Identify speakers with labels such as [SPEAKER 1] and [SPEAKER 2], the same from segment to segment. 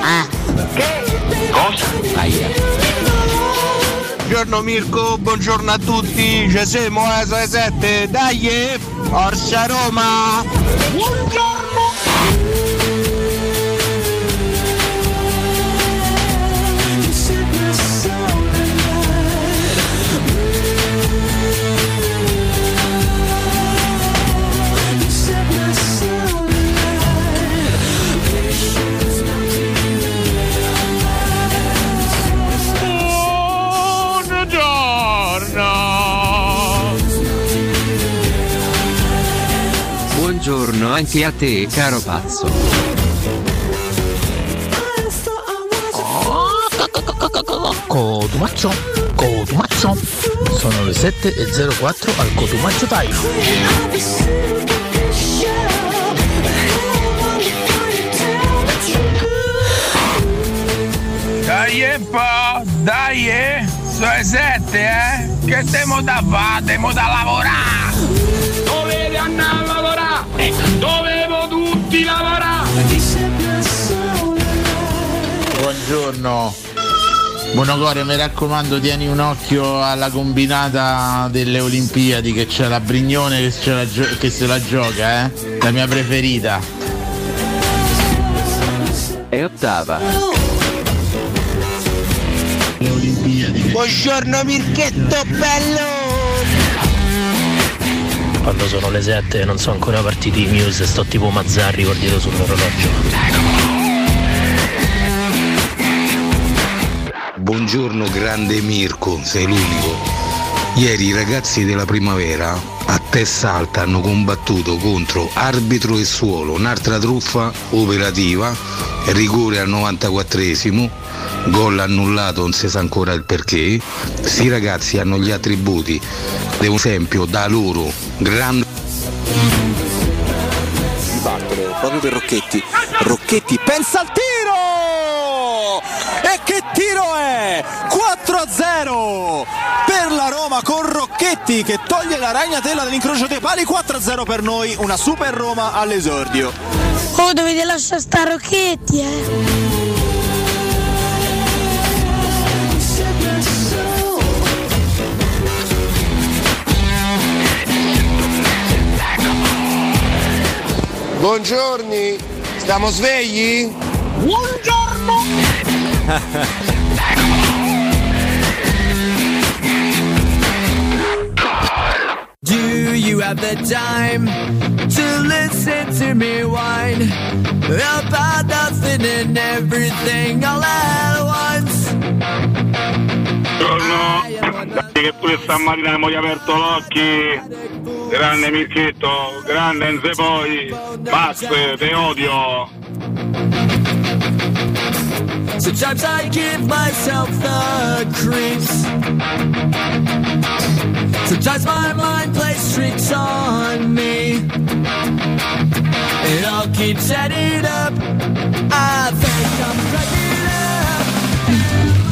[SPEAKER 1] Ah. Che? Cosa? Buongiorno Mirko, buongiorno a tutti, ci siamo a 7, dai, Orsa Roma! Buongiorno!
[SPEAKER 2] Buongiorno anche a te, caro pazzo.
[SPEAKER 3] Cotumaccio, Cotumaccio. Sono le 7.04 al Cotumaccio Time.
[SPEAKER 1] Dai e po', dai e, sono sette eh, che stiamo da fare, stiamo da lavorare! Dovete andare a lavorare, dovevo tutti lavorare!
[SPEAKER 3] Buongiorno. Buonocore, mi raccomando, tieni un occhio alla combinata delle Olimpiadi che c'è la Brignone che, ce la gio- che se la gioca, eh? La mia preferita.
[SPEAKER 2] È ottava.
[SPEAKER 1] Buongiorno Mirchetto bello!
[SPEAKER 4] Quando sono le 7 non sono ancora partiti i news, sto tipo Mazzarri col dito sull'orologio.
[SPEAKER 5] Buongiorno grande Mirko, sei l'unico. Ieri i ragazzi della primavera a testa alta hanno combattuto contro arbitro e suolo, un'altra truffa operativa, rigore al 94esimo, gol annullato, non si sa ancora il perché. Sti ragazzi hanno gli attributi, devo esempio da loro, grande...
[SPEAKER 6] Battere proprio per Rocchetti. Rocchetti pensa al tiro! E che tiro è? 4-0 per la Roma con Rocchetti che toglie la ragnatela dall'incrocio dei pali. 4-0 per noi, una super Roma all'esordio.
[SPEAKER 7] Oh, dovete lasciare stare Rocchetti, eh! eh?
[SPEAKER 1] Buongiorni, stiamo svegli? Buongiorno!
[SPEAKER 8] Do you have the time to listen to me whine about nothing and everything all at once?
[SPEAKER 9] Buongiorno, che pure stamattina abbiamo aperto l'occhio. Grande Mirchetto, grande Enze poi, Max, te odio.
[SPEAKER 8] Sometimes I give myself the creeps. Sometimes my mind plays tricks on me. It all keeps adding up. I think I'm cracking up.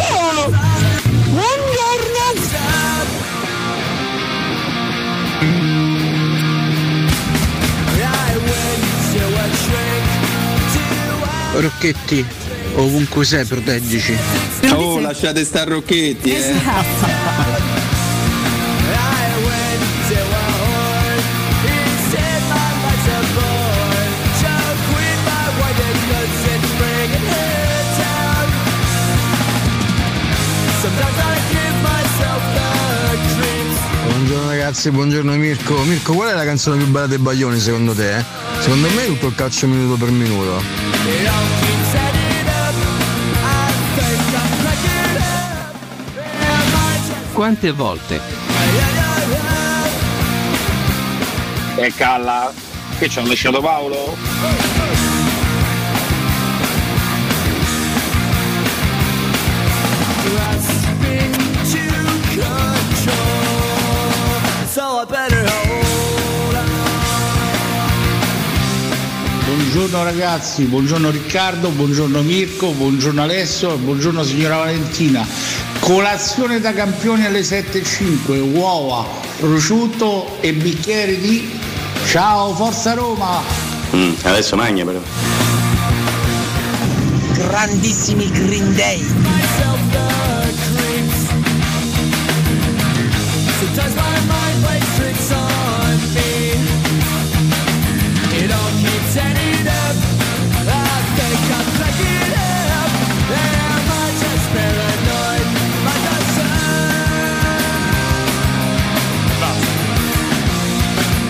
[SPEAKER 10] Rocchetti, ovunque sei, proteggici.
[SPEAKER 6] Oh, lasciate stare Rocchetti, eh.
[SPEAKER 11] Buongiorno ragazzi, buongiorno Mirko. Mirko, qual è la canzone più bella dei Baglioni secondo te? eh?
[SPEAKER 12] Secondo me è tutto il calcio minuto per minuto.
[SPEAKER 13] Quante volte?
[SPEAKER 5] E calla, che ci hanno lasciato Paolo?
[SPEAKER 8] grasping to control. So I better hold
[SPEAKER 3] Buongiorno ragazzi, buongiorno Riccardo, buongiorno Mirko, buongiorno Alessio, e buongiorno signora Valentina. Colazione da campioni alle 7.05, uova, prosciutto e bicchiere di... Ciao, forza Roma!
[SPEAKER 14] Mm, adesso magna però.
[SPEAKER 15] grandissimi Green Day.
[SPEAKER 8] Sometimes my mind plays tricks on me. It all keeps ending up. I think I'm cracking up. Am I just paranoid by the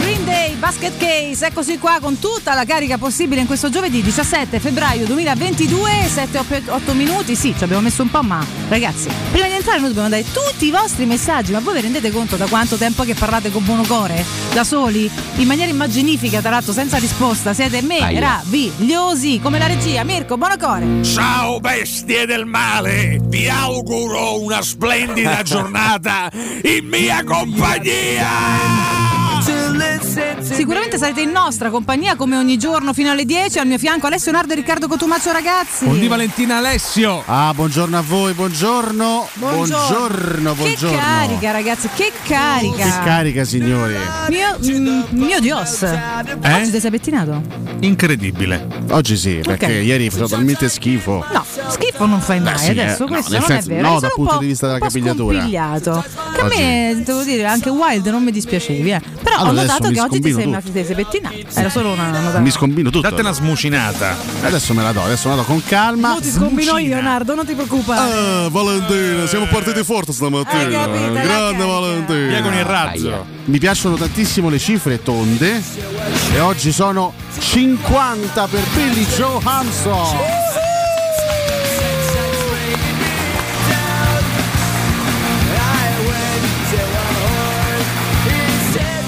[SPEAKER 11] Green Day Basket Case, eccoci qua con tutta la carica possibile in questo giovedì 17 febbraio 2022, 7-8 minuti, sì ci abbiamo messo un po' ma ragazzi prima di entrare noi dobbiamo dare tutti i vostri messaggi, ma voi vi rendete conto da quanto tempo è che parlate con Buonocore, da soli, in maniera immaginifica tra l'altro senza risposta, siete
[SPEAKER 16] Aia.
[SPEAKER 11] meravigliosi come la regia, Mirko Buonocore.
[SPEAKER 16] Ciao bestie del male, ti auguro una splendida giornata in mia compagnia.
[SPEAKER 11] Sicuramente sarete in nostra compagnia come ogni giorno fino alle 10 al mio fianco Alessio Nardo e Riccardo Cotumaccio ragazzi.
[SPEAKER 17] Valentina Alessio. Ah, buongiorno a voi, buongiorno. Buongiorno, buongiorno.
[SPEAKER 11] Che carica, ragazzi, che carica.
[SPEAKER 17] Che Eh? carica, signori.
[SPEAKER 11] Mio, mm, mio Dios. Oggi ti sei pettinato?
[SPEAKER 17] Incredibile. Oggi sì, perché ieri fa talmente schifo.
[SPEAKER 11] No, schifo non fai mai.
[SPEAKER 17] sì,
[SPEAKER 11] Adesso
[SPEAKER 17] eh, no,
[SPEAKER 11] questo
[SPEAKER 17] nel
[SPEAKER 11] non
[SPEAKER 17] senso-
[SPEAKER 11] è vero.
[SPEAKER 17] no,
[SPEAKER 11] Sono
[SPEAKER 17] dal
[SPEAKER 11] un
[SPEAKER 17] punto
[SPEAKER 11] po'-
[SPEAKER 17] di vista della
[SPEAKER 11] un po'
[SPEAKER 17] capigliatura.
[SPEAKER 11] scompigliato. Che a me, devo dire, anche Wild non mi dispiacevi, eh. Però
[SPEAKER 17] Allora,
[SPEAKER 11] ho
[SPEAKER 17] adesso
[SPEAKER 11] notato
[SPEAKER 17] mi
[SPEAKER 11] che oggi ti
[SPEAKER 17] scombino
[SPEAKER 11] sei,
[SPEAKER 17] tutto.
[SPEAKER 11] una- ti sei pettinato. Era solo una notata.
[SPEAKER 17] Mi scombino tutto.
[SPEAKER 11] Date una
[SPEAKER 17] smucinata. Adesso me la do, adesso me la do con calma.
[SPEAKER 11] Mo ti scombino io, Nardo, non ti preoccupare.
[SPEAKER 18] Eh,
[SPEAKER 17] Ah, Valentina, siamo partiti forte stamattina. Grande Valentina.
[SPEAKER 19] Via con il razzo.
[SPEAKER 17] Aia. Mi piacciono tantissimo le cifre tonde e oggi sono 50 per Billy Joe Hanson.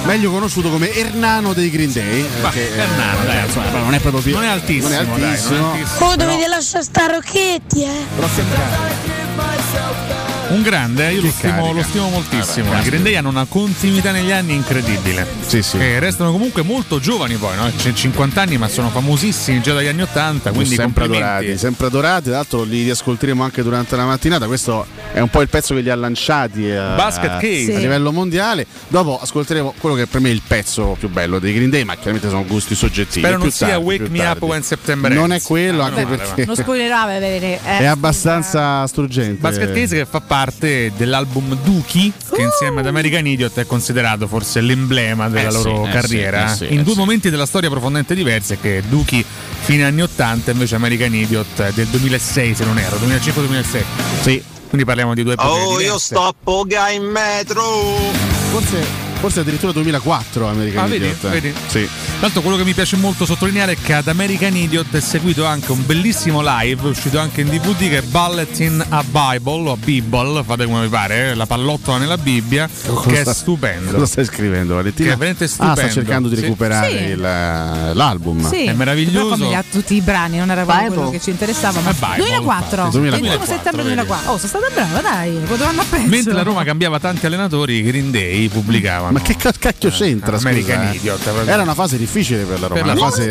[SPEAKER 17] Meglio conosciuto come Ernano dei Green Day.
[SPEAKER 19] Ma,
[SPEAKER 17] perché, eh,
[SPEAKER 19] Ernano, dai,
[SPEAKER 17] insomma, non è proprio più-
[SPEAKER 19] Non è altissimo,
[SPEAKER 17] Non è
[SPEAKER 19] dai, non è
[SPEAKER 17] altissimo.
[SPEAKER 19] altissimo.
[SPEAKER 20] Oh, dovete lasciare stare Rocchetti, eh.
[SPEAKER 17] Però che carica.
[SPEAKER 19] Un grande, eh, io lo stimo, lo stimo moltissimo. I Green Day hanno una continuità negli anni incredibile. E restano comunque molto giovani poi, no? C'è 50 anni, ma sono famosissimi già dagli anni 80, quindi
[SPEAKER 17] sempre
[SPEAKER 19] complimenti.
[SPEAKER 17] adorati, sempre adorati, tra l'altro li riascolteremo anche durante la mattinata, questo è un po' il pezzo che li ha lanciati a,
[SPEAKER 19] Basket Case.
[SPEAKER 17] a
[SPEAKER 19] Sì.
[SPEAKER 17] livello mondiale, dopo ascolteremo quello che per me è il pezzo più bello dei Green Day, ma chiaramente sono gusti soggettivi.
[SPEAKER 19] Spero
[SPEAKER 17] più
[SPEAKER 19] non sia
[SPEAKER 17] tardi,
[SPEAKER 19] Wake
[SPEAKER 17] più
[SPEAKER 19] Me Up
[SPEAKER 17] tardi.
[SPEAKER 19] When September
[SPEAKER 17] Non
[SPEAKER 19] Ends.
[SPEAKER 17] è quello,
[SPEAKER 19] Ah,
[SPEAKER 17] anche
[SPEAKER 19] meno male,
[SPEAKER 17] perché
[SPEAKER 11] Non eh. spoilerava, vedete.
[SPEAKER 17] è abbastanza struggente.
[SPEAKER 19] Basket Case che fa parte dell'album Dookie,
[SPEAKER 17] Uh!
[SPEAKER 19] che insieme ad American Idiot è considerato forse l'emblema della
[SPEAKER 17] Eh sì,
[SPEAKER 19] loro
[SPEAKER 17] eh
[SPEAKER 19] carriera.
[SPEAKER 17] sì, eh sì,
[SPEAKER 19] In
[SPEAKER 17] eh
[SPEAKER 19] due
[SPEAKER 17] sì.
[SPEAKER 19] momenti della storia profondamente diversi, che Dookie fine anni 80 invece American Idiot eh, del 2006 se non erro, 2005-2006.
[SPEAKER 17] Sì.
[SPEAKER 19] Quindi parliamo di due epoche
[SPEAKER 17] Oh,
[SPEAKER 19] diverse.
[SPEAKER 17] poga in metro. Forse, forse addirittura 2004 American
[SPEAKER 19] Ah, vedi,
[SPEAKER 17] Idiot.
[SPEAKER 19] vedi.
[SPEAKER 17] Sì.
[SPEAKER 19] Tanto quello che mi piace molto sottolineare è che ad American Idiot è seguito anche un bellissimo live uscito anche in DVD che è Ballet in a Bible o a Bible, fate come vi pare, eh, la pallottola nella Bibbia, che
[SPEAKER 17] sta-
[SPEAKER 19] è stupendo.
[SPEAKER 17] Cosa stai scrivendo, Valentina?
[SPEAKER 19] Che è veramente
[SPEAKER 17] Ah,
[SPEAKER 19] stupendo.
[SPEAKER 17] sta cercando di
[SPEAKER 19] Sì.
[SPEAKER 17] recuperare
[SPEAKER 11] Sì.
[SPEAKER 17] il, eh, l'album.
[SPEAKER 11] Sì, Però famiglia a tutti i brani, non era quello quello che ci interessava. Ma
[SPEAKER 19] Eh, Bible,
[SPEAKER 11] 2004,
[SPEAKER 19] infatti.
[SPEAKER 11] 21
[SPEAKER 19] 2004,
[SPEAKER 11] settembre
[SPEAKER 19] vedi.
[SPEAKER 11] 2004. Oh, sono stata brava, dai, potevano a pezzo.
[SPEAKER 19] Mentre la Roma cambiava tanti allenatori, i Green Day pubblicavano. Ma che
[SPEAKER 17] cacchio c'entra?
[SPEAKER 19] American
[SPEAKER 17] scusa, eh?
[SPEAKER 19] Idiot.
[SPEAKER 17] Era una fase difficile per la Roma,
[SPEAKER 19] Per la
[SPEAKER 17] una
[SPEAKER 19] Roma.
[SPEAKER 17] fase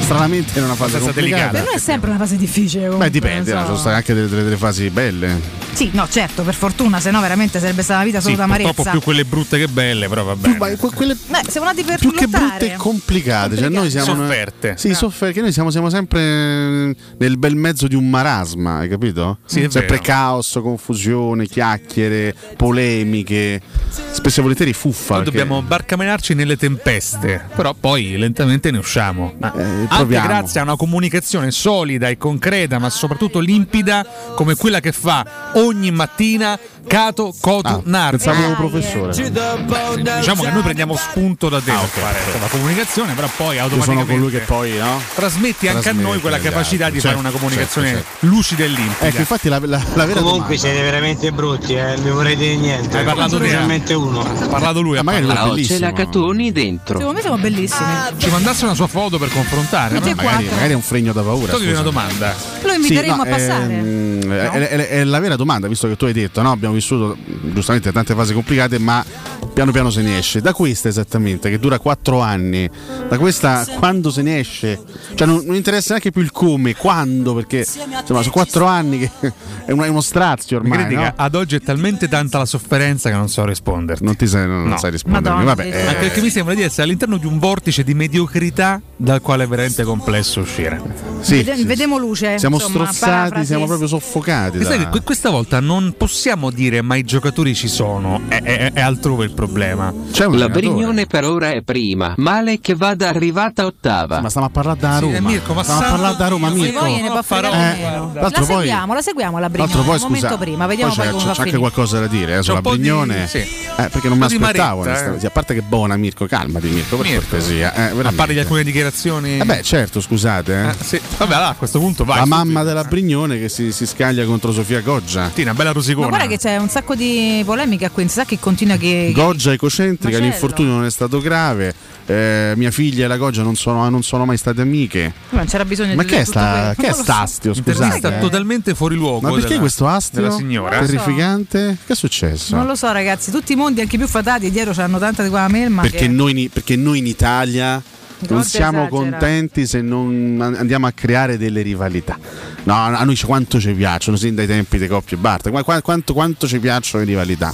[SPEAKER 17] stranamente era una fase
[SPEAKER 19] Abbastanza
[SPEAKER 17] complicata.
[SPEAKER 11] Per noi è sempre una fase difficile. Comunque,
[SPEAKER 17] Beh, dipende, no,
[SPEAKER 11] non so.
[SPEAKER 17] ci sono state anche delle, delle- delle fasi belle.
[SPEAKER 11] Sì, no, certo, per fortuna, se no veramente sarebbe stata una vita solo
[SPEAKER 19] Sì,
[SPEAKER 11] da
[SPEAKER 19] purtroppo
[SPEAKER 11] amarezza.
[SPEAKER 19] più quelle brutte che belle, però va bene.
[SPEAKER 17] Ma que- quelle
[SPEAKER 11] Beh, siamo nati per
[SPEAKER 17] più che
[SPEAKER 11] lottare.
[SPEAKER 17] brutte e complicate, cioè noi siamo
[SPEAKER 19] Sofferte.
[SPEAKER 17] Sì, sofferte, che noi siamo, siamo sempre eh, nel bel mezzo di un marasma, hai capito?
[SPEAKER 19] Sì, è
[SPEAKER 17] sempre
[SPEAKER 19] vero.
[SPEAKER 17] caos, confusione, chiacchiere, polemiche, spesso e volentieri fuffa.
[SPEAKER 19] Noi
[SPEAKER 17] perché-
[SPEAKER 19] dobbiamo barcamenarci nelle tempeste, però poi lentamente ne usciamo. Ma anche
[SPEAKER 17] Eh, proviamo.
[SPEAKER 19] grazie a una comunicazione solida e concreta, ma soprattutto limpida, come quella che fa ogni mattina Cato Cotu Nardi.
[SPEAKER 17] pensavo Ah, professore. yeah.
[SPEAKER 19] Beh, diciamo che noi prendiamo spunto da te per fare la comunicazione, però poi
[SPEAKER 17] Io sono
[SPEAKER 19] automaticamente
[SPEAKER 17] colui che poi no?
[SPEAKER 19] trasmetti anche a noi quella
[SPEAKER 17] agli
[SPEAKER 19] capacità
[SPEAKER 17] altri.
[SPEAKER 19] di fare
[SPEAKER 17] Certo,
[SPEAKER 19] una comunicazione
[SPEAKER 17] certo,
[SPEAKER 19] lucida e limpida.
[SPEAKER 17] certo. Ecco, infatti la, la, la vera
[SPEAKER 21] Comunque siete veramente brutti, eh, non vi vorrei dire niente.
[SPEAKER 19] Hai parlato te, eh?
[SPEAKER 21] Specialmente uno. Ha
[SPEAKER 19] parlato lui, ha
[SPEAKER 21] magari lui è
[SPEAKER 19] parlato.
[SPEAKER 21] bellissimo.
[SPEAKER 19] C'è la
[SPEAKER 17] eh.
[SPEAKER 11] Catoni dentro. Secondo me siamo bellissimi.
[SPEAKER 17] Ah,
[SPEAKER 19] Ci mandasse una sua foto per confrontare.
[SPEAKER 11] Tutti e
[SPEAKER 17] Magari,
[SPEAKER 11] quattro.
[SPEAKER 17] magari è un fregno da paura.
[SPEAKER 19] Toglimi
[SPEAKER 17] scusa.
[SPEAKER 19] una domanda.
[SPEAKER 11] Lo inviteremo a passare.
[SPEAKER 17] ehm, È, è- è- è la vera domanda, visto che tu hai detto, no? abbiamo vissuto giustamente tante fasi complicate, ma piano piano se ne esce. Da questa esattamente, che dura quattro anni, da questa quando se ne esce? Cioè non, non interessa neanche più il come, quando, perché insomma sono quattro anni che è, una- è uno strazio
[SPEAKER 19] Mi
[SPEAKER 17] ormai.
[SPEAKER 19] critica,
[SPEAKER 17] no?
[SPEAKER 19] ad oggi è talmente tanta la sofferenza che non so risponderti.
[SPEAKER 17] Non ti sai, non sai rispondermi, Madonna, vabbè, eh.
[SPEAKER 19] Anche perché mi sembra di essere all'interno di un vortice di mediocrità dal quale è veramente complesso uscire.
[SPEAKER 11] Vede- Vedemo luce.
[SPEAKER 19] Siamo
[SPEAKER 11] insomma,
[SPEAKER 19] strozzati,
[SPEAKER 11] parafrasi.
[SPEAKER 19] siamo proprio
[SPEAKER 17] soffocati.
[SPEAKER 19] Sai che que- questa volta non possiamo dire ma i giocatori ci sono, è, è- è altrove il problema.
[SPEAKER 5] la Brignone per ora è prima, male che vada arrivata ottava. Ma
[SPEAKER 17] stiamo a parlare da
[SPEAKER 5] Roma.
[SPEAKER 19] Mirko, ma
[SPEAKER 5] stiamo
[SPEAKER 19] santo
[SPEAKER 5] da Roma,
[SPEAKER 11] Se vuoi ne può fare
[SPEAKER 17] Eh,
[SPEAKER 11] meno.
[SPEAKER 17] tra
[SPEAKER 11] La
[SPEAKER 17] l'altro poi-
[SPEAKER 11] seguiamo, la seguiamo la
[SPEAKER 17] Tra
[SPEAKER 11] Brignone.
[SPEAKER 17] l'altro poi
[SPEAKER 11] un momento
[SPEAKER 17] scusa,
[SPEAKER 11] prima, vediamo
[SPEAKER 17] poi
[SPEAKER 11] poi,
[SPEAKER 17] c'è,
[SPEAKER 11] come
[SPEAKER 17] c'è
[SPEAKER 11] va a
[SPEAKER 17] anche
[SPEAKER 11] finire.
[SPEAKER 17] qualcosa da dire eh,
[SPEAKER 19] un
[SPEAKER 17] sulla
[SPEAKER 19] po' di-
[SPEAKER 17] Brignone.
[SPEAKER 19] sì.
[SPEAKER 17] Eh, perché non mi
[SPEAKER 19] Un po'
[SPEAKER 17] aspettavo
[SPEAKER 19] di maretta,
[SPEAKER 17] onestamente.
[SPEAKER 19] eh.
[SPEAKER 17] A parte che buona Mirko, calmati Mirko, per cortesia. Eh,
[SPEAKER 19] a
[SPEAKER 17] veramente.
[SPEAKER 19] parte di alcune dichiarazioni.
[SPEAKER 17] Eh beh, certo, scusate. eh.
[SPEAKER 19] Sì, Vabbè, allora, a questo punto vai.
[SPEAKER 17] La
[SPEAKER 19] subito.
[SPEAKER 17] mamma della Brignone che si, si scaglia contro Sofia Goggia.
[SPEAKER 19] Sì, una bella
[SPEAKER 11] Ma guarda
[SPEAKER 17] rosicona.
[SPEAKER 11] che c'è un sacco di polemica qui, si sa che continua che...
[SPEAKER 17] Goggia ecocentrica,
[SPEAKER 11] Macello.
[SPEAKER 17] l'infortunio non è stato grave. eh, mia figlia e la Goggia non sono, non sono mai state amiche.
[SPEAKER 11] Ma non c'era bisogno
[SPEAKER 17] Ma
[SPEAKER 11] di
[SPEAKER 17] che è,
[SPEAKER 11] tutto
[SPEAKER 17] sta-
[SPEAKER 11] quello.
[SPEAKER 17] che è
[SPEAKER 11] Non lo so.
[SPEAKER 17] stastio? Scusate.
[SPEAKER 19] Eh, Intervista
[SPEAKER 17] eh.
[SPEAKER 19] totalmente fuori luogo.
[SPEAKER 17] Ma perché
[SPEAKER 19] della-
[SPEAKER 17] questo
[SPEAKER 19] della
[SPEAKER 17] astio
[SPEAKER 19] signora.
[SPEAKER 17] terrificante? Che è successo?
[SPEAKER 11] Non lo so ragazzi, tutti i mondi anche più fatati dietro c'hanno tanta di quella melma.
[SPEAKER 17] perché,
[SPEAKER 11] che-
[SPEAKER 17] noi, in- perché noi in Italia non
[SPEAKER 11] Non
[SPEAKER 17] siamo
[SPEAKER 11] esagera.
[SPEAKER 17] contenti se non an- andiamo a creare delle rivalità. No, a noi ci- quanto ci piacciono, sin dai tempi di coppie e Bart, qua- qua- quanto, quanto ci piacciono le rivalità.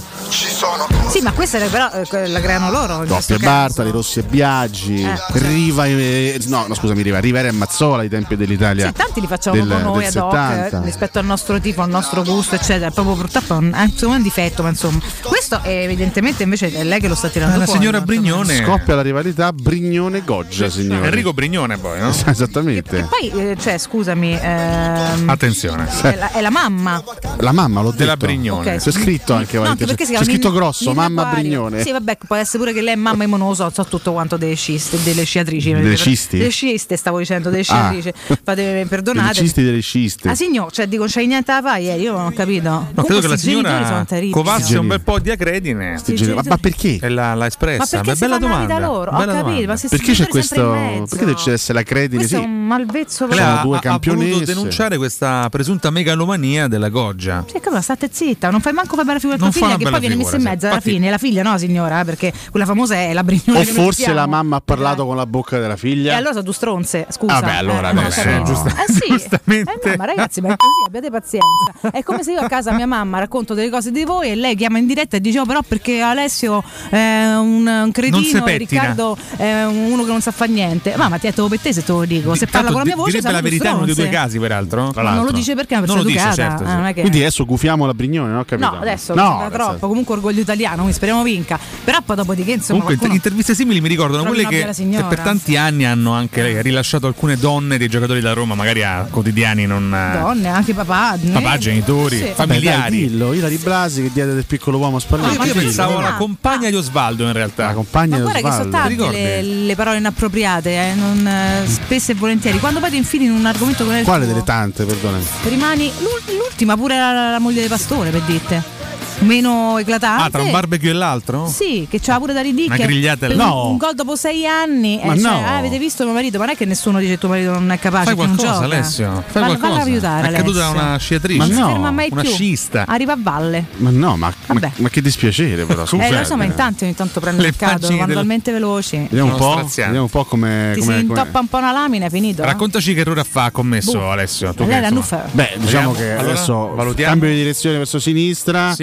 [SPEAKER 11] Sì, ma questa era però eh, que- la creano loro. in questo
[SPEAKER 17] Coppie e
[SPEAKER 11] caso.
[SPEAKER 17] Bartali, Rossi e Biaggi,
[SPEAKER 11] Eh,
[SPEAKER 17] Riva e, eh, no, no, scusami, Riva, Rivera e Mazzola, i tempi dell'Italia.
[SPEAKER 11] Sì, tanti li facciamo
[SPEAKER 17] del-
[SPEAKER 11] con noi
[SPEAKER 17] del
[SPEAKER 11] ad hoc eh,
[SPEAKER 17] 70.
[SPEAKER 11] rispetto al nostro tipo, al nostro gusto, eccetera. Proprio purtroppo è un, è un difetto, ma insomma. Questo è evidentemente invece è lei che lo sta tirando fuori.
[SPEAKER 19] Brignone.
[SPEAKER 17] Scoppia la rivalità Brignone-Goggia, signore.
[SPEAKER 19] Enrico Brignone poi, no?
[SPEAKER 17] Esattamente.
[SPEAKER 11] Poi, eh, cioè, scusami, ehm,
[SPEAKER 19] Attenzione.
[SPEAKER 11] è, la, è la mamma.
[SPEAKER 17] La mamma l'ho detto.
[SPEAKER 19] Della Brignone.
[SPEAKER 17] C'è scritto anche,
[SPEAKER 11] No,
[SPEAKER 17] guardate,
[SPEAKER 11] anche perché
[SPEAKER 17] c'è
[SPEAKER 11] si
[SPEAKER 17] c'è
[SPEAKER 11] chiama
[SPEAKER 17] scritto
[SPEAKER 11] Ninna-
[SPEAKER 17] grosso,
[SPEAKER 11] Ninna
[SPEAKER 17] mamma
[SPEAKER 11] Aquario.
[SPEAKER 17] Brignone.
[SPEAKER 11] Sì, vabbè, può essere pure che lei è mamma, io non lo so, so tutto quanto delle sciste, delle sciatrici.
[SPEAKER 17] Delle scisti? Ah.
[SPEAKER 11] Delle sciste, stavo dicendo, delle sciatrici. Fatemi
[SPEAKER 17] Delle
[SPEAKER 11] perdonate.
[SPEAKER 17] cisti delle sciste.
[SPEAKER 11] Ah signor, cioè dico c'hai niente da fare ieri, io non ho capito.
[SPEAKER 19] No, credo
[SPEAKER 11] Comunque
[SPEAKER 19] che la
[SPEAKER 11] sti genitori sono
[SPEAKER 19] signora
[SPEAKER 11] terribili.
[SPEAKER 19] covassi un bel po' di acredine.
[SPEAKER 17] Sti genitori- ma- ma perché?
[SPEAKER 19] E l'ha, l'ha
[SPEAKER 11] Ma
[SPEAKER 19] espressa.
[SPEAKER 11] perché
[SPEAKER 19] Beh,
[SPEAKER 11] si
[SPEAKER 19] bella
[SPEAKER 11] fanno la
[SPEAKER 19] domanda.
[SPEAKER 11] vita loro? Ho
[SPEAKER 19] bella
[SPEAKER 11] capito,
[SPEAKER 19] domanda.
[SPEAKER 11] ma se si
[SPEAKER 17] Perché c'è
[SPEAKER 11] sempre in
[SPEAKER 17] questo?
[SPEAKER 11] mezzo.
[SPEAKER 17] Perché deve ci essere la credine?
[SPEAKER 11] Questo è
[SPEAKER 17] Sì.
[SPEAKER 11] un malvezzo
[SPEAKER 19] Lei
[SPEAKER 11] vero.
[SPEAKER 19] ha,
[SPEAKER 17] due
[SPEAKER 19] ha- ha voluto
[SPEAKER 17] campionesse.
[SPEAKER 19] denunciare questa presunta megalomania della Goggia.
[SPEAKER 11] Sì, come state zitta, non fai manco fare bare figura con
[SPEAKER 19] Non
[SPEAKER 11] tua
[SPEAKER 19] fa una
[SPEAKER 11] figlia che poi
[SPEAKER 19] bella
[SPEAKER 11] viene messa in
[SPEAKER 19] figura,
[SPEAKER 11] mezzo alla fine, la figlia no signora, perché quella famosa è la brignone
[SPEAKER 17] O
[SPEAKER 11] che noi
[SPEAKER 17] forse la
[SPEAKER 11] citiamo.
[SPEAKER 17] mamma ha parlato con la bocca della
[SPEAKER 11] E
[SPEAKER 17] figlia?
[SPEAKER 11] allora sono due stronze, scusa.
[SPEAKER 17] Vabbè, Ah, allora
[SPEAKER 11] Eh, non ho
[SPEAKER 17] adesso,
[SPEAKER 11] capito.
[SPEAKER 17] giusta-
[SPEAKER 11] Eh sì, giustamente. ma ragazzi, ma è così, abbiate pazienza. È come se io a casa mia mamma racconto delle cose di voi e lei chiama in diretta e dice "Oh, però perché Alessio è un, un
[SPEAKER 19] Non si
[SPEAKER 11] cretino e
[SPEAKER 19] pettina.
[SPEAKER 11] Riccardo è un- uno che non sa fare niente". Mamma, ti ha detto per te se te lo dico, se parla
[SPEAKER 19] Tanto
[SPEAKER 11] con la mia
[SPEAKER 19] di-
[SPEAKER 11] voce
[SPEAKER 19] direbbe
[SPEAKER 11] siamo
[SPEAKER 19] la
[SPEAKER 11] due
[SPEAKER 19] verità in uno dei due
[SPEAKER 11] stronze.
[SPEAKER 19] casi, peraltro.
[SPEAKER 11] Ma non l'altro. lo dice perché è una
[SPEAKER 19] Non lo
[SPEAKER 11] persona
[SPEAKER 19] dice,
[SPEAKER 11] educata.
[SPEAKER 19] certo,
[SPEAKER 11] Ah, non è che-
[SPEAKER 17] Quindi adesso gufiamo la Brignone, no? Capito?
[SPEAKER 11] No, adesso
[SPEAKER 17] No,
[SPEAKER 11] mi sembra
[SPEAKER 17] adesso-
[SPEAKER 11] troppo, comunque orgoglio italiano, quindi speriamo vinca. Però poi dopodiché insomma
[SPEAKER 19] Comunque,
[SPEAKER 11] qualcuno-
[SPEAKER 19] interviste simili mi ricordano
[SPEAKER 11] Trovi
[SPEAKER 19] quelle
[SPEAKER 11] una
[SPEAKER 19] che,
[SPEAKER 11] bella
[SPEAKER 19] che
[SPEAKER 11] signora. Eh.
[SPEAKER 19] per tanti anni hanno anche lei rilasciato alcune donne dei giocatori da Roma, magari a quotidiani non. eh,
[SPEAKER 11] donne, anche papà,
[SPEAKER 19] Papà, genitori,
[SPEAKER 11] Sì.
[SPEAKER 17] Vabbè, dai,
[SPEAKER 19] familiari.
[SPEAKER 17] dillo, Ilari Blasi che diede del piccolo uomo a Spalletti.
[SPEAKER 19] io
[SPEAKER 17] dillo.
[SPEAKER 19] pensavo alla compagna di Osvaldo in realtà. La
[SPEAKER 17] compagna
[SPEAKER 11] Guarda che sono tante le, le parole inappropriate, eh, non, eh, spesso e volentieri. Quando poi ti infili in un argomento come
[SPEAKER 17] Quale delle tante, perdonami?
[SPEAKER 11] rimani l'ul- l'ultima, pure la, la moglie di Pastore, per dirte. Meno eclatante.
[SPEAKER 19] Ah, tra un barbecue e l'altro?
[SPEAKER 11] Sì, che c'ha pure da ridicchia.
[SPEAKER 19] Una grigliata
[SPEAKER 11] Per
[SPEAKER 19] no.
[SPEAKER 11] Un gol dopo sei anni. eh,
[SPEAKER 19] Ma
[SPEAKER 11] cioè,
[SPEAKER 19] no.
[SPEAKER 11] ah, avete visto mio marito? Ma non è che nessuno dice tuo marito non è capace.
[SPEAKER 19] Fai
[SPEAKER 11] che non
[SPEAKER 19] qualcosa,
[SPEAKER 11] gioca.
[SPEAKER 19] Alessio. Fai
[SPEAKER 11] Valla-
[SPEAKER 19] qualcosa.
[SPEAKER 11] valla aiutare,
[SPEAKER 19] È caduta
[SPEAKER 11] Alessio.
[SPEAKER 19] una sciatrice.
[SPEAKER 11] Non
[SPEAKER 17] Ma
[SPEAKER 11] si
[SPEAKER 17] no,
[SPEAKER 11] ferma mai
[SPEAKER 19] una
[SPEAKER 11] più.
[SPEAKER 19] scista.
[SPEAKER 11] Arriva a valle.
[SPEAKER 17] Ma no, ma,
[SPEAKER 11] Vabbè.
[SPEAKER 17] ma, ma che dispiacere però.
[SPEAKER 11] Eh, lo so, ma
[SPEAKER 17] scusate.
[SPEAKER 11] in tanti ogni tanto prende
[SPEAKER 17] Le
[SPEAKER 11] il cado,
[SPEAKER 17] immagini
[SPEAKER 11] vanno
[SPEAKER 17] del-
[SPEAKER 11] talmente veloci.
[SPEAKER 17] Vediamo un po', vediamo un po' come...
[SPEAKER 11] Ti
[SPEAKER 17] come-
[SPEAKER 11] si
[SPEAKER 17] come-
[SPEAKER 11] intoppa un po' una lamina, è finito. eh?
[SPEAKER 19] Raccontaci che errore ha commesso
[SPEAKER 11] Boh.
[SPEAKER 19] Alessio.
[SPEAKER 11] Eh,
[SPEAKER 19] Tu
[SPEAKER 11] lei
[SPEAKER 19] che,
[SPEAKER 11] la
[SPEAKER 19] insomma-
[SPEAKER 11] nuffa.
[SPEAKER 17] Beh, diciamo
[SPEAKER 19] Vediamo,
[SPEAKER 17] che
[SPEAKER 19] allora,
[SPEAKER 17] adesso
[SPEAKER 19] valutiamo.
[SPEAKER 17] cambio di direzione verso sinistra.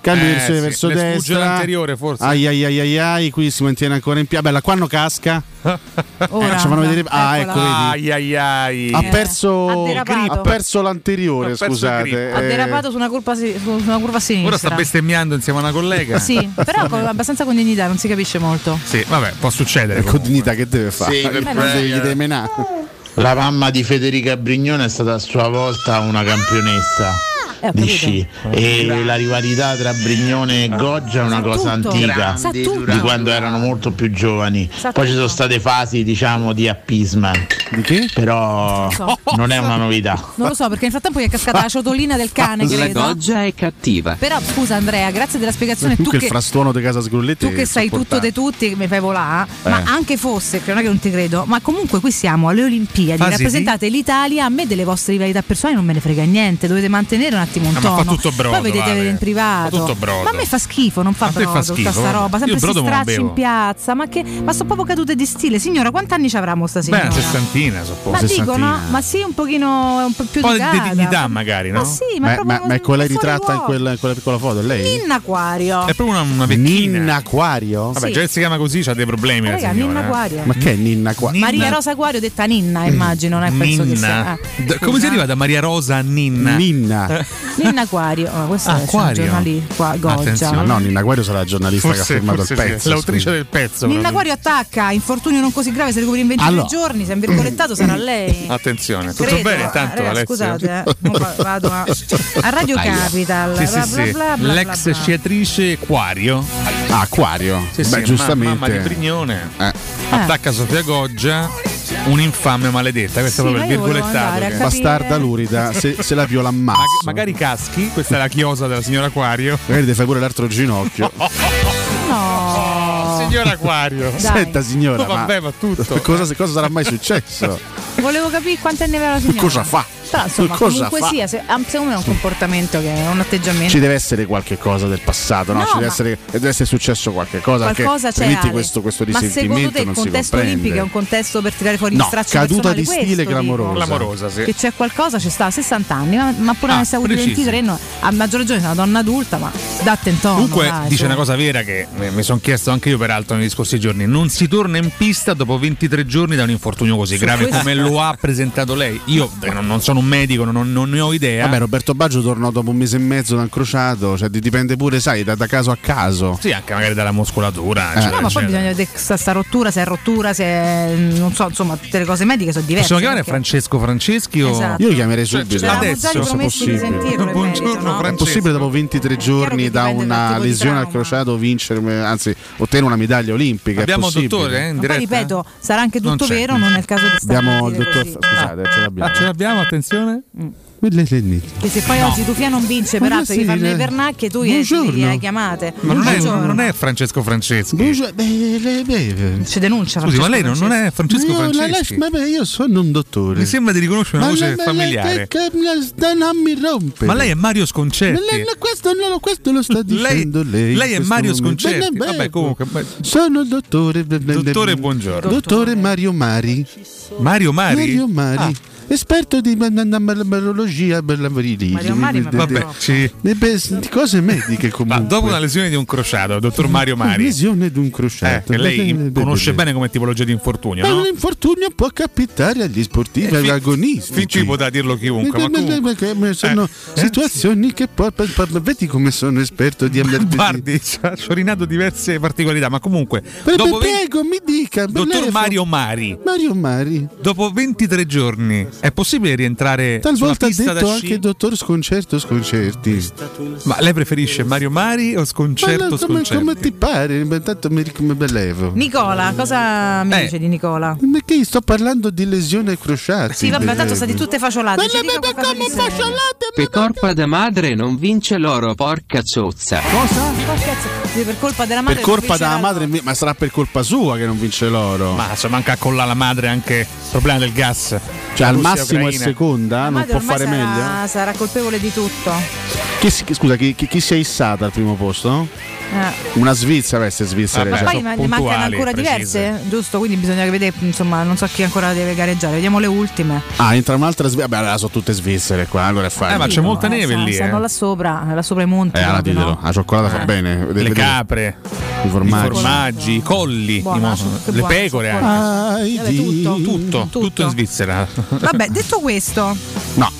[SPEAKER 17] Cambio
[SPEAKER 19] Eh,
[SPEAKER 17] di direzione
[SPEAKER 19] sì,
[SPEAKER 17] verso
[SPEAKER 19] le sfugge
[SPEAKER 17] destra.
[SPEAKER 19] l'anteriore, forse.
[SPEAKER 17] Ai ai ai ai ai, qui si mantiene ancora in piedi. Bella, qua non casca. Eh,
[SPEAKER 19] Ora,
[SPEAKER 17] ci fanno vedere. Ah,
[SPEAKER 19] eccola.
[SPEAKER 17] ecco, vedi.
[SPEAKER 19] Ai, ai, ai.
[SPEAKER 17] Ha perso,
[SPEAKER 11] Eh, Ha derapato.
[SPEAKER 17] ha perso l'anteriore,
[SPEAKER 19] Ha perso il
[SPEAKER 17] scusate.
[SPEAKER 19] grip.
[SPEAKER 11] Ha
[SPEAKER 17] Eh,
[SPEAKER 11] derapato su una, curva si- su una curva a sinistra.
[SPEAKER 19] Ora sta bestemmiando insieme a una collega.
[SPEAKER 11] Sì, però con- abbastanza con dignità, non si capisce molto.
[SPEAKER 19] Sì, vabbè, può succedere.
[SPEAKER 17] Con dignità che deve fare?
[SPEAKER 3] Sì, per
[SPEAKER 17] Gli
[SPEAKER 3] prendere.
[SPEAKER 17] deve- gli deve menare.
[SPEAKER 3] La mamma di Federica Brignone è stata a sua volta una campionessa.
[SPEAKER 11] Eh, ho
[SPEAKER 3] di
[SPEAKER 11] capito.
[SPEAKER 3] sci. E la rivalità tra Brignone e Goggia è una cosa
[SPEAKER 11] tutto.
[SPEAKER 3] antica
[SPEAKER 11] Sa tutto.
[SPEAKER 3] di quando erano molto più giovani.
[SPEAKER 11] Sa
[SPEAKER 3] Poi ci
[SPEAKER 11] tutto.
[SPEAKER 3] sono state fasi, diciamo, di appeasement. Però
[SPEAKER 11] so.
[SPEAKER 3] non è una novità.
[SPEAKER 11] Non lo so, perché nel frattempo gli è cascata la ciotolina del cane,
[SPEAKER 3] La
[SPEAKER 11] Eh, credo.
[SPEAKER 3] Goggia
[SPEAKER 22] è cattiva.
[SPEAKER 11] Però scusa Andrea, grazie della spiegazione. Tu
[SPEAKER 17] che il
[SPEAKER 11] che,
[SPEAKER 17] frastuono di casa Sgrulletti.
[SPEAKER 11] tu che sai tutto di tutti, che mi fai volare, ah.
[SPEAKER 17] Eh.
[SPEAKER 11] ma anche fosse, che non è che non ti credo, ma comunque qui siamo alle Olimpiadi,
[SPEAKER 19] Fasi di-
[SPEAKER 11] rappresentate l'Italia, a me delle vostre rivalità personali non me ne frega niente, dovete mantenere un attimo un
[SPEAKER 19] Ah, ma
[SPEAKER 11] tono.
[SPEAKER 19] fa tutto brodo,
[SPEAKER 11] Poi vedete
[SPEAKER 19] Vale.
[SPEAKER 11] in privato.
[SPEAKER 19] Fa tutto brodo.
[SPEAKER 11] Ma a me fa schifo, non fa
[SPEAKER 19] A te
[SPEAKER 11] brodo
[SPEAKER 19] fa
[SPEAKER 11] tutta
[SPEAKER 19] schifo,
[SPEAKER 11] sta
[SPEAKER 19] guarda. Io
[SPEAKER 11] roba, sempre
[SPEAKER 19] il
[SPEAKER 11] si
[SPEAKER 19] brodo me lo
[SPEAKER 11] stracci
[SPEAKER 19] bevo.
[SPEAKER 11] in piazza, ma che ma sono proprio cadute di stile. Signora, quanti anni ci avrà mo sta
[SPEAKER 19] Beh,
[SPEAKER 11] signora?
[SPEAKER 19] una sessantina, suppongo.
[SPEAKER 11] ma dico, no? Ma sì, un pochino un po' più
[SPEAKER 19] Un po' di
[SPEAKER 11] educata.
[SPEAKER 19] dignità, magari, no?
[SPEAKER 11] Ma sì, ma, proprio
[SPEAKER 17] ma è quella
[SPEAKER 11] fuori
[SPEAKER 17] ritratta in
[SPEAKER 11] luogo.
[SPEAKER 17] quella, in quella piccola foto, è lei?
[SPEAKER 11] Ninna Aquario.
[SPEAKER 19] È proprio una, una vecchina. Ninna
[SPEAKER 17] Aquario?
[SPEAKER 19] Vabbè,
[SPEAKER 11] Sì.
[SPEAKER 19] già che si chiama così, ha dei problemi. la
[SPEAKER 11] Raga,
[SPEAKER 19] signora,
[SPEAKER 11] Ninna
[SPEAKER 19] eh.
[SPEAKER 11] Aquario.
[SPEAKER 17] Ma che è Ninna qua?
[SPEAKER 11] Maria Rosa Aquario detta Ninna, immagino, non è penso che sia.
[SPEAKER 19] Ninna.
[SPEAKER 11] Ah, Eh,
[SPEAKER 19] Da- come si arriva da Maria Rosa a Ninna?
[SPEAKER 17] Ninna.
[SPEAKER 11] Ninna Aquario, Ah, questo
[SPEAKER 19] Ah,
[SPEAKER 11] è un
[SPEAKER 19] Aquario.
[SPEAKER 11] giornalista qua, Goggia.
[SPEAKER 17] Ma no, Ninna Guario sarà la giornalista
[SPEAKER 19] Forse-
[SPEAKER 17] che ha firmato il
[SPEAKER 19] forse sì,
[SPEAKER 17] pezzo.
[SPEAKER 19] l'autrice
[SPEAKER 17] scusa.
[SPEAKER 19] del pezzo.
[SPEAKER 11] Ninna Aquario attacca, infortunio non così grave, si recupera in 23
[SPEAKER 19] Allora.
[SPEAKER 11] giorni, se è virgolettato sarà lei.
[SPEAKER 19] Attenzione, tutto
[SPEAKER 11] Credo,
[SPEAKER 19] bene intanto
[SPEAKER 11] raga,
[SPEAKER 19] Alessio?
[SPEAKER 11] Scusate, eh, mo va- vado a, a Radio
[SPEAKER 19] Aia.
[SPEAKER 11] Capital.
[SPEAKER 19] Sì,
[SPEAKER 11] bla,
[SPEAKER 19] sì,
[SPEAKER 11] bla,
[SPEAKER 19] sì.
[SPEAKER 11] bla, bla,
[SPEAKER 19] L'ex
[SPEAKER 11] bla, bla.
[SPEAKER 19] sciatrice Quario.
[SPEAKER 17] Ah, Quario.
[SPEAKER 19] Sì, sì,
[SPEAKER 17] Beh,
[SPEAKER 19] ma-
[SPEAKER 17] giustamente. Eh.
[SPEAKER 19] Mamma di Brignone.
[SPEAKER 11] Eh.
[SPEAKER 19] Attacca Sofia Goggia, un'infame maledetta. Questo
[SPEAKER 17] Sì,
[SPEAKER 19] è proprio il
[SPEAKER 17] ma io volevo
[SPEAKER 19] virgolettato.
[SPEAKER 17] andare a
[SPEAKER 19] che-
[SPEAKER 17] capire- Bastarda lurida, se- se la viola ammazzo.
[SPEAKER 19] Mag- magari caschi, questa è la chiosa della signora Quario.
[SPEAKER 17] Magari ti fai pure l'altro ginocchio.
[SPEAKER 11] Oh, No.
[SPEAKER 19] Signora Quario.
[SPEAKER 17] Senta signora,
[SPEAKER 19] No, Oh, vabbè, ma tutto.
[SPEAKER 17] Cosa, cosa sarà mai successo?
[SPEAKER 11] Volevo capire quanti anni aveva la signora.
[SPEAKER 17] cosa fa?
[SPEAKER 11] Però, insomma,
[SPEAKER 17] Cosa
[SPEAKER 11] comunque
[SPEAKER 17] fa?
[SPEAKER 11] sia, se- ah, secondo me è un comportamento che è un atteggiamento.
[SPEAKER 17] Ci deve essere qualche cosa del passato, no?
[SPEAKER 11] Eh. No,
[SPEAKER 17] Ci deve
[SPEAKER 11] ma-
[SPEAKER 17] essere, deve essere successo qualche cosa.
[SPEAKER 11] Qualcosa
[SPEAKER 17] perché
[SPEAKER 11] c'è.
[SPEAKER 17] altrimenti
[SPEAKER 11] Ale.
[SPEAKER 17] questo, questo
[SPEAKER 11] Ma secondo
[SPEAKER 17] risentimento
[SPEAKER 11] te il
[SPEAKER 17] non si
[SPEAKER 11] contesto
[SPEAKER 17] comprende.
[SPEAKER 11] olimpico è un contesto per tirare fuori
[SPEAKER 17] No,
[SPEAKER 11] gli stracci
[SPEAKER 17] caduta di
[SPEAKER 11] personali?
[SPEAKER 17] stile
[SPEAKER 11] Questo dico.
[SPEAKER 17] clamorosa. Clamorosa, sì.
[SPEAKER 11] Che c'è qualcosa, ci sta a 60 anni, ma, ma pure
[SPEAKER 19] Ah,
[SPEAKER 11] ne sei avuti
[SPEAKER 19] precisi.
[SPEAKER 11] 23, no, a maggior ragione sei una donna adulta, ma datte in tono.
[SPEAKER 19] Comunque
[SPEAKER 11] dai, cioè.
[SPEAKER 19] dice
[SPEAKER 11] su.
[SPEAKER 19] una cosa vera che eh, mi sono chiesto anche io peraltro negli scorsi giorni. Non si torna in pista dopo 23 giorni da un infortunio così
[SPEAKER 17] Su
[SPEAKER 19] grave
[SPEAKER 17] questo-
[SPEAKER 19] come lo ha presentato lei. Io eh, non, non sono un medico, non, non ne ho idea.
[SPEAKER 17] Eh,
[SPEAKER 11] Eh.
[SPEAKER 17] Vabbè, Roberto Baggio tornò dopo un mese e mezzo da incrociato, cioè di- dipende pure, sai, da, da caso a caso.
[SPEAKER 19] Sì, anche magari dalla muscolatura. cioè.
[SPEAKER 17] Eh.
[SPEAKER 19] eccetera,
[SPEAKER 11] No, ma poi
[SPEAKER 19] eccetera.
[SPEAKER 11] bisogna vedere sta, sta rottura, se è rottura, se è, mm, non so, insomma, tutte le cose mediche sono diverse.
[SPEAKER 19] Possiamo chiamare
[SPEAKER 11] perché-
[SPEAKER 19] Francesco Franceschi o...
[SPEAKER 11] Esatto. Io lo chiamerei subito. C'eravamo già
[SPEAKER 19] Cioè, adesso.
[SPEAKER 11] ripromessi di sentirlo, in
[SPEAKER 19] Buongiorno
[SPEAKER 11] merito, no?
[SPEAKER 17] È
[SPEAKER 19] Francesco.
[SPEAKER 17] possibile dopo 23 giorni da una lesione al crociato vincere, eh, anzi ottenere una medaglia olimpica? È
[SPEAKER 19] Abbiamo un
[SPEAKER 17] possibile?
[SPEAKER 19] dottore, eh, in
[SPEAKER 11] Ma poi ripeto, sarà anche
[SPEAKER 17] Non
[SPEAKER 11] tutto
[SPEAKER 17] c'è.
[SPEAKER 11] vero, non è il caso di stare a
[SPEAKER 17] Abbiamo il
[SPEAKER 11] dire
[SPEAKER 17] dottor.
[SPEAKER 11] così.
[SPEAKER 17] Scusate, ce l'abbiamo.
[SPEAKER 19] Ah, ce l'abbiamo, attenzione.
[SPEAKER 11] Mm.
[SPEAKER 17] Quelle tennite.
[SPEAKER 11] Che se poi
[SPEAKER 19] No.
[SPEAKER 11] oggi Tufia non vince,
[SPEAKER 17] Ma
[SPEAKER 11] peraltro gli fanno
[SPEAKER 17] buonasera.
[SPEAKER 11] le pernacchie, tu gli
[SPEAKER 17] Buongiorno.
[SPEAKER 11] gli hai chiamate.
[SPEAKER 19] Ma non è,
[SPEAKER 11] Buongiorno.
[SPEAKER 19] non è Francesco Franceschi.
[SPEAKER 11] Ci denuncia
[SPEAKER 19] Scusi, ma lei non, non è Francesco
[SPEAKER 17] Ma io la
[SPEAKER 19] Franceschi?
[SPEAKER 17] lascio- ma io sono un dottore.
[SPEAKER 19] Mi sembra di riconoscere una
[SPEAKER 17] Ma
[SPEAKER 19] voce
[SPEAKER 17] la- ma la-
[SPEAKER 19] familiare.
[SPEAKER 17] che- che- non mi rompe.
[SPEAKER 19] Ma lei è Mario Sconcerti.
[SPEAKER 17] Ma lei- no, questo, no, questo lo sta
[SPEAKER 19] Lei,
[SPEAKER 17] dicendo lei. in
[SPEAKER 19] lei è
[SPEAKER 17] questo
[SPEAKER 19] Mario
[SPEAKER 17] momento.
[SPEAKER 19] Sconcerti.
[SPEAKER 17] Ma- ma-
[SPEAKER 19] Vabbè, comunque. ma-
[SPEAKER 17] Sono il dottore.
[SPEAKER 19] Dottore, buongiorno.
[SPEAKER 17] Dottore Mario Mari.
[SPEAKER 19] Mario Mari? Ah.
[SPEAKER 17] Mario Mari. Esperto di malologia per la virilità.
[SPEAKER 19] Mario Mari, ma Vabbè, proprio- sì.
[SPEAKER 17] Ne pes- Eh, Di cose mediche comunque.
[SPEAKER 19] Dopo una lesione di un crociato, dottor Mario Mari.
[SPEAKER 17] Lesione di un crociato.
[SPEAKER 19] Eh, che lei conosce bene come tipologia di infortunio,
[SPEAKER 17] Ma
[SPEAKER 19] no?
[SPEAKER 17] un infortunio può capitare agli sportivi
[SPEAKER 19] Eh, fi-
[SPEAKER 17] agonisti.
[SPEAKER 19] Fin qui potrà dirlo chiunque, ma
[SPEAKER 17] Ma- ma-
[SPEAKER 19] comunque. Eh,
[SPEAKER 17] ma- che- ma sono situazioni che poi poi- poi- vedi come sono esperto di
[SPEAKER 19] Guardi, ci ha sciorinato diverse particolarità, ma comunque.
[SPEAKER 17] Beh,
[SPEAKER 19] dopo
[SPEAKER 17] beh, prego, mi dica
[SPEAKER 19] venti- dottor
[SPEAKER 17] lei-
[SPEAKER 19] Mario Mari,
[SPEAKER 17] Mario Mari
[SPEAKER 19] dopo 23 giorni è possibile rientrare Eh, sulla
[SPEAKER 17] talvolta ha
[SPEAKER 19] pista da
[SPEAKER 17] detto
[SPEAKER 19] sci?
[SPEAKER 17] anche dottor Sconcerto Sconcerti
[SPEAKER 19] Ma lei preferisce Mario Mari o
[SPEAKER 17] Ma
[SPEAKER 19] Sconcerto
[SPEAKER 17] no, come,
[SPEAKER 19] Sconcerto?
[SPEAKER 17] come ti pare Ma intanto mi, mi levo
[SPEAKER 11] Nicola, cosa
[SPEAKER 19] Eh.
[SPEAKER 11] mi dice di Nicola?
[SPEAKER 17] ma che sto parlando di lesione ai crociati
[SPEAKER 11] Sì, vabbè, tanto state tutte faciolate. ci dica qualcosa di serio.
[SPEAKER 22] Pecorpa da madre non vince l'oro, porca zozza.
[SPEAKER 11] Ma scherzo, sì, per colpa della madre.
[SPEAKER 17] per colpa
[SPEAKER 11] non vincerà
[SPEAKER 17] della madre ma sarà per colpa sua che non vince l'oro
[SPEAKER 19] Ma se manca a collare la madre anche il problema del gas.
[SPEAKER 17] cioè
[SPEAKER 19] La
[SPEAKER 17] al
[SPEAKER 19] Russia,
[SPEAKER 17] massimo è
[SPEAKER 19] Ucraina.
[SPEAKER 17] seconda
[SPEAKER 11] la
[SPEAKER 17] ah, non
[SPEAKER 11] madre
[SPEAKER 17] può
[SPEAKER 11] ormai
[SPEAKER 17] fare
[SPEAKER 11] sarà,
[SPEAKER 17] meglio
[SPEAKER 11] sarà colpevole di tutto.
[SPEAKER 17] chi, si- chi- scusa chi, chi- chi si è issata al primo posto?
[SPEAKER 11] Eh.
[SPEAKER 17] una Svizzera beh se Svizzera
[SPEAKER 11] Ma
[SPEAKER 17] cioè,
[SPEAKER 11] poi
[SPEAKER 17] sono
[SPEAKER 11] ma- ne mancano
[SPEAKER 17] puntuali,
[SPEAKER 11] ancora
[SPEAKER 17] precise.
[SPEAKER 11] diverse, giusto? Quindi bisogna vedere, insomma, non so chi ancora deve gareggiare. Vediamo le ultime.
[SPEAKER 17] Ah, entra un'altra Svizzera. Beh, allora sono tutte Svizzere qua. Allora è facile.
[SPEAKER 19] Eh, ma c'è molta neve
[SPEAKER 11] Ah,
[SPEAKER 19] lì.
[SPEAKER 11] Stanno
[SPEAKER 19] eh.
[SPEAKER 11] là sopra, là sopra i monti.
[SPEAKER 17] Eh, allora
[SPEAKER 11] proprio,
[SPEAKER 17] ditelo.
[SPEAKER 11] no?
[SPEAKER 17] La cioccolata fa
[SPEAKER 11] Eh.
[SPEAKER 17] bene.
[SPEAKER 19] Le
[SPEAKER 17] Vedete-
[SPEAKER 19] capre,
[SPEAKER 17] i formaggi,
[SPEAKER 19] i formaggi, i colli,
[SPEAKER 11] Buona,
[SPEAKER 19] i mo-
[SPEAKER 11] che
[SPEAKER 19] le
[SPEAKER 11] buona,
[SPEAKER 17] eh.
[SPEAKER 19] pecore.
[SPEAKER 11] buona.
[SPEAKER 19] anche.
[SPEAKER 17] Ah,
[SPEAKER 11] Vabbè, tutto.
[SPEAKER 19] tutto, tutto in Svizzera.
[SPEAKER 11] Vabbè, detto questo,
[SPEAKER 17] No.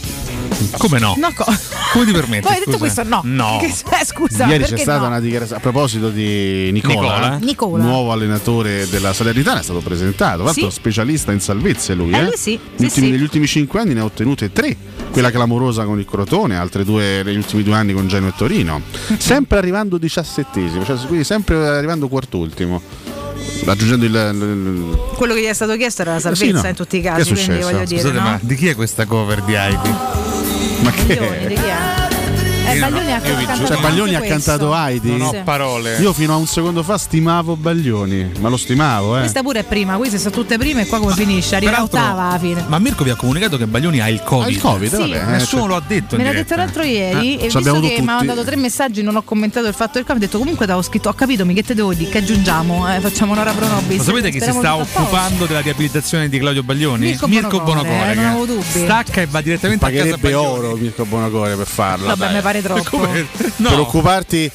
[SPEAKER 19] Come Eh, no?
[SPEAKER 11] No, co-
[SPEAKER 19] Come ti permetti?
[SPEAKER 11] Poi hai detto
[SPEAKER 19] scusa?
[SPEAKER 11] questo? No.
[SPEAKER 19] No.
[SPEAKER 11] Che- eh, scusa,
[SPEAKER 17] Ieri
[SPEAKER 11] perché
[SPEAKER 17] c'è stata
[SPEAKER 11] no?
[SPEAKER 17] una dichiarazione a proposito di Nicola, eh,
[SPEAKER 11] Nicola. Nicola.
[SPEAKER 17] nuovo allenatore della Salernitana, è stato presentato. Tra l'altro,
[SPEAKER 11] Sì.
[SPEAKER 17] specialista in salvezze lui.
[SPEAKER 11] Eh,
[SPEAKER 17] Eh,
[SPEAKER 11] lui sì,
[SPEAKER 17] Gli
[SPEAKER 11] sì,
[SPEAKER 17] ultimi-
[SPEAKER 11] sì.
[SPEAKER 17] Negli ultimi cinque anni ne ha ottenute tre: quella clamorosa con il Crotone, altre due negli ultimi due anni con Genoa e Torino. Sempre arrivando diciassettesimo, cioè, quindi sempre arrivando quartultimo, raggiungendo il- il
[SPEAKER 11] Quello che gli è stato chiesto era la salvezza
[SPEAKER 17] Eh, Sì, no.
[SPEAKER 11] in tutti i
[SPEAKER 17] Che è
[SPEAKER 11] casi, quindi
[SPEAKER 17] successo?
[SPEAKER 11] voglio dire,
[SPEAKER 19] Scusate,
[SPEAKER 11] no? Ah,
[SPEAKER 19] ma di chi è questa cover di Heidi?
[SPEAKER 17] Ma
[SPEAKER 11] Baglioni, di chi è? Eh,
[SPEAKER 19] Io
[SPEAKER 11] Baglioni
[SPEAKER 19] no,
[SPEAKER 11] ha
[SPEAKER 19] io vi
[SPEAKER 11] cantato
[SPEAKER 19] giuro.
[SPEAKER 17] Cioè, Baglioni ha
[SPEAKER 11] anche questo.
[SPEAKER 17] cantato Heidi.
[SPEAKER 11] Non ho Sì.
[SPEAKER 19] parole.
[SPEAKER 17] Io fino a un secondo fa stimavo Baglioni, ma lo stimavo, eh.
[SPEAKER 11] Questa pure è prima, queste sono tutte prime e qua come finisce? Arriva
[SPEAKER 19] peraltro-
[SPEAKER 11] ottava alla fine.
[SPEAKER 19] Ma Mirko vi ha comunicato che Baglioni ha il Covid.
[SPEAKER 17] il Covid,
[SPEAKER 11] Sì. vabbè, eh,
[SPEAKER 19] Nessuno
[SPEAKER 11] cioè-
[SPEAKER 19] lo ha detto. in
[SPEAKER 11] Me l'ha
[SPEAKER 19] diretta.
[SPEAKER 11] detto l'altro
[SPEAKER 17] Eh,
[SPEAKER 11] ieri
[SPEAKER 19] Ah,
[SPEAKER 11] e
[SPEAKER 19] ci
[SPEAKER 11] visto
[SPEAKER 19] abbiamo
[SPEAKER 11] che
[SPEAKER 19] tutti.
[SPEAKER 11] mi hanno mandato tre messaggi non ho commentato il fatto del capo, ho detto comunque avevo scritto ho capito, mi che te devo dire, che aggiungiamo, eh, facciamo un'ora pro nobis.
[SPEAKER 19] Lo sapete che si
[SPEAKER 11] Speriamo
[SPEAKER 19] sta
[SPEAKER 11] tutto a posto.
[SPEAKER 19] occupando della riabilitazione di Claudio Baglioni?
[SPEAKER 11] Mirko Bonocore, eh, non
[SPEAKER 19] che
[SPEAKER 11] avevo dubbi.
[SPEAKER 19] Stacca e va direttamente a casa
[SPEAKER 17] Pagherebbe
[SPEAKER 19] Baglioni.
[SPEAKER 17] oro Mirko Bonacore per farlo.
[SPEAKER 11] Vabbè,
[SPEAKER 17] dai.
[SPEAKER 11] mi pare troppo. Come?
[SPEAKER 17] Per occuparti.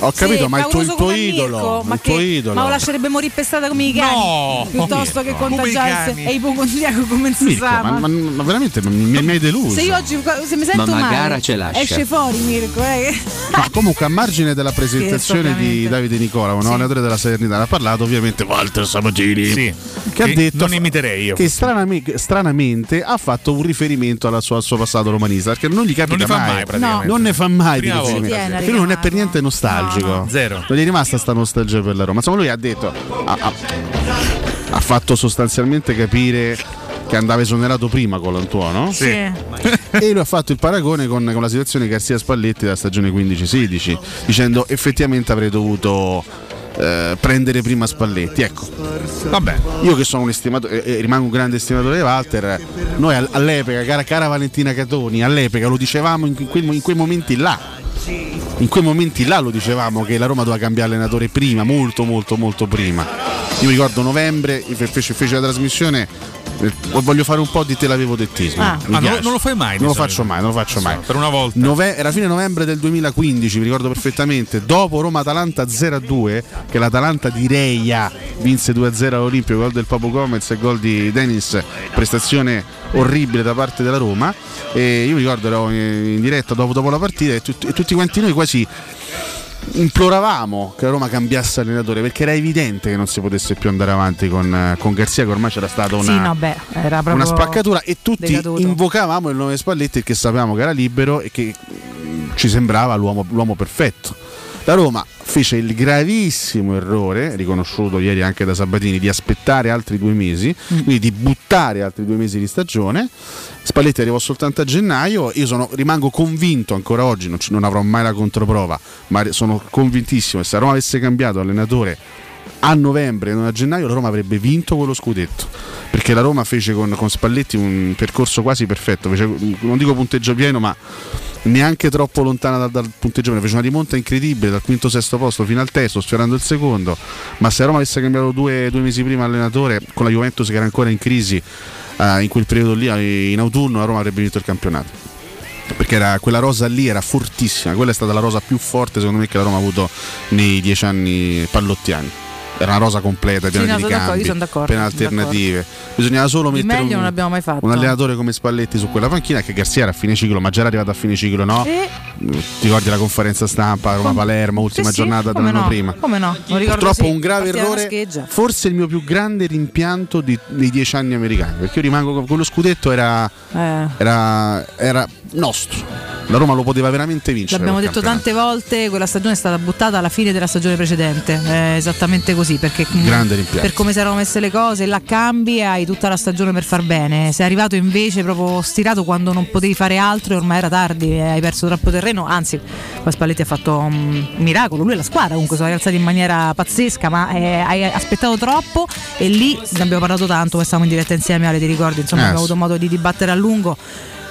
[SPEAKER 17] Ho
[SPEAKER 11] Sì,
[SPEAKER 17] capito, ma il tuo, il
[SPEAKER 11] pauroso
[SPEAKER 17] tuo
[SPEAKER 11] come
[SPEAKER 17] idolo.
[SPEAKER 11] Mirko,
[SPEAKER 17] il tuo
[SPEAKER 11] che-
[SPEAKER 17] idolo.
[SPEAKER 11] ma lo lascerebbe morire per strada come i cani
[SPEAKER 17] No,
[SPEAKER 11] piuttosto che
[SPEAKER 17] Mirko. Come
[SPEAKER 11] contagiarsi
[SPEAKER 17] i cani.
[SPEAKER 11] e ipocondriaco come si
[SPEAKER 17] Mirko, ma,
[SPEAKER 11] sa.
[SPEAKER 17] ma- ma veramente mi, mi- mi hai deluso.
[SPEAKER 11] Se io oggi se mi sento
[SPEAKER 17] Ma Magara
[SPEAKER 11] male
[SPEAKER 17] ce lascia.
[SPEAKER 11] esce fuori Mirko, eh.
[SPEAKER 17] Ma comunque a margine della presentazione di Davide Nicola, un allenatore della Salernitana, ha parlato ovviamente Walter Sabatini.
[SPEAKER 19] Sì.
[SPEAKER 17] Che ha
[SPEAKER 19] Che
[SPEAKER 17] detto
[SPEAKER 19] non imiterei io.
[SPEAKER 17] che straname- stranamente ha fatto un riferimento alla sua- al suo passato romanista, perché non gli capita
[SPEAKER 19] ne fa mai, praticamente.
[SPEAKER 17] non ne fa mai di
[SPEAKER 19] Prima volta.
[SPEAKER 17] riferimento.
[SPEAKER 19] Tiene,
[SPEAKER 17] Perché lui non è per niente nostalgico.
[SPEAKER 19] Zero.
[SPEAKER 17] Non gli è rimasta sta nostalgia per la Roma. Insomma, lui ha detto ha, ha- ha fatto sostanzialmente capire che andava esonerato prima con l'Antuono. e lui ha fatto il paragone con, con la situazione Garzia Spalletti della stagione 15-16, dicendo effettivamente avrei dovuto eh, prendere prima Spalletti. Ecco,
[SPEAKER 19] vabbè,
[SPEAKER 17] io che sono un estimatore, e- e rimango un grande estimatore di Walter, noi al- all'epoca, cara, cara Valentina Catoni, all'epoca lo dicevamo in, in quei, in quei momenti là. In quei momenti là lo dicevamo che la Roma doveva cambiare allenatore prima, molto molto molto prima. Io ricordo novembre, fe- fece, fece la trasmissione, eh, voglio fare un po' di te l'avevo dettismo.
[SPEAKER 19] Ah.
[SPEAKER 17] Mi
[SPEAKER 19] Ah, non lo-
[SPEAKER 17] piace.
[SPEAKER 19] non lo fai mai di
[SPEAKER 17] Non lo
[SPEAKER 19] solito.
[SPEAKER 17] faccio mai, non lo faccio mai.
[SPEAKER 19] per una volta.
[SPEAKER 17] Nove- era fine novembre del 2015, mi ricordo perfettamente, dopo Roma-Atalanta 0-2, che l'Atalanta di Reia vinse 2-0 all'Olimpio, gol del Papo Gomez e gol di Dennis, prestazione orribile da parte della Roma. E io mi ricordo ero eh, in diretta dopo, dopo la partita e, tut- e tutti quanti noi quasi imploravamo che la Roma cambiasse allenatore perché era evidente che non si potesse più andare avanti con, eh, con Garzia che ormai c'era stata una,
[SPEAKER 11] Sì, no, beh, era proprio
[SPEAKER 17] una spaccatura e tutti
[SPEAKER 11] decaduto.
[SPEAKER 17] invocavamo il nome di Spalletti che sapevamo che era libero e che mm, ci sembrava l'uomo, l'uomo perfetto. La Roma fece il gravissimo errore, riconosciuto ieri anche da Sabatini, di aspettare altri due mesi, quindi di buttare altri due mesi di stagione. Spalletti arrivò soltanto a gennaio, io sono- rimango convinto ancora oggi, non, ci- non avrò mai la controprova, ma re- sono convintissimo che se la Roma avesse cambiato allenatore a novembre, non a gennaio, la Roma avrebbe vinto quello scudetto. Perché la Roma fece con, con Spalletti un percorso quasi perfetto. fece- non dico punteggio pieno, ma neanche troppo lontana dal, dal punteggio pieno. Fece una rimonta incredibile dal quinto sesto posto fino al terzo, sfiorando il secondo. Ma se la Roma avesse cambiato due, due mesi prima allenatore, con la Juventus che era ancora in crisi eh, in quel periodo lì, eh, in autunno, la Roma avrebbe vinto il campionato perché era- quella rosa lì era fortissima, quella è stata la rosa più forte secondo me che la Roma ha avuto nei dieci anni pallottiani. Era una rosa completa,
[SPEAKER 11] Sì,
[SPEAKER 17] piena
[SPEAKER 11] no,
[SPEAKER 17] di
[SPEAKER 11] sono d'accordo, io sono
[SPEAKER 17] ricambi,
[SPEAKER 11] d'accordo,
[SPEAKER 17] piena di
[SPEAKER 11] sono d'accordo.
[SPEAKER 17] alternative. Bisognava solo
[SPEAKER 11] Di
[SPEAKER 17] mettere
[SPEAKER 11] meglio non
[SPEAKER 17] un,
[SPEAKER 11] abbiamo mai fatto.
[SPEAKER 17] un allenatore come Spalletti su quella panchina che Garzia era a fine ciclo, ma già era arrivato a fine ciclo, no?
[SPEAKER 11] Eh.
[SPEAKER 17] Ti ricordi la conferenza stampa Roma-Palermo, ultima
[SPEAKER 11] Sì, sì,
[SPEAKER 17] giornata
[SPEAKER 11] come
[SPEAKER 17] dell'anno
[SPEAKER 11] no,
[SPEAKER 17] prima?
[SPEAKER 11] Come no? Lo ricordo,
[SPEAKER 17] Purtroppo
[SPEAKER 11] sì,
[SPEAKER 17] un grave
[SPEAKER 11] partiva una
[SPEAKER 17] errore,
[SPEAKER 11] scheggia.
[SPEAKER 17] forse il mio più grande rimpianto di- dei dieci anni americani, perché io rimango con quello scudetto era,
[SPEAKER 11] Eh.
[SPEAKER 17] era, era nostro, la Roma lo poteva veramente vincere.
[SPEAKER 11] L'abbiamo
[SPEAKER 17] quel
[SPEAKER 11] detto
[SPEAKER 17] campionato.
[SPEAKER 11] tante volte, quella stagione è stata buttata alla fine della stagione precedente, è esattamente così, perché mh,
[SPEAKER 17] Grande rimpianto.
[SPEAKER 11] per come si erano messe le cose, la cambi e hai tutta la stagione per far bene, sei arrivato invece proprio stirato quando non potevi fare altro e ormai era tardi, eh, hai perso troppo terreno, anzi poi Spalletti ha fatto un miracolo, lui e la squadra comunque sono rialzati in maniera pazzesca, ma eh, hai aspettato troppo e lì ne abbiamo parlato tanto, poi stavamo in diretta insieme, Ale ti ricordi, insomma
[SPEAKER 23] Eh,
[SPEAKER 11] abbiamo
[SPEAKER 23] sì.
[SPEAKER 11] avuto modo di dibattere a lungo.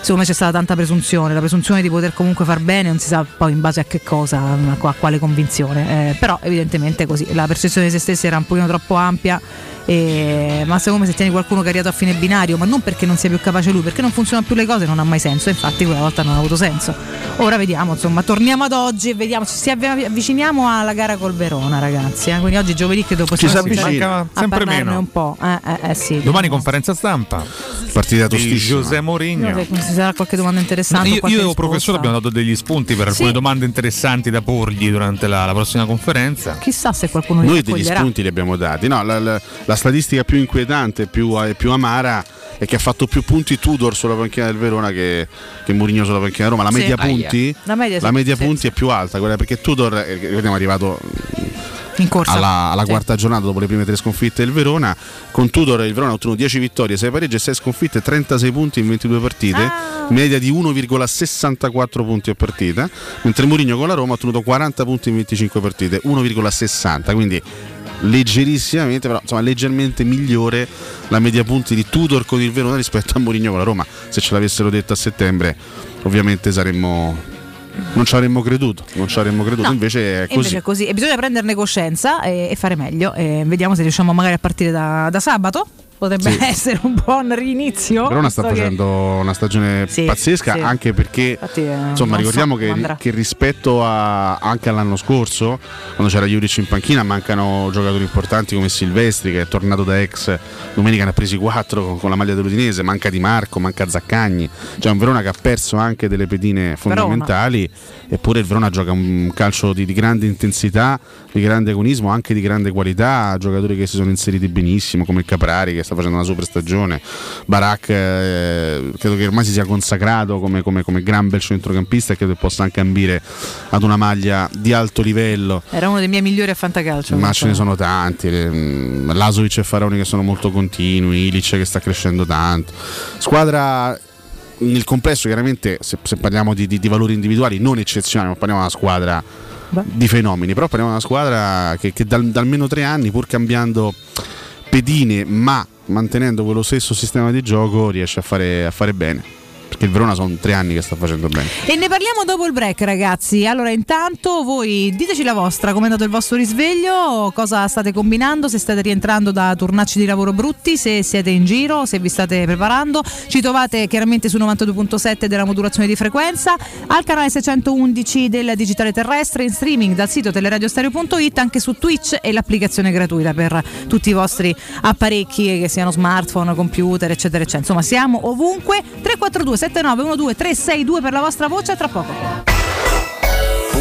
[SPEAKER 11] Secondo me c'è stata tanta presunzione, la presunzione di poter comunque far bene, non si sa poi in base a che cosa, a qua- a quale convinzione, Eh, però evidentemente è così, la percezione di se stessi era un pochino troppo ampia, e- ma secondo me se tieni qualcuno caricato a fine binario, ma non perché non sia più capace lui, perché non funzionano più le cose non ha mai senso, infatti quella volta non ha avuto senso. Ora vediamo, insomma, torniamo ad oggi e vediamo, ci si avvi- avviciniamo alla gara col Verona ragazzi, eh. quindi oggi giovedì credo possiamo
[SPEAKER 19] si
[SPEAKER 11] cominciare
[SPEAKER 19] avvicina.
[SPEAKER 11] a
[SPEAKER 19] Sempre
[SPEAKER 11] parlarne
[SPEAKER 19] meno.
[SPEAKER 11] un po'. Eh, eh, eh, sì.
[SPEAKER 19] Domani conferenza stampa.
[SPEAKER 17] Partita
[SPEAKER 19] di
[SPEAKER 17] tostissima.
[SPEAKER 19] José
[SPEAKER 11] Non
[SPEAKER 19] Mourinho.
[SPEAKER 11] so come si sarà qualche domanda interessante.
[SPEAKER 19] Io,
[SPEAKER 11] o qualche
[SPEAKER 19] io e il
[SPEAKER 11] risposta.
[SPEAKER 19] professore abbiamo dato degli spunti per alcune domande interessanti da porgli durante la, la prossima conferenza.
[SPEAKER 11] Chissà se qualcuno li
[SPEAKER 17] Noi degli
[SPEAKER 11] raccoglierà.
[SPEAKER 17] spunti li abbiamo dati. No, la, la- la statistica più inquietante più, e più amara è che ha fatto più punti Tudor sulla panchina del Verona che, che Mourinho sulla panchina del Roma. La
[SPEAKER 11] Sì.
[SPEAKER 17] media
[SPEAKER 11] Aia.
[SPEAKER 17] punti,
[SPEAKER 11] La media sì, sì,
[SPEAKER 17] punti è più alta, quella perché Tudor eh, ricordiamo, è arrivato
[SPEAKER 11] in corsa
[SPEAKER 17] alla, alla
[SPEAKER 11] Sì.
[SPEAKER 17] quarta giornata dopo le prime tre sconfitte del Verona. Con Tudor il Verona ha ottenuto 10 vittorie, 6 pareggi e 6 sconfitte, 36 punti in 22 partite,
[SPEAKER 11] Ah.
[SPEAKER 17] media di 1,64 punti a partita, mentre Mourinho con la Roma ha ottenuto 40 punti in 25 partite, 1,60, quindi leggerissimamente, però insomma leggermente migliore la media punti di Tudor con il Verona rispetto a Mourinho con la Roma. Se ce l'avessero detto a settembre, ovviamente saremmo non ci avremmo creduto, non ci avremmo creduto,
[SPEAKER 11] No.
[SPEAKER 17] invece è
[SPEAKER 11] E
[SPEAKER 17] così.
[SPEAKER 11] invece è così. E bisogna prenderne coscienza e, e fare meglio. E vediamo se riusciamo magari a partire da, da sabato. Potrebbe
[SPEAKER 17] Sì.
[SPEAKER 11] essere un buon rinizio.
[SPEAKER 17] Verona sta
[SPEAKER 11] visto che-
[SPEAKER 17] facendo una stagione pazzesca
[SPEAKER 11] sì.
[SPEAKER 17] anche perché
[SPEAKER 11] Infatti, eh,
[SPEAKER 17] insomma
[SPEAKER 11] non
[SPEAKER 17] ricordiamo
[SPEAKER 11] so come
[SPEAKER 17] che,
[SPEAKER 11] andrà.
[SPEAKER 17] che rispetto a- anche all'anno scorso quando c'era Juric in panchina mancano giocatori importanti come Silvestri che è tornato da ex domenica ne ha presi 4 con, con la maglia dell'Udinese manca Di Marco manca Zaccagni c'è un Verona che ha perso anche delle pedine fondamentali eppure il Verona gioca un calcio di, di grande intensità di grande agonismo anche di grande qualità giocatori che si sono inseriti benissimo come il Caprari che sta facendo una super stagione Barak eh, credo che ormai si sia consacrato come, come- come gran bel centrocampista e credo che possa anche ambire ad una maglia di alto livello
[SPEAKER 11] Era uno dei miei migliori a fantacalcio.
[SPEAKER 17] ma ce ne sono tanti, le- mm, Lasovic e Faraoni che sono molto continui, Ilic che sta crescendo tanto. Squadra nel complesso chiaramente se, se parliamo di, di- di valori individuali non eccezionali, ma parliamo di una squadra di fenomeni, però parliamo di una squadra che, che dal- da almeno tre anni pur cambiando pedine ma mantenendo quello stesso sistema di gioco riesce a fare, a fare bene. Perché il Verona sono tre anni che sta facendo bene.
[SPEAKER 11] E ne parliamo dopo il break, ragazzi. Allora, intanto voi diteci la vostra, com'è andato il vostro risveglio, cosa state combinando, se state rientrando da tornacci di lavoro brutti, se siete in giro, se vi state preparando. Ci trovate chiaramente su 92.7 della modulazione di frequenza, al canale 611 del Digitale Terrestre, in streaming dal sito teleradiostereo.it, anche su Twitch e l'applicazione gratuita per tutti i vostri apparecchi, che siano smartphone, computer, eccetera, eccetera. Insomma, siamo ovunque. 342 7912 362 per la vostra voce, tra poco.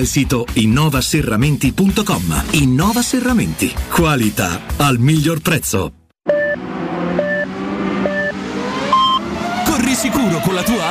[SPEAKER 24] il sito innovaserramenti.com. Innova Serramenti. Qualità al miglior prezzo.
[SPEAKER 25] Corri sicuro con la tua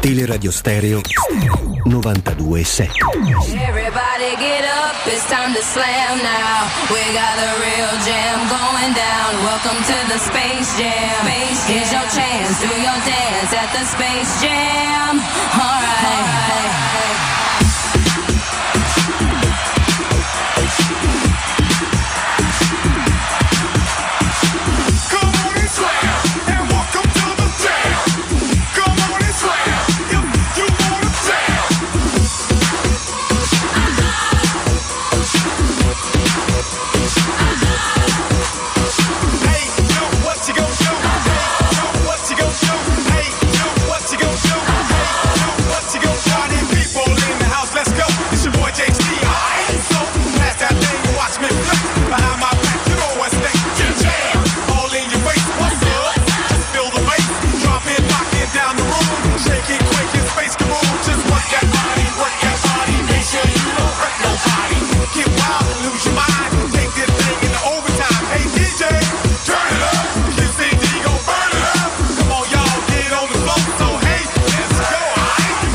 [SPEAKER 8] Teleradio Stereo 927.
[SPEAKER 26] Everybody get up, it's time to slam now. We got a real jam going down. Welcome to the Space Jam. Space Jam. Here's your chance, do your dance at the Space Jam. Alright.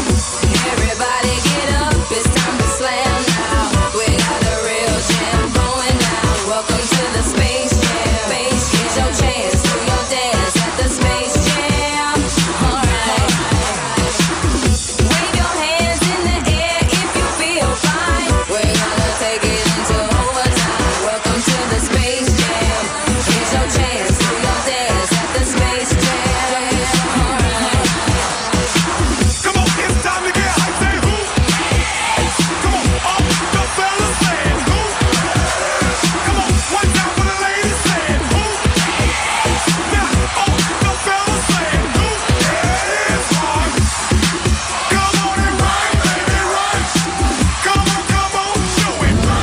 [SPEAKER 26] Everybody get up, it's time to slam now. We got a real jam going down. Welcome to the Space Jam. Space Jam. Here's your chance, do your dance at the Space Jam. Alright. Wave your hands in the air if you feel fine. We're gonna take it into overtime. Welcome to the Space Jam. Here's your chance, do your dance at the Space Jam. Alright.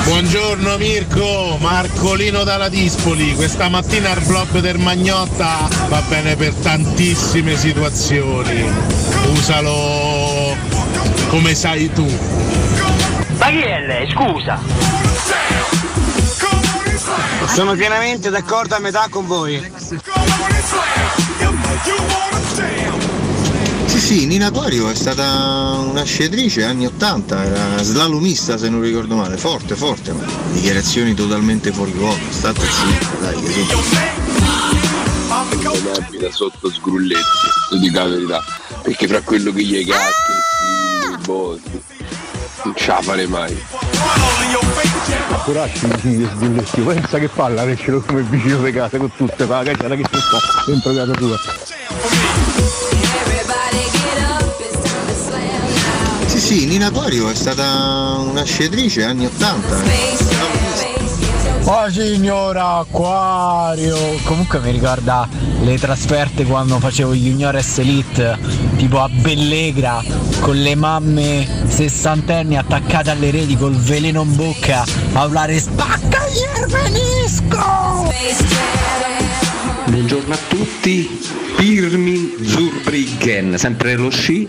[SPEAKER 3] Buongiorno Mirko, Marcolino dalla Dispoli, questa mattina il blog del Magnotta va bene per tantissime situazioni, usalo come sai tu.
[SPEAKER 27] Ma chi è lei? Scusa. Sono pienamente d'accordo a metà con voi.
[SPEAKER 5] Sì, sì, Nina Aquario è stata una sciatrice anni 80, era slalomista se non ricordo male, forte, forte, ma dichiarazioni totalmente fuori luogo, state zitta, dai, che
[SPEAKER 28] Come abita sotto sgrulletti, ti dico la verità, perché fra quello che gli caschi, sì, i botti,
[SPEAKER 29] non ce la farei mai.
[SPEAKER 3] Curacci di sbullettio, pensa che palla crescere come vicino di casa con tutte, ma la cacciata che ci sta dentro casa tua.
[SPEAKER 30] Sì, sì, Nina Torio è stata una scettrice anni 80.
[SPEAKER 31] Oh signora Aquario! Comunque mi ricorda le trasferte quando facevo Juniores Elite, tipo a Bellegra, con le mamme sessantenni attaccate alle reti col veleno in bocca, a urlare spacca venisco!
[SPEAKER 32] Buongiorno a tutti, Pirmi Zurbriggen, sempre lo sci,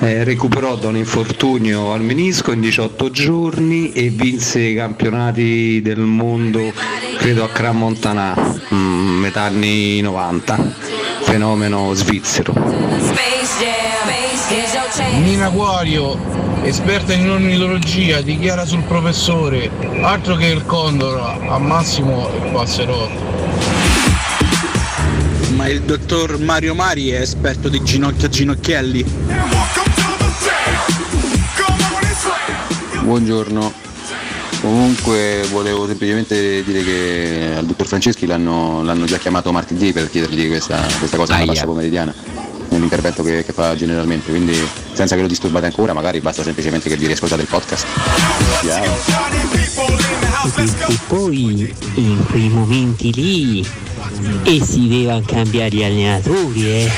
[SPEAKER 32] eh, recuperò da un infortunio al menisco in 18 giorni e vinse i campionati del mondo, credo a Gran Montanà, mm, metà anni 90, fenomeno svizzero.
[SPEAKER 5] Nina Quario, esperta in ornitologia, dichiara sul professore, altro che il condor, a massimo il passerotto.
[SPEAKER 33] Ma il dottor Mario Mari è esperto di ginocchia ginocchielli.
[SPEAKER 25] Buongiorno. Comunque volevo semplicemente dire che al dottor Franceschi l'hanno, l'hanno già chiamato martedì per chiedergli questa, questa cosa nella
[SPEAKER 34] Aia.
[SPEAKER 25] passa pomeridiana, nell'intervento che, che fa generalmente, quindi senza che lo disturbate ancora magari basta semplicemente che vi riascoltate il podcast. Ciao.
[SPEAKER 35] E poi in quei momenti lì e si devono cambiare gli allenatori, eh.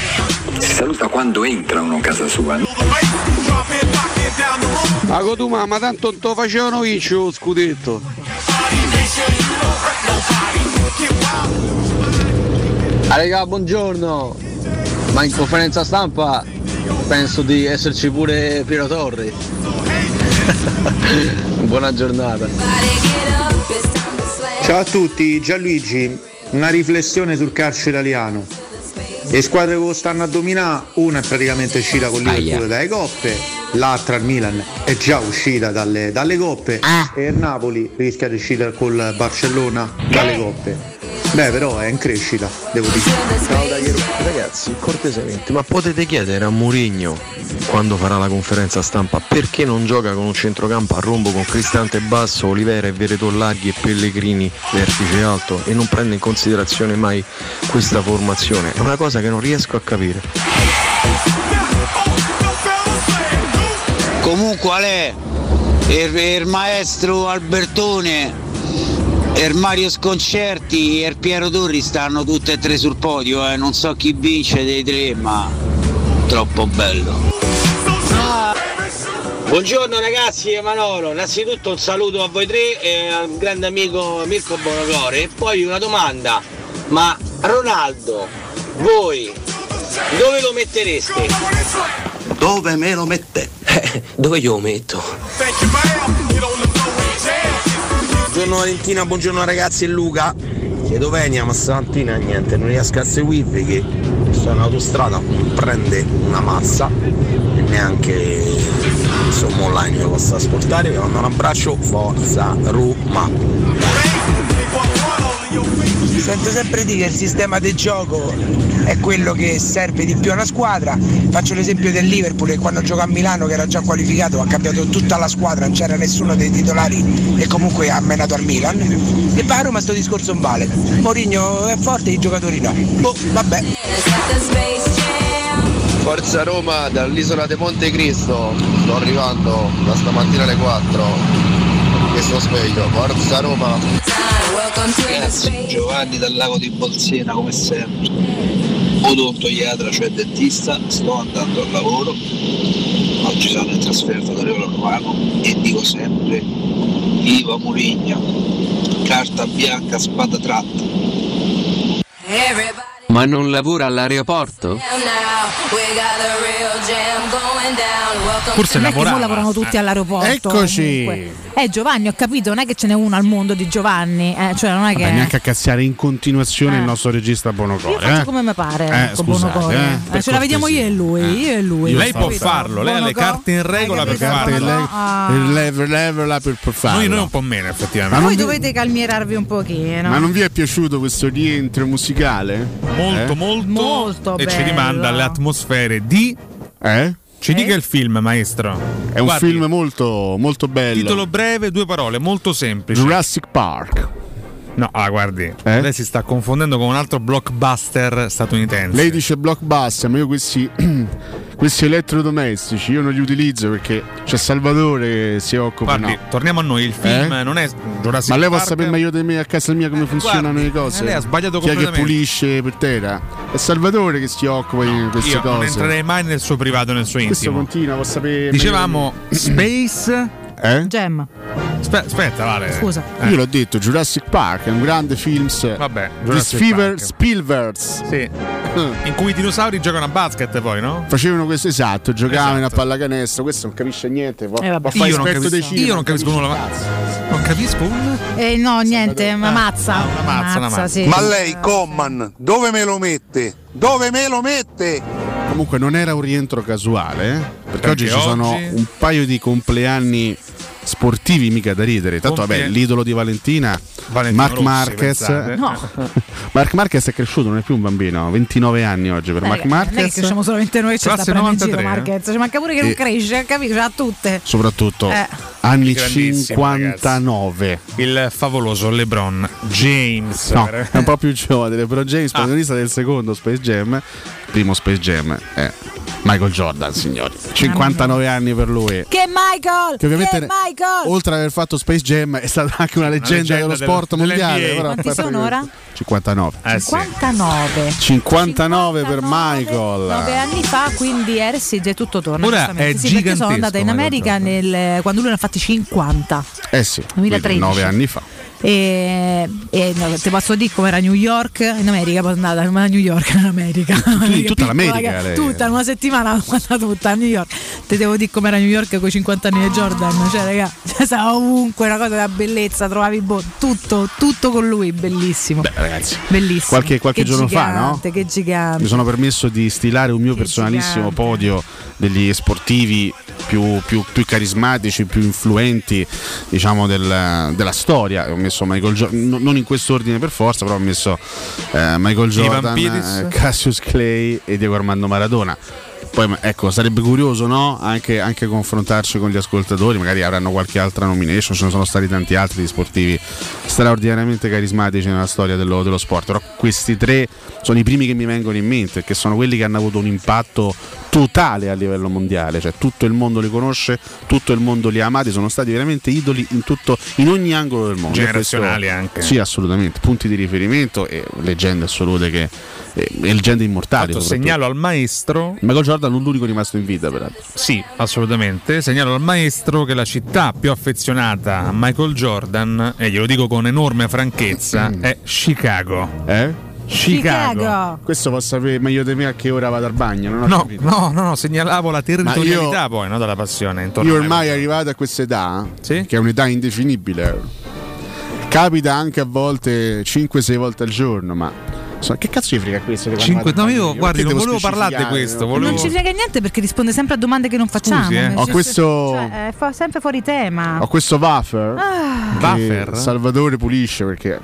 [SPEAKER 35] Si saluta quando entrano a casa sua.
[SPEAKER 5] Ma Cotuma, ma tanto non te facevano vincere lo scudetto.
[SPEAKER 33] Ah raga, buongiorno! Ma in conferenza stampa penso di esserci pure Piero Torri. Buona giornata.
[SPEAKER 36] Ciao a tutti, Gianluigi, una riflessione sul calcio italiano. Le squadre che lo stanno a dominare, una è praticamente uscita con Liverpool dalle coppe, l'altra il Milan è già uscita dalle, dalle coppe e il Napoli rischia di uscire col Barcellona dalle coppe. Beh però è in crescita, devo dire.
[SPEAKER 24] Ragazzi, cortesemente, ma potete chiedere a Mourinho quando farà la conferenza stampa perché non gioca con un centrocampo a rombo con Cristante Basso, Olivera e Veretò Larghi e Pellegrini vertice alto e non prende in considerazione mai questa formazione? È una cosa che non riesco a capire.
[SPEAKER 5] Comunque Ale, il, il maestro Albertone, il Mario Sconcerti e il Piero Torri stanno tutti e tre sul podio, eh. non so chi vince dei tre, ma troppo bello. Buongiorno ragazzi e Manolo, innanzitutto un saluto a voi tre e al grande amico Mirko Bonocore e poi una domanda, ma Ronaldo, voi dove lo mettereste?
[SPEAKER 37] Dove me lo mette? Eh, dove io lo metto?
[SPEAKER 5] Buongiorno Valentina, buongiorno ragazzi e Luca. Chiedo venia, ma stamattina niente, non riesco a seguirvi che sto in autostrada, non prende una mazza e neanche insomma online lo posso ascoltare, vi mando un abbraccio, forza Roma.
[SPEAKER 38] Sento sempre dire che il sistema del gioco è quello che serve di più alla squadra. Faccio l'esempio del Liverpool che quando gioca a Milano che era già qualificato ha cambiato tutta la squadra, non c'era nessuno dei titolari e comunque ha menato al Milan. E va a Roma sto discorso non vale. Mourinho è forte, i giocatori no. Boh, vabbè.
[SPEAKER 8] Forza Roma dall'isola di Monte Cristo, sto arrivando da stamattina alle 4 che sono sveglio, Forza Roma!
[SPEAKER 1] Ragazzi, Giovanni dal lago di Bolsena come sempre. Odontoiatra, cioè dentista, sto andando al lavoro. Oggi sono in trasferta da Leolo Romano e dico sempre viva Murigna, carta bianca, spada tratta.
[SPEAKER 39] Ma non lavora all'aeroporto?
[SPEAKER 11] Forse non è che mo lavorano tutti all'aeroporto.
[SPEAKER 17] Eccoci.
[SPEAKER 11] comunque. Eh Giovanni, ho capito, non è che ce n'è uno al mondo di Giovanni, eh, cioè non è
[SPEAKER 17] Vabbè,
[SPEAKER 11] che
[SPEAKER 17] neanche a cazziare in continuazione il nostro regista Bonocore.
[SPEAKER 11] faccio
[SPEAKER 17] eh.
[SPEAKER 11] come mi pare
[SPEAKER 17] Eh,
[SPEAKER 11] con
[SPEAKER 17] scusate,
[SPEAKER 11] Bonocore.
[SPEAKER 17] eh,
[SPEAKER 11] Eh,
[SPEAKER 17] per
[SPEAKER 11] ce la
[SPEAKER 17] cortesia. Eh.
[SPEAKER 11] vediamo io e lui, io e lui.
[SPEAKER 17] Io
[SPEAKER 19] lei
[SPEAKER 17] sto
[SPEAKER 19] può
[SPEAKER 17] capito.
[SPEAKER 19] farlo, lei ha le
[SPEAKER 17] Bonocore.
[SPEAKER 19] carte in regola per
[SPEAKER 17] Le carte
[SPEAKER 19] farlo.
[SPEAKER 17] le-
[SPEAKER 11] Ah.
[SPEAKER 17] il level- level up per farlo.
[SPEAKER 19] Noi, noi un po' meno, effettivamente.
[SPEAKER 11] Ma voi
[SPEAKER 17] vi-
[SPEAKER 11] dovete calmierarvi un pochino.
[SPEAKER 17] Ma non vi è piaciuto questo rientro musicale? Eh?
[SPEAKER 19] Molto, molto.
[SPEAKER 11] Molto
[SPEAKER 19] e ci
[SPEAKER 11] bello.
[SPEAKER 19] rimanda alle atmosfere di.
[SPEAKER 17] Eh?
[SPEAKER 19] Ci dica il film, maestro.
[SPEAKER 17] È un film molto, molto bello.
[SPEAKER 19] Titolo breve, due parole, molto semplice.
[SPEAKER 17] Jurassic Park. Eh?
[SPEAKER 19] No, ah, guardi, lei si sta confondendo con un altro blockbuster statunitense.
[SPEAKER 17] Lei dice blockbuster, ma io questi, questi elettrodomestici io non li utilizzo perché c'è Salvatore che si occupa.
[SPEAKER 19] Guardi,
[SPEAKER 17] no. Eh?
[SPEAKER 19] torniamo a noi, il film non è Jurassic
[SPEAKER 17] ma lei può
[SPEAKER 19] Park.
[SPEAKER 17] sapere meglio di me a casa mia come funzionano le cose.
[SPEAKER 19] Eh, lei ha sbagliato
[SPEAKER 17] Chi è che
[SPEAKER 19] completamente.
[SPEAKER 17] pulisce per terra? È Salvatore che si occupa di queste
[SPEAKER 19] Io
[SPEAKER 17] cose.
[SPEAKER 19] non entrerei mai nel suo privato, nel suo
[SPEAKER 17] Questo
[SPEAKER 19] intimo.
[SPEAKER 17] continua, può sapere.
[SPEAKER 19] Dicevamo Space.
[SPEAKER 17] Eh?
[SPEAKER 11] Gem.
[SPEAKER 19] aspetta, Vale.
[SPEAKER 11] Scusa.
[SPEAKER 19] Eh.
[SPEAKER 17] Io l'ho detto, Jurassic Park è un grande film. se-
[SPEAKER 19] Vabbè,
[SPEAKER 17] di
[SPEAKER 19] Jurassic
[SPEAKER 17] Spielberg-
[SPEAKER 19] Park.
[SPEAKER 17] Spielberg.
[SPEAKER 19] Sì.
[SPEAKER 17] Mm.
[SPEAKER 19] In cui i dinosauri giocano a basket, poi, no?
[SPEAKER 17] Facevano questo esatto, giocavano a pallacanestro, questo non capisce niente. può-
[SPEAKER 11] Eh, vabbè.
[SPEAKER 17] può fare
[SPEAKER 19] Io non
[SPEAKER 17] esperto
[SPEAKER 19] capisco-
[SPEAKER 17] dei cinema,
[SPEAKER 19] io non capisco
[SPEAKER 17] capisce
[SPEAKER 19] nulla, ma-
[SPEAKER 17] un
[SPEAKER 19] Non capisco un.
[SPEAKER 11] Eh, no, niente, una mazza.
[SPEAKER 17] Ah,
[SPEAKER 11] Una
[SPEAKER 19] mazza, una mazza.
[SPEAKER 11] sì.
[SPEAKER 3] Ma lei, Coman, dove me lo mette? Dove me lo mette?
[SPEAKER 17] cazzo. Comunque non era un rientro casuale, eh, perché
[SPEAKER 19] Perché
[SPEAKER 17] oggi ci
[SPEAKER 19] oggi-
[SPEAKER 17] sono un paio di compleanni sportivi mica da ridere. Tanto
[SPEAKER 19] Compie-
[SPEAKER 17] vabbè, l'idolo di Valentina, Mark
[SPEAKER 19] Rossi,
[SPEAKER 17] Marquez.
[SPEAKER 19] pensate. No.
[SPEAKER 17] Mark Marquez è cresciuto, non è più un bambino, 29 anni oggi per
[SPEAKER 11] Beh,
[SPEAKER 17] Mark
[SPEAKER 11] ragazzi, Non è che
[SPEAKER 17] Marquez.
[SPEAKER 11] cresciamo solamente noi, ci sta
[SPEAKER 17] Classe eh?
[SPEAKER 11] prendendo in
[SPEAKER 17] 93,
[SPEAKER 11] giro Marquez. Ci manca pure che
[SPEAKER 17] E-
[SPEAKER 11] non cresce, capito? Ce l'ha tutte.
[SPEAKER 17] Soprattutto
[SPEAKER 11] Eh.
[SPEAKER 17] anni
[SPEAKER 19] Grandissimo,
[SPEAKER 17] 59.
[SPEAKER 19] Il favoloso LeBron James. Certo,
[SPEAKER 17] No, è un po' più giovane, LeBron
[SPEAKER 19] Ah.
[SPEAKER 17] James, protagonista del secondo Space Jam. Primo Space Jam è Michael Jordan, signori. 59 anni per lui.
[SPEAKER 11] Che Michael!
[SPEAKER 17] Che ovviamente
[SPEAKER 11] che Michael!
[SPEAKER 17] Oltre ad aver fatto Space Jam è stata anche una leggenda,
[SPEAKER 19] leggenda
[SPEAKER 17] dello
[SPEAKER 19] del-
[SPEAKER 17] sport
[SPEAKER 19] dell'NBA.
[SPEAKER 17] mondiale. però-
[SPEAKER 11] Quanti sono ora?
[SPEAKER 17] 59.
[SPEAKER 19] Eh,
[SPEAKER 11] 49.
[SPEAKER 17] 59 per
[SPEAKER 11] Nove
[SPEAKER 17] Michael.
[SPEAKER 11] anni fa, quindi Ersid è tutto torna.
[SPEAKER 17] Ora
[SPEAKER 11] giustamente.
[SPEAKER 17] è
[SPEAKER 11] sì, perché
[SPEAKER 17] gigantesco,
[SPEAKER 11] sono andata in
[SPEAKER 17] Michael
[SPEAKER 11] America nel- quando lui ne ha fatti 50.
[SPEAKER 17] Eh sì,
[SPEAKER 11] 2013.
[SPEAKER 17] 9 anni fa.
[SPEAKER 11] E, e no, ti posso dire com'era New York in America, poi è andata ma a New York in America.
[SPEAKER 17] in tutta
[SPEAKER 11] Piccola,
[SPEAKER 17] l'America,
[SPEAKER 11] che-
[SPEAKER 17] lei.
[SPEAKER 11] Tutta, in una settimana andata tutta a New York. Ti devo dire com'era New York con 50 anni di Jordan, cioè raga, cioè, stava ovunque, una cosa da bellezza, trovavi boh, tutto, tutto con lui, bellissimo.
[SPEAKER 17] Ragazzi,
[SPEAKER 11] Bellissimo.
[SPEAKER 17] Qualche, qualche
[SPEAKER 11] Che
[SPEAKER 17] giorno fa, no?
[SPEAKER 11] gigante, Che gigante.
[SPEAKER 17] Mi sono permesso di stilare un mio personalissimo
[SPEAKER 11] gigante.
[SPEAKER 17] podio degli sportivi più, più- più carismatici, più influenti, diciamo, del- della storia. Ho messo Michael Jordan, no- non in quest'ordine per forza, però ho messo eh, Michael
[SPEAKER 19] Ivan
[SPEAKER 17] Jordan,
[SPEAKER 19] Pidis.
[SPEAKER 17] eh, Cassius Clay e Diego Armando Maradona. Poi ma- ecco, sarebbe curioso no? anche, anche confrontarci con gli ascoltatori, magari avranno qualche altra nomination, ce ne sono stati tanti altri di sportivi straordinariamente carismatici nella storia dello, dello sport, però questi tre sono i primi che mi vengono in mente, che sono quelli che hanno avuto un impatto totale a livello mondiale, cioè tutto il mondo li conosce, tutto il mondo li ha amati, sono stati veramente idoli in, tutto, in ogni angolo del mondo. E questo-
[SPEAKER 19] Generazionali anche.
[SPEAKER 17] Sì, assolutamente, punti di riferimento e leggende assolute che... E e leggende immortali.
[SPEAKER 19] Tanto
[SPEAKER 17] soprattutto.
[SPEAKER 19] segnalo al maestro.
[SPEAKER 17] Michael Jordan non l'unico rimasto in vita, peraltro.
[SPEAKER 19] Sì, assolutamente. Segnalo al maestro che la città più affezionata a Michael Jordan, e glielo dico con enorme franchezza, è Chicago.
[SPEAKER 17] Mm. Eh?
[SPEAKER 19] Chicago.
[SPEAKER 17] Questo può sapere meglio di me a che ora vado al bagno. Non ho
[SPEAKER 19] No,
[SPEAKER 17] capito.
[SPEAKER 19] no, no, no, segnalavo la territorialità
[SPEAKER 17] io-
[SPEAKER 19] poi, no, della passione. Intorno
[SPEAKER 17] Io
[SPEAKER 19] a
[SPEAKER 17] ormai arrivato a questa età, che è un'età indefinibile, capita anche a volte 5-6 volte al giorno, ma so- che cazzo ci frega questo? che
[SPEAKER 19] Cinque-
[SPEAKER 17] quando vado
[SPEAKER 19] no,
[SPEAKER 17] al
[SPEAKER 19] io,
[SPEAKER 17] bagno?
[SPEAKER 19] guardi,
[SPEAKER 17] Perché
[SPEAKER 19] non
[SPEAKER 17] devo
[SPEAKER 19] volevo parlare di
[SPEAKER 17] specificare,
[SPEAKER 19] questo,
[SPEAKER 17] no?
[SPEAKER 11] Non ci frega niente perché risponde sempre a domande che non facciamo.
[SPEAKER 17] eh.
[SPEAKER 11] Cioè,
[SPEAKER 17] Ho questo-
[SPEAKER 11] cioè, è fu- sempre fuori tema.
[SPEAKER 17] Ho questo wafer.
[SPEAKER 11] Ah.
[SPEAKER 17] che
[SPEAKER 19] Wafer?
[SPEAKER 17] Salvatore pulisce perché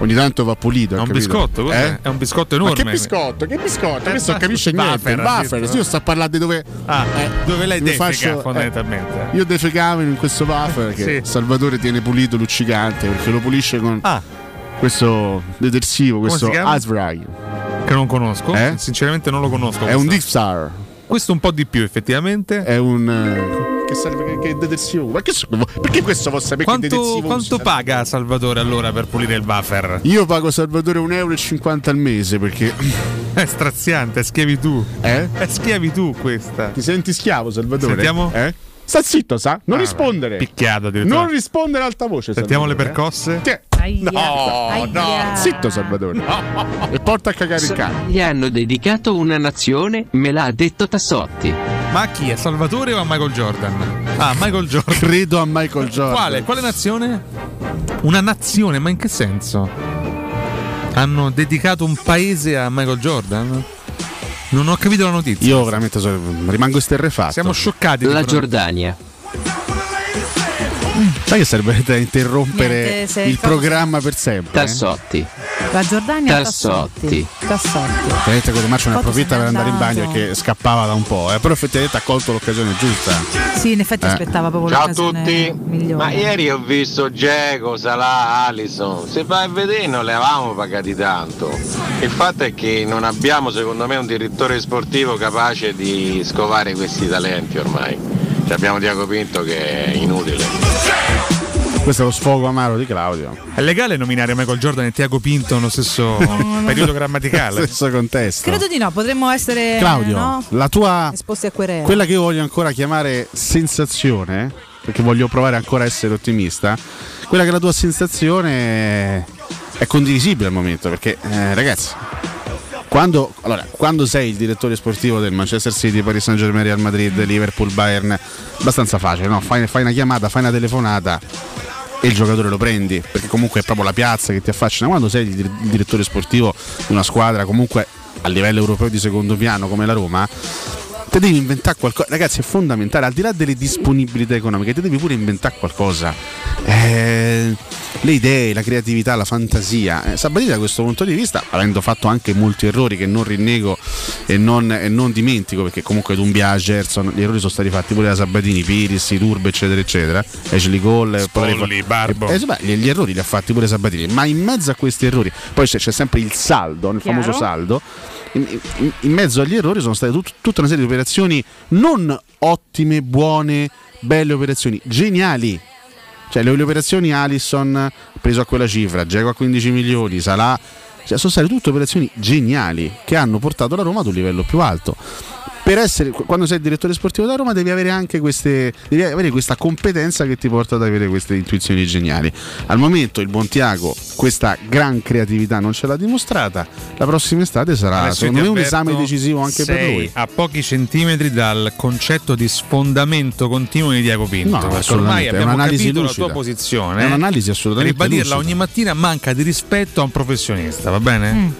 [SPEAKER 17] ogni tanto va pulito. Eh?
[SPEAKER 19] È un biscotto, questo è un biscotto
[SPEAKER 17] Ma
[SPEAKER 19] enorme.
[SPEAKER 17] che biscotto? Che biscotto? Questo non capisce niente.
[SPEAKER 19] Wafer,
[SPEAKER 17] Il
[SPEAKER 19] ha
[SPEAKER 17] Wafer,
[SPEAKER 19] detto.
[SPEAKER 17] sì, io sto a parlare di dove. Eh,
[SPEAKER 19] Ah, dove lei
[SPEAKER 17] mi
[SPEAKER 19] defeca
[SPEAKER 17] faccio- eh,
[SPEAKER 19] fondamentalmente.
[SPEAKER 17] Io defecavo in questo wafer che
[SPEAKER 19] Sì. Ah.
[SPEAKER 17] Salvatore tiene pulito luccicante perché lo pulisce con questo detersivo,
[SPEAKER 19] Come
[SPEAKER 17] questo
[SPEAKER 19] si chiama?
[SPEAKER 17] Azrai.
[SPEAKER 19] Che non conosco,
[SPEAKER 17] Eh?
[SPEAKER 19] sinceramente non lo conosco.
[SPEAKER 17] È un
[SPEAKER 19] questo.
[SPEAKER 17] Deep Star.
[SPEAKER 19] Questo un po' di più, effettivamente.
[SPEAKER 17] È un.
[SPEAKER 19] Ah, ecco.
[SPEAKER 17] eh, Che serve che, che detersivo? Ma che so- perché questo può sapere che
[SPEAKER 19] Quanto,
[SPEAKER 17] detersivo
[SPEAKER 19] quanto
[SPEAKER 17] usa?
[SPEAKER 19] paga Salvatore allora per pulire il buffer?
[SPEAKER 17] Io pago Salvatore 1,50 euro al mese perché.
[SPEAKER 19] È straziante, è schiavitù.
[SPEAKER 17] Eh?
[SPEAKER 19] È schiavitù questa.
[SPEAKER 17] Ti senti schiavo, Salvatore?
[SPEAKER 19] Sentiamo? Ah,
[SPEAKER 17] Eh? Sta zitto, sa? Non rispondere.
[SPEAKER 19] Picchiato addirittura.
[SPEAKER 17] Non rispondere ad alta voce.
[SPEAKER 19] Sentiamo
[SPEAKER 17] Salvatore,
[SPEAKER 19] le percosse?
[SPEAKER 17] eh. Tiè. No, no. Zitto, Salvatore. E porta a cagare il cane.
[SPEAKER 5] Gli hanno dedicato una nazione, me l'ha detto Tassotti.
[SPEAKER 19] Ma a chi è? Salvatore o a Michael Jordan? Ah, Michael Jordan.
[SPEAKER 17] Credo a Michael Jordan.
[SPEAKER 19] Quale? Quale nazione? Una nazione, ma in che senso? Hanno dedicato un paese a Michael Jordan? Non ho capito la notizia.
[SPEAKER 17] Io veramente sono- rimango esterrefatto.
[SPEAKER 19] Siamo scioccati. di
[SPEAKER 5] La
[SPEAKER 19] fronte-
[SPEAKER 5] Giordania.
[SPEAKER 17] Sai che serve da interrompere
[SPEAKER 11] Niente, se
[SPEAKER 17] il
[SPEAKER 11] cosa-
[SPEAKER 17] programma per sempre? eh?
[SPEAKER 40] Tassotti.
[SPEAKER 11] La Giordania
[SPEAKER 17] Tassotti.
[SPEAKER 11] Tassotti.
[SPEAKER 17] Ovviamente Codemarcio ne
[SPEAKER 11] Cotto
[SPEAKER 17] approfitta
[SPEAKER 11] se
[SPEAKER 17] per
[SPEAKER 11] n'è
[SPEAKER 17] andare in
[SPEAKER 11] andato.
[SPEAKER 17] bagno perché scappava da un po', eh, però effettivamente ha colto l'occasione giusta.
[SPEAKER 11] Sì, in effetti
[SPEAKER 17] Eh.
[SPEAKER 11] aspettava proprio
[SPEAKER 5] Ciao a
[SPEAKER 11] l'occasione
[SPEAKER 5] tutti.
[SPEAKER 11] migliore.
[SPEAKER 5] Ma ieri ho visto Geco, Salah, Alison. Se vai a vedere non le avevamo pagati tanto. Il fatto è che non abbiamo secondo me un direttore sportivo capace di scovare questi talenti ormai. Cioè, abbiamo Diaco Pinto che è inutile.
[SPEAKER 17] Questo è lo sfogo amaro di Claudio.
[SPEAKER 19] È legale nominare Michael Jordan e Tiago Pinto nello stesso periodo grammaticale?
[SPEAKER 17] stesso contesto.
[SPEAKER 11] Credo di no, potremmo essere
[SPEAKER 17] Certo. Claudio,
[SPEAKER 11] no?
[SPEAKER 17] la tua
[SPEAKER 11] esposti a querela.
[SPEAKER 17] Quella che io voglio ancora chiamare sensazione, perché voglio provare ancora a essere ottimista, quella che è la tua sensazione è condivisibile al momento, perché eh, ragazzi, quando, allora, quando sei il direttore sportivo del Manchester City, Paris Saint Germain, Real Madrid, Liverpool, Bayern, abbastanza facile, no? fai, fai una chiamata, fai una telefonata e il giocatore lo prendi, perché comunque è proprio la piazza che ti affascina. Quando sei il dir- il direttore sportivo di una squadra comunque a livello europeo di secondo piano come la Roma, te devi inventare qualcosa, ragazzi è fondamentale, al di là delle disponibilità economiche, te devi pure inventare qualcosa. Eh, le idee, la creatività, la fantasia. Eh, Sabatini da questo punto di vista, avendo fatto anche molti errori che non rinnego e non, e non dimentico, perché comunque Dumbia, Gerson, gli errori sono stati fatti pure da Sabatini, Piris, Turbo, eccetera, eccetera. Ashley Cole,
[SPEAKER 19] Spolli, Barbo.
[SPEAKER 17] Eh, sì, beh, gli, gli errori li ha fatti pure Sabatini, ma in mezzo a questi errori, poi c'è, c'è sempre il saldo, il
[SPEAKER 3] Chiaro.
[SPEAKER 17] famoso saldo. In, in- in mezzo agli errori sono state tut- tutta una serie di operazioni non ottime, buone, belle operazioni, geniali. Cioè le, le operazioni Alisson preso a quella cifra, Dzeko a 15 milioni, Salah, cioè, sono state tutte operazioni geniali che hanno portato la Roma ad un livello più alto. Per essere, qu- quando sei il direttore sportivo della Roma devi avere anche queste, devi avere questa competenza che ti porta ad avere queste intuizioni geniali. Al momento il Bontiago questa gran creatività non ce l'ha dimostrata, la prossima estate sarà
[SPEAKER 19] Adesso io
[SPEAKER 17] Ah, secondo
[SPEAKER 19] ti
[SPEAKER 17] me un
[SPEAKER 19] avverto,
[SPEAKER 17] esame decisivo anche per
[SPEAKER 19] sei
[SPEAKER 17] lui.
[SPEAKER 19] A pochi centimetri dal concetto di sfondamento continuo di Diaco Pinto.
[SPEAKER 17] No,
[SPEAKER 19] perché
[SPEAKER 17] assolutamente,
[SPEAKER 19] ormai
[SPEAKER 17] è
[SPEAKER 19] abbiamo
[SPEAKER 17] un'analisi
[SPEAKER 19] capito
[SPEAKER 17] lucida.
[SPEAKER 19] la tua posizione.
[SPEAKER 17] È un'analisi assolutamente
[SPEAKER 19] Ribadirla
[SPEAKER 17] lucida.
[SPEAKER 19] ogni mattina manca di rispetto a un professionista, va bene?
[SPEAKER 17] Mm.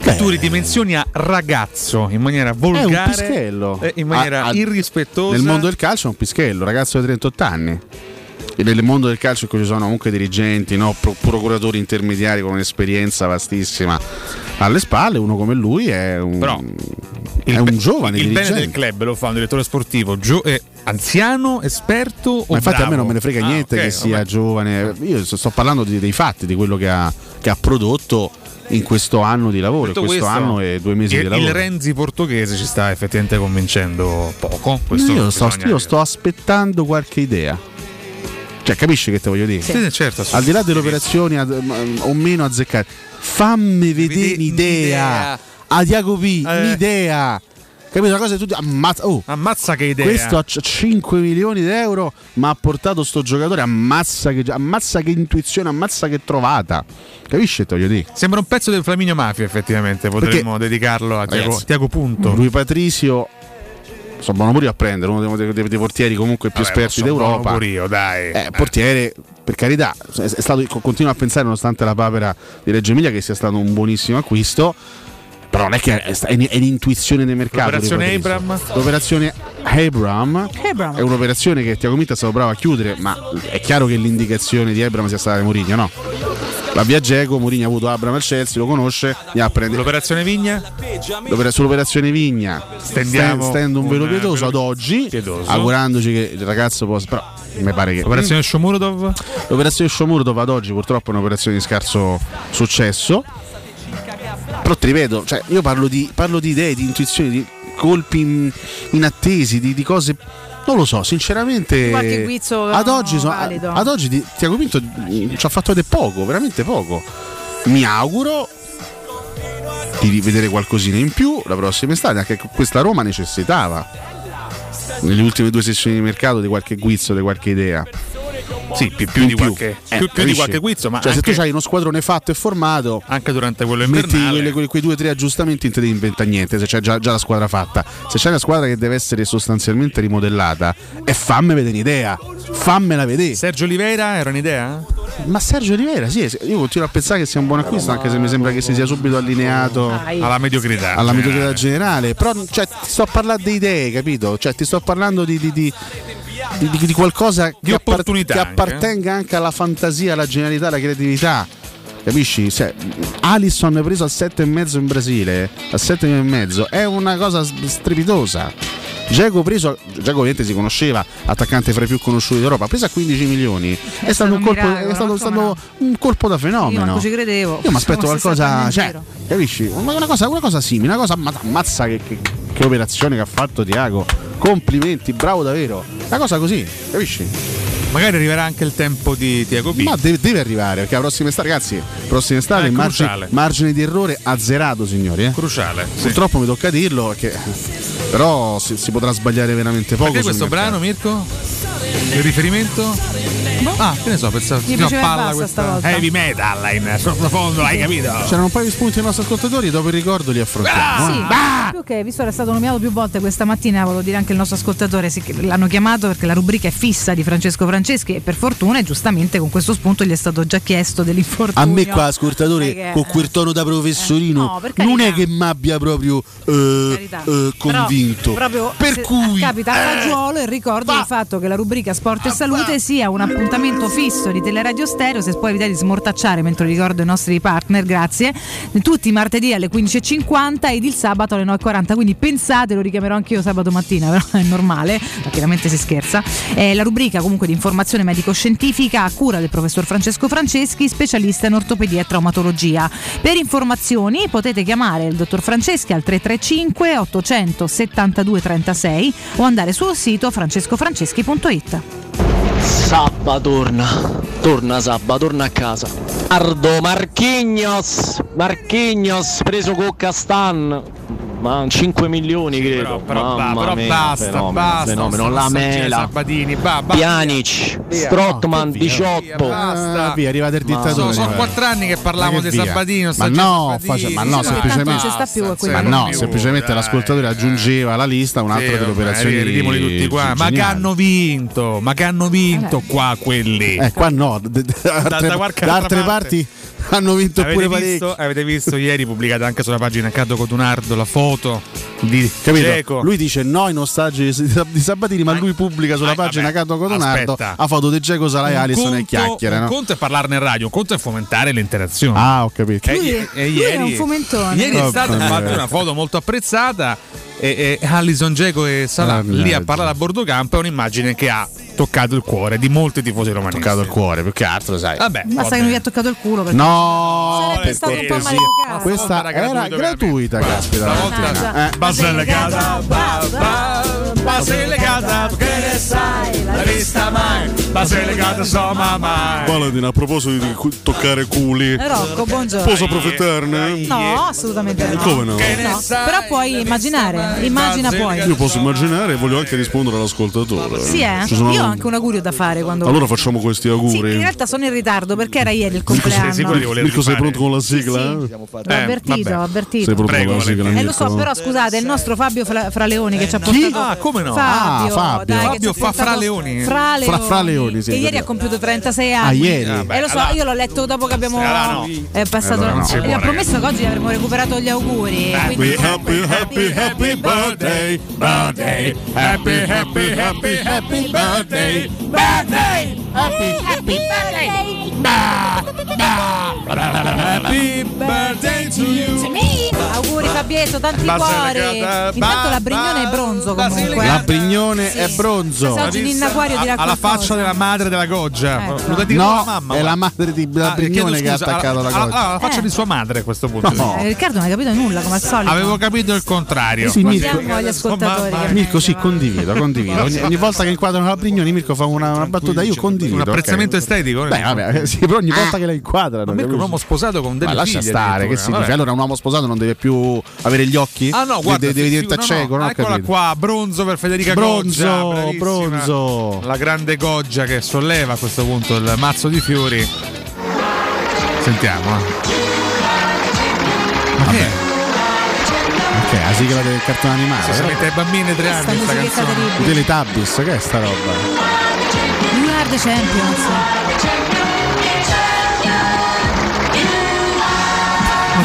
[SPEAKER 19] Che tu ridimensioni a ragazzo in maniera volgare,
[SPEAKER 17] pischello.
[SPEAKER 19] eh, in maniera
[SPEAKER 17] Ah, ah,
[SPEAKER 19] irrispettosa.
[SPEAKER 17] Nel mondo del calcio è un pischello, ragazzo di 38 anni. E nel mondo del calcio in cui ci sono comunque dirigenti, no, pro- procuratori intermediari con un'esperienza vastissima alle spalle, uno come lui è un, è un giovane
[SPEAKER 19] il bene
[SPEAKER 17] dirigente.
[SPEAKER 19] del club lo fa un direttore sportivo gio- eh, anziano, esperto o
[SPEAKER 17] Ma infatti a me
[SPEAKER 19] bravo?
[SPEAKER 17] non me ne frega
[SPEAKER 19] Ah,
[SPEAKER 17] niente
[SPEAKER 19] ok,
[SPEAKER 17] che sia
[SPEAKER 19] vabbè.
[SPEAKER 17] giovane. Io sto sto parlando di- dei fatti, di quello che ha, che ha prodotto in questo anno di lavoro, in
[SPEAKER 19] Detto
[SPEAKER 17] questo,
[SPEAKER 19] questo,
[SPEAKER 17] anno e due mesi
[SPEAKER 19] il,
[SPEAKER 17] di
[SPEAKER 19] il
[SPEAKER 17] lavoro.
[SPEAKER 19] Renzi portoghese ci sta effettivamente convincendo poco. Questo
[SPEAKER 17] Io sto,
[SPEAKER 19] bisogna
[SPEAKER 17] io sto aspettando qualche idea. Cioè, capisci che te voglio dire?
[SPEAKER 19] Sì, sì, certo,
[SPEAKER 17] Al di là delle operazioni ad- m- o meno azzeccate, fammi vedere un'idea. A Diaco P,
[SPEAKER 19] Eh.
[SPEAKER 17] un'idea. Capito? Una cosa che tu dici, ammazza, oh,
[SPEAKER 19] ammazza che idea.
[SPEAKER 17] Questo ha 5 milioni di euro, ma ha portato sto giocatore. Ammazza che, ammazza che intuizione, ammazza che trovata. Capisci? che Te voglio dire.
[SPEAKER 19] Sembra un pezzo del Flaminio Mafia, effettivamente. Potremmo dedicarlo a Tiago,
[SPEAKER 17] Ragazzi, Mm.
[SPEAKER 19] Tiago Punto.
[SPEAKER 17] Lui Patrisio. Sono buono pure io a prendere, uno dei, dei- dei portieri comunque più
[SPEAKER 19] Vabbè,
[SPEAKER 17] esperti
[SPEAKER 19] sono
[SPEAKER 17] d'Europa.
[SPEAKER 19] buono pure io, dai.
[SPEAKER 17] Eh, portiere, per carità, è è stato, co- continuo a pensare, nonostante la papera di Reggio Emilia, che sia stato un buonissimo acquisto. Però non è che è, sta- è, è l'intuizione del mercato.
[SPEAKER 19] L'operazione
[SPEAKER 17] Rui Patricio.
[SPEAKER 19] Abram?
[SPEAKER 17] L'operazione Abram è un'operazione che Tiago Mitta è stato bravo a chiudere, ma è chiaro che l'indicazione di Abram sia stata di Mourinho, no? La via Geco, Mourinho ha avuto Abram al Chelsea, lo conosce, gli ha prende.
[SPEAKER 19] L'operazione Vigna?
[SPEAKER 17] L'opera- sull'operazione Vigna
[SPEAKER 19] Stendiamo
[SPEAKER 17] sten- stendo un velo
[SPEAKER 19] un, eh,
[SPEAKER 17] pietoso ad oggi, augurandoci che il ragazzo possa. Però mi pare che.
[SPEAKER 19] L'operazione Shomurodov?
[SPEAKER 17] L'operazione Shomurodov ad oggi purtroppo è un'operazione di scarso successo. Però ti ripeto, cioè, io parlo di, parlo di idee, di intuizioni, di colpi in- inattesi, di, di cose. Non lo so, sinceramente.
[SPEAKER 11] Qualche guizzo
[SPEAKER 17] ad oggi, so-
[SPEAKER 11] mm, valido.
[SPEAKER 17] ad oggi di- Tiago Pinto mm, ci ha fatto vedere poco, veramente poco. Mi auguro di rivedere qualcosina in più la prossima estate, anche che questa Roma necessitava nelle ultime due sessioni di mercato di qualche guizzo, di qualche idea.
[SPEAKER 19] Sì, più, più di qualche- più- più di
[SPEAKER 17] Eh, capisci?
[SPEAKER 19] qualche guizzo, ma
[SPEAKER 17] cioè, se tu
[SPEAKER 19] anche-
[SPEAKER 17] hai uno squadrone fatto e formato,
[SPEAKER 19] anche durante quello
[SPEAKER 17] metti
[SPEAKER 19] invernale.
[SPEAKER 17] quelle- quelle- quei due o tre aggiustamenti, non ti devi inventare niente. Se c'è già, già la squadra fatta, se c'è una squadra che deve essere sostanzialmente rimodellata, e fammi vedere un'idea, fammela vedere.
[SPEAKER 19] Sergio Oliveira era un'idea?
[SPEAKER 17] Ma Sergio Oliveira, sì, io continuo a pensare che sia un buon acquisto, anche se mi sembra che si sia subito allineato
[SPEAKER 19] Alla mediocrità.
[SPEAKER 17] alla mediocrità generale. Però cioè, ti sto parlando di idee, capito? Cioè, ti sto parlando di, di- di- di, di- di qualcosa che, appar-
[SPEAKER 19] opportunità
[SPEAKER 17] che
[SPEAKER 19] anche. eh.
[SPEAKER 17] appartenga anche alla fantasia, alla genialità, alla creatività. Capisci? Se- Alisson è preso a 7,5 in Brasile, a 7,5 è una cosa s- strepitosa. Giacomo preso, Dzeko ovviamente si conosceva, attaccante fra i più conosciuti d'Europa, preso a 15 milioni. È, stato, un colpo,
[SPEAKER 11] miracolo,
[SPEAKER 17] è stato- stato un colpo da
[SPEAKER 11] Io
[SPEAKER 17] fenomeno.
[SPEAKER 11] manco ci credevo.
[SPEAKER 17] Io mi aspetto
[SPEAKER 11] Come se sta
[SPEAKER 17] qualcosa,
[SPEAKER 11] prendendo
[SPEAKER 17] cioè,
[SPEAKER 11] in
[SPEAKER 17] capisci? Una, una cosa, una cosa simile, una cosa ma- ammazza che, che- che operazione che ha fatto Tiago. Complimenti, bravo davvero. Una cosa così, capisci?
[SPEAKER 19] Magari arriverà anche il tempo di Tiago Pinto.
[SPEAKER 17] Ma deve, deve arrivare, perché la prossima estate, ragazzi, prossima estate
[SPEAKER 19] Eh,
[SPEAKER 17] margi-
[SPEAKER 19] cruciale.
[SPEAKER 17] margine di errore azzerato, signori. eh.
[SPEAKER 19] Cruciale. sì.
[SPEAKER 17] Purtroppo mi tocca dirlo, perché, però si, si potrà sbagliare veramente poco.
[SPEAKER 19] Perché
[SPEAKER 17] sul
[SPEAKER 19] questo
[SPEAKER 17] mercato.
[SPEAKER 19] brano, Mirko? Il riferimento?
[SPEAKER 11] Boh.
[SPEAKER 19] Ah, che ne so, pensavo
[SPEAKER 17] Mi
[SPEAKER 19] no,
[SPEAKER 17] piaceva il
[SPEAKER 19] palla
[SPEAKER 17] basso
[SPEAKER 19] questa
[SPEAKER 17] stavolta.
[SPEAKER 19] heavy metal in profondo, hai capito? Ah,
[SPEAKER 17] C'erano un paio di spunti ai nostri ascoltatori e dopo il ricordo li affrontiamo. eh.
[SPEAKER 11] Sì, più che visto che era stato nominato più volte questa mattina, volevo dire anche il nostro ascoltatore, sì, che l'hanno chiamato perché la rubrica è fissa di Francesco Franceschi e per fortuna e giustamente con questo spunto gli è stato già chiesto dell'infortunio.
[SPEAKER 18] A me qua,
[SPEAKER 11] Perché- Eh,
[SPEAKER 18] ascoltatore, con quel tono da professorino,
[SPEAKER 11] no, per
[SPEAKER 18] non è che mi abbia proprio eh,
[SPEAKER 11] verità.
[SPEAKER 18] eh, convinto. eh,
[SPEAKER 11] Però, proprio per cui capita a fagiolo il ricordo del fatto che la rubrica Sport
[SPEAKER 18] Ah,
[SPEAKER 11] e Salute sia un appuntamento fisso di Teleradio Stereo, se puoi evitare di smortacciare mentre ricordo i nostri partner, grazie. Tutti i martedì alle 15.50 ed il sabato alle 9.40, quindi pensate, lo richiamerò anch'io sabato mattina, però è normale, ma chiaramente si scherza. È la rubrica comunque di informazione medico-scientifica a cura del professor Francesco Franceschi, specialista in ortopedia e traumatologia. Per informazioni potete chiamare il dottor Franceschi al 335 872 36 o andare sul sito francescofranceschi.it.
[SPEAKER 17] Eh,
[SPEAKER 5] Sabba torna, torna Sabba, torna a casa. Ardo Marchignos, Marchignos preso con Castan. Ma 5 milioni credo.
[SPEAKER 19] Però, ba-
[SPEAKER 5] Mamma
[SPEAKER 19] però
[SPEAKER 5] mia,
[SPEAKER 19] basta,
[SPEAKER 5] fenomeno,
[SPEAKER 19] basta.
[SPEAKER 5] fenomeno.
[SPEAKER 19] basta,
[SPEAKER 5] La
[SPEAKER 19] Sanchez,
[SPEAKER 5] mela.
[SPEAKER 19] Sabatini, ba- ba-
[SPEAKER 5] Pjanic,
[SPEAKER 19] via.
[SPEAKER 5] Strottman,
[SPEAKER 19] Via, via,
[SPEAKER 5] 18.
[SPEAKER 19] basta.
[SPEAKER 17] Ah, via, è arrivato il dittatore.
[SPEAKER 19] Sono, sono
[SPEAKER 17] guarda.
[SPEAKER 19] quattro anni che parlavamo
[SPEAKER 17] Ma che
[SPEAKER 19] di
[SPEAKER 17] via.
[SPEAKER 19] Sabatino.
[SPEAKER 17] ma
[SPEAKER 19] Sanchez
[SPEAKER 17] no,
[SPEAKER 19] Sabatini.
[SPEAKER 17] face- ma no
[SPEAKER 19] Sì, ma
[SPEAKER 17] semplicemente,
[SPEAKER 19] tanto non c'è sta più a quel
[SPEAKER 17] ma no,
[SPEAKER 19] punto.
[SPEAKER 17] semplicemente l'ascoltatore aggiungeva alla lista un'altra
[SPEAKER 19] Sì,
[SPEAKER 17] delle
[SPEAKER 19] vabbè,
[SPEAKER 17] operazioni.
[SPEAKER 19] ridiamoli tutti qua. Ma che
[SPEAKER 17] geniali.
[SPEAKER 19] hanno vinto? Ma che hanno vinto qua quelli?
[SPEAKER 17] Eh, qua no, d- d- da, altre-
[SPEAKER 19] qualche
[SPEAKER 17] da
[SPEAKER 19] altra
[SPEAKER 17] altre
[SPEAKER 19] parte.
[SPEAKER 17] parti hanno vinto
[SPEAKER 19] Avete
[SPEAKER 17] pure parecchi.
[SPEAKER 19] visto, avete visto ieri pubblicata anche sulla pagina Accato Codunardo la foto di
[SPEAKER 17] Capito?
[SPEAKER 19] Dzeko.
[SPEAKER 17] Lui dice no ai nostalgici di Sa- di Sabatini, ma lui pubblica sulla pagina Cato Codonardo
[SPEAKER 19] aspetta.
[SPEAKER 17] a foto di Geco Salai
[SPEAKER 19] Un
[SPEAKER 17] Alisson e
[SPEAKER 19] conto-
[SPEAKER 17] chiacchiere.
[SPEAKER 19] Un
[SPEAKER 17] no?
[SPEAKER 19] conto è parlarne in radio, un conto è fomentare l'interazione.
[SPEAKER 17] Ah, ho capito.
[SPEAKER 19] E,
[SPEAKER 17] Lui-
[SPEAKER 19] e- e
[SPEAKER 17] lui
[SPEAKER 19] eh, ieri,
[SPEAKER 17] è un fomentone.
[SPEAKER 19] Ieri è
[SPEAKER 17] Vabbè.
[SPEAKER 19] stata infatti una foto molto apprezzata. E, e Allison Geco e Salah
[SPEAKER 17] Mannaggia.
[SPEAKER 19] lì a parlare a bordo campo è un'immagine che ha toccato il cuore di molti tifosi romani. Toccato
[SPEAKER 17] il cuore, più che altro, sai.
[SPEAKER 19] Vabbè,
[SPEAKER 11] Basta che non gli ha toccato il culo perché
[SPEAKER 17] No,
[SPEAKER 11] sarebbe
[SPEAKER 17] per
[SPEAKER 11] stato un po'
[SPEAKER 17] cortesia.
[SPEAKER 11] maleducato.
[SPEAKER 17] Questa era gratuita, caspita. la mattina. Eh.
[SPEAKER 19] Basta legata, che ne sai, l'hai vista mai? Basta legata, insomma mai.
[SPEAKER 18] Valentina, a proposito di cu- toccare culi,
[SPEAKER 11] Eh, Rocco, buongiorno.
[SPEAKER 18] posso approfittarne?
[SPEAKER 11] No, assolutamente no.
[SPEAKER 18] Eh, Come no?
[SPEAKER 11] No, Però puoi immaginare, immagina
[SPEAKER 18] Io
[SPEAKER 11] puoi.
[SPEAKER 18] posso immaginare e voglio anche rispondere all'ascoltatore.
[SPEAKER 11] Sì, eh?
[SPEAKER 18] Ci sono-
[SPEAKER 11] Io ho anche un augurio da fare quando.
[SPEAKER 18] Allora facciamo questi
[SPEAKER 11] Sì,
[SPEAKER 18] auguri.
[SPEAKER 11] in realtà sono in ritardo perché era ieri il compleanno.
[SPEAKER 18] Mirko, sei pronto con la sigla? Eh?
[SPEAKER 11] L'ho avvertito, ho avvertito.
[SPEAKER 18] Sei pronto con la sigla?
[SPEAKER 11] Eh, lo
[SPEAKER 18] Mirko?
[SPEAKER 11] so, però scusate, il nostro Fabio Fra, Fraleoni che ci ha portato.
[SPEAKER 19] Ah, come no?
[SPEAKER 11] Fabio,
[SPEAKER 19] Ah, Fabio.
[SPEAKER 11] dai, che
[SPEAKER 19] Fabio
[SPEAKER 11] ci
[SPEAKER 19] fa
[SPEAKER 11] ha portato-
[SPEAKER 19] Fraleoni.
[SPEAKER 11] Fra Leoni.
[SPEAKER 17] Fra- Fraleoni, sì,
[SPEAKER 11] che ieri
[SPEAKER 17] proprio.
[SPEAKER 11] ha compiuto 36
[SPEAKER 17] Ah,
[SPEAKER 11] anni. Eh,
[SPEAKER 17] ieri. Ah, beh,
[SPEAKER 11] e lo so,
[SPEAKER 17] allora-
[SPEAKER 11] io l'ho letto dopo che abbiamo.
[SPEAKER 17] Allora no.
[SPEAKER 11] È passato.
[SPEAKER 17] Allora no. Non si può,
[SPEAKER 11] gli ho promesso che oggi avremmo recuperato gli auguri.
[SPEAKER 18] Happy,
[SPEAKER 11] quindi-
[SPEAKER 18] Eh, happy, happy, happy birthday, birthday, happy, happy, happy, happy birthday, birthday, happy, happy birthday,
[SPEAKER 19] happy birthday to you.
[SPEAKER 11] Auguri Fabietto, tanti cuori.
[SPEAKER 19] Basilicata,
[SPEAKER 11] Intanto la Brignone è bronzo comunque. eh.
[SPEAKER 17] La Brignone è bronzo.
[SPEAKER 11] Se oggi Ninna Quario dirà
[SPEAKER 19] alla
[SPEAKER 11] qualcosa.
[SPEAKER 19] faccia della madre della
[SPEAKER 17] Eh.
[SPEAKER 19] Goggia. Lo dai dire alla
[SPEAKER 17] No,
[SPEAKER 19] mamma.
[SPEAKER 17] è
[SPEAKER 19] guarda.
[SPEAKER 17] la madre di la
[SPEAKER 19] Ah, chiedo
[SPEAKER 17] Brignone che ha
[SPEAKER 19] scusa,
[SPEAKER 17] attaccato la
[SPEAKER 19] alla- alla-
[SPEAKER 17] goccia.
[SPEAKER 19] alla faccia di sua madre a questo punto.
[SPEAKER 11] Eh, Riccardo non ha capito nulla come al solito.
[SPEAKER 19] Avevo capito il contrario.
[SPEAKER 17] Sì, Mirko.
[SPEAKER 11] Siamo agli ascoltatori. eh. che-
[SPEAKER 17] Mirko, sì, condivido, condivido. Ogni, ogni volta che inquadrano la Brignone, Mirko fa una, una battuta. Io condivido.
[SPEAKER 19] Un apprezzamento
[SPEAKER 17] ok.
[SPEAKER 19] estetico.
[SPEAKER 17] Beh, vabbè, eh, sì, però
[SPEAKER 11] Ah.
[SPEAKER 17] ogni volta che la inquadrano.
[SPEAKER 19] Eh. Mirko è un
[SPEAKER 17] capisci?
[SPEAKER 19] uomo sposato con delle
[SPEAKER 17] Ma lascia
[SPEAKER 19] figlie
[SPEAKER 17] stare, che
[SPEAKER 19] addirittura,
[SPEAKER 17] significa?
[SPEAKER 19] vabbè.
[SPEAKER 17] Allora un uomo sposato non deve più avere gli occhi?
[SPEAKER 19] Ah no,
[SPEAKER 17] Deve-
[SPEAKER 19] guarda,
[SPEAKER 17] deve,
[SPEAKER 19] sì, sì,
[SPEAKER 17] diventare
[SPEAKER 19] no,
[SPEAKER 17] cieco,
[SPEAKER 19] no,
[SPEAKER 17] non ho
[SPEAKER 19] Eccola
[SPEAKER 17] capito.
[SPEAKER 19] qua, bronzo per Federica
[SPEAKER 17] Bronzo,
[SPEAKER 19] Goggia. bravissima.
[SPEAKER 17] bronzo.
[SPEAKER 19] La grande Goggia che solleva a questo punto il mazzo di fiori.
[SPEAKER 17] Ah,
[SPEAKER 19] Sentiamo. eh.
[SPEAKER 17] Vabbè. Ok, la sigla del cartone animale.
[SPEAKER 19] Se si mette ai bambini tre anni questa
[SPEAKER 11] musichetta
[SPEAKER 19] canzone.
[SPEAKER 11] terribile.
[SPEAKER 17] Delle Tabbis, che è sta roba?
[SPEAKER 11] You are the champions.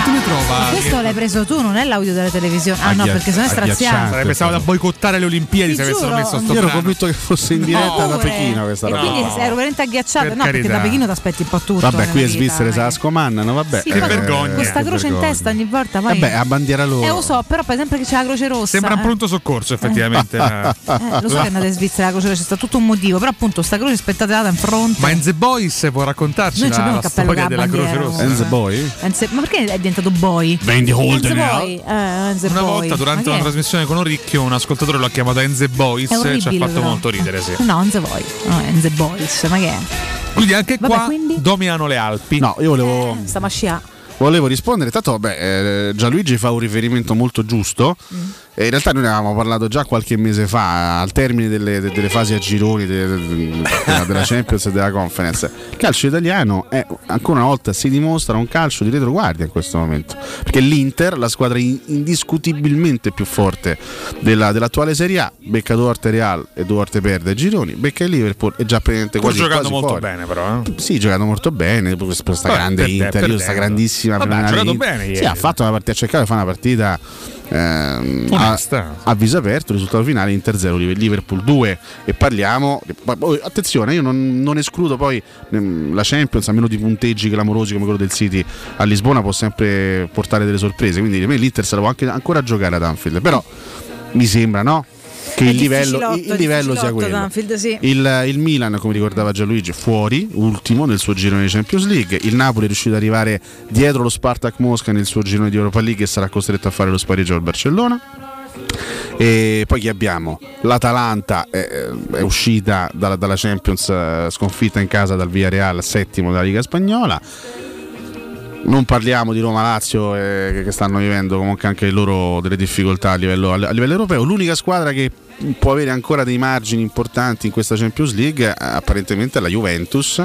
[SPEAKER 19] mi trova.
[SPEAKER 11] Questo l'hai preso tu, non è l'audio della televisione.
[SPEAKER 19] Oh,
[SPEAKER 11] Ah no,
[SPEAKER 19] Agghiaccia-
[SPEAKER 11] perché sennò è straziato.
[SPEAKER 19] Sarebbe stato da boicottare le Olimpiadi se avessero
[SPEAKER 11] giuro.
[SPEAKER 19] messo sto
[SPEAKER 11] Io ero
[SPEAKER 17] convinto che fosse in diretta da Pechino questa
[SPEAKER 11] Oh, E
[SPEAKER 17] roba.
[SPEAKER 11] quindi
[SPEAKER 17] No.
[SPEAKER 11] sei veramente agghiacciato.
[SPEAKER 17] Per
[SPEAKER 11] no, perché
[SPEAKER 17] carità.
[SPEAKER 11] da Pechino ti aspetti un po' tutto.
[SPEAKER 17] Vabbè,
[SPEAKER 11] nella
[SPEAKER 17] qui in
[SPEAKER 11] vita. eh.
[SPEAKER 17] Svizzera se la scomannano, vabbè.
[SPEAKER 11] Sì, però Questa croce in testa ogni volta. Poi...
[SPEAKER 17] Vabbè, a bandiera
[SPEAKER 11] Eh,
[SPEAKER 17] loro.
[SPEAKER 11] lo so, però per esempio che c'è la Croce Rossa.
[SPEAKER 19] Sembra un
[SPEAKER 11] eh.
[SPEAKER 19] pronto soccorso, effettivamente.
[SPEAKER 11] Eh, lo so che andate in Svizzera la Croce Rossa, c'è sta tutto un motivo, però appunto sta croce spettacolata in fronte.
[SPEAKER 19] Ma in The Boys può raccontarci
[SPEAKER 11] Noi
[SPEAKER 19] la,
[SPEAKER 11] abbiamo
[SPEAKER 19] la
[SPEAKER 11] il cappello
[SPEAKER 19] storia
[SPEAKER 11] con la
[SPEAKER 19] della Croce
[SPEAKER 11] bandiera,
[SPEAKER 19] Rossa?
[SPEAKER 11] comunque.
[SPEAKER 17] The Boy?
[SPEAKER 11] Enze- Ma perché è diventato boy?
[SPEAKER 19] Wendy Holden,
[SPEAKER 11] Enze
[SPEAKER 19] eh?
[SPEAKER 11] boy. Eh, Enze
[SPEAKER 19] Una
[SPEAKER 11] boy.
[SPEAKER 19] volta durante una
[SPEAKER 11] Ma che è?
[SPEAKER 19] trasmissione con Oricchio un ascoltatore lo ha chiamato Enze Boys
[SPEAKER 11] È
[SPEAKER 19] e ci ha
[SPEAKER 11] orribile,
[SPEAKER 19] fatto
[SPEAKER 11] però.
[SPEAKER 19] molto ridere, sì.
[SPEAKER 11] No, Enze Boy, no, Enze Boys, ma che è?
[SPEAKER 19] Quindi anche
[SPEAKER 11] Vabbè,
[SPEAKER 19] qua dominano le Alpi.
[SPEAKER 17] No, io volevo,
[SPEAKER 11] Stiamo a scià.
[SPEAKER 17] volevo rispondere. Tanto, beh, eh, Gianluigi fa un riferimento molto giusto. E in realtà noi ne avevamo parlato già qualche mese fa, al termine delle, de- delle fasi a gironi de- de- della, della Champions e della Conference. Il calcio italiano è, ancora una volta si dimostra un calcio di retroguardia in questo momento. Perché l'Inter, la squadra in- indiscutibilmente più forte della- dell'attuale Serie A, becca Duarte Real e Duarte perde ai gironi, becca il Liverpool e già praticamente
[SPEAKER 19] Pur
[SPEAKER 17] quasi,
[SPEAKER 19] giocando
[SPEAKER 17] quasi
[SPEAKER 19] molto
[SPEAKER 17] fuori.
[SPEAKER 19] bene, però. eh.
[SPEAKER 17] Sì, giocato molto bene. Questa, questa
[SPEAKER 19] Vabbè,
[SPEAKER 17] grande
[SPEAKER 19] perde-
[SPEAKER 17] Inter, questa
[SPEAKER 19] perdendo.
[SPEAKER 17] grandissima
[SPEAKER 19] Vabbè, ha
[SPEAKER 17] primavera
[SPEAKER 19] giocato
[SPEAKER 17] Inter.
[SPEAKER 19] bene
[SPEAKER 17] Sì,
[SPEAKER 19] ieri.
[SPEAKER 17] ha fatto una partita, ha cercato di fare una partita ehm, a,
[SPEAKER 19] Onesta.
[SPEAKER 17] a viso aperto. Risultato finale Inter 0, Liverpool 2. E parliamo. ma poi, Attenzione, io non, non escludo poi ehm, la Champions, a meno di punteggi clamorosi come quello del City a Lisbona, può sempre portare delle sorprese. Quindi per me l'Inter se la può anche, ancora giocare ad Anfield. Però mi sembra, no? Che
[SPEAKER 11] È
[SPEAKER 17] il livello,
[SPEAKER 11] difficilotto,
[SPEAKER 17] il- il livello sia
[SPEAKER 11] difficilotto,
[SPEAKER 17] quello.
[SPEAKER 11] Danfield, sì.
[SPEAKER 17] Il, il Milan, come ricordava Gianluigi, fuori, ultimo nel suo girone di Champions League. Il Napoli è riuscito ad arrivare dietro lo Spartak Mosca nel suo girone di Europa League e sarà costretto a fare lo spareggio al Barcellona. E poi chi abbiamo? L'Atalanta eh, è, uscita dalla, dalla Champions eh, sconfitta in casa dal Villarreal, settimo della Liga Spagnola. Non parliamo di Roma-Lazio eh, che- che stanno vivendo comunque anche loro delle difficoltà a livello, a livello europeo. L'unica squadra che può avere ancora dei margini importanti in questa Champions League eh, apparentemente è la Juventus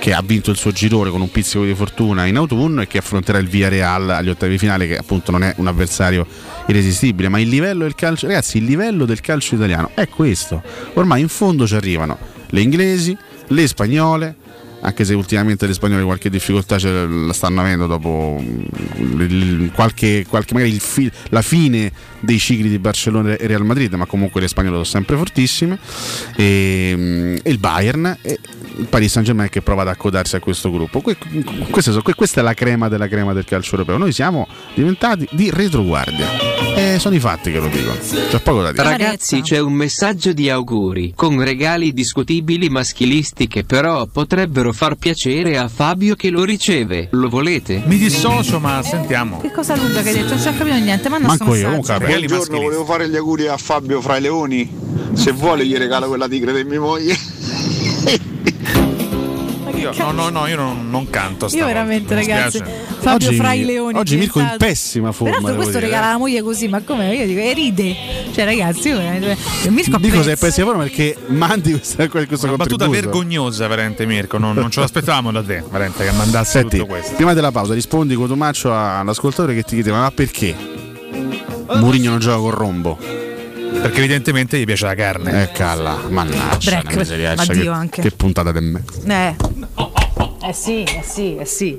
[SPEAKER 17] che ha vinto il suo girone con un pizzico di fortuna in autunno e che affronterà il Villarreal agli ottavi di finale che appunto non è un avversario irresistibile ma il livello del calcio ragazzi il livello del calcio italiano è questo ormai in fondo ci arrivano le inglesi le spagnole anche se ultimamente le spagnole qualche difficoltà ce la stanno avendo dopo mm, il- il- qualche, qualche- magari il fi- la fine dei cicli di Barcellona e Real Madrid, ma comunque le spagnole sono sempre fortissime, e, mm, e il Bayern e il Paris Saint Germain che prova ad accodarsi a questo gruppo. Que- queste sono- que- questa è la crema della crema del calcio europeo, noi siamo diventati di retroguardia. E sono i fatti che lo dicono, c'è poco da dire.
[SPEAKER 5] Ragazzi, c'è un messaggio di auguri con regali discutibili maschilisti che però potrebbero far piacere a Fabio che lo riceve. Lo volete?
[SPEAKER 19] Mi dissocio, ma sentiamo.
[SPEAKER 11] Che cosa lunga che hai detto? Non ci ho capito niente, manda sto
[SPEAKER 5] Manco io,
[SPEAKER 11] messaggio.
[SPEAKER 5] comunque,
[SPEAKER 3] Buongiorno, volevo fare gli auguri a Fabio fra i leoni. Se vuole gli regalo quella tigre di mia moglie.
[SPEAKER 19] Io- no, no, no, io non, non canto.
[SPEAKER 11] Io veramente, ragazzi, Fabio
[SPEAKER 17] Oggi-
[SPEAKER 11] fra i leoni.
[SPEAKER 17] oggi
[SPEAKER 11] è
[SPEAKER 17] Mirko in
[SPEAKER 11] diventato-
[SPEAKER 17] pessima forma,
[SPEAKER 11] Peraltro,
[SPEAKER 17] devo
[SPEAKER 11] questo
[SPEAKER 17] dire,
[SPEAKER 11] regala
[SPEAKER 17] eh.
[SPEAKER 11] la moglie così, ma come? Io dico, e ride. Cioè, ragazzi, io veramente. Mirko
[SPEAKER 17] Dico se è
[SPEAKER 11] apprezza.
[SPEAKER 17] pessima forma perché mandi questa, questo
[SPEAKER 19] Una battuta
[SPEAKER 17] contributo.
[SPEAKER 19] vergognosa, veramente, Mirco. Non, non ce l'aspettavamo da te, veramente, che mandassi
[SPEAKER 17] Senti,
[SPEAKER 19] tutto questo.
[SPEAKER 17] Prima della pausa rispondi con Tomaccio all'ascoltatore che ti chiedeva ma perché Mourinho non gioca con Rombo?
[SPEAKER 19] Perché evidentemente gli piace la carne.
[SPEAKER 17] Eh calla, mannaggia,
[SPEAKER 11] Break.
[SPEAKER 17] una miseriaccia,
[SPEAKER 11] Addio
[SPEAKER 17] che,
[SPEAKER 11] anche.
[SPEAKER 17] che puntata di me.
[SPEAKER 11] Eh. Eh sì, eh sì, eh sì.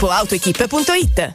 [SPEAKER 16] www.gruppoautoequip.it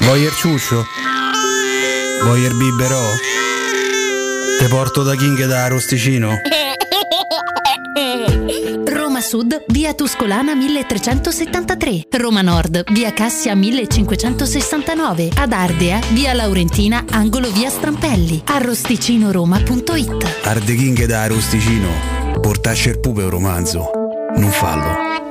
[SPEAKER 41] Voyer ciuccio? Voyer biberò? Te porto da King e da Rosticino?
[SPEAKER 42] Roma
[SPEAKER 41] Sud, via Tuscolana 1373. Roma Nord, via Cassia 1569. Ad Ardea, via Laurentina, angolo via Strampelli. Arrosticinoroma.it.
[SPEAKER 43] Ardeghinghe da Arosticino. Portasce il pupe un romanzo. Non fallo,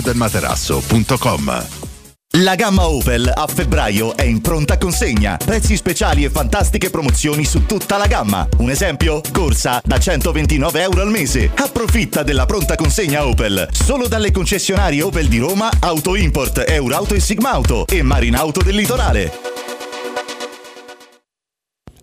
[SPEAKER 3] del materasso.com
[SPEAKER 36] La gamma Opel a febbraio è in pronta consegna. Prezzi speciali e fantastiche promozioni su tutta la gamma. Un esempio? Corsa da 129 euro al mese. Approfitta della pronta consegna Opel. Solo dalle concessionarie Opel di Roma, Auto Import, Eurauto e Sigmauto e Marinauto del Litorale.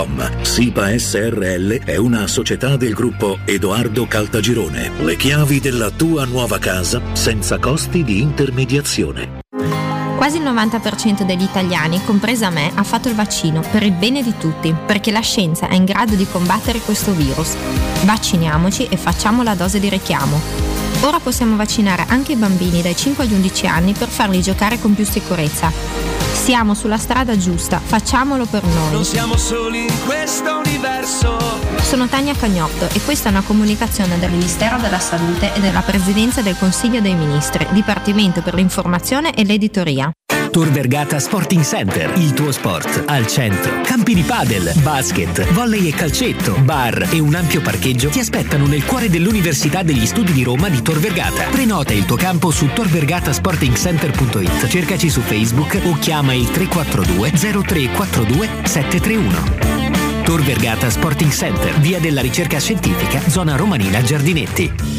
[SPEAKER 24] www.sipa.com. SIPA SRL è una società del gruppo Edoardo Caltagirone. Le chiavi della tua nuova casa senza costi di intermediazione.
[SPEAKER 44] Quasi il 90% degli italiani, compresa me, ha fatto il vaccino per il bene di tutti, perché la scienza è in grado di combattere questo virus. Vacciniamoci e facciamo la dose di richiamo. Ora possiamo vaccinare anche i bambini dai 5 agli 11 anni per farli giocare con più sicurezza. Siamo sulla strada giusta, facciamolo per noi.
[SPEAKER 8] Non siamo soli in questo universo.
[SPEAKER 44] Sono Tania Cagnotto e questa è una comunicazione del Ministero della Salute e della Presidenza del Consiglio dei Ministri, Dipartimento per l'informazione e l'editoria.
[SPEAKER 23] Tor Vergata Sporting Center, il tuo sport al centro. Campi di padel, basket, volley e calcetto, bar e un ampio parcheggio ti aspettano nel cuore dell'Università degli Studi di Roma di Tor Vergata. Prenota il tuo campo su torvergatasportingcenter.it, cercaci su Facebook o chiama il 342 0342 731. Tor Vergata Sporting Center, via della ricerca scientifica, zona romanina Giardinetti.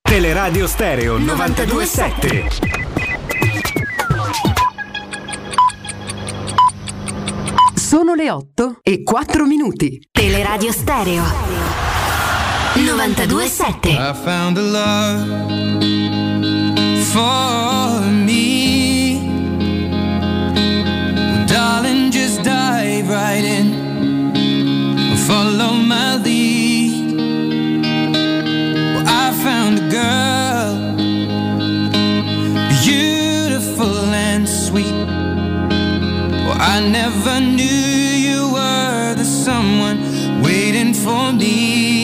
[SPEAKER 23] Teleradio Stereo 927.
[SPEAKER 11] Sono le 8 e 4 minuti.
[SPEAKER 41] Teleradio Stereo 927.
[SPEAKER 23] I found a love for me. Darling, just dive right in. Follow my lead. Well, I found a girl, beautiful and sweet. Well, I never knew you were the someone waiting for me.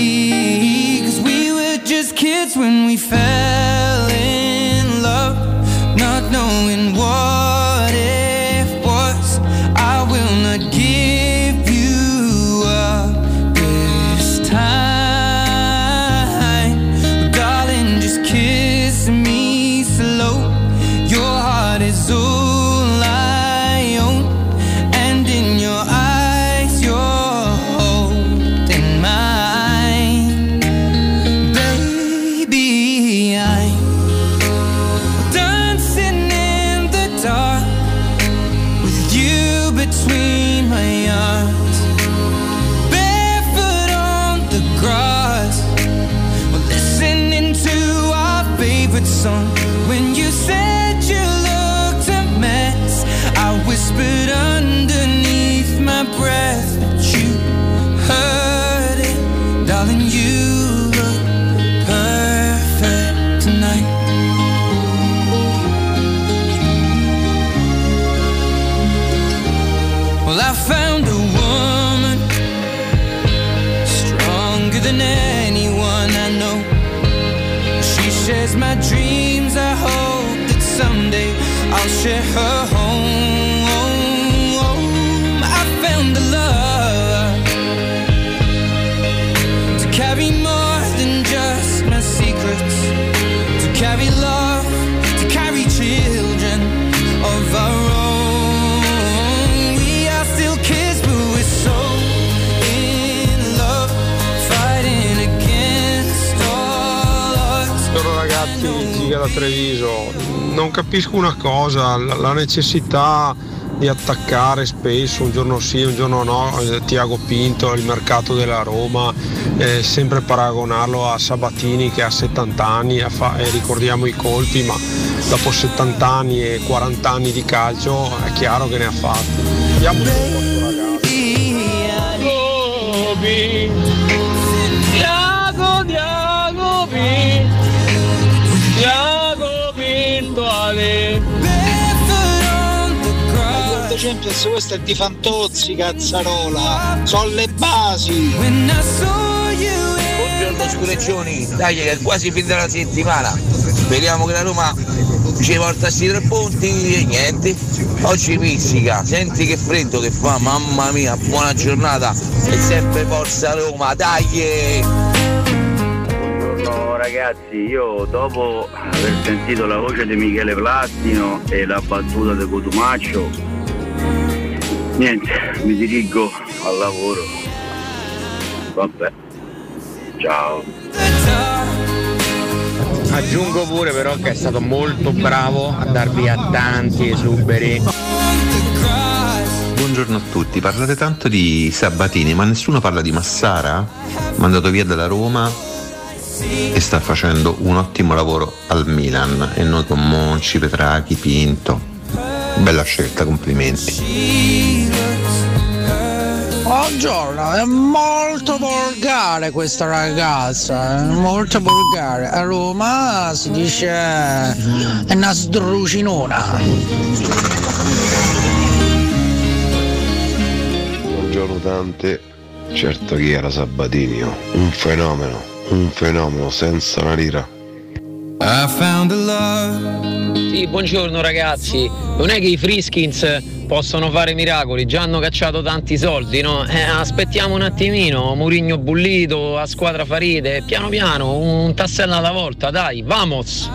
[SPEAKER 23] Cause we were just kids when we fell in love, not knowing what it was. I will not give you up this time. Darling, just kiss me slow. Your heart is all I own, and in your eyes, you're holding mine. Baby, I'm us. Barefoot on the grass. We're listening to our favorite song. When you said you looked a mess, I whispered underneath my breath, but you heard it. Darling, you look perfect tonight. Well, I found a woman stronger than anyone I know. She shares my dreams. I hope that someday I'll share her home. I found a love to carry more than just my secrets, to carry love, to carry children of our own. We are still kids, but we're so in love, fighting against all odds.
[SPEAKER 8] Allora ragazzi, Giga da Treviso, non capisco una cosa, la, la necessità di attaccare spesso, un giorno sì, un giorno no, eh, Tiago Pinto, il mercato della Roma, eh, sempre paragonarlo a Sabatini che ha 70 anni e fa- e ricordiamo i colpi, ma dopo 70 anni e 40 anni di calcio è chiaro che ne ha fatti. Diamo un po'
[SPEAKER 23] Gobi, Diago, Diago, B, Diago Virtuale.
[SPEAKER 45] Guarda Champions, questa è di Fantozzi, cazzarola. Sono le basi.
[SPEAKER 46] Buongiorno Scureccioni, dai che è quasi fin dalla settimana. Speriamo che la Roma ci porta sti tre punti e niente. Oggi pizzica, senti che freddo che fa, mamma mia, buona giornata e sempre forza Roma, dai!
[SPEAKER 47] Buongiorno ragazzi, io dopo aver sentito la voce di Michele Plastino e la battuta di Cotumaccio, niente, mi dirigo al lavoro. Vabbè, ciao.
[SPEAKER 5] Aggiungo pure però che è stato molto bravo a darvi a tanti esuberi.
[SPEAKER 48] Buongiorno a tutti, parlate tanto di Sabatini, ma nessuno parla di Massara, mandato via dalla Roma e sta facendo un ottimo lavoro al Milan e noi con Monci, Petrachi, Pinto. Bella scelta, complimenti.
[SPEAKER 45] Buongiorno, è molto volgare questa ragazza, è molto volgare. A Roma si dice eh, è una sdrucinona.
[SPEAKER 1] Buongiorno Dante, certo chi era Sabatini, oh. un fenomeno, un fenomeno senza una lira.
[SPEAKER 5] Sì, buongiorno ragazzi. Non è che i Friskins possono fare miracoli, già hanno cacciato tanti soldi, no? Eh, aspettiamo un attimino, Murigno bullito, a squadra farite, piano piano, un tassello alla volta, dai, vamos!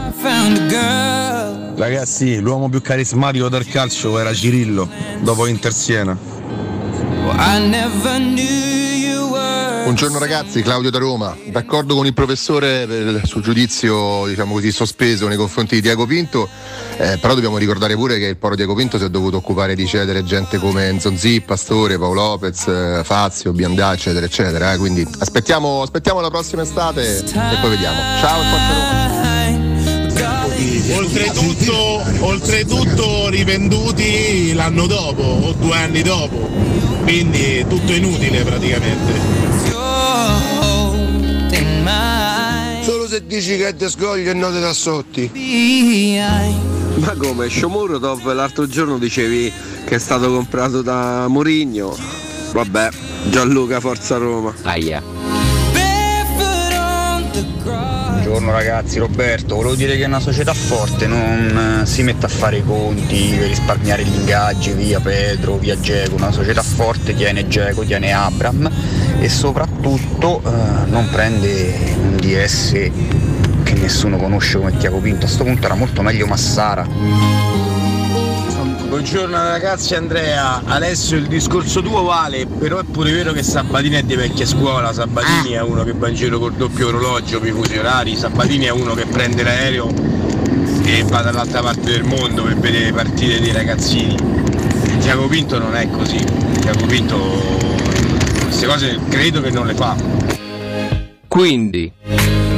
[SPEAKER 49] Ragazzi, l'uomo più carismatico del calcio era Cirillo, dopo Inter Siena.
[SPEAKER 23] I never knew you were
[SPEAKER 3] Buongiorno ragazzi, Claudio da Roma. D'accordo con il professore per il suo giudizio, diciamo così, sospeso nei confronti di Diago Pinto, eh, però dobbiamo ricordare pure che il poro Diago Pinto si è dovuto occupare di cedere gente come Enzo Zip, Pastore, Paolo Lopez, eh, Fazio, Biandà, eccetera, eccetera. eh. Quindi aspettiamo, aspettiamo la prossima estate e poi vediamo. Ciao e forza Roma.
[SPEAKER 17] Oltretutto, oltretutto rivenduti l'anno dopo o due anni dopo, quindi tutto inutile praticamente.
[SPEAKER 23] holding my
[SPEAKER 50] Solo se dici che è de scoglio e no te tassotti.
[SPEAKER 23] behind.
[SPEAKER 51] Ma come, Shomurodov l'altro giorno dicevi che è stato comprato da Mourinho. Vabbè, Gianluca Forza Roma. Aia.
[SPEAKER 52] Buongiorno ragazzi, Roberto, volevo dire che è una società forte, non eh, si mette a fare i conti per risparmiare gli ingaggi, via Pedro, via Geco, una società forte tiene Geco, tiene Abram e soprattutto eh, non prende un DS che nessuno conosce come Tiago Pinto, a sto punto era molto meglio Massara.
[SPEAKER 53] Buongiorno ragazzi Andrea, Alessio il discorso tuo vale, però è pure vero che Sabatini è di vecchia scuola, Sabatini è uno che va in giro col doppio orologio per i fusi orari, Sabatini è uno che prende l'aereo e va dall'altra parte del mondo per vedere le partite dei ragazzini.
[SPEAKER 54] Tiago Pinto non è così. Tiago Pinto queste cose credo che non le fa.
[SPEAKER 5] Quindi,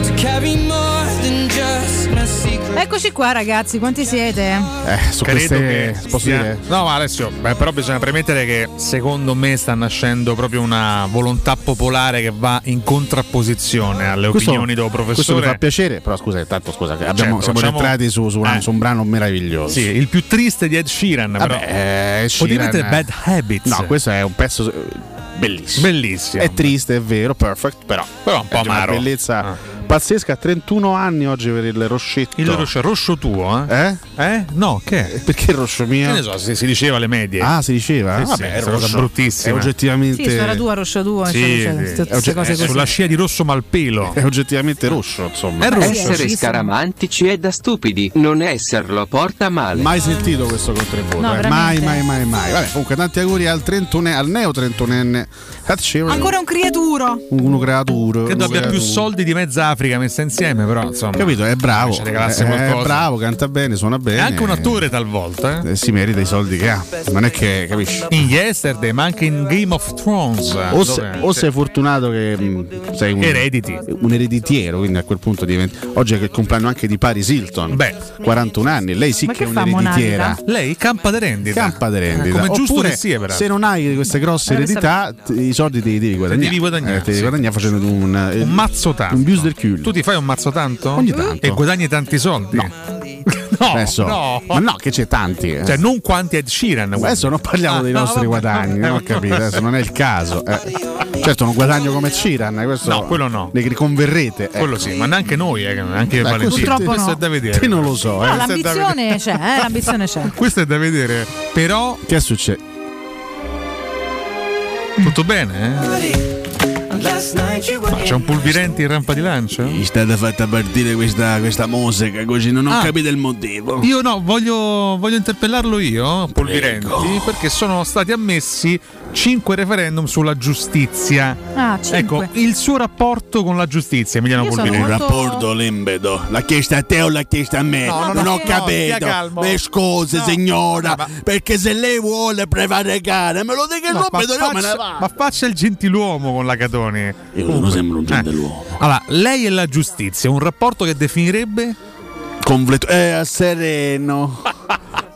[SPEAKER 8] To carry more than just my secret.
[SPEAKER 11] Eccoci qua ragazzi, quanti siete?
[SPEAKER 17] Eh, su
[SPEAKER 19] Credo
[SPEAKER 17] queste,
[SPEAKER 19] che
[SPEAKER 17] posso
[SPEAKER 19] sia-
[SPEAKER 17] dire?
[SPEAKER 19] No, ma Alessio, beh, però bisogna premettere che secondo me sta nascendo proprio una volontà popolare che va in contrapposizione alle
[SPEAKER 17] Questo-
[SPEAKER 19] opinioni del
[SPEAKER 17] Questo mi fa
[SPEAKER 19] professore.
[SPEAKER 17] piacere, però scusa, tanto scusa, che abbiamo-
[SPEAKER 19] Certo,
[SPEAKER 17] siamo
[SPEAKER 19] facciamo-
[SPEAKER 17] rientrati su, su una-
[SPEAKER 19] Eh.
[SPEAKER 17] su un brano meraviglioso.
[SPEAKER 19] Sì, il più triste di Ed Sheeran,
[SPEAKER 17] Vabbè,
[SPEAKER 19] però.
[SPEAKER 17] eh,
[SPEAKER 19] Potevi
[SPEAKER 17] Sheeran-
[SPEAKER 19] mettere Bad Habits.
[SPEAKER 17] No, questo è un pezzo eh, bellissimo.
[SPEAKER 19] Bellissimo.
[SPEAKER 17] È triste, è vero, perfect, però,
[SPEAKER 19] Però un po'
[SPEAKER 17] è di una
[SPEAKER 19] amaro. Ah.
[SPEAKER 17] bellezza pazzesca, 31 anni oggi per il Roscetto.
[SPEAKER 19] Il roscio, roscio tuo, eh?
[SPEAKER 17] Eh?
[SPEAKER 19] No, che?
[SPEAKER 17] Perché il roscio mio?
[SPEAKER 19] Che ne so, si, si diceva alle medie.
[SPEAKER 17] Ah, si diceva?
[SPEAKER 19] Sì,
[SPEAKER 17] Ah,
[SPEAKER 19] sì,
[SPEAKER 17] Vabbè,
[SPEAKER 19] questa
[SPEAKER 17] è
[SPEAKER 19] cosa
[SPEAKER 17] roscio.
[SPEAKER 19] bruttissima.
[SPEAKER 17] È oggettivamente
[SPEAKER 11] Sì, sono tua, Roscio 2,
[SPEAKER 19] Sì, sì. È ogge- è sulla scia di rosso malpelo.
[SPEAKER 17] È oggettivamente roscio, insomma.
[SPEAKER 11] Eh,
[SPEAKER 5] Essere scaramantici è da stupidi, non esserlo porta male.
[SPEAKER 17] Mai sentito questo contributo,
[SPEAKER 11] No,
[SPEAKER 17] eh. mai,
[SPEAKER 11] veramente.
[SPEAKER 17] mai, mai, mai. Vabbè, comunque, tanti auguri al, 31 al neo 31enne Ed Sheeran.
[SPEAKER 11] Ancora un criaturo.
[SPEAKER 17] uno creatore.
[SPEAKER 19] Credo
[SPEAKER 17] uno
[SPEAKER 19] abbia più
[SPEAKER 17] creatore.
[SPEAKER 19] soldi di mezza Africa messa insieme, però insomma.
[SPEAKER 17] Capito? È bravo.
[SPEAKER 19] Ci regalasse
[SPEAKER 17] È- È
[SPEAKER 19] qualcosa.
[SPEAKER 17] bravo, canta bene, suona bene.
[SPEAKER 19] È anche un attore talvolta.
[SPEAKER 17] Eh, si merita i soldi che ha. Non è che, capisci?
[SPEAKER 19] In Yesterday, ma anche in Game of Thrones.
[SPEAKER 17] O, se-
[SPEAKER 19] dove-
[SPEAKER 17] o sei fortunato che mh, sei un,
[SPEAKER 19] Erediti.
[SPEAKER 17] un ereditiero, quindi a quel punto diventi. Oggi è il compleanno anche di Paris Hilton,
[SPEAKER 19] Beh.
[SPEAKER 17] 41 anni, lei sì
[SPEAKER 19] Ma
[SPEAKER 17] che,
[SPEAKER 19] che
[SPEAKER 17] è
[SPEAKER 19] fa,
[SPEAKER 17] un'ereditiera.
[SPEAKER 19] monarca? Lei campa di rendita. Eh,
[SPEAKER 17] Campa di rendita.
[SPEAKER 19] Come giusto
[SPEAKER 17] Oppure,
[SPEAKER 19] che sia, peraltro.
[SPEAKER 17] se non hai queste grosse
[SPEAKER 19] Eh,
[SPEAKER 17] eredità, t- i soldi te li devi guadagnare.
[SPEAKER 19] devi guadagnare,
[SPEAKER 17] Eh, te li
[SPEAKER 19] sì.
[SPEAKER 17] guadagnare facendo un,
[SPEAKER 19] Un mazzo tanto.
[SPEAKER 17] Un bius del culo.
[SPEAKER 19] Tu ti fai un mazzo tanto?
[SPEAKER 17] Ogni tanto.
[SPEAKER 19] E guadagni tanti soldi? No. no,
[SPEAKER 17] Adesso-
[SPEAKER 19] no.
[SPEAKER 17] Ma no, che c'è tanti. eh.
[SPEAKER 19] Cioè, non quanti Ed Sheeran.
[SPEAKER 17] Adesso non parliamo
[SPEAKER 19] Ah,
[SPEAKER 17] dei
[SPEAKER 19] no,
[SPEAKER 17] nostri
[SPEAKER 19] vabbè.
[SPEAKER 17] guadagni, non ho capito, adesso non è il caso. eh. Certo, non guadagno come Ciran, eh, questo
[SPEAKER 19] No, quello no.
[SPEAKER 17] ne converrete.
[SPEAKER 19] Quello sì, ma neanche noi, eh, anche
[SPEAKER 17] Eh. Beh,
[SPEAKER 19] Valentino.
[SPEAKER 17] questo-
[SPEAKER 19] Questo,
[SPEAKER 17] Purtroppo
[SPEAKER 19] è
[SPEAKER 17] no.
[SPEAKER 19] da vedere.
[SPEAKER 17] Te non lo so, eh.
[SPEAKER 11] No, l'ambizione c'è, eh, l'ambizione c'è.
[SPEAKER 19] Questo è da vedere. Però
[SPEAKER 17] Che succede?
[SPEAKER 19] tutto bene, eh?
[SPEAKER 8] Last night you
[SPEAKER 17] Eh.
[SPEAKER 8] were
[SPEAKER 19] Ma c'è un pulvirente in rampa di lancio?
[SPEAKER 17] Mi è stata fatta partire questa, questa musica così non
[SPEAKER 19] ho
[SPEAKER 17] capito il motivo.
[SPEAKER 19] Ah. Io no, voglio, voglio interpellarlo io, Polvirenti, perché sono stati ammessi 5 referendum sulla giustizia.
[SPEAKER 11] Ah, cinque.
[SPEAKER 19] Ecco, il suo rapporto con la giustizia, Emiliano
[SPEAKER 11] Io sono
[SPEAKER 19] Polvirenti.
[SPEAKER 11] molto- Un rapporto
[SPEAKER 17] limbedo. L'ha chiesto a te o l'ha chiesto a me?
[SPEAKER 19] No, no,
[SPEAKER 17] non
[SPEAKER 19] no,
[SPEAKER 17] ho
[SPEAKER 19] no, stia
[SPEAKER 17] capito.
[SPEAKER 19] calmo.
[SPEAKER 17] Mi scusi,
[SPEAKER 19] No.
[SPEAKER 17] signora,
[SPEAKER 19] No, ma-
[SPEAKER 17] perché se lei vuole prevaricare, me lo dica il
[SPEAKER 19] No, ma,
[SPEAKER 17] limbedo, io me ne
[SPEAKER 19] faccia,
[SPEAKER 17] vado.
[SPEAKER 19] ma faccia il gentiluomo con la Catone. Io non sembro un gentiluomo. Allora, lei e la giustizia, un rapporto che definirebbe?
[SPEAKER 17] Completo. Eh, sereno.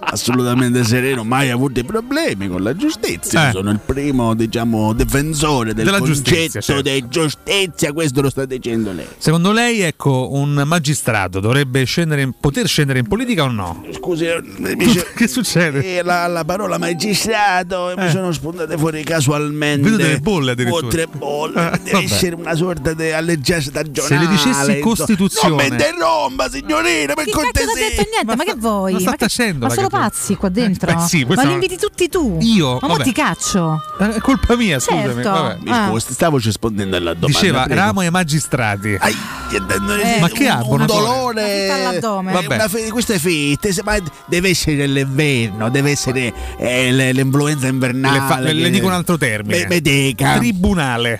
[SPEAKER 17] Assolutamente sereno, mai avuto problemi con la giustizia.
[SPEAKER 19] Eh.
[SPEAKER 17] Sono il primo, diciamo, difensore del
[SPEAKER 19] Della
[SPEAKER 17] concetto
[SPEAKER 19] giustizia, certo.
[SPEAKER 17] di giustizia. Questo lo sta dicendo lei.
[SPEAKER 19] Secondo lei, ecco, un magistrato dovrebbe scendere in- poter scendere in politica o no?
[SPEAKER 17] Scusi, eh, mi dice-
[SPEAKER 19] che succede? Eh.
[SPEAKER 17] eh, la, la parola magistrato eh, mi sono spuntate fuori casualmente.
[SPEAKER 19] Vedo delle bolle
[SPEAKER 17] O
[SPEAKER 19] addirittura.
[SPEAKER 17] tre bolle.
[SPEAKER 19] Eh,
[SPEAKER 17] Deve
[SPEAKER 19] vabbè.
[SPEAKER 17] essere una sorta di alleggia stagionale.
[SPEAKER 19] Se le dicessi
[SPEAKER 17] insomma.
[SPEAKER 19] Costituzione.
[SPEAKER 17] Non mi interrompa, signorina, per
[SPEAKER 11] Che cacchio non ha
[SPEAKER 17] cortesia.
[SPEAKER 11] detto niente, ma che vuoi?
[SPEAKER 19] ma sta
[SPEAKER 11] che-
[SPEAKER 19] facendo
[SPEAKER 11] ma
[SPEAKER 19] la
[SPEAKER 11] sono
[SPEAKER 19] catena?
[SPEAKER 11] pazzi qua dentro.
[SPEAKER 19] Eh, sì,
[SPEAKER 11] ma
[SPEAKER 19] questa-
[SPEAKER 11] li inviti tutti tu.
[SPEAKER 19] Io?
[SPEAKER 11] Ma mo
[SPEAKER 19] Vabbè.
[SPEAKER 11] ti caccio.
[SPEAKER 19] Eh, È colpa mia, scusami.
[SPEAKER 11] Certo.
[SPEAKER 19] vabbè.
[SPEAKER 11] Mi Ah. scusi,
[SPEAKER 17] stavo rispondendo alla domanda.
[SPEAKER 19] Diceva Ramo ai magistrati. Ma che
[SPEAKER 17] un, un
[SPEAKER 19] abbono?
[SPEAKER 17] dolore,
[SPEAKER 11] Ma si fa l'addome.
[SPEAKER 17] eh, una fe- queste fette, se- ma deve essere l'inverno, deve essere eh, le- l'influenza invernale.
[SPEAKER 19] Le, fa- le- le
[SPEAKER 17] che-
[SPEAKER 19] dico un altro termine.
[SPEAKER 17] Me- me dica.
[SPEAKER 19] Tribunale.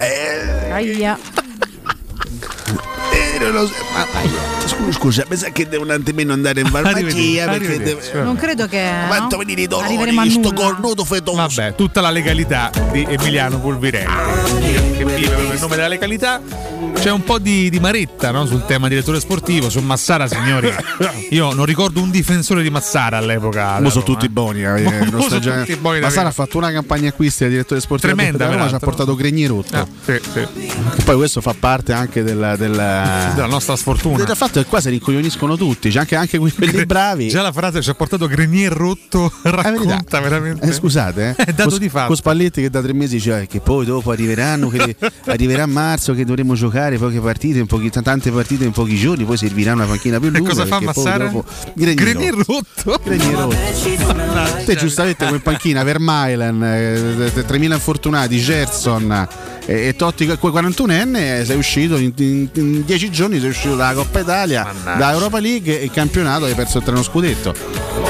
[SPEAKER 11] Aia.
[SPEAKER 17] Eh, non lo so, ma- scusa, scusa, mi sa che devo un attimino andare in farmacia perché
[SPEAKER 19] arrivederci,
[SPEAKER 17] deve-
[SPEAKER 19] vabbè.
[SPEAKER 11] Non credo che.
[SPEAKER 17] Quanto
[SPEAKER 11] no?
[SPEAKER 17] venire i dolori,
[SPEAKER 11] Certo. Arriveremo a
[SPEAKER 17] sto
[SPEAKER 11] nulla.
[SPEAKER 17] cornuto fetoso.
[SPEAKER 19] Vabbè, tutta la legalità di Emiliano Pulvirelli. Che vive proprio il nome della legalità. C'è un po' di, di maretta no, sul tema direttore sportivo, su Massara, signori. Io non ricordo un difensore di Massara all'epoca.
[SPEAKER 17] Mo
[SPEAKER 19] da
[SPEAKER 17] sono
[SPEAKER 19] Roma,
[SPEAKER 17] tutti
[SPEAKER 19] eh.
[SPEAKER 17] buoni,
[SPEAKER 19] Mo-
[SPEAKER 17] eh, non
[SPEAKER 19] mo
[SPEAKER 17] sto
[SPEAKER 19] sono
[SPEAKER 17] già-
[SPEAKER 19] tutti buoni da
[SPEAKER 17] Massara ha
[SPEAKER 19] vedere.
[SPEAKER 17] fatto una campagna acquisti da direttore sportivo
[SPEAKER 19] Tremenda,
[SPEAKER 17] della Roma, ci ha
[SPEAKER 19] peraltro.
[SPEAKER 17] portato Gregni rotto.
[SPEAKER 19] Ah, sì, sì.
[SPEAKER 17] Poi questo fa parte anche della, della...
[SPEAKER 19] Della nostra sfortuna.
[SPEAKER 17] del fatto che qua si rincoglioniscono tutti, c'è anche, anche quelli bravi.
[SPEAKER 19] Già la frase ci ha portato Grenier rotto racconta veramente.
[SPEAKER 17] Eh, scusate, eh.
[SPEAKER 19] È dato
[SPEAKER 17] Cos-
[SPEAKER 19] di fatto.
[SPEAKER 17] Con Spalletti che da tre mesi dice "Ah, che poi dopo arriveranno, che arriverà a marzo, che dovremo giocare poche partite, in pochi- tante partite in pochi giorni, poi servirà una panchina più
[SPEAKER 19] E
[SPEAKER 17] lunga.
[SPEAKER 19] cosa fa
[SPEAKER 17] perché poi
[SPEAKER 19] Massara?
[SPEAKER 17] dopo- Grenier
[SPEAKER 19] Grenier rotto.
[SPEAKER 17] Te giustamente come panchina Vermeulen, eh, t- 3.000 infortunati, Gerson eh, e Totti, quel 41enne eh, sei uscito in, in- in 10 giorni, sei uscito dalla Coppa Italia, da Europa League e campionato hai perso il treno scudetto.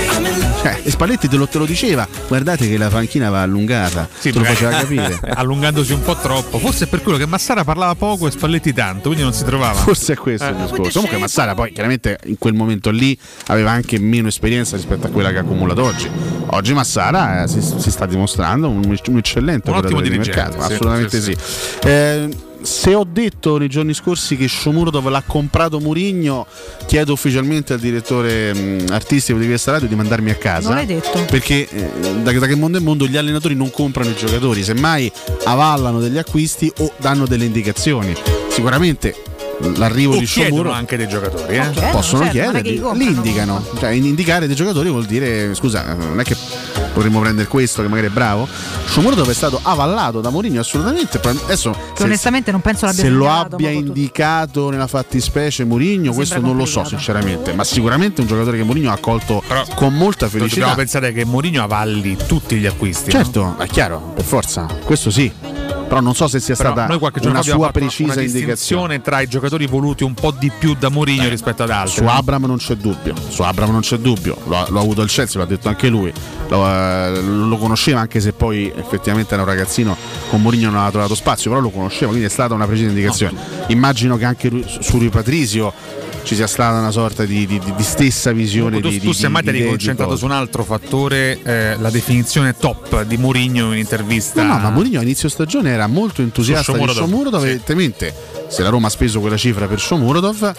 [SPEAKER 17] Cioè, e Spalletti te lo, te lo diceva, guardate che la panchina va allungata, te lo
[SPEAKER 19] magari-
[SPEAKER 17] faceva capire.
[SPEAKER 19] Allungandosi un po' troppo. Forse è per quello che Massara parlava poco e Spalletti tanto, quindi non si trovava.
[SPEAKER 17] Forse è
[SPEAKER 19] Eh.
[SPEAKER 17] questo
[SPEAKER 11] Eh.
[SPEAKER 17] il discorso. Comunque Massara poi chiaramente in quel momento lì aveva anche meno esperienza rispetto a quella che ha accumulato oggi. Oggi Massara eh, si, si sta dimostrando un, un eccellente
[SPEAKER 19] Un ottimo
[SPEAKER 17] operatore di
[SPEAKER 19] dirigente,
[SPEAKER 17] mercato,
[SPEAKER 19] sì,
[SPEAKER 17] assolutamente
[SPEAKER 19] sì,
[SPEAKER 17] sì. Eh, se ho detto nei giorni scorsi che Shomurdov l'ha comprato Murigno, chiedo ufficialmente al direttore mh, artistico di questa radio di mandarmi a casa.
[SPEAKER 11] Non l'hai detto.
[SPEAKER 17] Perché eh, da, da che mondo è mondo gli allenatori non comprano i giocatori, semmai avallano degli acquisti o danno delle indicazioni. Sicuramente mm, l'arrivo
[SPEAKER 19] O
[SPEAKER 17] di
[SPEAKER 19] chiedono
[SPEAKER 17] Shomuro
[SPEAKER 19] anche dei giocatori, eh.
[SPEAKER 17] No,
[SPEAKER 19] Chiedono,
[SPEAKER 17] possono
[SPEAKER 19] certo, non è che li
[SPEAKER 17] chiederli,
[SPEAKER 19] comprano.
[SPEAKER 17] li indicano. Cioè, in- indicare dei giocatori vuol dire scusa, non è che potremmo prendere questo che magari è bravo. Shomurdov è stato avallato da Mourinho assolutamente. Pro- Adesso
[SPEAKER 11] Che
[SPEAKER 17] se-
[SPEAKER 11] onestamente non penso l'abbia
[SPEAKER 17] se lo
[SPEAKER 11] segnalato,
[SPEAKER 17] abbia
[SPEAKER 11] ma con tutto.
[SPEAKER 17] indicato nella fattispecie Mourinho, questo non lo so sinceramente, ma sicuramente è un giocatore che Mourinho ha accolto con molta felicità.
[SPEAKER 19] Dobbiamo pensare che Mourinho avalli tutti gli acquisti. no?
[SPEAKER 17] Certo, è chiaro, per forza, questo sì. Però non so se sia
[SPEAKER 19] Però
[SPEAKER 17] stata
[SPEAKER 19] noi qualche giorno
[SPEAKER 17] una
[SPEAKER 19] abbiamo
[SPEAKER 17] sua
[SPEAKER 19] fatto una-
[SPEAKER 17] precisa
[SPEAKER 19] una
[SPEAKER 17] indicazione.
[SPEAKER 19] distinzione tra i giocatori voluti un po' di più da Mourinho rispetto ad altri.
[SPEAKER 17] Su Abram non c'è dubbio, su Abram non c'è dubbio, lo, lo ha avuto il Chelsea, l'ha detto anche lui, lo, eh, lo conosceva anche se poi effettivamente era un ragazzino con Mourinho non aveva trovato spazio, però lo conosceva, quindi è stata una precisa indicazione. Immagino che anche lui- su Rui Patrizio ci sia stata una sorta di, di- di- di stessa visione
[SPEAKER 19] tu,
[SPEAKER 17] di,
[SPEAKER 19] tu
[SPEAKER 17] di,
[SPEAKER 19] semmai
[SPEAKER 17] di-
[SPEAKER 19] ti
[SPEAKER 17] di
[SPEAKER 19] eri
[SPEAKER 17] idee, di
[SPEAKER 19] concentrato
[SPEAKER 17] cose.
[SPEAKER 19] su un altro fattore, eh, la definizione top di Mourinho in intervista.
[SPEAKER 17] No, no, ma Mourinho a inizio stagione era molto entusiasta di
[SPEAKER 19] Shomurodov.
[SPEAKER 17] Shomurodov, evidentemente se la Roma ha speso quella cifra per Shomurodov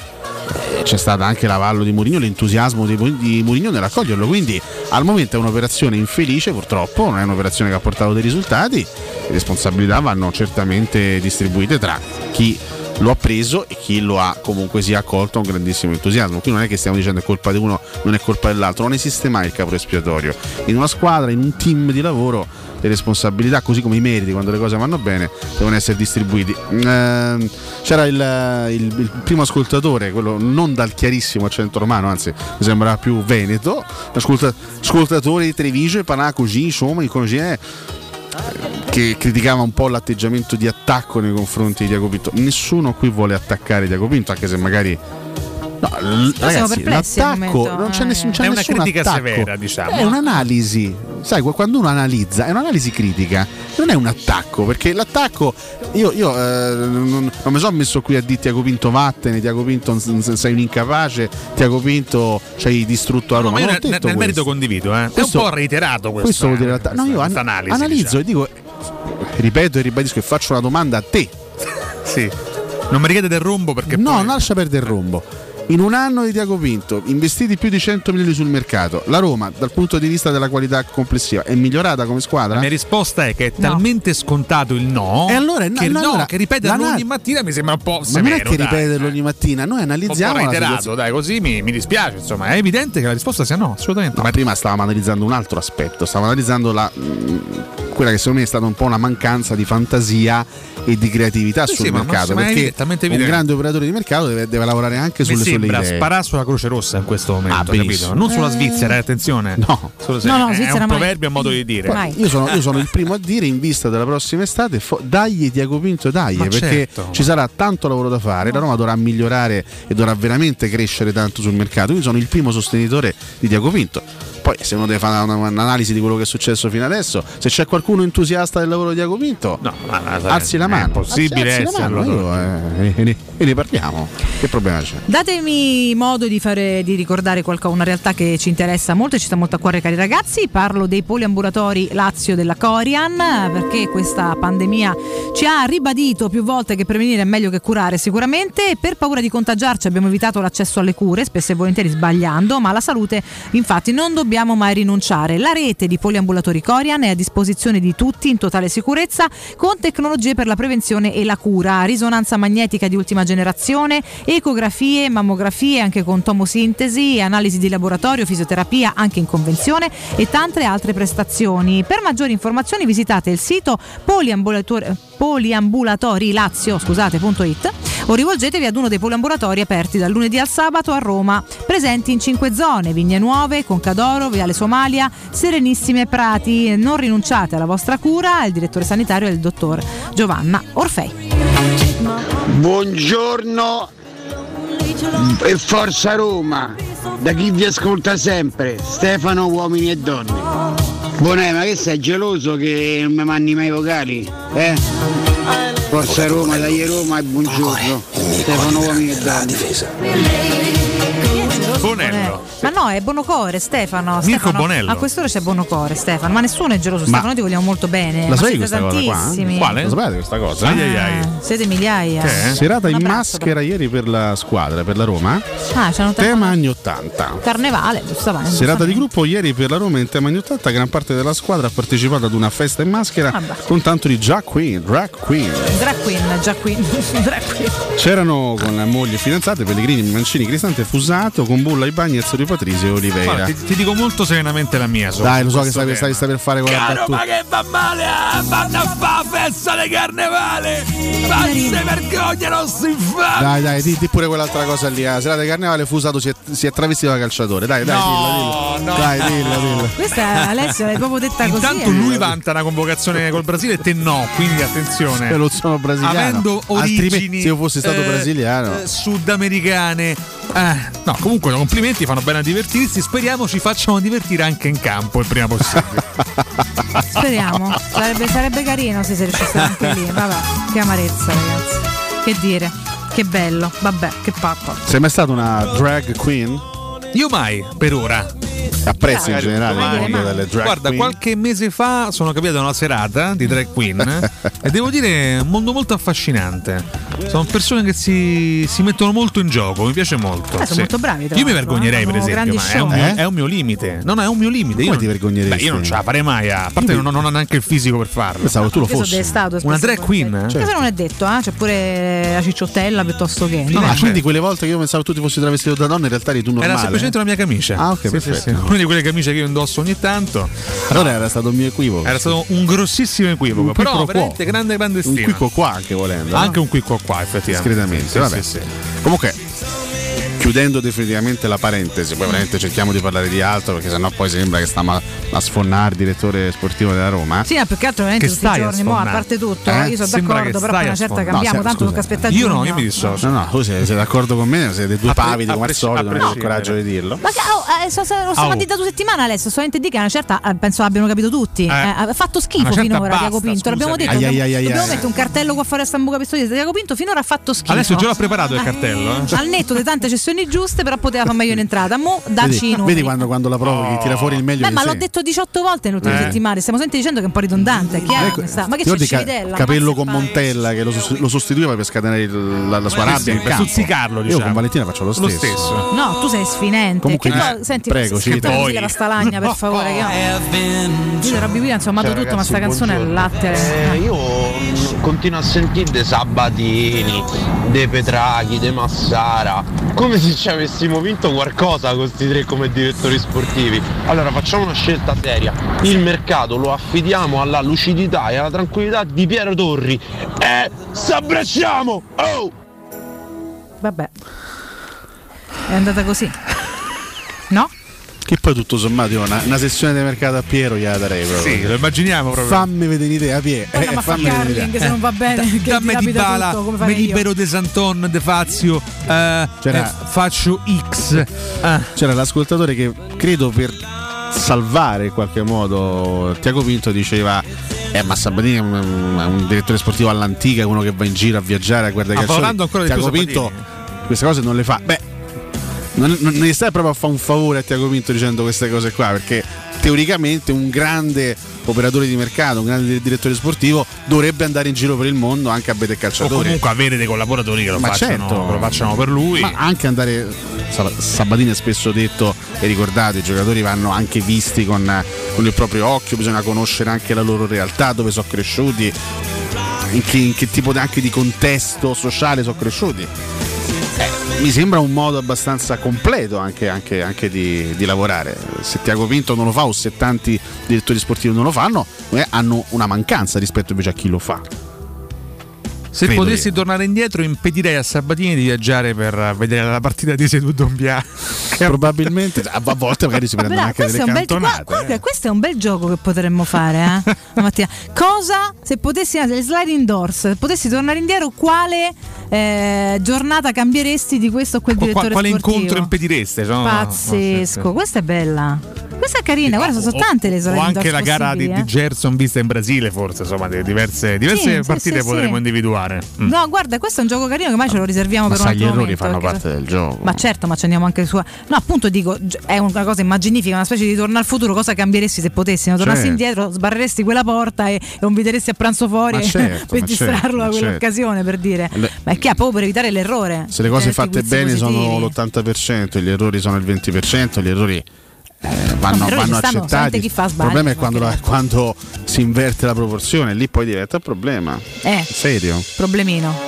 [SPEAKER 17] eh, c'è stato anche l'avallo di Mourinho, l'entusiasmo di, di Mourinho nell'accoglierlo, quindi al momento è un'operazione infelice purtroppo, non è un'operazione che ha portato dei risultati, le responsabilità vanno certamente distribuite tra chi lo ha preso e chi lo ha comunque si è accolto con grandissimo entusiasmo. Qui non è che stiamo dicendo è colpa di uno, non è colpa dell'altro, non esiste mai il capo espiatorio. In una squadra, in un team di lavoro, le responsabilità, così come i meriti quando le cose vanno bene, devono essere distribuiti. Ehm, c'era il, il- il primo ascoltatore, quello non dal chiarissimo accento romano, anzi mi sembrava più veneto, ascolta- ascoltatore di Treviso e Panà così, insomma, di così è che criticava un po' l'atteggiamento di attacco nei confronti di Diago Pinto. Nessuno qui vuole attaccare Diago Pinto, anche se magari. No, l- ragazzi,
[SPEAKER 19] perplessi al
[SPEAKER 17] l'attacco
[SPEAKER 19] momento,
[SPEAKER 17] non c'è
[SPEAKER 19] eh.
[SPEAKER 17] nessun c'è
[SPEAKER 19] È una
[SPEAKER 17] nessun
[SPEAKER 19] critica
[SPEAKER 17] attacco.
[SPEAKER 19] severa, diciamo.
[SPEAKER 17] È un'analisi. Sai, qu- quando uno analizza, è un'analisi critica, non è un attacco, perché l'attacco. Io, io, eh, non, non mi sono messo qui a dire Tiago Pinto vattene, Tiago Pinto s- s- sei un incapace, Tiago Pinto ci hai distrutto a
[SPEAKER 19] No,
[SPEAKER 17] Roma.
[SPEAKER 19] ma io
[SPEAKER 17] Non ho
[SPEAKER 19] ne-
[SPEAKER 17] detto
[SPEAKER 19] nel, nel
[SPEAKER 17] questo.
[SPEAKER 19] merito condivido, eh.
[SPEAKER 17] Questo-
[SPEAKER 19] è un po' reiterato questo. eh.
[SPEAKER 17] Questo vuol dire l'attacco. No, io an-
[SPEAKER 19] analisi, diciamo.
[SPEAKER 17] analizzo e dico, ripeto e ribadisco e faccio una domanda a te.
[SPEAKER 19] sì. Non mi richiede del rombo perché
[SPEAKER 17] No, non lascia perdere il rombo. In un anno di Tiago Pinto, investiti più di 100 milioni sul mercato, la Roma, dal punto di vista della qualità complessiva, è migliorata come squadra?
[SPEAKER 19] La mia risposta è che è talmente scontato il no.
[SPEAKER 17] E allora è no-
[SPEAKER 19] che
[SPEAKER 17] no,
[SPEAKER 19] no,
[SPEAKER 17] allora,
[SPEAKER 19] che ripeterlo
[SPEAKER 17] l'anal-
[SPEAKER 19] ogni mattina mi sembra un po'
[SPEAKER 17] Ma non
[SPEAKER 19] severo.
[SPEAKER 17] è che
[SPEAKER 19] dai.
[SPEAKER 17] ripeterlo ogni mattina, noi
[SPEAKER 19] un po'
[SPEAKER 17] analizziamo la
[SPEAKER 19] reiterato,
[SPEAKER 17] situazione.
[SPEAKER 19] dai, così mi, mi dispiace. Insomma, eh. è evidente che la risposta sia no, assolutamente.
[SPEAKER 17] No, ma prima stavamo analizzando un altro aspetto, stavamo analizzando la, mh, quella che secondo me è stata un po' una mancanza di fantasia e di creatività
[SPEAKER 19] Sì,
[SPEAKER 17] sul
[SPEAKER 19] sì, ma-
[SPEAKER 17] mercato,
[SPEAKER 19] ma è
[SPEAKER 17] perché
[SPEAKER 19] evidente, talmente
[SPEAKER 17] un
[SPEAKER 19] evidente.
[SPEAKER 17] grande operatore di mercato deve, deve lavorare anche
[SPEAKER 19] Mi
[SPEAKER 17] sulle sue
[SPEAKER 19] sembra
[SPEAKER 17] idee.
[SPEAKER 19] sparare sulla Croce Rossa in questo momento,
[SPEAKER 17] benissimo.
[SPEAKER 19] capito? Non sulla
[SPEAKER 17] Eh.
[SPEAKER 19] Svizzera, eh, attenzione.
[SPEAKER 17] No,
[SPEAKER 19] Solo se-
[SPEAKER 17] No, no,
[SPEAKER 19] è
[SPEAKER 17] Svizzera
[SPEAKER 19] un
[SPEAKER 17] mai.
[SPEAKER 19] proverbio, è un modo di dire.
[SPEAKER 17] Poi Io sono, io sono il primo a dire in vista della prossima estate, fo- dagli Tiago Pinto, dagli,
[SPEAKER 19] Ma
[SPEAKER 17] perché
[SPEAKER 19] certo.
[SPEAKER 17] ci sarà tanto lavoro da fare, la Roma dovrà migliorare e dovrà veramente crescere tanto sul mercato. Io sono il primo sostenitore di Tiago Pinto. Poi se uno deve fare una- un'analisi di quello che è successo fino adesso, se c'è qualcuno entusiasta del lavoro di Tiago Pinto, alzi la
[SPEAKER 19] è
[SPEAKER 17] mano.
[SPEAKER 19] impossibile
[SPEAKER 17] alzi, alzi la mano,
[SPEAKER 19] esserlo.
[SPEAKER 17] io, eh, e, ne, e ne parliamo. Che problema c'è?
[SPEAKER 11] Eh, Datemi modo di, fare, di ricordare qualcosa, una realtà che ci interessa molto e ci sta molto a cuore, cari ragazzi. Parlo dei poliambulatori Lazio della Corian, perché questa pandemia ci ha ribadito più volte che prevenire è meglio che curare sicuramente. Per paura di contagiarci abbiamo evitato l'accesso alle cure, spesso e volentieri sbagliando, ma alla salute infatti non dobbiamo mai rinunciare. La rete di poliambulatori Corian è a disposizione di tutti in totale sicurezza con tecnologie per la prevenzione e la cura, risonanza magnetica di ultima generazione, ecografie, mammografie anche con tomosintesi, analisi di laboratorio, fisioterapia anche in convenzione e tante altre prestazioni. Per maggiori informazioni visitate il sito poliambulator- poliambulatorilazio, scusate.it o rivolgetevi ad uno dei poliambulatori aperti dal lunedì al sabato a Roma, presenti in cinque zone, Vigne Nuove, Concadoro, Viale Somalia, Serenissime e Prati. Non rinunciate alla vostra cura, il direttore sanitario è il dottor Giovanna Orfei.
[SPEAKER 5] Buongiorno e forza Roma, da chi vi ascolta sempre, Stefano Uomini e Donne. Bonè, ma che sei geloso che non mi mandi mai i vocali? Eh? Forza Roma, dai Roma e buongiorno. Stefano Uomini e Donne.
[SPEAKER 19] Bonello.
[SPEAKER 11] Ma no, è Bonocore, Stefano.
[SPEAKER 19] Mirko
[SPEAKER 11] Stefano,
[SPEAKER 19] Bonello.
[SPEAKER 11] A quest'ora c'è Bonocore, Stefano. Ma nessuno è geloso,
[SPEAKER 17] Ma-
[SPEAKER 11] Stefano. Noi ti vogliamo molto bene.
[SPEAKER 17] La
[SPEAKER 11] ma
[SPEAKER 17] sai
[SPEAKER 11] siete
[SPEAKER 17] questa cosa qua?
[SPEAKER 11] tantissimi.
[SPEAKER 17] La sapete questa cosa? Ah.
[SPEAKER 11] Ai, ai, ai. Siete migliaia.
[SPEAKER 17] Serata in
[SPEAKER 11] Un abbraccio,
[SPEAKER 17] maschera ieri per la squadra, per la Roma.
[SPEAKER 11] però. Ah, c'hanno tanto-
[SPEAKER 17] Tema anni 80.
[SPEAKER 11] Carnevale, giustamente.
[SPEAKER 17] Serata di gruppo ieri per la Roma in tema anni 80, gran parte della squadra ha partecipato ad una festa in maschera
[SPEAKER 11] Ah, beh.
[SPEAKER 17] con tanto di drag queen, drag queen.
[SPEAKER 11] Drag Queen, già qui. Drag Queen.
[SPEAKER 17] C'erano con mogli e fidanzate Pellegrini, Mancini, Cristante, Fusato, con Bulla, Ibagnez, Di Patrizio e
[SPEAKER 19] Guarda,
[SPEAKER 17] Oliveira.
[SPEAKER 19] ti, ti dico molto serenamente la mia. su
[SPEAKER 17] Dai, lo so che
[SPEAKER 19] questo
[SPEAKER 17] stai, stai-
[SPEAKER 19] tema.
[SPEAKER 17] stai per fare quella
[SPEAKER 19] Caro,
[SPEAKER 17] battuta.
[SPEAKER 19] ma
[SPEAKER 8] che va male a vanno a fa festa di carnevale ma si vergogna non si fa
[SPEAKER 17] Dai, dai, di, di pure quell'altra cosa lì. La serata di carnevale Fusato si è, si è travestito da calciatore. Dai, dai, dillo, dillo. Dai, dillo, dillo.
[SPEAKER 11] Questa Alessio l'hai proprio detta così.
[SPEAKER 19] Eh, Intanto
[SPEAKER 11] eh.
[SPEAKER 19] lui vanta una convocazione col Brasile e te no, quindi attenzione.
[SPEAKER 17] Io non sono brasiliano.
[SPEAKER 19] Eh. Avendo
[SPEAKER 17] Altrimenti,
[SPEAKER 19] origini
[SPEAKER 17] se io fossi stato brasiliano.
[SPEAKER 19] eh, sudamericane. Eh, no, comunque no, complimenti, fanno bene a divertirsi. Speriamo ci facciano divertire anche in campo il prima possibile.
[SPEAKER 11] Speriamo. Sarebbe, sarebbe carino se si riuscisse anche lì. Vabbè, che amarezza, ragazzi. Che dire, che bello. Vabbè, che pappa.
[SPEAKER 17] Sei mai stato una drag queen?
[SPEAKER 19] Io mai, per ora.
[SPEAKER 17] Apprezzi in
[SPEAKER 19] Magari
[SPEAKER 17] generale il
[SPEAKER 19] domani.
[SPEAKER 17] mondo delle drag
[SPEAKER 19] Guarda,
[SPEAKER 17] queen.
[SPEAKER 19] qualche mese fa sono capitato a una serata di drag queen eh, e devo dire è un mondo molto affascinante. Sono persone che si, si mettono molto in gioco, mi piace molto.
[SPEAKER 11] Eh, sono molto bravi, tra
[SPEAKER 19] Io mi
[SPEAKER 11] l'altro,
[SPEAKER 19] vergognerei,
[SPEAKER 11] eh,
[SPEAKER 19] per
[SPEAKER 11] fanno
[SPEAKER 19] esempio, ma
[SPEAKER 11] grandi
[SPEAKER 19] è un,
[SPEAKER 11] show.
[SPEAKER 19] mio-
[SPEAKER 11] Eh?
[SPEAKER 19] è un mio limite. No, no, è un mio limite.
[SPEAKER 17] Come
[SPEAKER 19] io
[SPEAKER 17] ti
[SPEAKER 19] non-
[SPEAKER 17] vergogneresti?
[SPEAKER 19] Beh, io non ce la farei mai, a parte che non, non ho neanche il fisico per farlo.
[SPEAKER 17] Pensavo tu lo
[SPEAKER 11] Io so delle statue
[SPEAKER 19] Una
[SPEAKER 11] spesso
[SPEAKER 19] drag queen?
[SPEAKER 11] fatte.
[SPEAKER 19] eh?
[SPEAKER 11] Questo non è detto, eh? c'è pure la cicciottella piuttosto che.
[SPEAKER 17] No, no, quindi quelle volte che io pensavo tu ti fossi travestito da donna, in realtà eri tu normale.
[SPEAKER 19] Era semplicemente la mia camicia.
[SPEAKER 17] Ah, ok,
[SPEAKER 19] Sì, sì,
[SPEAKER 17] perfetto.
[SPEAKER 19] sì. Una di quelle camicie che io indosso ogni tanto.
[SPEAKER 17] Allora era stato un mio equivoco.
[SPEAKER 19] Era stato un grossissimo equivoco.
[SPEAKER 17] Un qui
[SPEAKER 19] però
[SPEAKER 17] pro quo.
[SPEAKER 19] veramente grande, grande
[SPEAKER 17] Un
[SPEAKER 19] stima.
[SPEAKER 17] quicco qua anche volendo. no?
[SPEAKER 19] Anche un quicco qua, effettivamente.
[SPEAKER 17] Discretamente,
[SPEAKER 19] Sì,
[SPEAKER 17] vabbè.
[SPEAKER 19] sì, sì.
[SPEAKER 17] Comunque, chiudendo definitivamente la parentesi, poi veramente cerchiamo di parlare di altro perché sennò poi sembra che stiamo a, a sfonnare il direttore sportivo della Roma.
[SPEAKER 11] Sì, ma più che altro veramente
[SPEAKER 17] Che
[SPEAKER 11] Eh, tutti i
[SPEAKER 17] stai a
[SPEAKER 11] giorni, mo, a
[SPEAKER 17] sfondare.
[SPEAKER 11] parte tutto,
[SPEAKER 17] Eh?
[SPEAKER 11] io sono
[SPEAKER 17] Sembra che
[SPEAKER 11] d'accordo, però
[SPEAKER 17] stai
[SPEAKER 11] poi
[SPEAKER 17] a
[SPEAKER 11] una certa
[SPEAKER 17] sfondare.
[SPEAKER 11] cambiamo,
[SPEAKER 17] No, sì,
[SPEAKER 11] tanto
[SPEAKER 17] scusa.
[SPEAKER 11] tocca aspettare
[SPEAKER 17] Io no,
[SPEAKER 11] giugno.
[SPEAKER 17] io mi No, no, tu sei, sei d'accordo con me, siete dei due pavidi come al solito, non avete il coraggio di dirlo.
[SPEAKER 11] Ma che, oh, eh, so- so- lo stiamo
[SPEAKER 17] Au.
[SPEAKER 11] a dita su settimana adesso, solamente di che è una certa, eh, penso abbiano capito tutti. Eh, ha fatto schifo
[SPEAKER 17] Una certa
[SPEAKER 11] finora
[SPEAKER 17] basta,
[SPEAKER 11] Diago Pinto, l'abbiamo detto,
[SPEAKER 17] scusami.
[SPEAKER 11] dobbiamo,
[SPEAKER 17] Ai, ai, ai,
[SPEAKER 11] dobbiamo
[SPEAKER 17] ai, ai.
[SPEAKER 11] mettere un cartello qua fuori a San Buca Pistoia. Diago Pinto finora ha fatto schifo.
[SPEAKER 19] Adesso già l'ha preparato il
[SPEAKER 11] Eh,
[SPEAKER 19] cartello. eh.
[SPEAKER 11] Al netto di tante cessioni giuste, però poteva far meglio in entrata. Mo dacci
[SPEAKER 17] Vedi,
[SPEAKER 11] i numeri.
[SPEAKER 17] vedi quando, quando la provochi, tira fuori il meglio
[SPEAKER 11] Beh,
[SPEAKER 17] di
[SPEAKER 11] ma
[SPEAKER 17] sé.
[SPEAKER 11] l'ho detto 18 volte nelle ultime
[SPEAKER 17] Eh.
[SPEAKER 11] settimane, stiamo sempre dicendo che è un po' ridondante, è chiaro.
[SPEAKER 17] Ecco,
[SPEAKER 11] che sta- ma che
[SPEAKER 17] ti
[SPEAKER 11] c'è il
[SPEAKER 17] ricordi Ca-
[SPEAKER 11] Civitella?
[SPEAKER 17] Capello con Montella che lo, sost- lo sostituiva per scatenare il- la, la sua
[SPEAKER 19] Sì,
[SPEAKER 17] rabbia
[SPEAKER 19] sì,
[SPEAKER 17] in
[SPEAKER 19] per
[SPEAKER 17] campo.
[SPEAKER 19] stuzzicarlo,
[SPEAKER 17] Io con
[SPEAKER 19] diciamo.
[SPEAKER 17] Valentina faccio lo stesso.
[SPEAKER 19] stesso.
[SPEAKER 11] No, tu sei sfinente.
[SPEAKER 17] Comunque,
[SPEAKER 11] che
[SPEAKER 17] eh,
[SPEAKER 11] poi- senti,
[SPEAKER 17] prego,
[SPEAKER 11] prego,
[SPEAKER 17] Civitella.
[SPEAKER 11] scattami
[SPEAKER 17] Poi.
[SPEAKER 11] la stalagna, per favore. Che... Io Robby Williams ho amato
[SPEAKER 3] Ciao,
[SPEAKER 11] tutto, ma sta
[SPEAKER 3] ragazzi,
[SPEAKER 11] canzone è il latte. Ah.
[SPEAKER 3] Eh, io mm, continuo a sentire De Sabatini, De Petrachi, De Massara, come se ci avessimo vinto qualcosa questi tre come direttori sportivi. Allora facciamo una scelta seria, il mercato lo affidiamo alla lucidità e alla tranquillità di Piero Torri e s'abbracciamo! Oh!
[SPEAKER 11] Vabbè. È andata così. No?
[SPEAKER 17] Che poi tutto sommato io una, una sessione di mercato a Piero gliela darei proprio.
[SPEAKER 19] Sì, lo immaginiamo proprio.
[SPEAKER 17] Fammi vedere un'idea, Piero.
[SPEAKER 11] Poi andiamo a fare curling, se non va bene. che ti
[SPEAKER 19] Eh, Dammi di
[SPEAKER 11] capita
[SPEAKER 19] bala,
[SPEAKER 11] tutto, come
[SPEAKER 19] mi
[SPEAKER 11] farei io.
[SPEAKER 19] libero De Santon, De Fazio, eh,
[SPEAKER 17] C'era-
[SPEAKER 19] eh, faccio X. Ah.
[SPEAKER 17] C'era l'ascoltatore che credo per salvare in qualche modo Tiago Pinto diceva eh ma Sabatini è un, è un direttore sportivo all'antica uno che va in giro a viaggiare a guardare
[SPEAKER 19] Ah,
[SPEAKER 17] calciatori.
[SPEAKER 19] parlando ancora di
[SPEAKER 17] Tiago
[SPEAKER 19] più
[SPEAKER 17] Pinto queste cose non le fa beh non, non- non gli stai proprio a fare un favore a Tiago Pinto dicendo queste cose qua perché teoricamente un grande operatore di mercato un grande direttore sportivo dovrebbe andare in giro per il mondo anche a vedere
[SPEAKER 19] O
[SPEAKER 17] calciatori
[SPEAKER 19] comunque avere dei collaboratori che lo,
[SPEAKER 17] ma
[SPEAKER 19] facciano,
[SPEAKER 17] certo.
[SPEAKER 19] che lo facciano per lui.
[SPEAKER 17] Ma anche andare. Sab- Sabatini ha spesso detto e ricordato: i giocatori vanno anche visti con, con il proprio occhio, bisogna conoscere anche la loro realtà, dove sono cresciuti, in che, in che tipo di- anche di contesto sociale sono cresciuti. Eh, mi sembra un modo abbastanza completo anche, anche- anche di, di lavorare. Se Tiago Pinto non lo fa o se tanti direttori sportivi non lo fanno, eh, hanno una mancanza rispetto invece a chi lo fa.
[SPEAKER 19] Se
[SPEAKER 17] Credo
[SPEAKER 19] potessi tornare indietro, impedirei a Sabatini di viaggiare per vedere la partita di Sedu Dombia.
[SPEAKER 17] Probabilmente, ah, a a volte magari si
[SPEAKER 11] Però questo, è un bel, gua- guarda, questo è un bel gioco che potremmo fare eh, la mattina. Cosa se potessi le sliding doors, se potessi tornare indietro, quale eh, giornata cambieresti di questo o quel
[SPEAKER 19] Qua-
[SPEAKER 11] direttore
[SPEAKER 19] quale
[SPEAKER 11] sportivo?
[SPEAKER 19] incontro impedireste? No, no, no, sì, sì.
[SPEAKER 11] Pazzesco, questa è bella. Questa è carina, guarda, sono
[SPEAKER 19] o-
[SPEAKER 11] tante le
[SPEAKER 19] o
[SPEAKER 11] sorelle
[SPEAKER 19] anche la
[SPEAKER 11] indoor
[SPEAKER 19] gara di,
[SPEAKER 11] possibili,
[SPEAKER 19] di Gerson vista in Brasile forse insomma di- diverse, diverse
[SPEAKER 11] eh? Sì, sì,
[SPEAKER 19] partite
[SPEAKER 11] sì, sì.
[SPEAKER 19] potremmo individuare Mm.
[SPEAKER 17] Mm.
[SPEAKER 11] eh. No, guarda, questo è un gioco carino che mai ce lo riserviamo per un altro momento, perché-
[SPEAKER 19] del gioco
[SPEAKER 11] Ma certo, ma ci andiamo anche su. No, appunto dico, gi- è una cosa immaginifica, una specie di tornare al futuro, cosa cambieresti se potessi? No? Tornassi
[SPEAKER 19] Certo.
[SPEAKER 11] indietro, sbarreresti quella porta e, e lo inviteresti a pranzo fuori
[SPEAKER 17] Ma
[SPEAKER 11] e-
[SPEAKER 17] certo,
[SPEAKER 11] per
[SPEAKER 17] ma
[SPEAKER 11] distrarlo
[SPEAKER 17] certo,
[SPEAKER 11] a
[SPEAKER 17] ma
[SPEAKER 11] quell'occasione per dire.
[SPEAKER 17] Le-
[SPEAKER 11] Ma è chiaro, proprio per evitare l'errore. Cioè,
[SPEAKER 17] Se le cose
[SPEAKER 11] Dare
[SPEAKER 17] fatte
[SPEAKER 11] tutti i
[SPEAKER 17] bene
[SPEAKER 11] guizzi
[SPEAKER 17] sono
[SPEAKER 11] Eh, positivi.
[SPEAKER 17] l'80%, gli errori sono il 20%, gli errori eh, vanno, vanno
[SPEAKER 11] errori ci stanno, solamente
[SPEAKER 17] accettati.
[SPEAKER 11] chi fa
[SPEAKER 17] il
[SPEAKER 11] sbagli,
[SPEAKER 17] problema è quando, la- quando si inverte la proporzione, lì poi diventa un problema.
[SPEAKER 11] Eh.
[SPEAKER 17] Serio?
[SPEAKER 11] Problemino.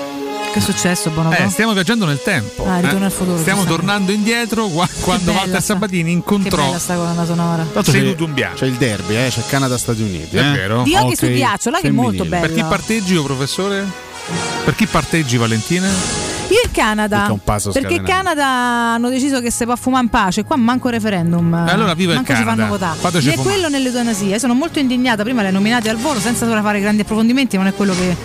[SPEAKER 11] Che è successo, Bonobo?
[SPEAKER 19] Eh, stiamo viaggiando nel tempo.
[SPEAKER 11] Ah, ritorno
[SPEAKER 19] eh.
[SPEAKER 11] al futuro,
[SPEAKER 19] Stiamo
[SPEAKER 11] giustamente.
[SPEAKER 19] tornando indietro qua- quando
[SPEAKER 11] bella
[SPEAKER 19] Walter
[SPEAKER 11] sta-
[SPEAKER 19] Sabatini
[SPEAKER 11] che
[SPEAKER 19] incontrò
[SPEAKER 11] bella sta colonna sonora.
[SPEAKER 19] Seduto un bianco.
[SPEAKER 17] C'è il derby, eh, c'è Canada-Stati Uniti.
[SPEAKER 19] È
[SPEAKER 17] eh.
[SPEAKER 19] vero.
[SPEAKER 11] Di hockey su ghiaccio, là che è molto
[SPEAKER 19] femminile. Per chi
[SPEAKER 11] bello.
[SPEAKER 19] parteggi, o professore? Per chi parteggi, Valentina? Eh,
[SPEAKER 11] Io il Canada.
[SPEAKER 19] Perché è un passo
[SPEAKER 11] Perché il
[SPEAKER 19] scatenato.
[SPEAKER 11] Canada hanno deciso che si può fumare in pace. Qua manco referendum.
[SPEAKER 19] allora viva il
[SPEAKER 11] manco
[SPEAKER 19] Canada.
[SPEAKER 11] ci fanno votare.
[SPEAKER 19] Fateci
[SPEAKER 11] né
[SPEAKER 19] fumare.
[SPEAKER 11] quello né l'eutanasia. Sono molto indignata. Prima le nominate al volo senza ora fare grandi approfondimenti. Non è quello che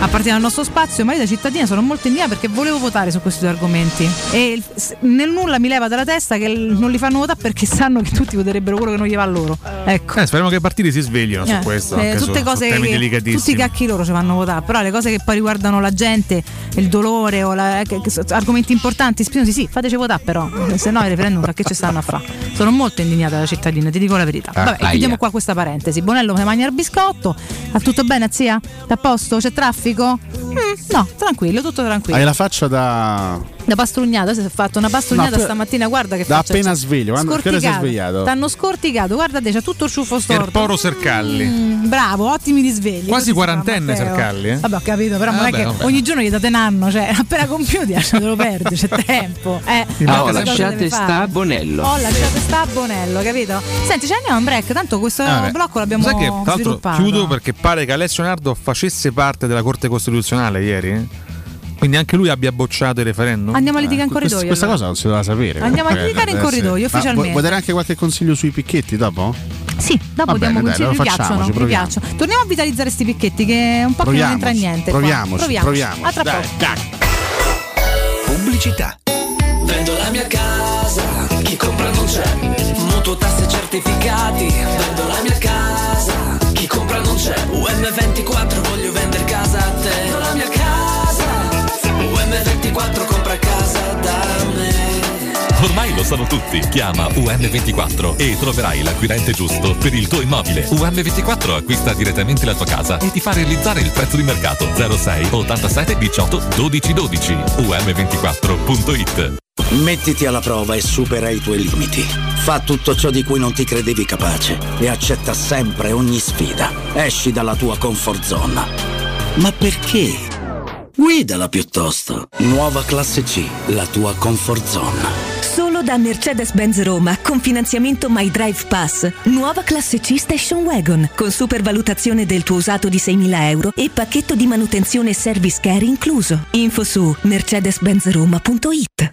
[SPEAKER 11] appartiene al nostro spazio. Ma io da cittadina sono molto indignata perché volevo votare su questi due argomenti. E il- s- nel nulla mi leva dalla testa che l- non li fanno votare perché sanno che tutti voterebbero quello che non gli va a loro. Ecco.
[SPEAKER 19] Eh, speriamo che i partiti si sveglino
[SPEAKER 11] Eh,
[SPEAKER 19] su questo.
[SPEAKER 11] eh,
[SPEAKER 19] anche su-
[SPEAKER 11] tutte
[SPEAKER 19] su,
[SPEAKER 11] cose
[SPEAKER 19] temi
[SPEAKER 11] che tutti i
[SPEAKER 19] delicatissimi.
[SPEAKER 11] cacchi loro ci fanno votare, però le cose che poi riguardano la gente, il dolore o la- eh, che- che so- argomenti importanti, spinosi, sì, fateci votare però, eh, se no il referendum sa che ci stanno a fare. Sono molto indignata da cittadina, ti dico la verità.
[SPEAKER 55] Ah,
[SPEAKER 11] Vabbè,
[SPEAKER 55] aia.
[SPEAKER 11] chiudiamo qua questa parentesi. Bonello come mangia il biscotto, va tutto bene zia? T'è A posto? C'è traffico? Mm, no, tranquillo, tutto
[SPEAKER 17] Hai
[SPEAKER 11] tranquillo.
[SPEAKER 17] la faccia da.
[SPEAKER 11] Da pastrugnata, si è fatto una pastrugnata
[SPEAKER 17] No, per-
[SPEAKER 11] stamattina, guarda che
[SPEAKER 17] da
[SPEAKER 11] faccia
[SPEAKER 17] appena
[SPEAKER 11] c'ha.
[SPEAKER 17] sveglio, quando- a che ora sei
[SPEAKER 11] Scorticato.
[SPEAKER 17] svegliato?
[SPEAKER 11] T'hanno scorticato, guarda te, c'ha tutto il ciuffo storto.
[SPEAKER 19] Erporo Sercalli.
[SPEAKER 11] Mm, bravo, ottimi risvegli.
[SPEAKER 19] Quasi
[SPEAKER 11] Così si fa,
[SPEAKER 19] quarantenne
[SPEAKER 11] Matteo.
[SPEAKER 19] Sercalli, eh?
[SPEAKER 11] Vabbè, ho capito, però
[SPEAKER 19] Ah,
[SPEAKER 11] non è
[SPEAKER 19] vabbè,
[SPEAKER 11] che
[SPEAKER 19] vabbè.
[SPEAKER 11] ogni giorno gli date un anno, cioè appena compiuti lascia te lo perdi, c'è tempo. Eh,
[SPEAKER 56] Ah, ho
[SPEAKER 11] cosa deve
[SPEAKER 56] lasciate
[SPEAKER 11] fare? Oh,
[SPEAKER 56] sta a Bonello.
[SPEAKER 11] Ho lasciato sta a Bonello, capito? Senti, ci andiamo a un break, tanto questo
[SPEAKER 19] Ah, beh.
[SPEAKER 11] blocco l'abbiamo
[SPEAKER 19] Sai che tra l'altro
[SPEAKER 11] sviluppato.
[SPEAKER 19] chiudo perché pare che Alessio Nardo facesse parte della Corte Costituzionale ieri. eh? Quindi anche lui abbia bocciato il referendum.
[SPEAKER 11] Andiamo a litigare in corridoio,
[SPEAKER 17] Ecco, Questa
[SPEAKER 11] allora.
[SPEAKER 17] cosa non si doveva sapere.
[SPEAKER 11] Andiamo a
[SPEAKER 17] comunque,
[SPEAKER 11] litigare in
[SPEAKER 17] deve essere-
[SPEAKER 11] corridoio,
[SPEAKER 17] Ma vu-
[SPEAKER 11] ufficialmente.
[SPEAKER 17] Vuoi dare anche qualche consiglio sui picchetti dopo?
[SPEAKER 11] Sì, dopo
[SPEAKER 17] Va
[SPEAKER 11] diamo
[SPEAKER 17] bene, dai,
[SPEAKER 11] consigli,
[SPEAKER 17] lo
[SPEAKER 11] mi
[SPEAKER 17] facciamo,
[SPEAKER 11] piacciono,
[SPEAKER 17] ci
[SPEAKER 11] mi
[SPEAKER 17] proviamo.
[SPEAKER 11] piacciono. Torniamo a vitalizzare sti picchetti che è un po' che non
[SPEAKER 17] Proviamoci,
[SPEAKER 11] entra niente. qua.
[SPEAKER 17] proviamoci, proviamoci,
[SPEAKER 11] A tra
[SPEAKER 17] dai,
[SPEAKER 11] poco.
[SPEAKER 8] Pubblicità. Vendo la mia casa, chi compra non c'è. Mutuo tasse e certificati. Vendo la mia casa, chi compra non c'è. UM24 voglio vendere casa a te. Vendo la mia casa. UM24 compra casa da me.
[SPEAKER 57] Ormai lo sanno tutti. Chiama UM24 e troverai l'acquirente giusto per il tuo immobile. UM24 acquista direttamente la tua casa e ti fa realizzare il prezzo di mercato 06 87 18 12 12. UM24.it
[SPEAKER 5] Mettiti alla prova e supera i tuoi limiti. Fa tutto ciò di cui non ti credevi capace e accetta sempre ogni sfida. Esci dalla tua comfort zone. Ma perché? Guidala piuttosto. Nuova classe C, la tua comfort zone.
[SPEAKER 35] Solo da Mercedes-Benz Roma con finanziamento My Drive Pass. Nuova classe C Station Wagon con supervalutazione del tuo usato di 6.000 euro e pacchetto di manutenzione e service care incluso. Info su mercedes-benzroma.it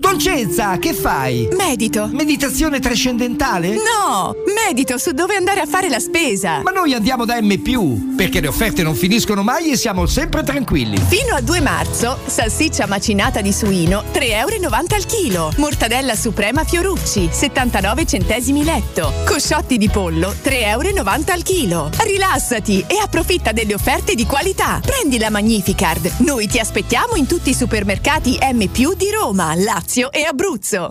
[SPEAKER 58] Dolcezza, che fai? Medito. Meditazione trascendentale?
[SPEAKER 16] No, medito su dove andare a fare la spesa.
[SPEAKER 58] Ma noi andiamo da M, perché le offerte non finiscono mai e siamo sempre tranquilli.
[SPEAKER 16] Fino a 2 marzo, salsiccia macinata di suino 3,90 euro al chilo. Mortadella suprema Fiorucci 79 centesimi letto. Cosciotti di pollo 3,90 euro al chilo. Rilassati e approfitta delle offerte di qualità. Prendi la Magnificard. Noi ti aspettiamo in tutti i supermercati M di Roma, Lazio e Abruzzo.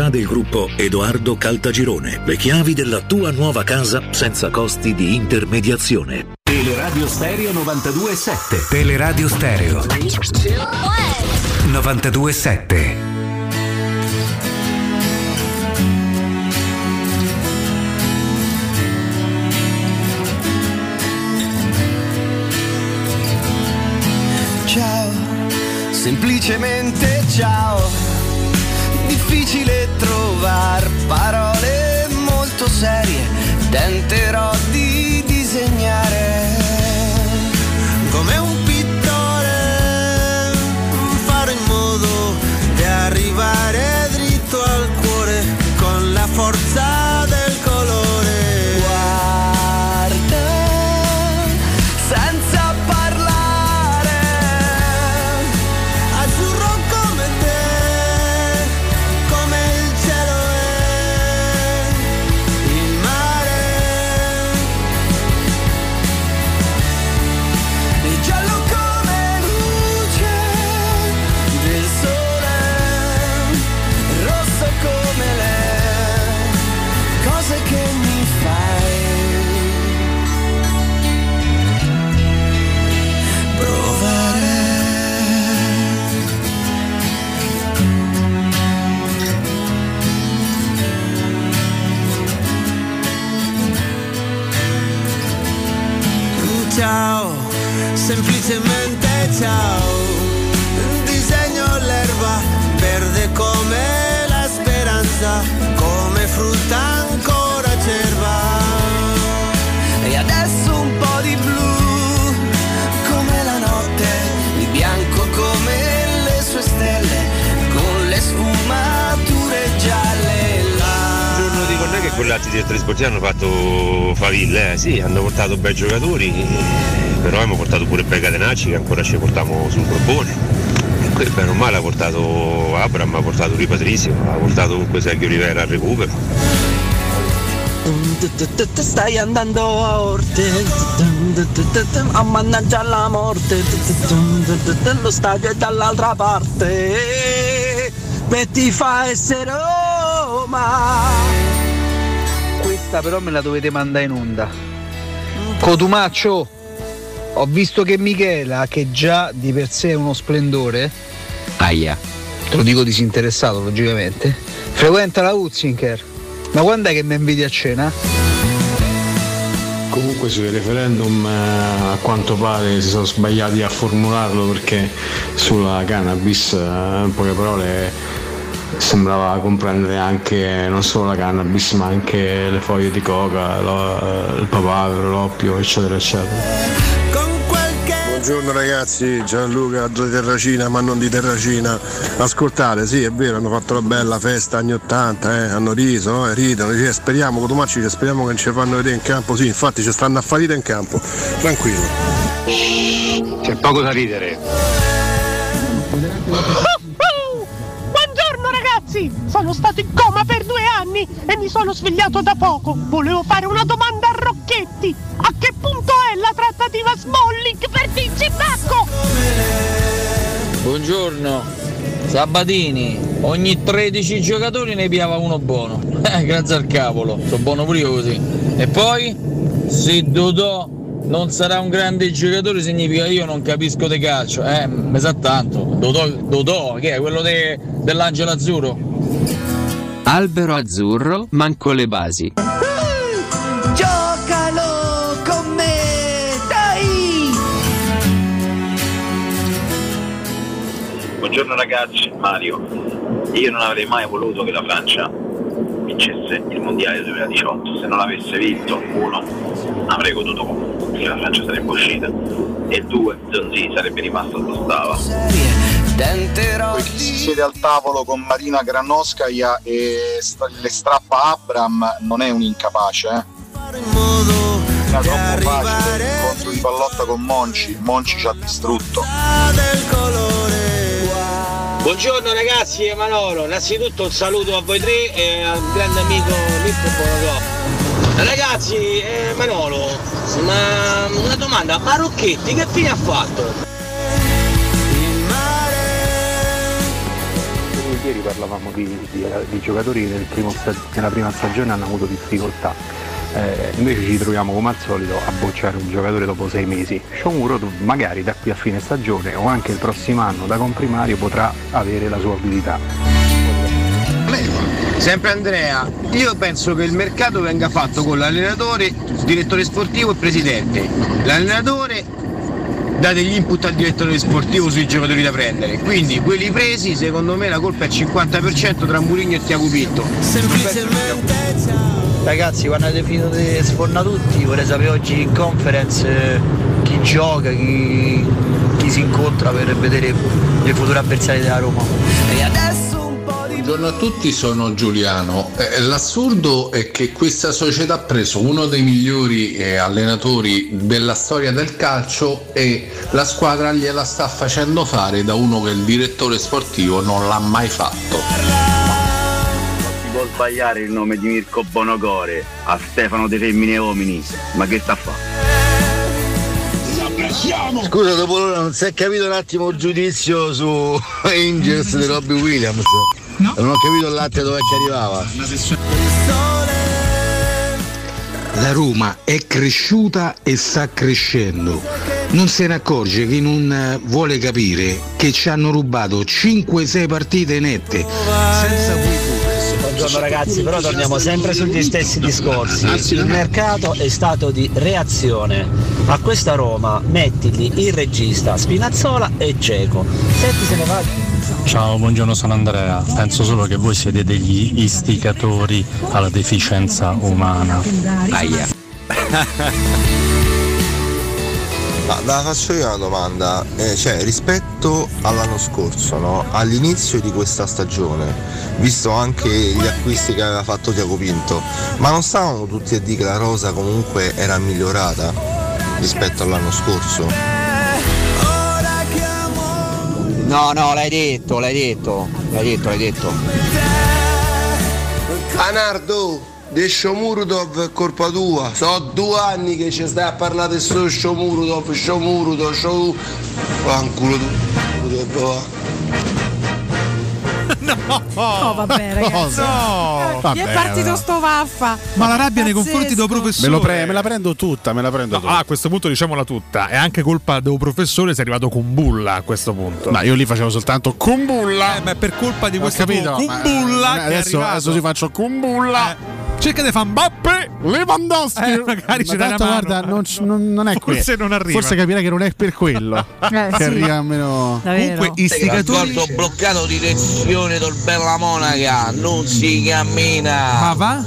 [SPEAKER 24] del gruppo Edoardo Caltagirone. Le chiavi della tua nuova casa senza costi di intermediazione.
[SPEAKER 59] Teleradio Stereo 927. Teleradio Stereo 927.
[SPEAKER 8] Ciao, semplicemente ciao. Difficile trovar parole molto serie, tenterò di disegnare come un pittore, fare in modo di arrivare dritto al cuore con la forza del colore. Guarda, senza parlare, azzurro come te, come il cielo è il mare, e giallo come luce del sole, rosso come le cose che mi fai provare. Ciao, semplicemente ciao. Disegno l'erba verde come la speranza, come frutta ancora acerba. E adesso un po' di blu, come la notte, di bianco come le sue stelle, con le sfumature gialle. là.
[SPEAKER 5] giorno di non è che quell'altro direttori sportivi hanno fatto faville, eh, sì, hanno portato bei giocatori, eh, però abbiamo portato pure bei catenacci che ancora ci portiamo sul borbone. E quel bene o male ha portato Abram, ha portato Rui Patrizio, ha portato comunque Sergio Rivera al recupero.
[SPEAKER 60] Stai andando a orte a mannaggiare la morte. Lo stadio è dall'altra parte e ti fa essere Roma.
[SPEAKER 19] Questa però me la dovete mandare in onda. Cotumaccio, ho visto che Michela, che già di per sé è uno splendore,
[SPEAKER 61] Aia.
[SPEAKER 19] te lo dico disinteressato logicamente, frequenta la Uzzinker. Ma quando è che mi inviti a cena?
[SPEAKER 3] Comunque sui referendum eh, a quanto pare si sono sbagliati a formularlo perché sulla cannabis, eh, in poche parole,
[SPEAKER 62] sembrava comprendere anche non solo la cannabis ma anche le foglie di coca, lo- eh, il papavero, l'oppio eccetera eccetera.
[SPEAKER 63] Buongiorno ragazzi, Gianluca di Terracina, ma non di Terracina. Ascoltate, sì, è vero, hanno fatto una bella festa anni 80, eh, hanno riso, eh, ridono, dice, speriamo, Cotumacci, speriamo che non ci fanno vedere in campo, sì, infatti ci stanno a farire in campo, tranquillo.
[SPEAKER 64] C'è poco da ridere.
[SPEAKER 8] Buongiorno ragazzi! Sono stato in coma per due anni e mi sono svegliato da poco. Volevo fare una domanda a Rocchetti. A che punto è la trattativa Smalling per DC Bacco?
[SPEAKER 5] Buongiorno. Sabatini, ogni 13 giocatori ne piava uno buono. Eh, grazie al cavolo, sono buono pure io così. E poi, se Dodò non sarà un grande giocatore significa io non capisco di calcio. Eh, mi sa tanto. Dodò, Dodò, che è quello de- dell'Angelo Azzurro?
[SPEAKER 65] Albero azzurro, manco le basi.
[SPEAKER 66] Giocalo con me, dai!
[SPEAKER 67] Buongiorno ragazzi, Mario. Io non avrei mai voluto che la Francia vincesse il Mondiale 2018. Se non l'avesse vinto, uno, avrei goduto comunque che la Francia sarebbe uscita e due, Zonzi sarebbe rimasto dove stava.
[SPEAKER 17] Voi che si siede al tavolo con Marina Granoscaia e sta- le strappa Abram non è un incapace. Eh? Era troppo facile contro di pallotta con Monci. Monci ci ha distrutto.
[SPEAKER 68] Buongiorno ragazzi e Manolo, innanzitutto un saluto a voi tre e al grande amico Mirko Bonodò. Ragazzi, eh, Manolo, ma una domanda, ma Rocchetti che fine ha fatto?
[SPEAKER 19] Ieri parlavamo di, di- di giocatori che nel primo sta- nella prima stagione hanno avuto difficoltà. Eh, invece ci troviamo come al solito a bocciare un giocatore dopo sei mesi. Shomuro magari da qui a fine stagione o anche il prossimo anno da comprimario potrà avere la sua abilità.
[SPEAKER 69] Sempre Andrea, io penso che il mercato venga fatto con l'allenatore, direttore sportivo e presidente. L'allenatore dà degli input al direttore sportivo sui giocatori da prendere. Quindi quelli presi, secondo me la colpa è 50% tra Murigno e Tiago Pinto.
[SPEAKER 70] Ragazzi, quando avete finito di sfornare tutti, vorrei sapere oggi in conference eh, chi gioca, chi, chi si incontra per vedere le future avversarie della Roma.
[SPEAKER 66] E adesso un po' di
[SPEAKER 3] Buongiorno a tutti, sono Giuliano. Eh, L'assurdo è che questa società ha preso uno dei migliori eh, allenatori della storia del calcio e la squadra gliela sta facendo fare da uno che il direttore sportivo non l'ha mai fatto.
[SPEAKER 71] Si può sbagliare il nome di Mirko Bonocore a Stefano De Femmine Omini, ma che sta a fare?
[SPEAKER 1] Scusa, dopo l'ora non si è capito un attimo il giudizio su Angels di Robbie Williams. Non ho capito il latte dove che arrivava.
[SPEAKER 72] La Roma è cresciuta e sta crescendo. Non se ne accorge chi non eh, vuole capire che ci hanno rubato 5-6 partite nette.
[SPEAKER 73] Buongiorno ragazzi, però torniamo sempre sugli stessi discorsi. Il mercato è stato di reazione. A questa Roma mettigli il regista Spinazzola e Cieco. Senti se ne va.
[SPEAKER 74] Ciao, buongiorno, sono Andrea. Penso solo che voi siete degli istigatori alla deficienza umana.
[SPEAKER 1] Aia. Ma ve la faccio io una domanda, eh, cioè rispetto all'anno scorso, no? all'inizio di questa stagione, visto anche gli acquisti che aveva fatto Tiago Pinto, ma non stavano tutti a dire che la rosa comunque era migliorata rispetto all'anno scorso?
[SPEAKER 75] No, no, l'hai detto, l'hai detto, l'hai detto, l'hai detto.
[SPEAKER 1] Anardo, de Shomurudov colpa tua, so due anni che ci stai a parlare su Shomurudov, Shomurudov, Shomurudov, Vanculo tu,
[SPEAKER 66] No! Oh,
[SPEAKER 11] vabbè,
[SPEAKER 1] eh.
[SPEAKER 11] ragazzi.
[SPEAKER 76] No!
[SPEAKER 11] Mi è
[SPEAKER 76] Vabbè,
[SPEAKER 11] partito
[SPEAKER 76] no.
[SPEAKER 11] sto vaffa.
[SPEAKER 76] Ma la rabbia nei
[SPEAKER 11] confronti del
[SPEAKER 76] Me, lo pre- me la prendo tutta, me la prendo tutta.
[SPEAKER 77] Ah, a questo punto diciamola tutta. È anche colpa del professore se è arrivato con bulla a questo punto.
[SPEAKER 76] Ma io lì facevo soltanto Kumbulla.
[SPEAKER 77] Eh, ma è per colpa di
[SPEAKER 76] Ho
[SPEAKER 77] questo
[SPEAKER 76] capito,
[SPEAKER 77] tuo
[SPEAKER 76] ma-
[SPEAKER 77] Kumbulla che è
[SPEAKER 76] adesso,
[SPEAKER 77] arrivato.
[SPEAKER 76] adesso ti faccio Kumbulla.
[SPEAKER 19] Eh, cerca di fare Mbappe
[SPEAKER 17] Lewandowski
[SPEAKER 19] Eh, magari
[SPEAKER 17] Ma
[SPEAKER 19] ci dà una
[SPEAKER 17] tanto
[SPEAKER 19] mano.
[SPEAKER 17] guarda non, c- non- non è
[SPEAKER 19] Forse
[SPEAKER 17] questo.
[SPEAKER 19] non arriva. Eh,
[SPEAKER 17] forse capirà che non è per quello Eh, che
[SPEAKER 19] sì.
[SPEAKER 17] arriva meno
[SPEAKER 19] Comunque,
[SPEAKER 5] istigatori bloccato direzione del Bella Monaca, non si cammina.
[SPEAKER 19] Ma va?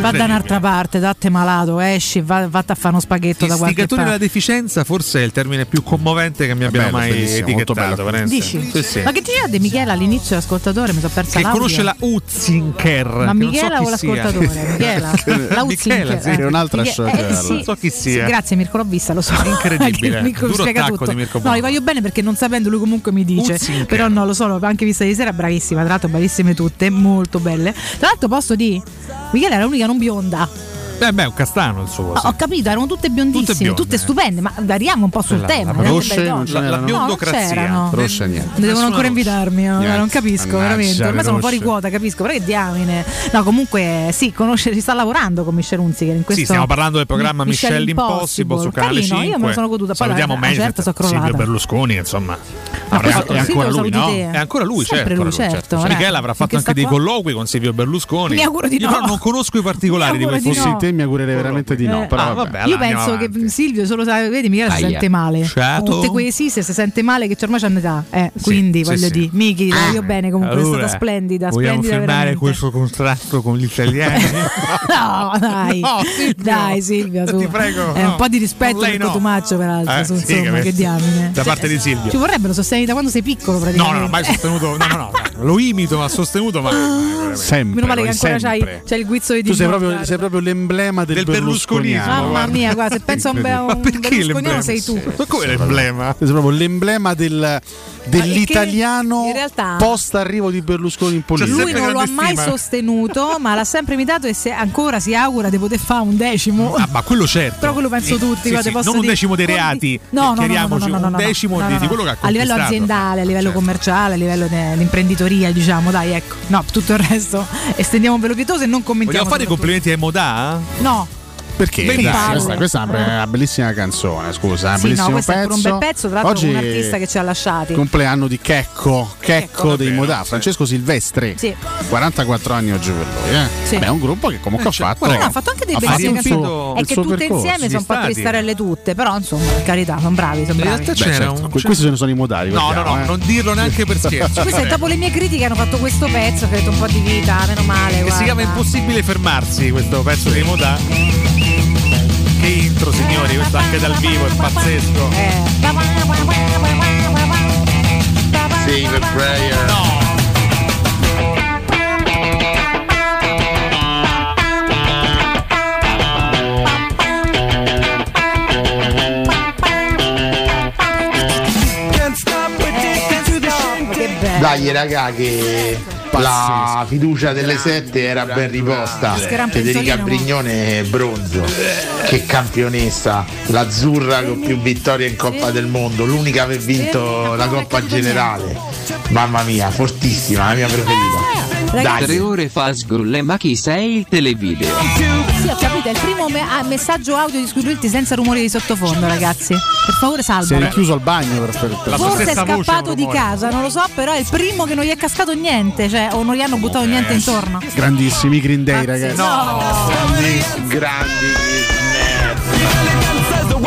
[SPEAKER 11] Va da un'altra parte, datte malato, esci, va, vatte a fare uno spaghetto da qualche
[SPEAKER 19] Istigatore della
[SPEAKER 11] parte.
[SPEAKER 19] deficienza forse è il termine più commovente che mi abbiamo
[SPEAKER 17] bello,
[SPEAKER 19] mai
[SPEAKER 17] bellissimo, molto
[SPEAKER 19] etichettato.
[SPEAKER 17] bello.
[SPEAKER 19] Valenza.
[SPEAKER 11] Dici?
[SPEAKER 19] Sì, sì.
[SPEAKER 11] Ma che diceva De Michele all'inizio l'ascoltatore? Mi sono persa
[SPEAKER 19] Che
[SPEAKER 11] l'audio.
[SPEAKER 19] conosce la Uzzinker.
[SPEAKER 11] Ma Michela o l'ascoltatore? Michela. La
[SPEAKER 19] Michela,
[SPEAKER 11] Uzzinker,
[SPEAKER 19] sì,
[SPEAKER 11] eh.
[SPEAKER 19] è un'altra
[SPEAKER 11] Miche-
[SPEAKER 19] showgirl.
[SPEAKER 11] sì,
[SPEAKER 19] Non so chi
[SPEAKER 11] sì,
[SPEAKER 19] sia.
[SPEAKER 11] grazie Mirko, l'ho vista, lo so.
[SPEAKER 19] Incredibile,
[SPEAKER 11] Che Mirko mi
[SPEAKER 19] duro
[SPEAKER 11] spiega
[SPEAKER 19] attacco
[SPEAKER 11] tutto.
[SPEAKER 19] di Mirko
[SPEAKER 11] No,
[SPEAKER 19] Bono.
[SPEAKER 11] li voglio bene perché non sapendo lui comunque mi dice.
[SPEAKER 19] Uzzinker.
[SPEAKER 11] Però no, lo so, l'ho anche vista ieri sera, bravissima, tra l'altro bravissime tutte, molto belle. Tra l'altro posso di Michela era l'unica non bionda.
[SPEAKER 19] Eh, Beh, beh, è un castano il suo.
[SPEAKER 11] Ma
[SPEAKER 19] sì.
[SPEAKER 11] Ho capito, erano tutte biondissime,
[SPEAKER 19] Tutte
[SPEAKER 11] tutte,
[SPEAKER 19] bionde, eh.
[SPEAKER 11] stupende, ma variamo un po' sul
[SPEAKER 19] La- la
[SPEAKER 11] tema.
[SPEAKER 19] Rosce
[SPEAKER 11] erano
[SPEAKER 19] non
[SPEAKER 11] belle donne.
[SPEAKER 19] c'erano. La- la
[SPEAKER 11] No, non
[SPEAKER 19] biondocrazia.
[SPEAKER 11] c'erano.
[SPEAKER 19] Rosce niente.
[SPEAKER 11] Ne devono
[SPEAKER 19] Nessuna
[SPEAKER 11] ancora
[SPEAKER 19] Rosce.
[SPEAKER 11] invitarmi, no,
[SPEAKER 19] Niente.
[SPEAKER 11] non capisco,
[SPEAKER 19] Mannaggia,
[SPEAKER 11] veramente.
[SPEAKER 19] le
[SPEAKER 11] Ormai sono fuori
[SPEAKER 19] Rosce.
[SPEAKER 11] quota, capisco, però che diamine. No, comunque sì, conosce, ci sta lavorando con Michelle Hunziker in questo
[SPEAKER 19] Sì, stiamo parlando del programma Michelle, Impossible, su Canale
[SPEAKER 11] Carino,
[SPEAKER 19] 5.
[SPEAKER 11] io me lo sono goduta, poi
[SPEAKER 19] Salutiamo
[SPEAKER 11] la- la
[SPEAKER 19] Mediaset,
[SPEAKER 11] certa sono
[SPEAKER 19] Silvio
[SPEAKER 11] crollata.
[SPEAKER 19] Berlusconi, insomma.
[SPEAKER 11] Ma
[SPEAKER 19] Avrà-
[SPEAKER 11] questo- Silvio lo saluti te.
[SPEAKER 19] È ancora lui,
[SPEAKER 11] Sempre
[SPEAKER 19] certo.
[SPEAKER 11] lui,
[SPEAKER 19] ancora lui,
[SPEAKER 11] certo,
[SPEAKER 19] Michele
[SPEAKER 11] eh.
[SPEAKER 19] avrà fatto
[SPEAKER 11] Perché
[SPEAKER 19] anche
[SPEAKER 11] sta
[SPEAKER 19] dei
[SPEAKER 11] qua-
[SPEAKER 19] colloqui con Silvio Berlusconi.
[SPEAKER 11] Mi auguro di
[SPEAKER 19] Io
[SPEAKER 11] no.
[SPEAKER 19] però non conosco i particolari di
[SPEAKER 11] Mi auguro
[SPEAKER 19] questo
[SPEAKER 11] di no. Fossi
[SPEAKER 17] te, mi augurerei veramente di no, però
[SPEAKER 19] Ah,
[SPEAKER 17] vabbè.
[SPEAKER 19] vabbè,
[SPEAKER 11] Eh, Io
[SPEAKER 19] allora andiamo
[SPEAKER 11] penso
[SPEAKER 19] avanti.
[SPEAKER 11] che Silvio solo sa, vedi, Michela si
[SPEAKER 19] Aia.
[SPEAKER 11] sente male.
[SPEAKER 19] Certo.
[SPEAKER 11] Con Tutte quei sister si sente male che ormai c'è un'età. Eh, quindi
[SPEAKER 19] sì,
[SPEAKER 11] voglio
[SPEAKER 19] sì.
[SPEAKER 11] dire, Miki, ti voglio bene comunque, è
[SPEAKER 19] Allora,
[SPEAKER 11] stata splendida,
[SPEAKER 19] Vogliamo
[SPEAKER 11] splendida
[SPEAKER 19] firmare
[SPEAKER 11] veramente.
[SPEAKER 19] questo contratto con gli italiani?
[SPEAKER 11] No, dai, dai Silvia, su.
[SPEAKER 19] prego,
[SPEAKER 11] Eh,
[SPEAKER 19] no.
[SPEAKER 11] un po' di rispetto
[SPEAKER 19] Con
[SPEAKER 11] per
[SPEAKER 19] lei no.
[SPEAKER 11] Cotumaccio, peraltro,
[SPEAKER 19] Eh,
[SPEAKER 11] su,
[SPEAKER 19] sì,
[SPEAKER 11] insomma,
[SPEAKER 19] capito.
[SPEAKER 11] che diamine. Cioè,
[SPEAKER 19] Da parte di Silvio.
[SPEAKER 11] Ci vorrebbero sostenuti da quando sei piccolo,
[SPEAKER 19] No,
[SPEAKER 11] praticamente. Ah.
[SPEAKER 19] no, no, mai sostenuto. No, no, no, no, lo imito, ma sostenuto mai.
[SPEAKER 17] Sempre,
[SPEAKER 11] Meno male che ancora c'hai,
[SPEAKER 19] sempre.
[SPEAKER 11] c'hai il guizzo di
[SPEAKER 17] tu sei
[SPEAKER 11] Dino,
[SPEAKER 17] proprio,
[SPEAKER 11] guarda.
[SPEAKER 17] sei proprio l'emblema del,
[SPEAKER 19] Del berlusconismo,
[SPEAKER 17] berlusconiano,
[SPEAKER 11] Mamma
[SPEAKER 17] guarda.
[SPEAKER 11] mia, guarda, se penso a un, be- a un berlusconiano sei tu.
[SPEAKER 19] Ma come l'emblema?
[SPEAKER 17] Sei proprio l'emblema del- dell'italiano
[SPEAKER 11] In realtà
[SPEAKER 17] post arrivo di Berlusconi
[SPEAKER 19] Cioè,
[SPEAKER 17] in politica.
[SPEAKER 11] lui non lo ha mai sostenuto, ma l'ha sempre imitato e se ancora si augura di poter fare un decimo.
[SPEAKER 19] Ah, ma quello certo.
[SPEAKER 11] Però quello penso
[SPEAKER 19] Sì,
[SPEAKER 11] tutti,
[SPEAKER 19] sì,
[SPEAKER 11] guarda,
[SPEAKER 19] sì,
[SPEAKER 11] posso
[SPEAKER 19] non un
[SPEAKER 11] dire-
[SPEAKER 19] decimo dei
[SPEAKER 11] Ogni-
[SPEAKER 19] reati,
[SPEAKER 11] No, no, no, no, no,
[SPEAKER 19] chiariamoci,
[SPEAKER 11] no, no, no,
[SPEAKER 19] un
[SPEAKER 11] no,
[SPEAKER 19] decimo
[SPEAKER 11] no,
[SPEAKER 19] di-
[SPEAKER 11] no,
[SPEAKER 19] di
[SPEAKER 11] no.
[SPEAKER 19] quello che ha
[SPEAKER 11] A livello
[SPEAKER 19] conquistato. Certo.
[SPEAKER 11] aziendale, a livello commerciale, a livello de- di imprenditoria, diciamo, dai, ecco. No, tutto il resto estendiamo un velo pietoso e non commentiamo.
[SPEAKER 19] Vogliamo fare i complimenti eh? ai Modà?
[SPEAKER 11] No.
[SPEAKER 17] Perché?
[SPEAKER 19] Che
[SPEAKER 17] Dai,
[SPEAKER 19] palle.
[SPEAKER 17] questa, questa è una be- una bellissima canzone, scusa,
[SPEAKER 19] Ah,
[SPEAKER 17] un
[SPEAKER 11] Sì,
[SPEAKER 17] bellissimo
[SPEAKER 11] no, questo
[SPEAKER 17] pezzo.
[SPEAKER 11] è pure un bel pezzo, tra l'altro
[SPEAKER 17] Oggi
[SPEAKER 11] un artista che ci ha lasciati.
[SPEAKER 17] compleanno di Checco, Checco dei Modà, Francesco Silvestri.
[SPEAKER 11] Sì.
[SPEAKER 17] 44 anni oggi per lui, eh.
[SPEAKER 11] Sì. Eh, cioè,
[SPEAKER 17] Vabbè, è un gruppo che comunque ha fatto
[SPEAKER 11] Guarda, no, ha fatto anche dei
[SPEAKER 17] ha fatto
[SPEAKER 11] bellissimi
[SPEAKER 17] il suo-
[SPEAKER 11] canzoni. È
[SPEAKER 17] il
[SPEAKER 11] che
[SPEAKER 17] suo
[SPEAKER 11] tutte
[SPEAKER 17] percorso.
[SPEAKER 11] insieme sono un po' cristarelle tutte, però insomma, per carità, sono bravi, sono
[SPEAKER 17] In
[SPEAKER 11] bravi. certo.
[SPEAKER 17] realtà c'era un- certo. Que- Questi se ne sono i modali.
[SPEAKER 19] No, no,
[SPEAKER 17] guardiamo,
[SPEAKER 19] no,
[SPEAKER 17] eh.
[SPEAKER 19] non dirlo neanche per scherzo.
[SPEAKER 11] Questo è dopo le mie critiche hanno fatto questo pezzo, ho detto un po' di vita, meno male.
[SPEAKER 19] Che si
[SPEAKER 11] guarda.
[SPEAKER 19] chiama Impossibile fermarsi questo pezzo dei Modà. Che intro, signori, questo anche dal vivo è pazzesco.
[SPEAKER 11] Eh,
[SPEAKER 3] Save a prayer. Dai raga che la fiducia delle sette era ben riposta. Federica Brignone è bronzo. Che campionessa, l'azzurra con più vittorie in Coppa del Mondo, l'unica che ha vinto la Coppa Generale. Mamma mia, fortissima, la mia preferita.
[SPEAKER 78] Tre
[SPEAKER 3] Dai.
[SPEAKER 78] ore fa sgrulle, ma chi sei il televideo?
[SPEAKER 11] Sì, ho capito, è il primo me- ah, messaggio audio di Squidwilty senza rumori di sottofondo, ragazzi. Per favore
[SPEAKER 17] Si è
[SPEAKER 11] salvalo.
[SPEAKER 17] richiuso al bagno per, per, per
[SPEAKER 11] Forse è scappato di casa, non lo so, però è il primo che non gli è cascato niente, cioè o non gli hanno buttato
[SPEAKER 17] Eh,
[SPEAKER 19] Eh,
[SPEAKER 11] niente intorno.
[SPEAKER 17] Grandissimi Green Day, ragazzi.
[SPEAKER 3] Grandi, grandi Snap.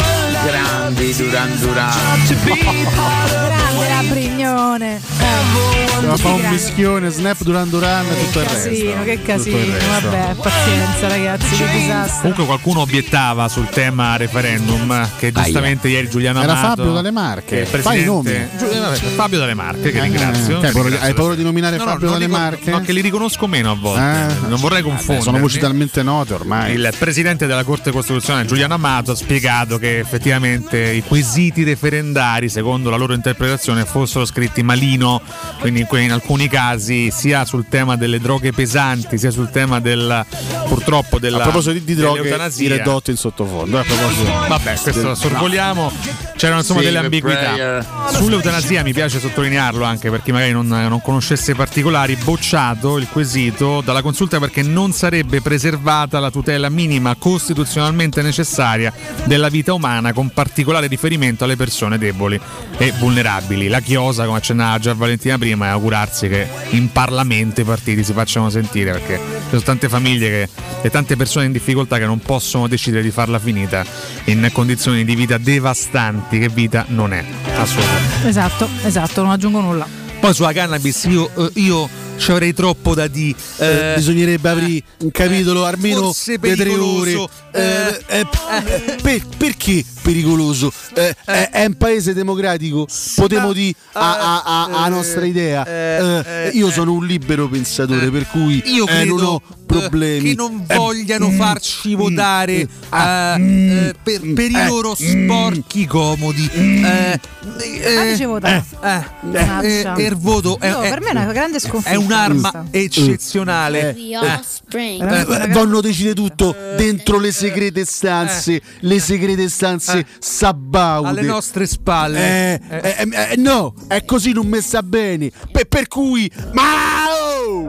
[SPEAKER 3] Grandi Duran Duran.
[SPEAKER 11] Grande la Brignone.
[SPEAKER 17] Fa un mischione, snap Duran Duran e tutto il resto.
[SPEAKER 11] Casino, che
[SPEAKER 17] Tutto il
[SPEAKER 11] casino,
[SPEAKER 17] resto.
[SPEAKER 11] vabbè, pazienza ragazzi, che disastro.
[SPEAKER 19] Comunque qualcuno obiettava sul tema referendum che giustamente ieri Giuliano
[SPEAKER 17] Era
[SPEAKER 19] Amato,
[SPEAKER 17] Fabio Dalle Marche.
[SPEAKER 19] che è il
[SPEAKER 17] Fai i nomi.
[SPEAKER 19] presidente- Giu- eh, vabbè, Fabio Dalle Marche che ringrazio.
[SPEAKER 17] Eh,
[SPEAKER 19] che
[SPEAKER 17] hai paura-
[SPEAKER 19] ringrazio.
[SPEAKER 17] hai paura di nominare
[SPEAKER 19] No, no,
[SPEAKER 17] Fabio
[SPEAKER 19] non
[SPEAKER 17] Dalle
[SPEAKER 19] dico-
[SPEAKER 17] Marche?
[SPEAKER 19] No, che li riconosco meno a volte.
[SPEAKER 17] Eh,
[SPEAKER 19] non vorrei confondere.
[SPEAKER 17] sono voci talmente note ormai.
[SPEAKER 19] Il presidente della Corte Costituzionale Giuliano Amato ha spiegato che effettivamente i quesiti referendari, secondo la loro interpretazione, fossero scritti malino, quindi in, que- in alcuni casi sia sul tema delle droghe pesanti, sia sul tema del purtroppo della
[SPEAKER 17] a proposito di, di droghe,
[SPEAKER 19] dell'eutanasia.
[SPEAKER 17] di Red Hot in sottofondo. eh, a proposito.
[SPEAKER 19] Vabbè, questo
[SPEAKER 17] del-
[SPEAKER 19] lo sorvoliamo. C'erano insomma
[SPEAKER 41] Save
[SPEAKER 19] delle
[SPEAKER 41] a
[SPEAKER 19] ambiguità.
[SPEAKER 41] prayer.
[SPEAKER 19] Sull'eutanasia mi piace sottolinearlo anche per chi magari non, non conoscesse i particolari, bocciato il quesito dalla consulta perché non sarebbe preservata la tutela minima costituzionalmente necessaria della vita umana con particolare riferimento alle persone deboli e vulnerabili. La chiosa, come accennava già Valentina prima, è augurarsi che in Parlamento i partiti si facciano sentire perché ci sono tante famiglie che- e tante persone in difficoltà che non possono decidere di farla finita in condizioni di vita devastanti che vita non è assolutamente.
[SPEAKER 11] Esatto, esatto, non aggiungo nulla.
[SPEAKER 19] Poi sulla cannabis io, eh, io ci avrei troppo da dire.
[SPEAKER 18] Eh, bisognerebbe aprire un capitolo almeno
[SPEAKER 19] eh, forse
[SPEAKER 18] di tre
[SPEAKER 19] pericoloso,
[SPEAKER 18] ore.
[SPEAKER 19] eh,
[SPEAKER 18] Eh, eh, per- perché pericoloso? Eh, eh, è un paese democratico. Potremmo dire a, a- a- a nostra idea. Eh, io sono un libero pensatore, per cui
[SPEAKER 19] Io
[SPEAKER 18] eh,
[SPEAKER 19] credo
[SPEAKER 18] non ho problemi.
[SPEAKER 19] che non
[SPEAKER 18] Eh,
[SPEAKER 19] vogliano
[SPEAKER 18] mm,
[SPEAKER 19] farci votare eh, eh, per, per i
[SPEAKER 18] ah, eh, Mm.
[SPEAKER 19] loro sporchi comodi. Eh,
[SPEAKER 11] dicevo votare. Mannaggia.
[SPEAKER 19] eh, il voto è,
[SPEAKER 11] No,
[SPEAKER 19] è-
[SPEAKER 11] per me è una grande sconfitta
[SPEAKER 19] è
[SPEAKER 11] questa.
[SPEAKER 19] un'arma
[SPEAKER 18] Mm.
[SPEAKER 19] eccezionale. Eh.
[SPEAKER 18] Eh, Vanno decide tutto dentro le segrete stanze, le segrete stanze sabaude.
[SPEAKER 19] Eh, Alle nostre spalle.
[SPEAKER 18] Eh, eh, eh, eh, no, è così, non messa bene. Pe- per cui, ma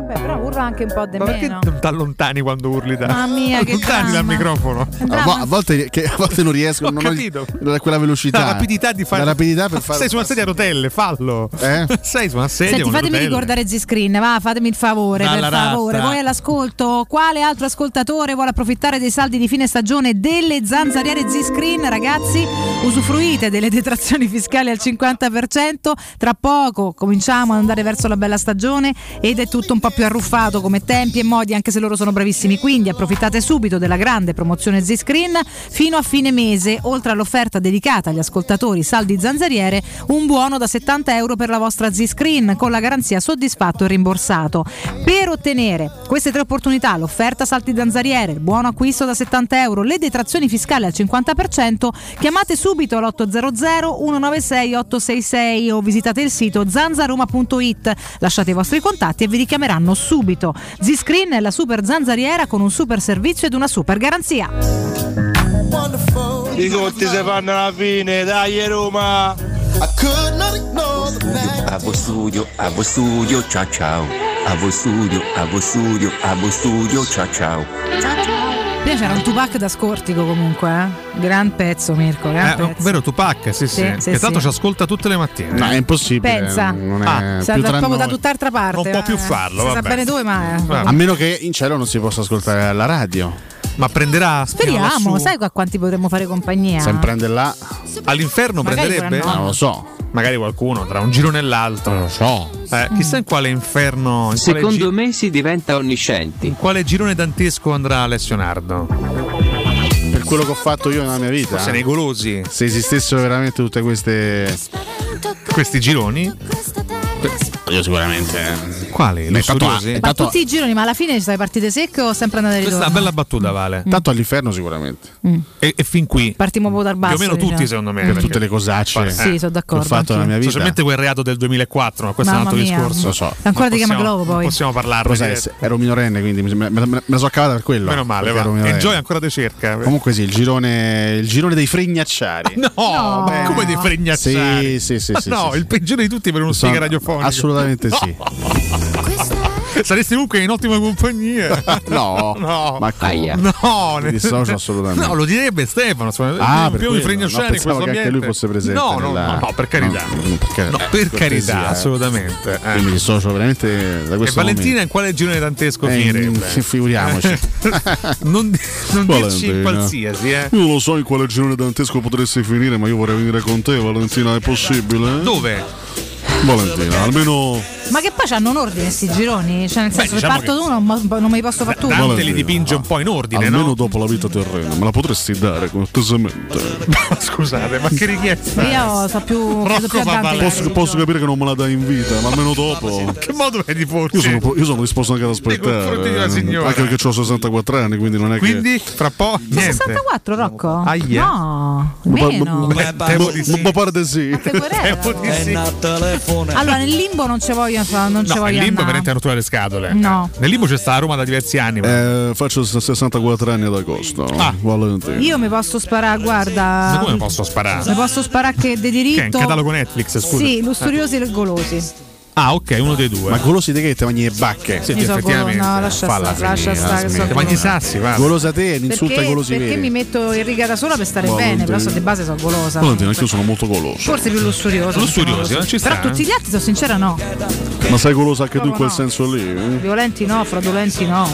[SPEAKER 11] Beh, però urla anche un po' di meno.
[SPEAKER 19] t'allontani quando urli da
[SPEAKER 11] Mamma mia, che
[SPEAKER 19] Allontani dal
[SPEAKER 11] dramma.
[SPEAKER 19] microfono.
[SPEAKER 18] A, vo- a volte, che- a volte non riesco
[SPEAKER 19] Ho
[SPEAKER 18] non ho
[SPEAKER 19] capito.
[SPEAKER 18] la- quella velocità.
[SPEAKER 19] La rapidità di fare Ah,
[SPEAKER 18] La rapidità per fare. Eh?
[SPEAKER 19] Sei su una sedia a rotelle, fallo. Sei su una sedia
[SPEAKER 11] Senti,
[SPEAKER 19] con le
[SPEAKER 11] fatemi
[SPEAKER 19] rotelle.
[SPEAKER 11] ricordare Z-Screen, va, fatemi il favore,
[SPEAKER 19] Dalla
[SPEAKER 11] per favore.
[SPEAKER 19] ratta.
[SPEAKER 11] Voi all'ascolto, quale altro ascoltatore vuole approfittare dei saldi di fine stagione delle zanzariere Z-Screen? Ragazzi, usufruite delle detrazioni fiscali al 50%, tra poco cominciamo ad andare verso la bella stagione ed è tutto un po' più arruffato come tempi e modi, anche se loro sono bravissimi, quindi approfittate subito della grande promozione Z-Screen fino a fine mese, oltre all'offerta dedicata agli ascoltatori saldi zanzariere, un buono da 70 euro per la vostra Z-Screen con la garanzia soddisfatto e rimborsato. Per ottenere queste tre opportunità, l'offerta salti zanzariere, il buono acquisto da 70 euro, le detrazioni fiscali al 50%, chiamate subito l'800 196 866 o visitate il sito zanzaroma.it, lasciate i vostri contatti e vi richiameranno subito. Z-Screen è la super zanzariera con un super servizio ed una super garanzia.
[SPEAKER 16] I conti si fanno alla fine, dai Roma!
[SPEAKER 8] A voi studio, a voi studio, ciao ciao. A voi studio, a voi studio, a voi studio, ciao ciao.
[SPEAKER 11] Prima c'era un Tupac da scortico comunque, eh? gran pezzo Mirko, gran
[SPEAKER 19] Eh,
[SPEAKER 11] pezzo.
[SPEAKER 19] vero Tupac, sì, sì.
[SPEAKER 11] Sì, sì,
[SPEAKER 19] che tanto
[SPEAKER 11] sì.
[SPEAKER 19] ci ascolta tutte le mattine.
[SPEAKER 18] No, è impossibile.
[SPEAKER 11] Pensa, Ah,
[SPEAKER 18] è
[SPEAKER 11] Sa-
[SPEAKER 18] più tra
[SPEAKER 11] proprio da
[SPEAKER 18] noi.
[SPEAKER 11] tutt'altra parte.
[SPEAKER 19] Ah, Non può
[SPEAKER 11] va,
[SPEAKER 19] più
[SPEAKER 11] eh.
[SPEAKER 19] farlo,
[SPEAKER 11] Si sa
[SPEAKER 19] vabbè. Ah.
[SPEAKER 11] bene dove, ma... eh.
[SPEAKER 18] A meno che in cielo non si possa ascoltare la radio.
[SPEAKER 19] Ma prenderà.
[SPEAKER 11] Speriamo, sai a quanti potremmo fare compagnia?
[SPEAKER 18] Se prende là.
[SPEAKER 19] All'inferno
[SPEAKER 11] Magari
[SPEAKER 19] prenderebbe?
[SPEAKER 11] quella no. Non lo
[SPEAKER 18] so.
[SPEAKER 19] Magari qualcuno tra un girone e l'altro. Non lo so. chissà in quale inferno. In
[SPEAKER 2] Secondo
[SPEAKER 19] quale
[SPEAKER 2] me si diventa onniscienti.
[SPEAKER 19] in quale girone dantesco andrà Alessio Nardo?
[SPEAKER 18] Per quello che ho fatto io nella mia vita. eh.
[SPEAKER 19] Forse nei golosi.
[SPEAKER 18] Se esistessero veramente tutte queste.
[SPEAKER 19] Questi gironi?
[SPEAKER 18] Io sicuramente. eh.
[SPEAKER 19] Quali?
[SPEAKER 18] Beh, tanto-
[SPEAKER 19] Lussuriosi?
[SPEAKER 18] eh,
[SPEAKER 11] Ma
[SPEAKER 18] tanto-
[SPEAKER 11] tutti i gironi, ma alla fine ci stai partite secche o sempre andate e
[SPEAKER 19] Questa è una
[SPEAKER 11] ritorno?
[SPEAKER 19] bella battuta, Vale.
[SPEAKER 18] Tanto all'inferno sicuramente.
[SPEAKER 11] Mm.
[SPEAKER 19] E, e fin qui.
[SPEAKER 11] Partiamo proprio dal basso.
[SPEAKER 19] più o meno tutti,
[SPEAKER 11] diciamo.
[SPEAKER 19] secondo me.
[SPEAKER 11] Mm.
[SPEAKER 19] perché-
[SPEAKER 18] Tutte le cosacce.
[SPEAKER 11] Sì, sono d'accordo,
[SPEAKER 18] Ho fatto nella mia vita.
[SPEAKER 19] Specialmente quel reato del 2004, ma questo
[SPEAKER 11] Mamma
[SPEAKER 19] è un altro
[SPEAKER 11] mia.
[SPEAKER 19] discorso.
[SPEAKER 11] Lo so. Ancora
[SPEAKER 19] Non
[SPEAKER 11] ti chiama
[SPEAKER 19] possiamo-
[SPEAKER 11] Globo, poi.
[SPEAKER 19] Non possiamo parlarne.
[SPEAKER 18] Lo sai,
[SPEAKER 19] che-
[SPEAKER 18] se- ero minorenne, quindi mi- me, me- me la sono cavata per quello.
[SPEAKER 19] Meno male,
[SPEAKER 18] perché
[SPEAKER 19] va.
[SPEAKER 18] ero
[SPEAKER 19] E
[SPEAKER 18] minorenne.
[SPEAKER 19] Joy ancora te cerca.
[SPEAKER 18] Comunque sì, il girone, il girone dei fregnacciari.
[SPEAKER 19] No, ma come dei fregnacciari.
[SPEAKER 18] Sì, sì, sì,
[SPEAKER 19] Ma
[SPEAKER 18] sì,
[SPEAKER 19] no,
[SPEAKER 18] sì,
[SPEAKER 19] il peggiore di tutti per uno
[SPEAKER 18] Sono-
[SPEAKER 19] speaker radiofonico.
[SPEAKER 18] Assolutamente
[SPEAKER 19] No.
[SPEAKER 18] sì.
[SPEAKER 19] Saresti comunque in ottima compagnia.
[SPEAKER 18] No,
[SPEAKER 19] no.
[SPEAKER 18] ma come? Aia.
[SPEAKER 19] No,
[SPEAKER 18] Mi dissocio assolutamente.
[SPEAKER 19] No, lo direbbe Stefano.
[SPEAKER 18] Ah, per
[SPEAKER 19] più di
[SPEAKER 18] quello. No,
[SPEAKER 19] fregnacciari in
[SPEAKER 18] pensavo
[SPEAKER 19] questo
[SPEAKER 18] che anche lui
[SPEAKER 19] ambiente.
[SPEAKER 18] fosse presente.
[SPEAKER 19] No, no,
[SPEAKER 18] nella-
[SPEAKER 19] no, no, per carità.
[SPEAKER 18] No, per carità,
[SPEAKER 19] No, per
[SPEAKER 18] cortesia,
[SPEAKER 19] carità,
[SPEAKER 18] eh.
[SPEAKER 19] assolutamente. eh.
[SPEAKER 18] Io mi dissocio veramente da
[SPEAKER 19] E
[SPEAKER 18] questo
[SPEAKER 19] Valentina in quale girone dantesco
[SPEAKER 18] Eh,
[SPEAKER 19] finirebbe?
[SPEAKER 18] mm, figuriamoci.
[SPEAKER 19] non di-
[SPEAKER 18] momento.
[SPEAKER 19] non dirci
[SPEAKER 18] Valentina.
[SPEAKER 19] qualsiasi, eh.
[SPEAKER 18] Io lo so in quale girone dantesco potresti finire, ma io vorrei venire con te, Valentina. È possibile?
[SPEAKER 19] Dove?
[SPEAKER 18] Valentina, almeno.
[SPEAKER 11] Ma che poi hanno un ordine questi gironi? Cioè, nel senso,
[SPEAKER 19] diciamo
[SPEAKER 11] se parto uno, ma- non me li posso fare tutti.
[SPEAKER 18] Valentina,
[SPEAKER 19] dipinge un po' in ordine,
[SPEAKER 18] almeno
[SPEAKER 19] no?
[SPEAKER 18] dopo la vita terrena, me la potresti dare cortesemente?
[SPEAKER 19] Scusate, ma che richiesta? è?
[SPEAKER 11] Io so più, credo più a Dante.
[SPEAKER 18] Posso, posso capire che non me la dai in vita, ma almeno dopo.
[SPEAKER 19] che modo è di porci?
[SPEAKER 18] Io sono, io sono disposto anche ad aspettare.
[SPEAKER 19] confronti di una
[SPEAKER 18] eh,
[SPEAKER 19] signora.
[SPEAKER 18] Anche perché ho 64 anni, quindi non è
[SPEAKER 19] Quindi, fra poco.
[SPEAKER 11] Ma 64 Rocco?
[SPEAKER 18] Aia.
[SPEAKER 11] No,
[SPEAKER 18] che.
[SPEAKER 11] meno.
[SPEAKER 18] Ma pare di sì.
[SPEAKER 19] Eh,
[SPEAKER 11] Tempo
[SPEAKER 18] di sì.
[SPEAKER 79] Limbone.
[SPEAKER 11] Allora, nel limbo non ci voglio, fa- non ci
[SPEAKER 19] No,
[SPEAKER 11] voglio
[SPEAKER 19] nel limbo è
[SPEAKER 11] andare.
[SPEAKER 19] veramente una rottura delle scatole.
[SPEAKER 11] No.
[SPEAKER 19] Nel limbo c'è sta a Roma da diversi anni.
[SPEAKER 17] Eh, faccio 64 anni ad agosto. Ah.
[SPEAKER 11] Io mi posso sparare, guarda.
[SPEAKER 19] Ma come posso sparare?
[SPEAKER 11] Mi posso sparare che di
[SPEAKER 19] Che è in
[SPEAKER 11] diritto.
[SPEAKER 19] catalogo Netflix, scusa.
[SPEAKER 11] Sì, lusturiosi e golosi.
[SPEAKER 19] Ah, ok, uno dei due.
[SPEAKER 17] Ma golosi di che te mangi le bacche?
[SPEAKER 19] Sì,
[SPEAKER 11] Mi so
[SPEAKER 19] effettivamente.
[SPEAKER 11] golo- Esatto, no, lascia
[SPEAKER 19] Falla
[SPEAKER 11] stare, lascia
[SPEAKER 19] finire,
[SPEAKER 11] stare, che
[SPEAKER 19] smetti.
[SPEAKER 11] so
[SPEAKER 19] Ma gli
[SPEAKER 11] golosa.
[SPEAKER 19] sassi, va.
[SPEAKER 17] Golosa te, ne insulta i
[SPEAKER 11] Perché,
[SPEAKER 17] golosi
[SPEAKER 11] perché
[SPEAKER 17] veri.
[SPEAKER 11] mi metto in riga da sola per stare
[SPEAKER 17] Boh,
[SPEAKER 11] bene,
[SPEAKER 17] non
[SPEAKER 11] però
[SPEAKER 17] te-
[SPEAKER 11] so di base sono golosa.
[SPEAKER 17] non sono molto goloso.
[SPEAKER 11] Forse più lussurioso.
[SPEAKER 17] Lussuriosi,
[SPEAKER 11] non
[SPEAKER 17] eh, ci
[SPEAKER 11] Però
[SPEAKER 17] sta, eh.
[SPEAKER 11] tutti gli altri, sono sincera, no.
[SPEAKER 17] Ma sei goloso anche tu in quel
[SPEAKER 11] no.
[SPEAKER 17] senso lì? eh?
[SPEAKER 11] Violenti no, fraudolenti no,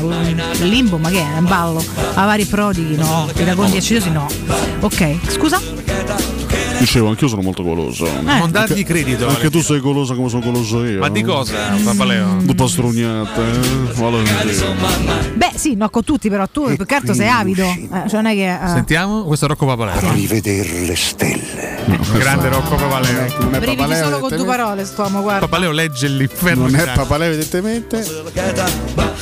[SPEAKER 11] il limbo ma che è? È Un ballo. Avari e prodighi no, pedagogi accidiosi no. Ok, scusa?
[SPEAKER 17] Dicevo, anch'io sono molto goloso.
[SPEAKER 19] Eh, Non dargli
[SPEAKER 17] Anche-
[SPEAKER 19] credito,
[SPEAKER 17] Anche tu sei goloso come sono goloso io. eh?
[SPEAKER 19] Ma di cosa, Papaleo?
[SPEAKER 17] Un po' strugnata, eh? Valentino.
[SPEAKER 11] Beh sì, no, con tutti però tu, Peccato sei avido. Eh, cioè non è che... eh,
[SPEAKER 19] Sentiamo, questo è Rocco Papaleo.
[SPEAKER 80] Riveder le stelle.
[SPEAKER 19] Grande Rocco Papaleo.
[SPEAKER 17] Ecco,
[SPEAKER 11] brividi solo con due parole, st'uomo, guarda.
[SPEAKER 19] Papaleo legge l'inferno.
[SPEAKER 17] eh, Non
[SPEAKER 19] di
[SPEAKER 17] è
[SPEAKER 19] Dante.
[SPEAKER 17] papaleo evidentemente.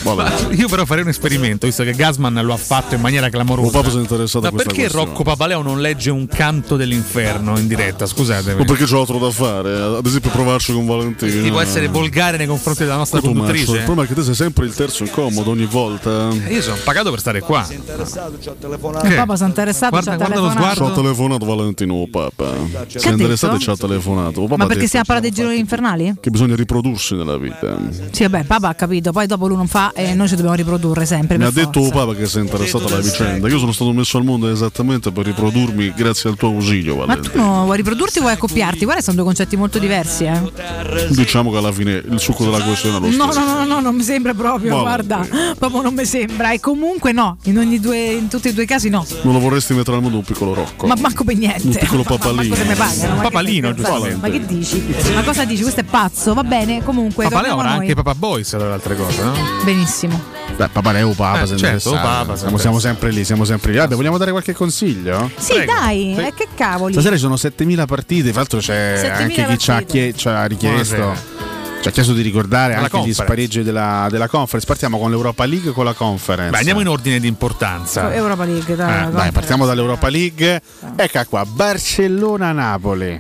[SPEAKER 19] Ma Io però farei un esperimento, visto che Gasman lo ha fatto in maniera clamorosa.
[SPEAKER 17] Un po' sono interessato a
[SPEAKER 19] Ma
[SPEAKER 17] questa
[SPEAKER 19] perché
[SPEAKER 17] questione.
[SPEAKER 19] Rocco Papaleo non legge un canto dell'inferno in diretta? Scusatemi.
[SPEAKER 17] O perché c'ho altro da fare? Ad esempio provarci con Valentino.
[SPEAKER 19] Ti può essere volgare nei confronti della nostra
[SPEAKER 17] Oh, Tommaso, Il
[SPEAKER 19] conduttrice? Eh,
[SPEAKER 17] problema è che te sei sempre il terzo incomodo ogni volta.
[SPEAKER 19] Io sono pagato per stare qua.
[SPEAKER 11] Il Papa si è interessato, ci ha telefonato.
[SPEAKER 17] Ci ha telefonato Valentino, oh, Papa. Si è
[SPEAKER 11] detto?
[SPEAKER 17] interessato e ci ha telefonato. Oh, Papa
[SPEAKER 11] Ma
[SPEAKER 17] ha
[SPEAKER 11] perché
[SPEAKER 17] detto
[SPEAKER 11] stiamo parlando dei gironi infernali?
[SPEAKER 17] Che bisogna riprodursi nella vita.
[SPEAKER 11] Sì, vabbè, papà ha capito, poi dopo lui non fa e noi ci dobbiamo riprodurre sempre.
[SPEAKER 17] Mi
[SPEAKER 11] per
[SPEAKER 17] ha detto oh,
[SPEAKER 11] forza.
[SPEAKER 17] Papa che si è interessato alla vicenda. Io sono stato messo al mondo esattamente per riprodurmi grazie al tuo ausilio,
[SPEAKER 11] Ma tu
[SPEAKER 17] Valentino.
[SPEAKER 11] no, vuoi riprodurti o vuoi accoppiarti? Guarda, sono due concetti molto diversi, eh.
[SPEAKER 17] Diciamo che alla fine il succo della questione è lo
[SPEAKER 11] No,
[SPEAKER 17] stesso.
[SPEAKER 11] no, no, no, no, non mi sembra proprio,
[SPEAKER 17] Ma
[SPEAKER 11] guarda, proprio non mi sembra. E comunque no, in ogni due, in tutti e due i casi no.
[SPEAKER 17] Non lo vorresti mettere al mondo un piccolo Rocco.
[SPEAKER 11] Ma manco per
[SPEAKER 17] un
[SPEAKER 11] niente.
[SPEAKER 17] piccolo
[SPEAKER 11] Ma
[SPEAKER 17] papalino.
[SPEAKER 11] cosa mi pagano? Ma che
[SPEAKER 19] Papalino,
[SPEAKER 11] stai scherzando?
[SPEAKER 19] giustamente.
[SPEAKER 11] Ma che dici? Ma cosa dici? Questo è pazzo, va bene, comunque
[SPEAKER 19] Papaleo
[SPEAKER 11] torniamo a
[SPEAKER 19] era
[SPEAKER 11] noi.
[SPEAKER 19] anche Papa Boys, tra le altre cose, no?
[SPEAKER 11] Benissimo.
[SPEAKER 17] Beh, Papaleo Papa,
[SPEAKER 19] Eh,
[SPEAKER 17] se
[SPEAKER 19] certo,
[SPEAKER 17] interessa.
[SPEAKER 19] Papa, se
[SPEAKER 17] siamo, siamo sempre lì, siamo sempre lì. Vabbè, vogliamo dare qualche consiglio?
[SPEAKER 11] Sì, dai, eh, che cavoli.
[SPEAKER 17] Stasera ci sono 7000 partite, tra l'altro c'è
[SPEAKER 11] 7.000
[SPEAKER 17] anche chi ci ha, chie- ci ha richiesto. Ci ha chiesto di ricordare
[SPEAKER 19] Alla
[SPEAKER 17] anche
[SPEAKER 19] conference.
[SPEAKER 17] gli spareggi della, della conference. Partiamo con l'Europa League e con la conference.
[SPEAKER 19] Beh, andiamo in ordine di importanza.
[SPEAKER 11] Europa League, dai.
[SPEAKER 17] Eh, dai,
[SPEAKER 11] guarda.
[SPEAKER 17] partiamo dall'Europa League. Ecco qua, Barcellona-Napoli.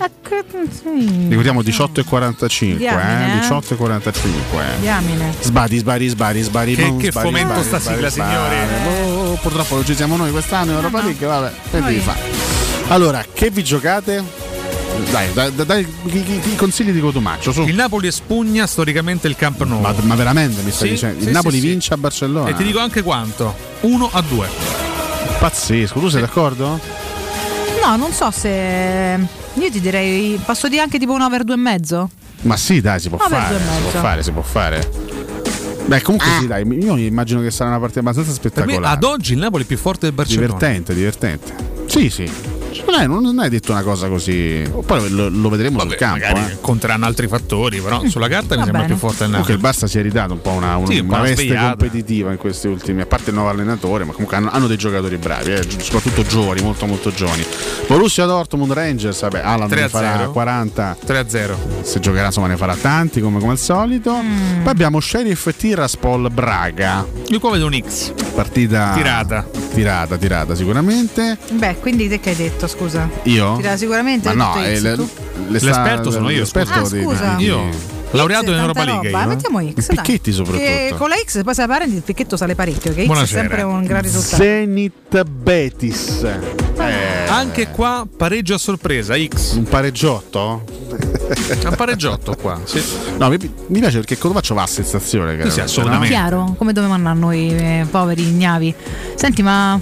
[SPEAKER 11] Mm,
[SPEAKER 17] Ricordiamo 18 e 45,
[SPEAKER 11] Diamine,
[SPEAKER 17] eh?
[SPEAKER 11] eh.
[SPEAKER 17] 18 e 45.
[SPEAKER 11] Diamine.
[SPEAKER 17] Sbadi, sbadi, sbadi, sbadi.
[SPEAKER 19] Che-
[SPEAKER 17] boom,
[SPEAKER 19] che
[SPEAKER 17] sbadi,
[SPEAKER 19] fomento
[SPEAKER 17] sbadi,
[SPEAKER 19] sta
[SPEAKER 17] sbadi,
[SPEAKER 19] sigla,
[SPEAKER 17] sbadi.
[SPEAKER 19] signori.
[SPEAKER 17] Oh, purtroppo non ci siamo noi quest'anno, Europa League, vabbè, che devi fare? Allora, che vi giocate? Dai, dai, dai, dai, i- i- i consigli di Cotumaccio, su.
[SPEAKER 19] Il Napoli espugna storicamente il Camp Nou.
[SPEAKER 17] Ma, ma veramente mi stai
[SPEAKER 19] Sì,
[SPEAKER 17] dicendo? Il
[SPEAKER 19] sì,
[SPEAKER 17] Napoli
[SPEAKER 19] sì, sì.
[SPEAKER 17] vince a Barcellona.
[SPEAKER 19] E ti dico anche quanto. 1 a 2.
[SPEAKER 17] Pazzesco, tu sei d'accordo?
[SPEAKER 11] No, non so se. Io ti direi. Posso dire anche tipo un over due e mezzo?
[SPEAKER 17] Ma sì, dai, si può
[SPEAKER 11] Ah, per
[SPEAKER 17] fare,
[SPEAKER 11] due e
[SPEAKER 17] si può
[SPEAKER 11] mezzo.
[SPEAKER 17] fare, si può fare. Beh, comunque sì, dai, io immagino che sarà una partita abbastanza
[SPEAKER 19] Ah. Per me
[SPEAKER 17] spettacolare.
[SPEAKER 19] ad oggi il Napoli è più forte del Barcellona.
[SPEAKER 17] Divertente, divertente. Sì, sì. Non hai, non hai detto una cosa così. o Poi lo, lo vedremo sul campo.
[SPEAKER 19] Magari
[SPEAKER 17] eh. Mm.
[SPEAKER 19] conteranno altri fattori, però sulla carta mi
[SPEAKER 17] Va
[SPEAKER 19] sembra
[SPEAKER 17] bene.
[SPEAKER 19] più forte il
[SPEAKER 17] Comunque
[SPEAKER 19] Napoli.
[SPEAKER 17] il Barça si è ridato un po' una, un-
[SPEAKER 19] Sì, un po'
[SPEAKER 17] una
[SPEAKER 19] una
[SPEAKER 17] veste
[SPEAKER 19] svegliata.
[SPEAKER 17] competitiva in questi ultimi, a parte il nuovo allenatore, ma comunque hanno, hanno dei giocatori bravi, eh, gi- soprattutto giovani, molto molto giovani. Borussia Dortmund Rangers, vabbè, Alan
[SPEAKER 19] 3 a
[SPEAKER 17] ne farà
[SPEAKER 19] 0.
[SPEAKER 17] 40.
[SPEAKER 19] 3-0.
[SPEAKER 17] Se giocherà insomma ne farà tanti come, come al solito.
[SPEAKER 11] Mm.
[SPEAKER 17] Poi abbiamo Sheriff Tiraspol Braga.
[SPEAKER 19] Io qua vedo un X.
[SPEAKER 17] Partita
[SPEAKER 19] Tirata.
[SPEAKER 17] Tirata, tirata sicuramente.
[SPEAKER 11] Beh, quindi te che hai detto, scusa?
[SPEAKER 17] Io?
[SPEAKER 11] Ti dà sicuramente
[SPEAKER 17] Ma
[SPEAKER 11] hai
[SPEAKER 17] no,
[SPEAKER 11] detto
[SPEAKER 17] eh,
[SPEAKER 11] X,
[SPEAKER 17] le-
[SPEAKER 11] tu?
[SPEAKER 17] le sta-
[SPEAKER 19] L'esperto sono io,
[SPEAKER 17] l'esperto
[SPEAKER 11] scusa.
[SPEAKER 17] di-
[SPEAKER 11] Ah, scusa.
[SPEAKER 17] di-
[SPEAKER 19] Io, laureato in
[SPEAKER 11] Tanta
[SPEAKER 19] Europa League.
[SPEAKER 11] roba,
[SPEAKER 19] io, eh.
[SPEAKER 11] mettiamo X. dai.
[SPEAKER 17] picchetti soprattutto.
[SPEAKER 11] Che con la X poi se la parenti il picchetto sale parecchio, che X è
[SPEAKER 19] Buonasera.
[SPEAKER 11] sempre un gran risultato.
[SPEAKER 17] Zenit Betis. Eh,
[SPEAKER 19] Anche qua pareggio a sorpresa, X.
[SPEAKER 17] un pareggiotto?
[SPEAKER 19] Un pareggiotto qua. Sì.
[SPEAKER 17] No, mi, mi piace perché Cotovaccio va a sensazione, chiaramente, no?
[SPEAKER 11] Chiaro, come dovevamo andare noi eh, poveri ignavi. Senti, ma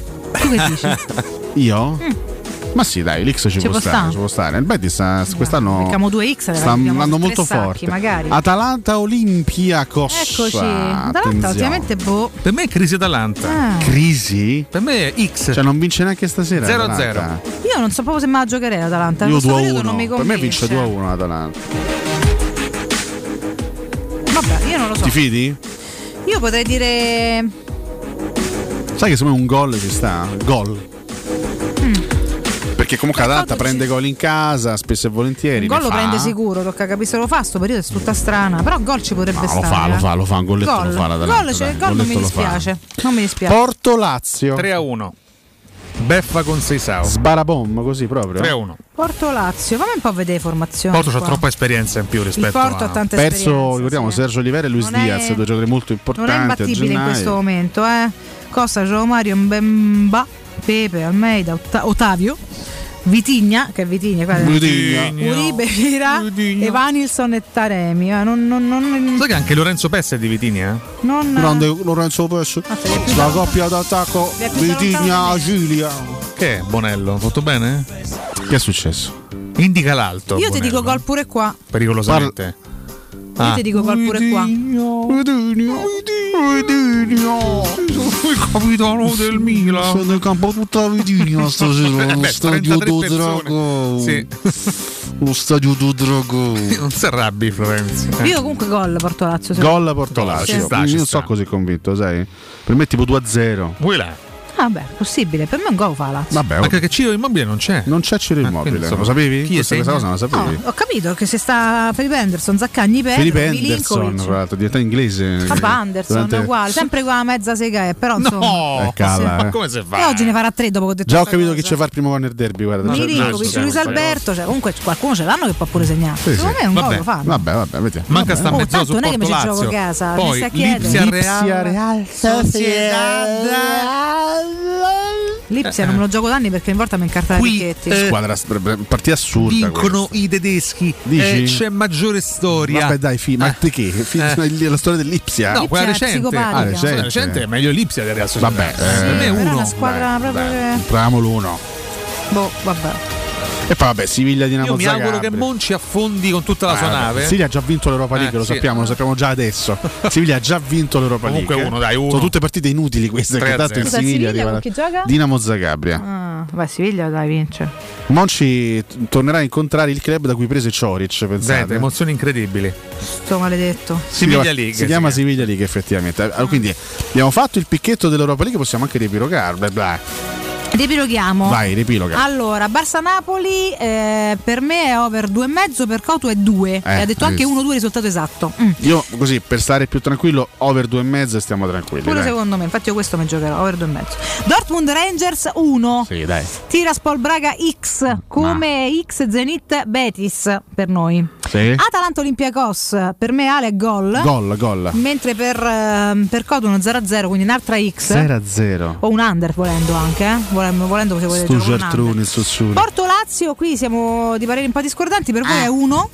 [SPEAKER 11] tu che dici? Mm.
[SPEAKER 17] Io? Ma sì, dai, l'X ci,
[SPEAKER 11] Ci può
[SPEAKER 17] può
[SPEAKER 11] stare.
[SPEAKER 17] stare, ci può stare. Il Betis eh, quest'anno
[SPEAKER 11] Becchiamo due X,
[SPEAKER 17] sta andando molto forte.
[SPEAKER 11] magari.
[SPEAKER 17] Atalanta Olimpia Cossa.
[SPEAKER 11] Eccoci. Atalanta ultimamente boh.
[SPEAKER 19] Per me è crisi Atalanta.
[SPEAKER 11] Ah.
[SPEAKER 17] Crisi?
[SPEAKER 19] Per me è X.
[SPEAKER 17] Cioè non vince neanche stasera.
[SPEAKER 19] 0-0.
[SPEAKER 17] Atalanta.
[SPEAKER 11] Io non so proprio se me la giocherei l'Atalanta.
[SPEAKER 17] Io
[SPEAKER 11] Questo
[SPEAKER 17] 2
[SPEAKER 11] periodo non mi
[SPEAKER 17] 1. Per me vince
[SPEAKER 11] convince.
[SPEAKER 17] 2 1 Atalanta.
[SPEAKER 11] Vabbè, io non lo so.
[SPEAKER 17] Ti fidi?
[SPEAKER 11] Io potrei dire
[SPEAKER 17] Sai che secondo me un gol ci sta? Gol.
[SPEAKER 11] mm,
[SPEAKER 17] Perché comunque Atalanta prende gol in casa, spesso e volentieri.
[SPEAKER 11] Cioè, un gol
[SPEAKER 17] ne
[SPEAKER 11] lo
[SPEAKER 17] fa.
[SPEAKER 11] prende sicuro, tocca capire se lo fa, sto periodo è tutta strana, però gol ci potrebbe
[SPEAKER 17] No, Ah, lo
[SPEAKER 11] stare.
[SPEAKER 17] fa, lo
[SPEAKER 11] eh.
[SPEAKER 17] fa, lo fa, un golletto
[SPEAKER 11] gol.
[SPEAKER 17] lo fa l'Atalanta,
[SPEAKER 11] Gol, cioè,
[SPEAKER 17] dai,
[SPEAKER 11] gol non mi
[SPEAKER 17] golletto lo fa.
[SPEAKER 11] dispiace. Non mi dispiace.
[SPEAKER 17] Porto Lazio.
[SPEAKER 19] 3 a 1. Beffa con Seisao.
[SPEAKER 17] Sbarabom, così proprio.
[SPEAKER 19] 3-1.
[SPEAKER 11] Porto Lazio, fammi un po' a vedere le formazioni.
[SPEAKER 19] Porto c'ha
[SPEAKER 11] qua.
[SPEAKER 19] troppa esperienza in più rispetto
[SPEAKER 11] Porto
[SPEAKER 19] a...
[SPEAKER 11] ha tante
[SPEAKER 17] Perso,
[SPEAKER 11] esperienza,
[SPEAKER 17] ricordiamo,
[SPEAKER 11] sì.
[SPEAKER 17] Sergio Olivera e Luis
[SPEAKER 11] Non è-
[SPEAKER 17] Diaz, due giocatori molto
[SPEAKER 11] Non è
[SPEAKER 17] importanti. a
[SPEAKER 11] imbattibile in
[SPEAKER 17] gennaio.
[SPEAKER 11] questo momento, eh. Costa, Giomario, Mbemba, Pepe, Almeida, Otta- Ottavio, Vitigna, che è Vitigna, guarda.
[SPEAKER 19] Vitigna.
[SPEAKER 11] Uribe, Vira, Evanilson e Taremi. eh, Non, non, non,
[SPEAKER 19] Sai che anche Lorenzo Pessa è di Vitini, eh?
[SPEAKER 11] non-
[SPEAKER 17] Lorenzo Pesce.
[SPEAKER 11] Ah,
[SPEAKER 17] La coppia d'attacco
[SPEAKER 11] Vi è più
[SPEAKER 17] Vitigna
[SPEAKER 11] salutato?
[SPEAKER 17] Giulia.
[SPEAKER 19] Che è, Bonello? Tutto bene?
[SPEAKER 17] Che è successo?
[SPEAKER 19] Indica l'alto.
[SPEAKER 11] Io ti
[SPEAKER 19] Bonello.
[SPEAKER 11] dico gol pure qua.
[SPEAKER 19] Pericolosamente.
[SPEAKER 11] Io
[SPEAKER 19] Ah.
[SPEAKER 11] ti dico gol pure qua.
[SPEAKER 19] il capitano del Milan.
[SPEAKER 17] Sono in campo tutta Vitigna stasera. Lo
[SPEAKER 19] Eh Beh,
[SPEAKER 17] stadio
[SPEAKER 19] 33
[SPEAKER 17] do
[SPEAKER 19] persone.
[SPEAKER 17] Drago.
[SPEAKER 19] Sì.
[SPEAKER 17] Lo stadio do Drago.
[SPEAKER 19] Non si arrabbi, Florenzi. Eh.
[SPEAKER 11] Io comunque gol Porto Lazio. se-
[SPEAKER 17] Gol Porto
[SPEAKER 19] Ci
[SPEAKER 17] Lazio.
[SPEAKER 19] sta,
[SPEAKER 17] Io
[SPEAKER 19] ci
[SPEAKER 17] non sono così convinto, sai? Per me è tipo 2-0.
[SPEAKER 19] Vuoi là?
[SPEAKER 11] Vabbè, Ah, possibile, per me un gol fa la Lazio.
[SPEAKER 17] Vabbè, oh.
[SPEAKER 19] Anche che Ciro Immobile non c'è. Ah,
[SPEAKER 17] Non c'è Ciro Immobile,
[SPEAKER 19] quindi,
[SPEAKER 17] lo sapevi?
[SPEAKER 19] chi
[SPEAKER 17] Questa, questa
[SPEAKER 19] segna?
[SPEAKER 17] cosa non la sapevi.
[SPEAKER 11] Ho capito che se sta Felipe Anderson, Zaccagni, Pedro,
[SPEAKER 17] Felipe Anderson,
[SPEAKER 11] Milinkovic.
[SPEAKER 17] tra l'altro, diventa inglese.
[SPEAKER 11] Papa Anderson,
[SPEAKER 17] Durante-
[SPEAKER 11] uguale, sempre qua a mezza sega è, però insomma.
[SPEAKER 17] Eh, cala, eh.
[SPEAKER 19] Oh, come si
[SPEAKER 11] E oggi ne farà tre dopo che ho detto.
[SPEAKER 17] Già ho
[SPEAKER 11] questa
[SPEAKER 17] capito
[SPEAKER 11] cosa.
[SPEAKER 17] chi ci fa il primo gol nel derby, guarda. Cioè,
[SPEAKER 11] Milinkovic,
[SPEAKER 17] cioè,
[SPEAKER 11] Luis
[SPEAKER 17] cioè,
[SPEAKER 11] Alberto, cioè, comunque qualcuno ce l'hanno che può pure segnare.
[SPEAKER 17] Sì, sì.
[SPEAKER 11] Secondo me un gol
[SPEAKER 17] Vabbè,
[SPEAKER 11] lo fanno.
[SPEAKER 17] Vabbè, vabbè, vediamo.
[SPEAKER 19] Manca
[SPEAKER 17] Vabbè.
[SPEAKER 19] sta
[SPEAKER 11] Oh,
[SPEAKER 19] mezzo
[SPEAKER 11] tanto
[SPEAKER 19] su
[SPEAKER 11] non è che mi
[SPEAKER 19] Porto
[SPEAKER 11] ci gioco
[SPEAKER 19] Lazio.
[SPEAKER 11] casa, mi
[SPEAKER 19] Poi
[SPEAKER 11] sta chiedendo.
[SPEAKER 19] Lipsia
[SPEAKER 17] Lipsia
[SPEAKER 19] Real.
[SPEAKER 17] Real Eh,
[SPEAKER 11] Lipsia non me lo gioco da anni perché in volta mi incarta la
[SPEAKER 19] Qui,
[SPEAKER 11] Richetti.
[SPEAKER 19] eh,
[SPEAKER 17] Squadra sp- sp- partita assurda.
[SPEAKER 19] Vincono
[SPEAKER 17] questa.
[SPEAKER 19] i tedeschi.
[SPEAKER 17] Dici?
[SPEAKER 19] Eh, c'è maggiore storia. Eh.
[SPEAKER 17] Vabbè, dai, fi- ma te che? Fi- La storia dell'Ipsia.
[SPEAKER 19] No, quella
[SPEAKER 11] Lipsia è
[SPEAKER 19] recente.
[SPEAKER 11] psicopatica. Ah, recente.
[SPEAKER 19] Quella recente è meglio l'Ipsia del Real Sociedad.
[SPEAKER 17] Eh, Vabbè,
[SPEAKER 19] Per me è
[SPEAKER 17] eh,
[SPEAKER 11] Però è
[SPEAKER 19] uno.
[SPEAKER 11] una squadra proprio che.
[SPEAKER 17] Pramolo uno.
[SPEAKER 11] Boh, vabbè.
[SPEAKER 17] E poi vabbè, Siviglia di
[SPEAKER 19] Io mi auguro che Monci affondi con tutta la
[SPEAKER 17] Ah,
[SPEAKER 19] sua nave.
[SPEAKER 17] Siviglia Eh, ha già vinto l'Europa League,
[SPEAKER 19] Eh,
[SPEAKER 17] lo
[SPEAKER 19] sì.
[SPEAKER 17] sappiamo, lo sappiamo già adesso. Siviglia ha già vinto l'Europa
[SPEAKER 19] Comunque
[SPEAKER 17] League. eh.
[SPEAKER 19] uno, dai, uno.
[SPEAKER 17] Sono tutte partite inutili queste,
[SPEAKER 19] Tre
[SPEAKER 17] che
[SPEAKER 19] a
[SPEAKER 17] tanto il
[SPEAKER 11] zero. Scusa,
[SPEAKER 17] Siviglia
[SPEAKER 11] Siviglia
[SPEAKER 17] arriva
[SPEAKER 11] con chi gioca?
[SPEAKER 17] Dinamo Zagabria.
[SPEAKER 11] Ah, vai, Siviglia dai, vince.
[SPEAKER 17] Monci t- tornerà a incontrare il club da cui prese Cioric, pensate. eh?
[SPEAKER 19] Zeta, emozioni incredibili.
[SPEAKER 11] Sto maledetto.
[SPEAKER 17] Si
[SPEAKER 19] Siviglia
[SPEAKER 17] chiama-
[SPEAKER 19] League,
[SPEAKER 17] Si chiama Siviglia League, effettivamente. Allora, quindi abbiamo fatto il picchetto dell'Europa League, possiamo anche riepilogarlo. eh, Dai,
[SPEAKER 11] Ripiloghiamo.
[SPEAKER 17] vai, riepiloga.
[SPEAKER 11] Allora, Barça Napoli eh, per me è over 2,5, per Cotu è 2.
[SPEAKER 17] Eh,
[SPEAKER 11] e ha detto anche
[SPEAKER 17] visto.
[SPEAKER 11] 1-2 risultato esatto. Mm.
[SPEAKER 17] Io così, per stare più tranquillo, over 2,5 e stiamo tranquilli.
[SPEAKER 11] Pure
[SPEAKER 17] dai.
[SPEAKER 11] secondo me, infatti io questo mi giocherò, over 2,5. Dortmund Rangers 1.
[SPEAKER 17] Sì, dai.
[SPEAKER 11] Tiraspol Braga X come X Zenit Betis per noi.
[SPEAKER 17] Sì.
[SPEAKER 11] Atalanta Olympiacos per me Ale è gol.
[SPEAKER 17] Gol, gol.
[SPEAKER 11] Mentre per, ehm, per Codu uno 0-0, quindi un'altra X.
[SPEAKER 17] 0-0.
[SPEAKER 11] O un under volendo anche, eh? volendo, volendo se volete
[SPEAKER 17] Stu
[SPEAKER 11] giocare un under.
[SPEAKER 17] Gertruni, Sussuri.
[SPEAKER 11] Porto Lazio, qui siamo di pareri un po' discordanti, per
[SPEAKER 17] Ah.
[SPEAKER 11] voi è 1.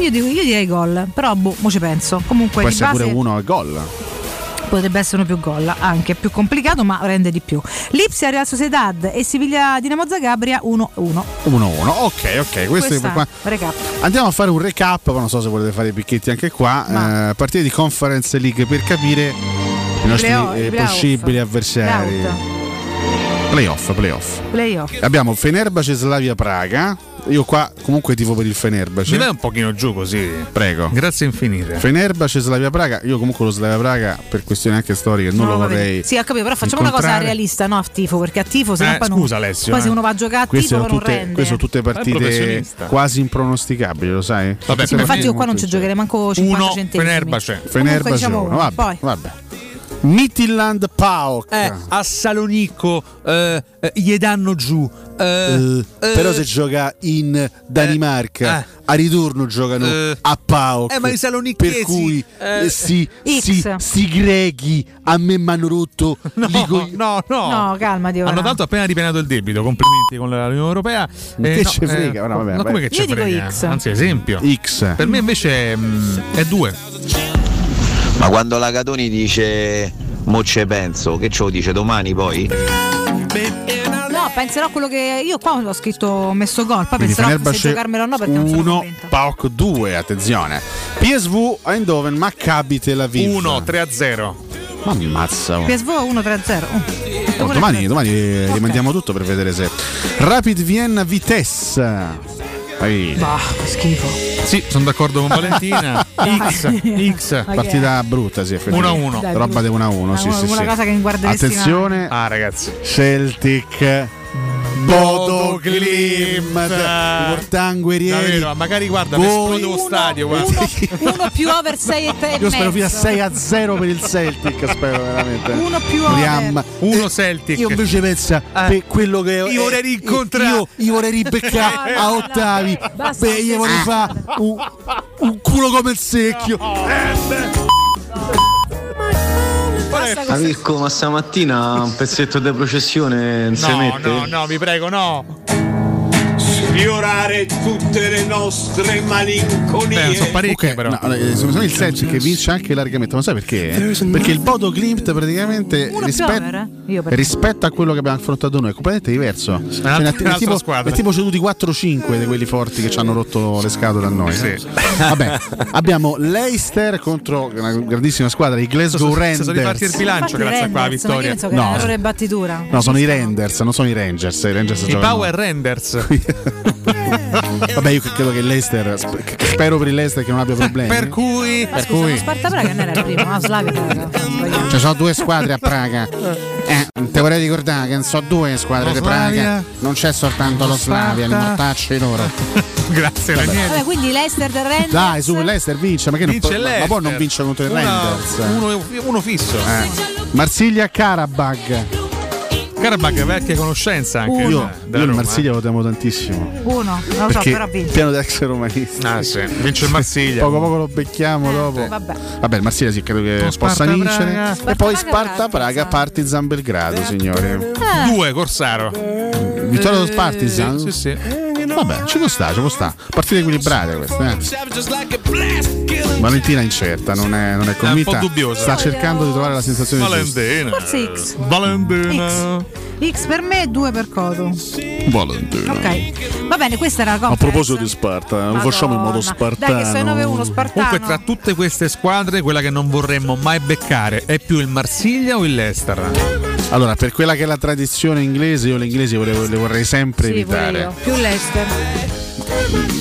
[SPEAKER 11] Io, dico- io direi gol, però boh, mo ci penso. Comunque
[SPEAKER 17] Può
[SPEAKER 11] di
[SPEAKER 17] essere
[SPEAKER 11] base
[SPEAKER 17] pure uno a gol.
[SPEAKER 11] potrebbe essere uno più gol, anche più complicato, ma rende di più. Lipsia Real Sociedad e Siviglia Dinamo Zagabria 1-1.
[SPEAKER 17] 1-1. Ok, ok. Questo è per qua.
[SPEAKER 11] recap.
[SPEAKER 17] Andiamo a fare un recap, poi non so se volete fare i picchetti anche qua. Eh, partite di Conference League per capire i nostri
[SPEAKER 11] Playoff,
[SPEAKER 17] eh,
[SPEAKER 11] playoff.
[SPEAKER 17] possibili avversari. Playoff, playoff.
[SPEAKER 11] Playoff.
[SPEAKER 17] Abbiamo Fenerbahce Slavia Praga. Io qua comunque tifo per il Fenerbahce.
[SPEAKER 19] Mi vai un pochino giù così.
[SPEAKER 17] Prego.
[SPEAKER 19] Grazie infinite.
[SPEAKER 17] Fenerbahce Slavia Praga. Io comunque lo Slavia Praga per questioni anche storiche non
[SPEAKER 11] No,
[SPEAKER 17] lo
[SPEAKER 11] vabbè.
[SPEAKER 17] vorrei.
[SPEAKER 11] Sì, ho capito, però facciamo una cosa
[SPEAKER 17] incontrare.
[SPEAKER 11] realista, no? A tifo, perché a tifo se no
[SPEAKER 17] Eh,
[SPEAKER 11] poi non-
[SPEAKER 17] scusa, Alessio,
[SPEAKER 11] Poi
[SPEAKER 17] eh.
[SPEAKER 11] se uno va a giocare a
[SPEAKER 17] Queste
[SPEAKER 11] tifo
[SPEAKER 17] sono,
[SPEAKER 11] poi non
[SPEAKER 17] tutte,
[SPEAKER 11] rende.
[SPEAKER 17] queste sono tutte partite
[SPEAKER 19] professionista.
[SPEAKER 17] quasi impronosticabili, lo sai?
[SPEAKER 19] Vabbè,
[SPEAKER 17] Sì,
[SPEAKER 11] Infatti io qua non ci giocherei manco 50
[SPEAKER 19] Uno
[SPEAKER 11] centesimi.
[SPEAKER 19] Fenerbahce.
[SPEAKER 17] Fenerbahce
[SPEAKER 11] diciamo
[SPEAKER 17] uno,
[SPEAKER 11] uno,
[SPEAKER 17] vabbè,
[SPEAKER 11] poi.
[SPEAKER 17] vabbè. Mittelland Paok.
[SPEAKER 19] Eh, a Salonicco eh, eh, gli danno giù. eh,
[SPEAKER 17] Eh,
[SPEAKER 19] eh,
[SPEAKER 17] però se gioca in Danimarca
[SPEAKER 19] eh.
[SPEAKER 17] a ritorno giocano
[SPEAKER 19] Eh.
[SPEAKER 17] a Paok
[SPEAKER 19] Eh, ma i salonichesi,
[SPEAKER 17] per cui
[SPEAKER 19] eh.
[SPEAKER 17] eh, si,
[SPEAKER 11] X.
[SPEAKER 17] si, si greghi a me m'hanno rotto
[SPEAKER 19] No,
[SPEAKER 17] Ligo-
[SPEAKER 19] no, no.
[SPEAKER 11] No, calmati ora.
[SPEAKER 19] Hanno tanto appena ripianato il debito, complimenti con la- l'Unione Europea. Eh,
[SPEAKER 17] Che ce frega? No, vabbè,
[SPEAKER 19] no, come
[SPEAKER 17] vabbè.
[SPEAKER 19] che ce
[SPEAKER 11] Io dico
[SPEAKER 19] frega?
[SPEAKER 11] X.
[SPEAKER 19] Anzi, esempio.
[SPEAKER 17] X
[SPEAKER 19] Per me invece mm, è due.
[SPEAKER 5] Ma quando la Catoni dice mo ce penso, che ce lo dice domani poi?
[SPEAKER 11] No, penserò a quello che io qua ho scritto ho messo gol, poi
[SPEAKER 17] Quindi
[SPEAKER 11] penserò se
[SPEAKER 17] Fenerbahce
[SPEAKER 11] giocarmelo o no perché non sono
[SPEAKER 17] 1
[SPEAKER 11] convinta.
[SPEAKER 17] Paok 2 attenzione PSV Eindhoven Maccabi Tel Aviv
[SPEAKER 19] 1 3 a 0.
[SPEAKER 17] ma ammazza oh.
[SPEAKER 11] PSV 1-3-0. Oh.
[SPEAKER 17] Oh, domani, domani eh, rimandiamo tutto per vedere se Rapid Vienna Vitesse Poi-
[SPEAKER 11] Bah, che schifo.
[SPEAKER 19] Sì, sono d'accordo con Valentina. X X
[SPEAKER 11] Ma che
[SPEAKER 17] partita brutta sì effettivamente.
[SPEAKER 19] 1-1.
[SPEAKER 11] Dai,
[SPEAKER 17] roba
[SPEAKER 11] brutta.
[SPEAKER 17] di 1-1 sì,
[SPEAKER 11] Una-
[SPEAKER 17] sì,
[SPEAKER 11] una
[SPEAKER 17] sì.
[SPEAKER 11] cosa che non guarderesti
[SPEAKER 17] attenzione
[SPEAKER 19] Ah, ragazzi.
[SPEAKER 17] Celtic Bodo Klimt, Mortanguerieri.
[SPEAKER 19] Davvero, magari guarda, mi
[SPEAKER 17] Voi-
[SPEAKER 19] esplode lo stadio, guarda.
[SPEAKER 11] Uno più over 6 e 3
[SPEAKER 17] Io spero fino a 6 a 0 per il Celtic, spero veramente.
[SPEAKER 11] Uno più
[SPEAKER 17] Priam.
[SPEAKER 19] Uno Celtic. Eh.
[SPEAKER 17] Io invece penso per quello che eh,
[SPEAKER 19] Io vorrei rincontrare-
[SPEAKER 17] Io, io vorrei ribeccare a ottavi.
[SPEAKER 19] basta.
[SPEAKER 17] Beh, io vorrei fare un, un culo come il secchio.
[SPEAKER 36] Mirko, ma stamattina un pezzetto di processione non si
[SPEAKER 19] No,
[SPEAKER 36] mette?
[SPEAKER 19] no, no, vi prego, no.
[SPEAKER 3] Sfiorare tutte le nostre malinconie.
[SPEAKER 17] Ok, no, eh, sono sono il Celtic che vince anche largamente, ma sai perché? Perché il Bodo Glimt praticamente
[SPEAKER 11] Uno più
[SPEAKER 17] rispetto.
[SPEAKER 11] over, eh? Io per
[SPEAKER 17] rispetto a quello che abbiamo affrontato noi è completamente diverso. Cioè,
[SPEAKER 19] un'altra-
[SPEAKER 17] ne- ne-
[SPEAKER 19] un'altra
[SPEAKER 17] tipo,
[SPEAKER 19] squadra.
[SPEAKER 17] ne- tipo ceduti 4-5 di quelli forti che ci hanno rotto le scatole a noi. Vabbè, abbiamo Leicester contro una grandissima squadra, i Glasgow
[SPEAKER 19] Sono- sono
[SPEAKER 17] Rangers.
[SPEAKER 19] ripartiti il bilancio
[SPEAKER 11] Infatti
[SPEAKER 19] grazie a qua,
[SPEAKER 11] Renders, ma io
[SPEAKER 19] vittoria.
[SPEAKER 11] penso che
[SPEAKER 17] No.
[SPEAKER 11] è un errore di battitura.
[SPEAKER 17] No, sono i Renders, non sono i Rangers. I Rangers
[SPEAKER 19] I
[SPEAKER 17] giocano-
[SPEAKER 19] Power Renders.
[SPEAKER 17] Vabbè, io credo che l'Ester. Spero per il Leicester che non abbia problemi.
[SPEAKER 19] Per cui,
[SPEAKER 11] Ma scusa, uno Sparta Praga non era il primo, ma Slaga era.
[SPEAKER 17] Ci sono Cioè, due squadre a Praga. Eh, te vorrei ricordare che non so due squadre
[SPEAKER 19] Lo
[SPEAKER 17] di Praga.
[SPEAKER 19] Slavia.
[SPEAKER 17] Non c'è soltanto lo Slavia, li
[SPEAKER 19] Sparta.
[SPEAKER 17] mortacci loro.
[SPEAKER 19] Grazie,
[SPEAKER 17] Vabbè.
[SPEAKER 19] Ranieri.
[SPEAKER 11] Vabbè, quindi Leicester del Renders.
[SPEAKER 17] Dai, su, l'Ester vince, ma che non
[SPEAKER 19] Vince
[SPEAKER 17] può, ma- ma poi non
[SPEAKER 19] l'Ester.
[SPEAKER 17] vince contro il
[SPEAKER 19] Una-
[SPEAKER 17] Renders.
[SPEAKER 19] Uno, uno fisso.
[SPEAKER 17] Marsiglia Karabag.
[SPEAKER 19] Karabag, vecchia conoscenza anche.
[SPEAKER 17] Io, io
[SPEAKER 19] della
[SPEAKER 17] il
[SPEAKER 19] Roma. eh.
[SPEAKER 17] Marsiglia lo temo tantissimo.
[SPEAKER 11] Uno, non lo so,
[SPEAKER 17] perché
[SPEAKER 11] però vince.
[SPEAKER 17] piano d'ex romanista.
[SPEAKER 19] Ah, sì. Vince il Marsiglia.
[SPEAKER 17] Poco poco lo becchiamo dopo.
[SPEAKER 11] Eh, Vabbè.
[SPEAKER 17] Vabbè, il Marsiglia sì, credo che
[SPEAKER 19] Sparta
[SPEAKER 17] possa vincere.
[SPEAKER 19] Praga.
[SPEAKER 17] E poi Sparta Praga,
[SPEAKER 11] esatto.
[SPEAKER 17] Partizan
[SPEAKER 11] Eh.
[SPEAKER 17] Belgrado, signore.
[SPEAKER 19] Due, Corsaro.
[SPEAKER 17] Vittoria dello Partizan?
[SPEAKER 19] Sì, sì.
[SPEAKER 17] Vabbè, ci può sta, ci può sta. Partite equilibrate queste, eh. Valentina è incerta, non è, non è convinta.
[SPEAKER 19] po' dubbiosa.
[SPEAKER 17] Ecco, Sta cercando di trovare la sensazione giusta.
[SPEAKER 19] Valentina.
[SPEAKER 11] Forse X.
[SPEAKER 19] Valentina.
[SPEAKER 11] X per me e due per Codo.
[SPEAKER 17] Valentina.
[SPEAKER 11] Ok. Va bene, questa era la conference.
[SPEAKER 17] di Sparta,
[SPEAKER 11] Madonna. Dai, che sei 9-1 spartano.
[SPEAKER 19] Comunque, tra tutte queste squadre, quella che non vorremmo mai beccare è più il Marsiglia o il Leicester?
[SPEAKER 17] Allora, per quella che è la tradizione inglese, io le inglesi volevo- le vorrei sempre
[SPEAKER 11] Sì, pure
[SPEAKER 17] evitare.
[SPEAKER 11] io. Più Leicester.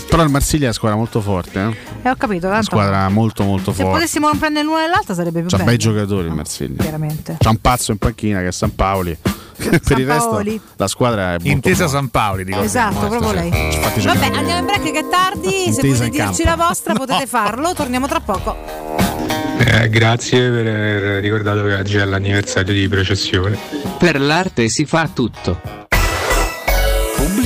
[SPEAKER 17] Però il Marsiglia è una squadra molto forte, eh? Una
[SPEAKER 11] Eh, ho capito, tanto.
[SPEAKER 17] squadra molto molto
[SPEAKER 11] Se
[SPEAKER 17] forte.
[SPEAKER 11] potessimo non prendere l'una e l'altra sarebbe più
[SPEAKER 17] C'ha
[SPEAKER 11] bello.
[SPEAKER 17] bei giocatori il Marsiglia.
[SPEAKER 11] Chiaramente.
[SPEAKER 17] C'ha un pazzo in panchina che è San Paoli. per
[SPEAKER 11] San
[SPEAKER 17] il resto
[SPEAKER 11] Paoli.
[SPEAKER 17] la squadra è molto
[SPEAKER 19] Intesa
[SPEAKER 17] forte.
[SPEAKER 19] San Paoli, dico.
[SPEAKER 11] Esatto, proprio lei.
[SPEAKER 17] Infatti
[SPEAKER 11] Vabbè,
[SPEAKER 17] giocare-
[SPEAKER 11] andiamo in break che è tardi. Se
[SPEAKER 17] Intesa
[SPEAKER 11] volete
[SPEAKER 17] in
[SPEAKER 11] dirci la
[SPEAKER 17] campo.
[SPEAKER 11] vostra, potete farlo. Torniamo tra poco.
[SPEAKER 5] Eh, grazie per aver ricordato che oggi è l'anniversario di processione.
[SPEAKER 81] Per l'arte si fa tutto.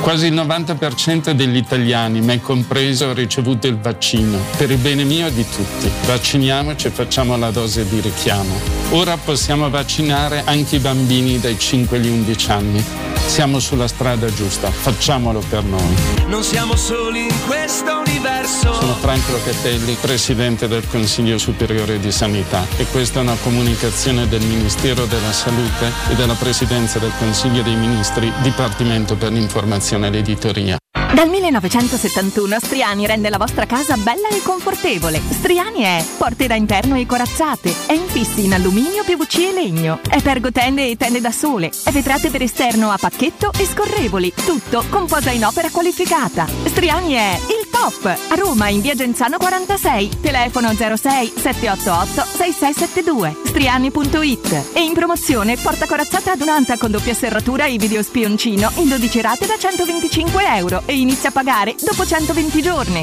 [SPEAKER 74] Quasi il 90% degli italiani, me compreso, ha ricevuto il vaccino. Per il bene mio e di tutti. Vacciniamoci e facciamo la dose di richiamo. Ora possiamo vaccinare anche i bambini dai 5 agli 11 anni. Siamo sulla strada giusta, facciamolo per noi.
[SPEAKER 82] Non siamo soli in questo universo.
[SPEAKER 74] Sono Franco Locatelli, presidente del Consiglio Superiore di Sanità e questa è una comunicazione del Ministero della Salute e della Presidenza del Consiglio dei Ministri, Dipartimento per l'Informazione e l'Editoria.
[SPEAKER 83] Dal 1971 Striani rende la vostra casa bella e confortevole. Striani è porte da interno e corazzate, è infissi in alluminio, PVC e legno, è pergotende e tende da sole, è vetrate per esterno a pacchetto e scorrevoli, tutto composa in opera qualificata. Striani è il top! A Roma in via Genzano 46, telefono 06 788 6672, striani.it e in promozione porta corazzata ad un'anta con doppia serratura e video spioncino in 12 rate da 125 euro e inizia a pagare dopo 120 giorni.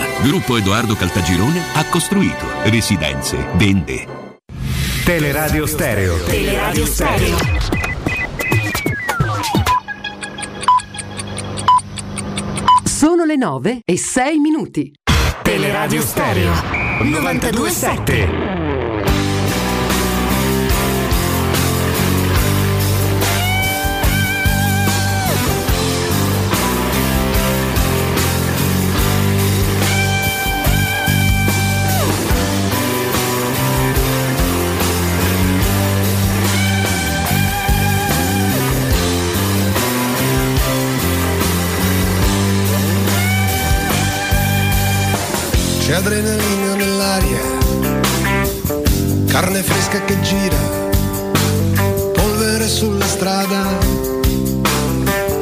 [SPEAKER 84] Gruppo Edoardo Caltagirone ha costruito residenze, vende.
[SPEAKER 11] Teleradio Stereo. Teleradio Stereo.
[SPEAKER 85] Sono le 9 e 6 minuti.
[SPEAKER 11] Teleradio Stereo 927.
[SPEAKER 1] C'è adrenalina nell'aria, carne fresca che gira, polvere sulla strada,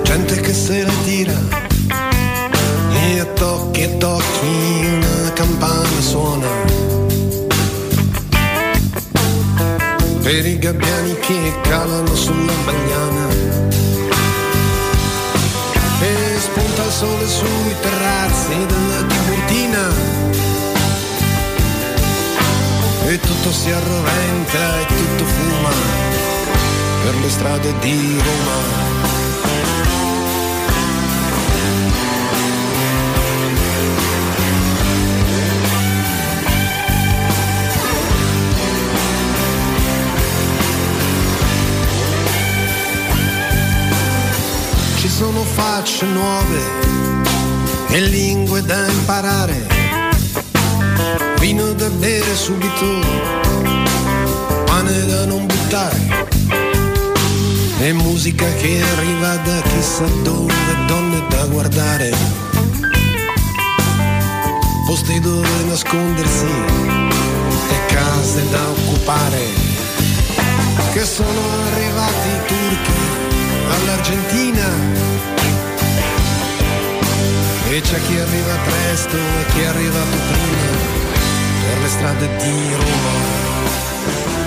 [SPEAKER 1] gente che se la tira. E a tocchi e tocchi una campana suona. Per i gabbiani che calano sulla bagnana. E spunta il sole sui terrazzi della Tiburtina e tutto si arroventa e tutto fuma per le strade di Roma. Ci sono facce nuove e lingue da imparare vino da bere subito, pane da non buttare, e musica che arriva da chissà dove, donne da guardare, posti dove nascondersi e case da occupare, che sono arrivati i turchi all'Argentina. E c'è chi arriva presto e chi è arrivato prima per le strade di Roma.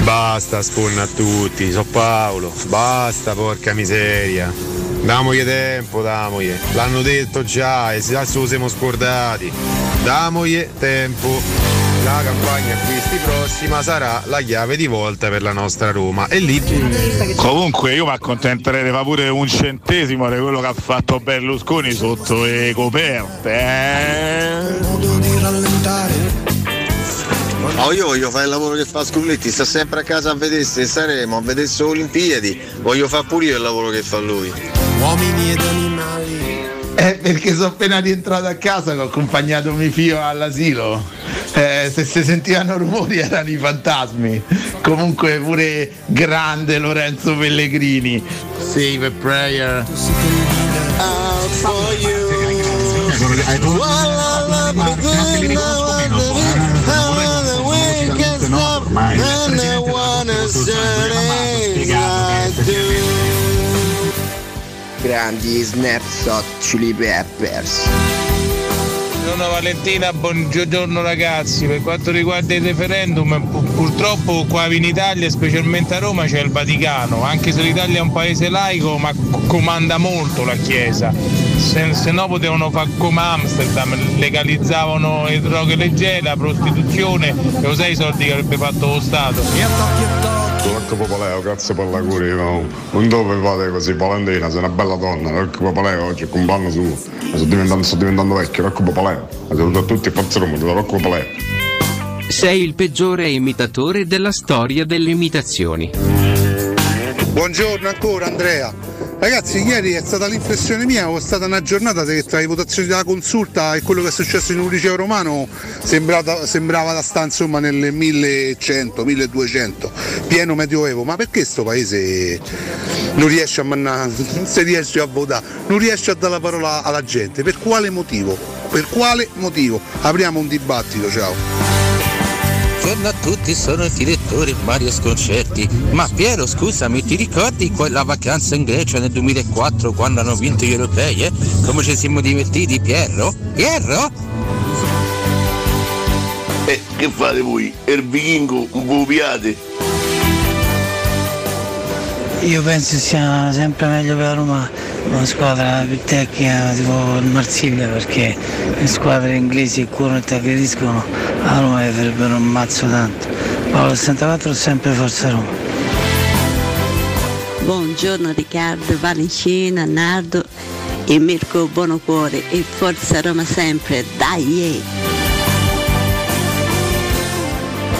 [SPEAKER 3] Basta sponda a tutti, so Paolo, basta porca miseria. Damogli tempo, damogli. L'hanno detto già e se siamo scordati. Damogli tempo.
[SPEAKER 86] La campagna acquisti prossima sarà la chiave di volta per la nostra Roma. E lì
[SPEAKER 87] Comunque io mi accontenterei di fare pure un centesimo di quello che ha fatto Berlusconi sotto eh? le coperte.
[SPEAKER 5] No, io voglio fare il lavoro che fa Scurletti, sta sempre a casa a vedesse Saremo, a vedesse Olimpiadi, voglio fare pure io il lavoro che fa lui.
[SPEAKER 88] Uomini ed animali.
[SPEAKER 8] Eh, perché sono appena rientrato a casa che ho accompagnato mio figlio all'asilo. Eh, se si sentivano rumori erano i fantasmi. Comunque pure grande Lorenzo Pellegrini. Save a prayer. Grandi Snapshot Chili Peppers.
[SPEAKER 89] Buongiorno Valentina, buongiorno ragazzi. Per quanto riguarda il referendum, pu- purtroppo qua in Italia, specialmente a Roma, c'è il Vaticano. Anche se l'Italia è un paese laico, ma co- comanda molto la Chiesa. Se, se no potevano fare come Amsterdam, legalizzavano le droghe leggere, la prostituzione e lo sai i soldi che avrebbe fatto lo Stato.
[SPEAKER 18] L'occhio popoleo, cazzo per la curia, no. non dove fate così, Valentina, sei una bella donna, l'occhio popoleo oggi è il compleanno suo, sto diventando, sto diventando vecchio, l'occhio popoleo, la saluto a tutti e forza Roma, ti do l'occhio popoleo.
[SPEAKER 90] Sei il peggiore imitatore della storia delle imitazioni.
[SPEAKER 3] Buongiorno ancora Andrea. Ragazzi, ieri è stata l'inflessione mia, è stata una giornata che tra le votazioni della consulta e quello che è successo in un liceo romano sembrata- sembrava da sta insomma nel 1100, 1200, pieno medioevo. Ma perché sto paese non riesce a manna- non si riesce a votare, non riesce a dare la parola alla gente? Per quale motivo? Per quale motivo? Apriamo un dibattito, ciao.
[SPEAKER 18] Buongiorno a tutti, sono il direttore Mario Sconcerti. Ma Piero, scusami, ti ricordi quella vacanza in Grecia nel 2004 quando hanno vinto gli europei? eh? Come ci siamo divertiti, Piero? Piero?
[SPEAKER 91] Eh, che fate voi? Il vichingo un po' piate?
[SPEAKER 92] Io penso sia sempre meglio per la Roma una squadra più tecnica tipo il Marsiglia perché le squadre inglesi curano e ti aggrediscono a Roma le farebbero un mazzo tanto. Paolo 64 sempre Forza Roma.
[SPEAKER 85] Buongiorno Riccardo, Valentina, Nardo e Mirko Buonocuore e Forza Roma sempre, dai! eh.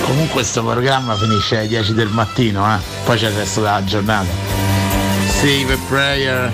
[SPEAKER 8] Comunque questo programma finisce alle 10 del mattino, eh? poi c'è il resto della giornata. Save a prayer.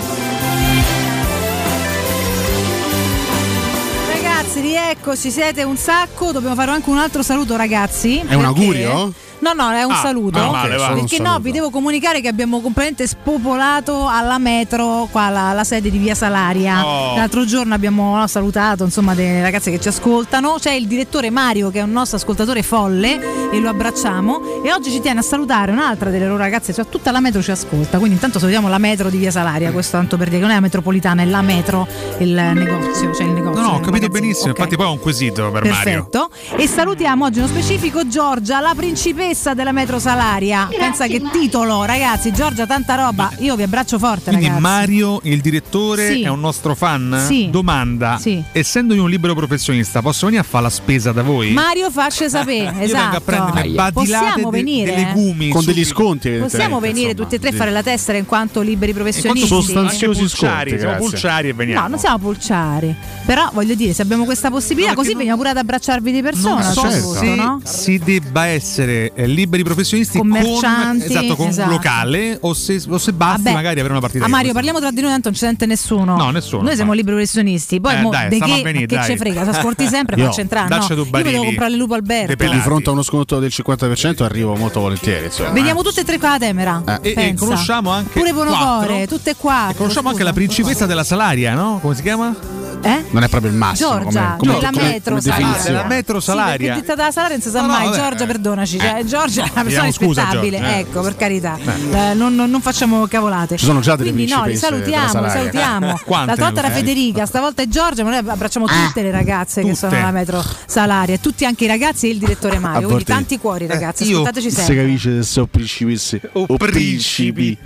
[SPEAKER 11] Ragazzi, rieccoci, siete un sacco. Dobbiamo fare anche un altro saluto, ragazzi.
[SPEAKER 17] È un augurio?
[SPEAKER 11] No, no, è un
[SPEAKER 17] Ah,
[SPEAKER 11] saluto.
[SPEAKER 17] meno male, va. Solo un
[SPEAKER 11] perché no,
[SPEAKER 17] saluto.
[SPEAKER 11] vi devo comunicare che abbiamo completamente spopolato alla metro, qua la, la sede di Via Salaria.
[SPEAKER 16] Oh.
[SPEAKER 11] L'altro giorno abbiamo no, salutato insomma delle ragazze che ci ascoltano. C'è il direttore Mario che è un nostro ascoltatore folle e lo abbracciamo. E oggi ci tiene a salutare un'altra delle loro ragazze, cioè tutta la metro ci ascolta. Quindi intanto salutiamo la metro di Via Salaria, questo tanto per dire che non è la metropolitana, è la metro, il negozio, cioè il negozio.
[SPEAKER 19] No, no, ho
[SPEAKER 11] il
[SPEAKER 19] capito
[SPEAKER 11] magazzino.
[SPEAKER 19] benissimo.
[SPEAKER 11] Ok.
[SPEAKER 19] Infatti, poi è un quesito per Mario.
[SPEAKER 11] Perfetto. E salutiamo oggi nello specifico Giorgia, la principessa della metro Salaria. Pensa che titolo, ragazzi, Giorgia, tanta roba. Io vi abbraccio forte,
[SPEAKER 19] Quindi
[SPEAKER 11] ragazzi.
[SPEAKER 19] Mario, il direttore,
[SPEAKER 11] Sì.
[SPEAKER 19] è un nostro fan?
[SPEAKER 11] Sì.
[SPEAKER 19] Domanda,
[SPEAKER 11] Sì.
[SPEAKER 19] essendo io un libero professionista, posso venire a fare la spesa da voi?
[SPEAKER 11] Mario faccia sapere,
[SPEAKER 19] vengo a
[SPEAKER 11] esatto.
[SPEAKER 19] prendermi badilate
[SPEAKER 11] Possiamo
[SPEAKER 19] de-
[SPEAKER 11] venire. eh?
[SPEAKER 19] dei legumi
[SPEAKER 17] Con degli
[SPEAKER 19] subito.
[SPEAKER 17] sconti,
[SPEAKER 11] Possiamo venire tutti e tre a fare la tessera in quanto liberi professionisti.
[SPEAKER 17] sostanziosi
[SPEAKER 19] Anche pulciari,
[SPEAKER 17] sconti,
[SPEAKER 19] siamo
[SPEAKER 17] grazie.
[SPEAKER 19] pulciari e veniamo.
[SPEAKER 11] No, non siamo pulciari. Però voglio dire, se abbiamo questa possibilità, così veniamo pure ad abbracciarvi di persona.
[SPEAKER 19] non
[SPEAKER 11] a
[SPEAKER 19] so
[SPEAKER 11] questo
[SPEAKER 19] se
[SPEAKER 11] punto, no?
[SPEAKER 19] si debba essere eh, liberi professionisti con,
[SPEAKER 11] Commercianti,
[SPEAKER 19] esatto, con
[SPEAKER 11] esatto.
[SPEAKER 19] un locale o se, o se basta
[SPEAKER 11] Vabbè.
[SPEAKER 19] magari avere una partita
[SPEAKER 11] Ah
[SPEAKER 19] di
[SPEAKER 11] Mario, parliamo tra di noi, tanto non ci sente nessuno.
[SPEAKER 19] No, nessuno,
[SPEAKER 11] Noi siamo liberi professionisti. Poi
[SPEAKER 19] Eh,
[SPEAKER 11] mo,
[SPEAKER 19] dai,
[SPEAKER 11] de
[SPEAKER 19] stiamo
[SPEAKER 11] che,
[SPEAKER 19] a venire,
[SPEAKER 11] che
[SPEAKER 19] dai.
[SPEAKER 11] ce frega, si ascolti sempre
[SPEAKER 17] Io,
[SPEAKER 11] per centrare. No,
[SPEAKER 17] dacci
[SPEAKER 11] io
[SPEAKER 17] tu
[SPEAKER 11] volevo
[SPEAKER 17] Barili.
[SPEAKER 11] comprare l'Upo Alberto.
[SPEAKER 17] Di fronte a uno sconto del 50% arrivo molto volentieri. Insomma.
[SPEAKER 11] Veniamo tutte e tre qua alla Temera.
[SPEAKER 17] Eh. E- e
[SPEAKER 11] pensa.
[SPEAKER 17] conosciamo anche
[SPEAKER 11] Pure Bonocore,
[SPEAKER 17] quattro.
[SPEAKER 11] tutte e quattro.
[SPEAKER 19] Conosciamo anche la principessa della Salaria, no? Come si chiama?
[SPEAKER 11] Eh?
[SPEAKER 17] Non è proprio il massimo.
[SPEAKER 11] Giorgia,
[SPEAKER 17] come, come,
[SPEAKER 11] della
[SPEAKER 17] come-
[SPEAKER 11] metro
[SPEAKER 17] come
[SPEAKER 11] Salaria.
[SPEAKER 17] definizione.
[SPEAKER 19] La metro
[SPEAKER 11] Sì, perché
[SPEAKER 19] Salaria.
[SPEAKER 11] ditta dalla Salaria non si sa
[SPEAKER 19] No, no,
[SPEAKER 11] mai.
[SPEAKER 19] vabbè,
[SPEAKER 11] Giorgia,
[SPEAKER 19] eh.
[SPEAKER 11] perdonaci. Cioè,
[SPEAKER 19] Eh.
[SPEAKER 11] Giorgia è una persona
[SPEAKER 19] Chiediamo scusa,
[SPEAKER 11] rispettabile,
[SPEAKER 19] Giorgia, eh.
[SPEAKER 11] ecco, per carità.
[SPEAKER 19] Eh.
[SPEAKER 11] Eh, non, non- non facciamo cavolate.
[SPEAKER 17] Ci sono già delle
[SPEAKER 11] Quindi no, li
[SPEAKER 17] principesse della
[SPEAKER 11] salutiamo, li
[SPEAKER 17] Salaria.
[SPEAKER 11] salutiamo.
[SPEAKER 17] Eh, quante
[SPEAKER 11] La volta era
[SPEAKER 17] ne- Ah, eh.
[SPEAKER 11] Federica, stavolta è Giorgia, ma noi abbracciamo tutte le ragazze che sono alla metro Salaria, tutti anche i ragazzi e il
[SPEAKER 17] Eh,
[SPEAKER 11] direttore Mario. Quindi
[SPEAKER 17] Avvertite.
[SPEAKER 11] tanti
[SPEAKER 19] Eh,
[SPEAKER 11] cuori, ragazzi,
[SPEAKER 17] Eh, Io
[SPEAKER 11] ascoltateci
[SPEAKER 17] Se
[SPEAKER 11] sempre.
[SPEAKER 17] capisce se sono principesse o, principi.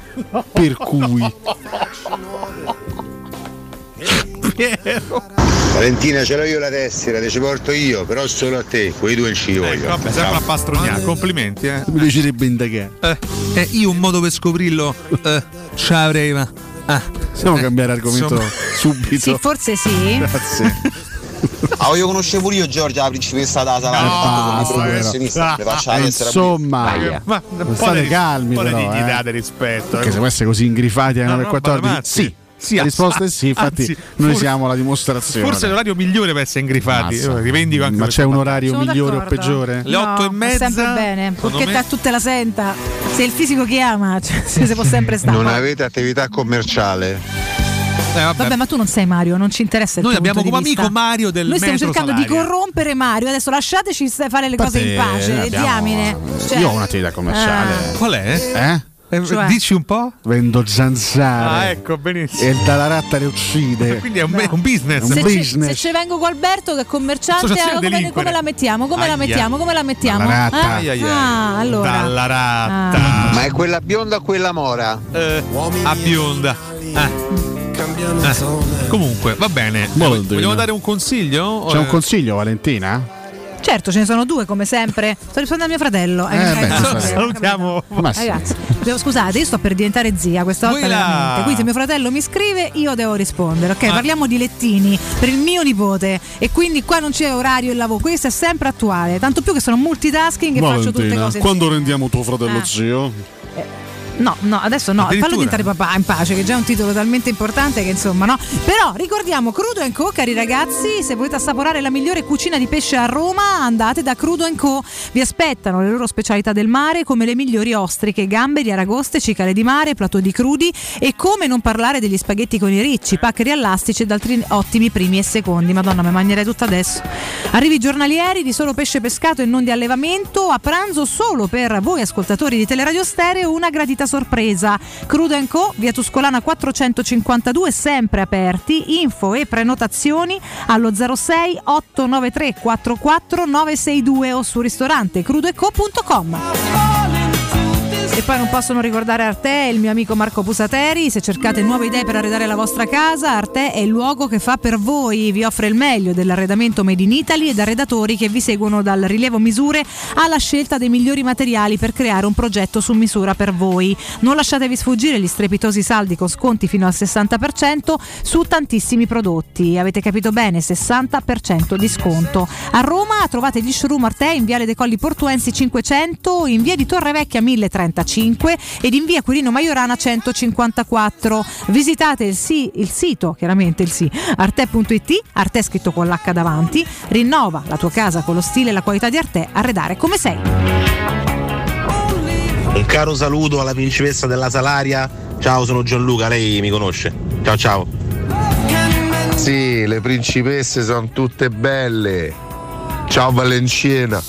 [SPEAKER 17] Per cui. Piero.
[SPEAKER 3] Valentina ce l'ho io la tessera, te ci porto io, però solo a te, quei due non ci voglio.
[SPEAKER 19] Eh, Vabbè, sempre a pastrogna, complimenti, eh.
[SPEAKER 17] Mi piacerebbe indagare.
[SPEAKER 19] Eh, eh, io un modo per scoprirlo eh, ce l'avrei, ma. Ah.
[SPEAKER 17] Possiamo cambiare argomento
[SPEAKER 19] insomma.
[SPEAKER 17] subito.
[SPEAKER 11] Sì, forse sì.
[SPEAKER 93] Ah, voglio conoscevo pure io Giorgia, la principessa della sala.
[SPEAKER 17] No,
[SPEAKER 93] Ah,
[SPEAKER 17] basta,
[SPEAKER 93] sono
[SPEAKER 17] però.
[SPEAKER 93] professionista, le faccio la
[SPEAKER 17] Eh,
[SPEAKER 93] tessera pure io.
[SPEAKER 17] insomma,
[SPEAKER 93] Aia.
[SPEAKER 19] Ma-
[SPEAKER 17] Ma state calmi,
[SPEAKER 19] Un po'
[SPEAKER 17] però,
[SPEAKER 19] di dignità
[SPEAKER 17] eh.
[SPEAKER 19] di rispetto.
[SPEAKER 17] Perché
[SPEAKER 19] eh.
[SPEAKER 17] se può essere così ingrifati alle
[SPEAKER 19] No,
[SPEAKER 17] 9
[SPEAKER 19] no,
[SPEAKER 17] e 14?
[SPEAKER 19] Badamazzi.
[SPEAKER 17] Sì.
[SPEAKER 19] Sì,
[SPEAKER 17] la
[SPEAKER 19] anzi,
[SPEAKER 17] risposta è sì, infatti
[SPEAKER 19] anzi,
[SPEAKER 17] noi
[SPEAKER 19] forse-
[SPEAKER 17] siamo la dimostrazione.
[SPEAKER 19] Forse è l'orario migliore per essere ingrifati.
[SPEAKER 17] Mazza.
[SPEAKER 19] Io rivendico anche
[SPEAKER 17] Ma
[SPEAKER 19] questo
[SPEAKER 17] c'è un
[SPEAKER 19] fatto.
[SPEAKER 17] orario
[SPEAKER 11] Sono
[SPEAKER 17] migliore o
[SPEAKER 11] d'accordo.
[SPEAKER 17] peggiore?
[SPEAKER 19] Le otto e mezza,
[SPEAKER 11] Sempre bene,
[SPEAKER 3] secondo
[SPEAKER 11] perché
[SPEAKER 3] me-
[SPEAKER 11] ta- tutta la senta. Se il fisico che ama, cioè, se si può sempre stare.
[SPEAKER 3] Non avete attività commerciale?
[SPEAKER 19] Eh,
[SPEAKER 11] Vabbè, ma tu non sei Mario, non ci interessa il
[SPEAKER 3] Noi
[SPEAKER 11] tuo
[SPEAKER 3] abbiamo
[SPEAKER 11] punto
[SPEAKER 3] come
[SPEAKER 11] di
[SPEAKER 3] amico
[SPEAKER 11] vista.
[SPEAKER 3] Mario del
[SPEAKER 11] Noi stiamo
[SPEAKER 3] metro
[SPEAKER 11] cercando di
[SPEAKER 3] Salaria.
[SPEAKER 11] corrompere Mario, adesso lasciateci s- fare le cose in pace,
[SPEAKER 17] Eh,
[SPEAKER 11] e
[SPEAKER 17] abbiamo-
[SPEAKER 11] diamine. Cioè,
[SPEAKER 17] Io ho un'attività commerciale.
[SPEAKER 11] Ah.
[SPEAKER 19] Qual è?
[SPEAKER 17] Eh?
[SPEAKER 11] Cioè?
[SPEAKER 19] dici un po'?
[SPEAKER 17] Vendo zanzare.
[SPEAKER 19] Ah, ecco, benissimo.
[SPEAKER 17] E il Dalaratta le uccide.
[SPEAKER 19] Quindi è un, è un business.
[SPEAKER 17] un
[SPEAKER 11] se, ci,
[SPEAKER 17] business.
[SPEAKER 11] se ci vengo con Alberto che è commerciante,
[SPEAKER 19] Associazione
[SPEAKER 11] allora come,
[SPEAKER 19] delinquere.
[SPEAKER 11] come la mettiamo? Come
[SPEAKER 19] Aia.
[SPEAKER 11] la mettiamo? Come la mettiamo?
[SPEAKER 19] Dalla ratta.
[SPEAKER 11] Ah,
[SPEAKER 19] Ai, ai, ai.
[SPEAKER 11] ah, allora.
[SPEAKER 19] Dalla ratta.
[SPEAKER 3] Ma è quella bionda o quella mora?
[SPEAKER 19] Eh, a bionda. Eh. Eh. Comunque, va bene.
[SPEAKER 17] Molto.
[SPEAKER 19] Vogliamo dare un consiglio?
[SPEAKER 17] C'è un
[SPEAKER 19] Eh,
[SPEAKER 17] consiglio, Valentina?
[SPEAKER 11] Certo, ce ne sono due come sempre. Sto rispondendo a mio fratello. Eh,
[SPEAKER 17] beh,
[SPEAKER 11] ragazzi,
[SPEAKER 17] giusto.
[SPEAKER 19] Salutiamo.
[SPEAKER 17] Ma sì.
[SPEAKER 11] Ragazzi, devo- scusate, io sto per diventare zia questa volta
[SPEAKER 19] Quella.
[SPEAKER 11] veramente. Quindi se mio fratello mi scrive, io devo rispondere. Ok,
[SPEAKER 19] Ah.
[SPEAKER 11] parliamo di lettini per il mio nipote. E quindi qua non c'è orario e lavoro. Questo è sempre attuale. Tanto più che sono multitasking e faccio tutte cose.
[SPEAKER 17] quando rendiamo tuo fratello
[SPEAKER 11] Ah.
[SPEAKER 17] zio?
[SPEAKER 11] No, no, adesso no, fallo
[SPEAKER 17] Addirittura.
[SPEAKER 11] diventare papà in pace, che è già un titolo talmente importante che insomma no. Però ricordiamo Crudo Co, cari ragazzi, se volete assaporare la migliore cucina di pesce a Roma, andate da Crudo Co. Vi aspettano le loro specialità del mare, come le migliori ostriche, gamberi, aragoste, cicale di mare, platò di crudi e come non parlare degli spaghetti con i ricci, paccheri allastici ed altri ottimi primi e secondi. Madonna, mi mangerei tutto adesso. Arrivi giornalieri di solo pesce pescato e non di allevamento, a pranzo solo per voi ascoltatori di Teleradio Stereo una gradita sorpresa. Crudo Co, via Tuscolana 452, sempre aperti, info e prenotazioni allo 06 893 44 962 o su ristorante crudoeco.com. E poi non possono ricordare Arte, il mio amico Marco Pusateri. Se cercate nuove idee per arredare la vostra casa, Arte è il luogo che fa per voi. Vi offre il meglio dell'arredamento made in Italy ed arredatori che vi seguono dal rilievo misure alla scelta dei migliori materiali per creare un progetto su misura per voi. Non lasciatevi sfuggire gli strepitosi saldi con sconti fino al 60% su tantissimi prodotti. Avete capito bene, 60% di sconto. A Roma trovate gli showroom Arte in Viale dei Colli Portuensi 500, in Via di Torre Vecchia 1035 ed in Via Quirino Maiorana 154. Visitate il, si- il sito, chiaramente il sì, arte.it, Arte scritto con l'H davanti. Rinnova la tua casa con lo stile e la qualità di Arte, arredare come sei.
[SPEAKER 94] Un caro saluto alla principessa della Salaria. Ciao, sono Gianluca, lei mi conosce. Ciao ciao.
[SPEAKER 3] Sì, le principesse sono tutte belle. Ciao Valenciana.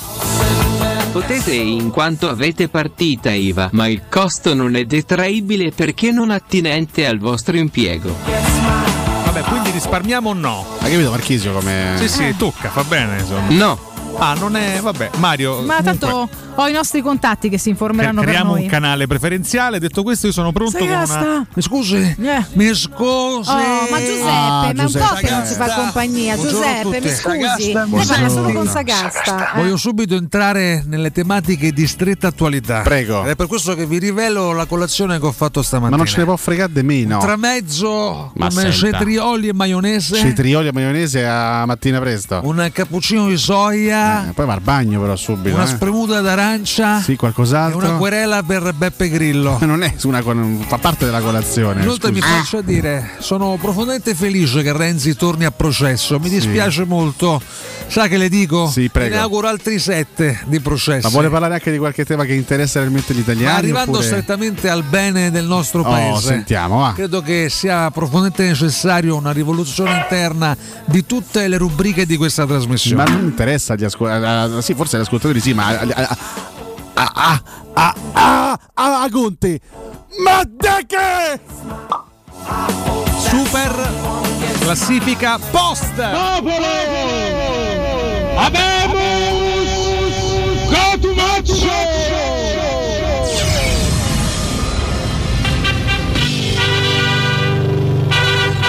[SPEAKER 5] Potete in quanto avete partita IVA, ma il costo non è detraibile perché non attinente al vostro impiego.
[SPEAKER 19] Vabbè, quindi risparmiamo o no?
[SPEAKER 17] Hai capito Marchisio come.
[SPEAKER 19] Sì, sì, tocca, fa bene, insomma.
[SPEAKER 5] No.
[SPEAKER 19] Ah, non è. Vabbè, Mario.
[SPEAKER 11] Ma
[SPEAKER 19] comunque,
[SPEAKER 11] tanto ho i nostri contatti che si
[SPEAKER 19] cre-
[SPEAKER 11] informeranno per
[SPEAKER 19] Creiamo
[SPEAKER 11] noi.
[SPEAKER 19] un canale preferenziale. Detto questo, io sono pronto
[SPEAKER 11] Sai
[SPEAKER 19] con
[SPEAKER 11] che sta?
[SPEAKER 19] una. Mi scusi?
[SPEAKER 11] Eh.
[SPEAKER 19] Mi scusi.
[SPEAKER 11] Oh, ma Giuseppe,
[SPEAKER 19] Ah,
[SPEAKER 11] ma è un po'
[SPEAKER 19] Giuseppe.
[SPEAKER 11] che non ci fa
[SPEAKER 19] Sagasta.
[SPEAKER 11] compagnia.
[SPEAKER 19] Buongiorno a
[SPEAKER 11] Giuseppe, mi
[SPEAKER 19] tutti.
[SPEAKER 11] scusi,
[SPEAKER 19] Sagasta,
[SPEAKER 11] lei parla solo
[SPEAKER 19] buongiorno.
[SPEAKER 11] con Sagasta.
[SPEAKER 17] Ah.
[SPEAKER 11] eh.
[SPEAKER 94] Voglio subito entrare nelle tematiche di stretta attualità.
[SPEAKER 17] Prego.
[SPEAKER 94] Ed è per questo che vi rivelo la colazione che ho fatto
[SPEAKER 17] Ma
[SPEAKER 94] stamattina.
[SPEAKER 17] non ce ne può fregare di meno.
[SPEAKER 94] Tramezzo
[SPEAKER 17] Ma
[SPEAKER 94] come
[SPEAKER 17] senta.
[SPEAKER 94] cetrioli e maionese,
[SPEAKER 17] Cetrioli e maionese a mattina presto.
[SPEAKER 94] un cappuccino di soia,
[SPEAKER 17] Eh, poi va al bagno però subito.
[SPEAKER 94] una
[SPEAKER 17] eh.
[SPEAKER 94] spremuta d'arancia
[SPEAKER 17] Sì,
[SPEAKER 94] e
[SPEAKER 17] qualcos'altro.
[SPEAKER 94] una querela per Beppe Grillo.
[SPEAKER 17] Ma non è su una co- fa parte della colazione.
[SPEAKER 94] Inoltre mi
[SPEAKER 17] scusi.
[SPEAKER 11] Ah.
[SPEAKER 17] Ah.
[SPEAKER 94] faccio dire, sono profondamente felice che Renzi torni a processo, mi dispiace molto, sa che le dico?
[SPEAKER 17] Sì, prego.
[SPEAKER 94] Me ne auguro altri sette di processo.
[SPEAKER 17] Ma vuole parlare anche di qualche tema che interessa realmente gli italiani?
[SPEAKER 94] Ma arrivando
[SPEAKER 17] oppure-
[SPEAKER 94] strettamente al bene del nostro
[SPEAKER 17] Oh,
[SPEAKER 94] paese,
[SPEAKER 17] sentiamo, va.
[SPEAKER 94] credo che sia profondamente necessario una rivoluzione interna di tutte le rubriche di questa trasmissione.
[SPEAKER 17] Ma Ah, non interessa agli ascoltatori. ah, Sì, forse agli ascoltatori sì, ma. ah, a- a- a- a- a- a- a- a ah, Conte! Ma da che?
[SPEAKER 19] Super classifica post.
[SPEAKER 8] Abemus Cotumaccio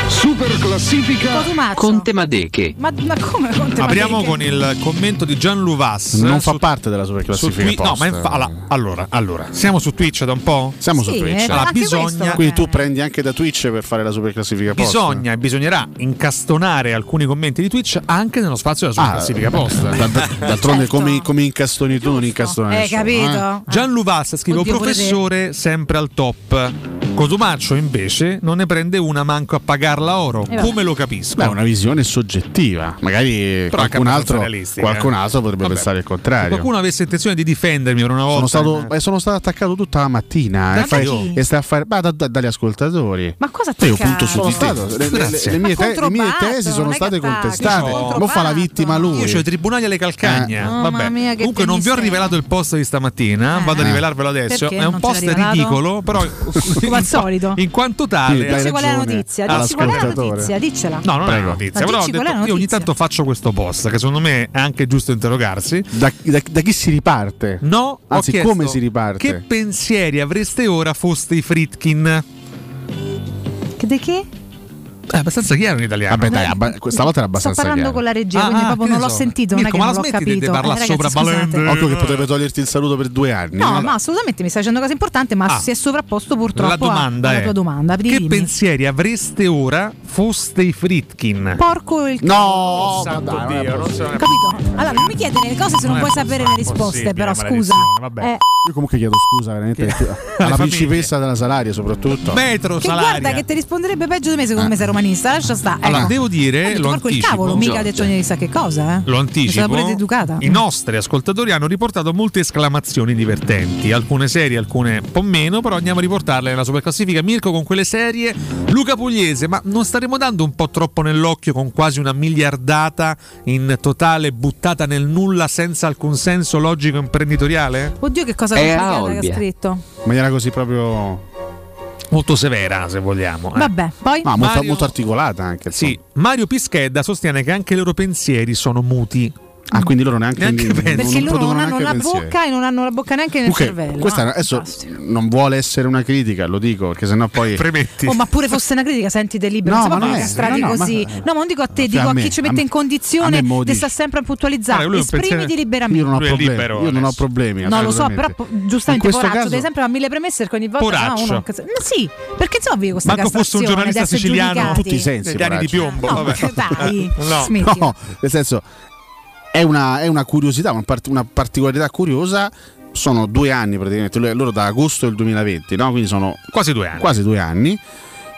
[SPEAKER 95] Super
[SPEAKER 5] classifica
[SPEAKER 11] Cotumaccio.
[SPEAKER 5] Conte Madeche.
[SPEAKER 11] Ma, ma come Conte
[SPEAKER 19] Apriamo
[SPEAKER 11] Madeche?
[SPEAKER 19] con il commento di Gian Luvas.
[SPEAKER 17] Non
[SPEAKER 19] eh,
[SPEAKER 17] fa
[SPEAKER 19] su-
[SPEAKER 17] parte della superclassifica
[SPEAKER 19] su Twi- no,
[SPEAKER 17] post.
[SPEAKER 19] ma infa- alla- allora, allora, siamo su Twitch da un po'?
[SPEAKER 17] Siamo su
[SPEAKER 11] eh,
[SPEAKER 17] Twitch.
[SPEAKER 19] Allora, bisogna,
[SPEAKER 17] Quindi tu prendi anche da Twitch per fare la superclassifica post.
[SPEAKER 19] bisogna e bisognerà incastonare alcuni commenti di Twitch anche nello spazio della sua classifica posta.
[SPEAKER 17] d- d- Ah, D'altronde come, come incastoni tu non incastoni
[SPEAKER 11] Certo. Eh,
[SPEAKER 17] nessuno,
[SPEAKER 11] capito?
[SPEAKER 19] Gian Luvas scrive
[SPEAKER 11] Oddio, pure te.
[SPEAKER 19] professore sempre al top. Cotumaccio invece non ne prende una manco a pagarla oro.
[SPEAKER 17] Eh, vabbè.
[SPEAKER 19] Come lo capisco?
[SPEAKER 17] Beh, è una visione soggettiva. Magari
[SPEAKER 19] Però anche
[SPEAKER 17] qualcun
[SPEAKER 19] abbastanza
[SPEAKER 17] altro,
[SPEAKER 19] realistica.
[SPEAKER 17] qualcun altro potrebbe pensare il
[SPEAKER 19] Se
[SPEAKER 17] contrario.
[SPEAKER 19] qualcuno avesse intenzione di difendermi per una
[SPEAKER 17] Sono
[SPEAKER 19] volta.
[SPEAKER 17] stato, eh, sono stato attaccato tutta la mattina
[SPEAKER 19] Da
[SPEAKER 17] eh, fai-
[SPEAKER 19] chi?
[SPEAKER 17] e stai a fare ma da- da- dagli ascoltatori.
[SPEAKER 11] Ma cosa
[SPEAKER 17] Io
[SPEAKER 11] attaccato?
[SPEAKER 17] punto su
[SPEAKER 11] Sono
[SPEAKER 17] di te.
[SPEAKER 11] stato-
[SPEAKER 17] le, le-
[SPEAKER 19] Grazie.
[SPEAKER 17] le mie
[SPEAKER 11] Ma
[SPEAKER 17] te- le mie
[SPEAKER 11] controbatto,
[SPEAKER 17] tesi sono
[SPEAKER 11] non è
[SPEAKER 17] state
[SPEAKER 11] che attacchi,
[SPEAKER 17] contestate.
[SPEAKER 19] sono
[SPEAKER 17] Mo fa la vittima lui.
[SPEAKER 19] Io ho i tribunali alle calcagna.
[SPEAKER 17] Eh.
[SPEAKER 11] Oh, mamma
[SPEAKER 19] Vabbè.
[SPEAKER 11] mia, che
[SPEAKER 19] Comunque non vi ho
[SPEAKER 11] tennis
[SPEAKER 19] rivelato il post di stamattina, vado a
[SPEAKER 17] Eh.
[SPEAKER 19] rivelarvelo adesso.
[SPEAKER 11] Perché
[SPEAKER 19] È un
[SPEAKER 11] non ce l'hai
[SPEAKER 19] post
[SPEAKER 11] rivelato?
[SPEAKER 19] ridicolo, però in,
[SPEAKER 11] Come al solito.
[SPEAKER 19] in quanto tale
[SPEAKER 17] Sì, dai
[SPEAKER 11] Dici qual è la notizia, dici qual è la notizia, diccela.
[SPEAKER 19] No, non è
[SPEAKER 17] Prego.
[SPEAKER 19] una notizia.
[SPEAKER 11] Ma
[SPEAKER 19] Però ho
[SPEAKER 11] dici qual è la
[SPEAKER 19] detto, io ogni
[SPEAKER 11] notizia?
[SPEAKER 19] tanto faccio questo post, che secondo me è anche giusto interrogarsi.
[SPEAKER 17] Da, da- da chi si riparte?
[SPEAKER 19] No, ho
[SPEAKER 17] Anzi,
[SPEAKER 19] chiesto
[SPEAKER 17] come si riparte?
[SPEAKER 19] Che pensieri avreste ora foste i Fritkin?
[SPEAKER 11] Che De che?
[SPEAKER 19] È abbastanza chiaro in italiano.
[SPEAKER 17] Vabbè, dai, abba- questa volta era
[SPEAKER 11] Sto
[SPEAKER 17] abbastanza
[SPEAKER 11] parlando
[SPEAKER 17] chiaro.
[SPEAKER 11] con la regia,
[SPEAKER 19] Ah,
[SPEAKER 11] quindi
[SPEAKER 19] ah,
[SPEAKER 11] proprio
[SPEAKER 19] che
[SPEAKER 11] non
[SPEAKER 19] ne
[SPEAKER 11] l'ho
[SPEAKER 19] so.
[SPEAKER 11] sentito, non
[SPEAKER 19] Mirko,
[SPEAKER 11] è eh. che
[SPEAKER 19] ma
[SPEAKER 11] non
[SPEAKER 19] la
[SPEAKER 11] l'ho
[SPEAKER 19] smetti di
[SPEAKER 11] capito.
[SPEAKER 19] parlare
[SPEAKER 11] Eh, ragazzi,
[SPEAKER 19] sopra
[SPEAKER 11] scusate.
[SPEAKER 19] Valente?
[SPEAKER 17] Occhio che potrebbe toglierti il saluto per due anni.
[SPEAKER 11] No,
[SPEAKER 17] eh.
[SPEAKER 11] ma assolutamente mi stai dicendo cose importanti, ma
[SPEAKER 19] Ah.
[SPEAKER 11] si è sovrapposto purtroppo
[SPEAKER 19] la domanda
[SPEAKER 11] alla
[SPEAKER 19] è
[SPEAKER 11] tua domanda.
[SPEAKER 19] che
[SPEAKER 11] Dimmi.
[SPEAKER 19] pensieri avreste ora foste i Fritkin?
[SPEAKER 11] Porco il
[SPEAKER 17] No,
[SPEAKER 19] Santo
[SPEAKER 17] ma dai, non è
[SPEAKER 19] Dio, non so-
[SPEAKER 11] Capito? Allora, non mi chiedere le cose se
[SPEAKER 19] Non
[SPEAKER 11] non,
[SPEAKER 19] è
[SPEAKER 11] puoi sapere le risposte,
[SPEAKER 19] possibile,
[SPEAKER 11] però scusa.
[SPEAKER 19] maledizione, vabbè.
[SPEAKER 11] Eh,
[SPEAKER 17] Io comunque chiedo scusa veramente alla
[SPEAKER 19] famiglie.
[SPEAKER 17] principessa della Salaria soprattutto.
[SPEAKER 19] Metro
[SPEAKER 11] che
[SPEAKER 19] salaria.
[SPEAKER 11] guarda che ti risponderebbe peggio di me secondo me sei romanista, lascia sta.
[SPEAKER 19] Allora,
[SPEAKER 11] ecco.
[SPEAKER 19] devo
[SPEAKER 11] Ho
[SPEAKER 19] dire,
[SPEAKER 11] detto,
[SPEAKER 19] lo
[SPEAKER 11] porco il
[SPEAKER 19] anticipo,
[SPEAKER 11] cavolo, mica ha detto
[SPEAKER 19] Giorgia,
[SPEAKER 11] chissà che cosa, eh.
[SPEAKER 19] lo
[SPEAKER 11] Mi sono
[SPEAKER 19] anticipo.
[SPEAKER 11] pure educata.
[SPEAKER 19] I nostri ascoltatori hanno riportato molte esclamazioni divertenti, alcune serie, alcune un po' meno, però andiamo a riportarle nella superclassifica. Mirko con quelle serie, Luca Pugliese, ma non staremo dando un po' troppo nell'occhio con quasi una miliardata in totale buttata nel nulla senza alcun senso logico imprenditoriale?
[SPEAKER 11] Oddio che cosa
[SPEAKER 5] È
[SPEAKER 11] complicata
[SPEAKER 5] Aolbia.
[SPEAKER 11] che ha scritto.
[SPEAKER 17] In maniera così proprio
[SPEAKER 19] Molto severa, se vogliamo. eh.
[SPEAKER 11] Vabbè, poi
[SPEAKER 17] ma molto,
[SPEAKER 19] Mario-
[SPEAKER 17] molto articolata anche. insomma.
[SPEAKER 19] Sì, Mario Pischedda sostiene che anche i loro pensieri sono muti.
[SPEAKER 17] Ah, quindi loro neanche,
[SPEAKER 19] Neanche pensi.
[SPEAKER 11] perché loro non
[SPEAKER 17] producono
[SPEAKER 11] hanno
[SPEAKER 17] neanche
[SPEAKER 11] la
[SPEAKER 17] pensieri.
[SPEAKER 11] bocca e non hanno la bocca neanche nel
[SPEAKER 17] Comunque,
[SPEAKER 11] cervello.
[SPEAKER 17] questa
[SPEAKER 11] Ah,
[SPEAKER 17] adesso
[SPEAKER 11] fantastico.
[SPEAKER 17] non vuole essere una critica, lo dico, perché sennò poi
[SPEAKER 19] Premetti.
[SPEAKER 11] Oh, ma pure fosse una critica, sentite libero.
[SPEAKER 17] No,
[SPEAKER 11] non si
[SPEAKER 17] ma
[SPEAKER 11] può
[SPEAKER 17] non è-
[SPEAKER 11] castrati
[SPEAKER 17] no, no,
[SPEAKER 11] così.
[SPEAKER 17] ma-
[SPEAKER 11] no, ma non dico a te,
[SPEAKER 17] Cioè,
[SPEAKER 11] dico
[SPEAKER 17] a
[SPEAKER 11] a,
[SPEAKER 17] me-
[SPEAKER 11] chi ci
[SPEAKER 17] a
[SPEAKER 11] mette
[SPEAKER 17] me-
[SPEAKER 11] in
[SPEAKER 17] a me
[SPEAKER 11] condizione
[SPEAKER 17] mo
[SPEAKER 11] di
[SPEAKER 17] dici.
[SPEAKER 11] sta sempre a puntualizzare.
[SPEAKER 19] Guarda, lui è un
[SPEAKER 11] Esprimiti
[SPEAKER 19] pensiero-
[SPEAKER 11] liberamente.
[SPEAKER 17] io non ho
[SPEAKER 19] Lui è
[SPEAKER 17] problemi,
[SPEAKER 19] libero
[SPEAKER 17] io non ho
[SPEAKER 19] adesso.
[SPEAKER 17] problemi.
[SPEAKER 11] No, lo so, però
[SPEAKER 17] assolutamente.
[SPEAKER 11] po-
[SPEAKER 17] In
[SPEAKER 11] giustamente
[SPEAKER 17] questo
[SPEAKER 11] poraccio,
[SPEAKER 17] caso-
[SPEAKER 11] devi sempre a mille premesse perché ogni volta
[SPEAKER 19] Poraccio.
[SPEAKER 11] no, uno Ma sì, perché insomma vive questa
[SPEAKER 19] Manco fosse un
[SPEAKER 11] castrazione
[SPEAKER 19] giornalista
[SPEAKER 11] di essere
[SPEAKER 19] siciliano.
[SPEAKER 11] giudicati.
[SPEAKER 17] In tutti i sensi,
[SPEAKER 19] Degli anni di
[SPEAKER 17] poraccio.
[SPEAKER 19] piombo.
[SPEAKER 11] No,
[SPEAKER 19] vabbè.
[SPEAKER 11] dai,
[SPEAKER 19] No.
[SPEAKER 11] smettila.
[SPEAKER 17] No, nel senso è una, è una curiosità, una, part- una particolarità curiosa. Sono due anni praticamente, lo- loro da agosto del 2020, no? quindi sono
[SPEAKER 19] Quasi due anni.
[SPEAKER 17] quasi due anni.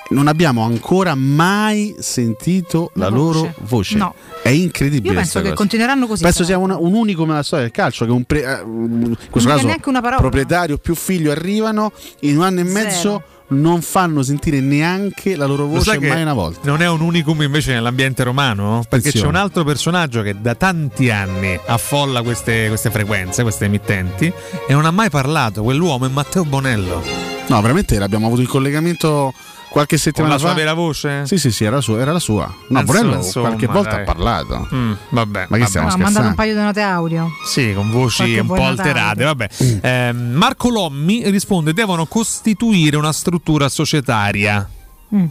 [SPEAKER 17] Non abbiamo ancora mai sentito la,
[SPEAKER 11] La voce.
[SPEAKER 17] loro voce.
[SPEAKER 11] No.
[SPEAKER 17] È incredibile.
[SPEAKER 11] Io penso
[SPEAKER 17] sta
[SPEAKER 11] che
[SPEAKER 17] cosa.
[SPEAKER 11] continueranno così.
[SPEAKER 17] Penso
[SPEAKER 11] però.
[SPEAKER 17] sia una- un unico nella storia del calcio che un pre- eh, in questo
[SPEAKER 11] dica
[SPEAKER 17] caso
[SPEAKER 11] neanche una parola.
[SPEAKER 17] proprietario più figlio arrivano in un anno e
[SPEAKER 11] Zero.
[SPEAKER 17] mezzo non fanno sentire neanche la loro
[SPEAKER 19] Lo
[SPEAKER 17] voce
[SPEAKER 19] sai che
[SPEAKER 17] mai una volta.
[SPEAKER 19] Non è un unicum invece nell'ambiente romano? Perché
[SPEAKER 17] Attenzione.
[SPEAKER 19] c'è un altro personaggio che da tanti anni affolla queste, queste frequenze, queste emittenti, e non ha mai parlato. Quell'uomo è Matteo Bonello.
[SPEAKER 17] No, veramente l'abbiamo avuto in collegamento qualche
[SPEAKER 19] Con
[SPEAKER 17] settimana
[SPEAKER 19] la sua
[SPEAKER 17] fa.
[SPEAKER 19] vera voce?
[SPEAKER 17] Sì, sì, sì, era la sua. Era la sua. No,
[SPEAKER 19] Insomma,
[SPEAKER 17] Borello
[SPEAKER 19] insomma,
[SPEAKER 17] qualche volta
[SPEAKER 19] dai.
[SPEAKER 17] ha parlato.
[SPEAKER 19] Mm, vabbè.
[SPEAKER 17] Ma che
[SPEAKER 19] vabbè.
[SPEAKER 17] stiamo
[SPEAKER 11] No, ha mandato un
[SPEAKER 17] scherzando?
[SPEAKER 11] paio di note audio.
[SPEAKER 19] Sì, con voci
[SPEAKER 11] Qualche
[SPEAKER 19] un po'
[SPEAKER 11] buon Natale.
[SPEAKER 19] alterate. Vabbè. Eh, Marco Lommi risponde: devono costituire una struttura societaria.
[SPEAKER 11] Mm.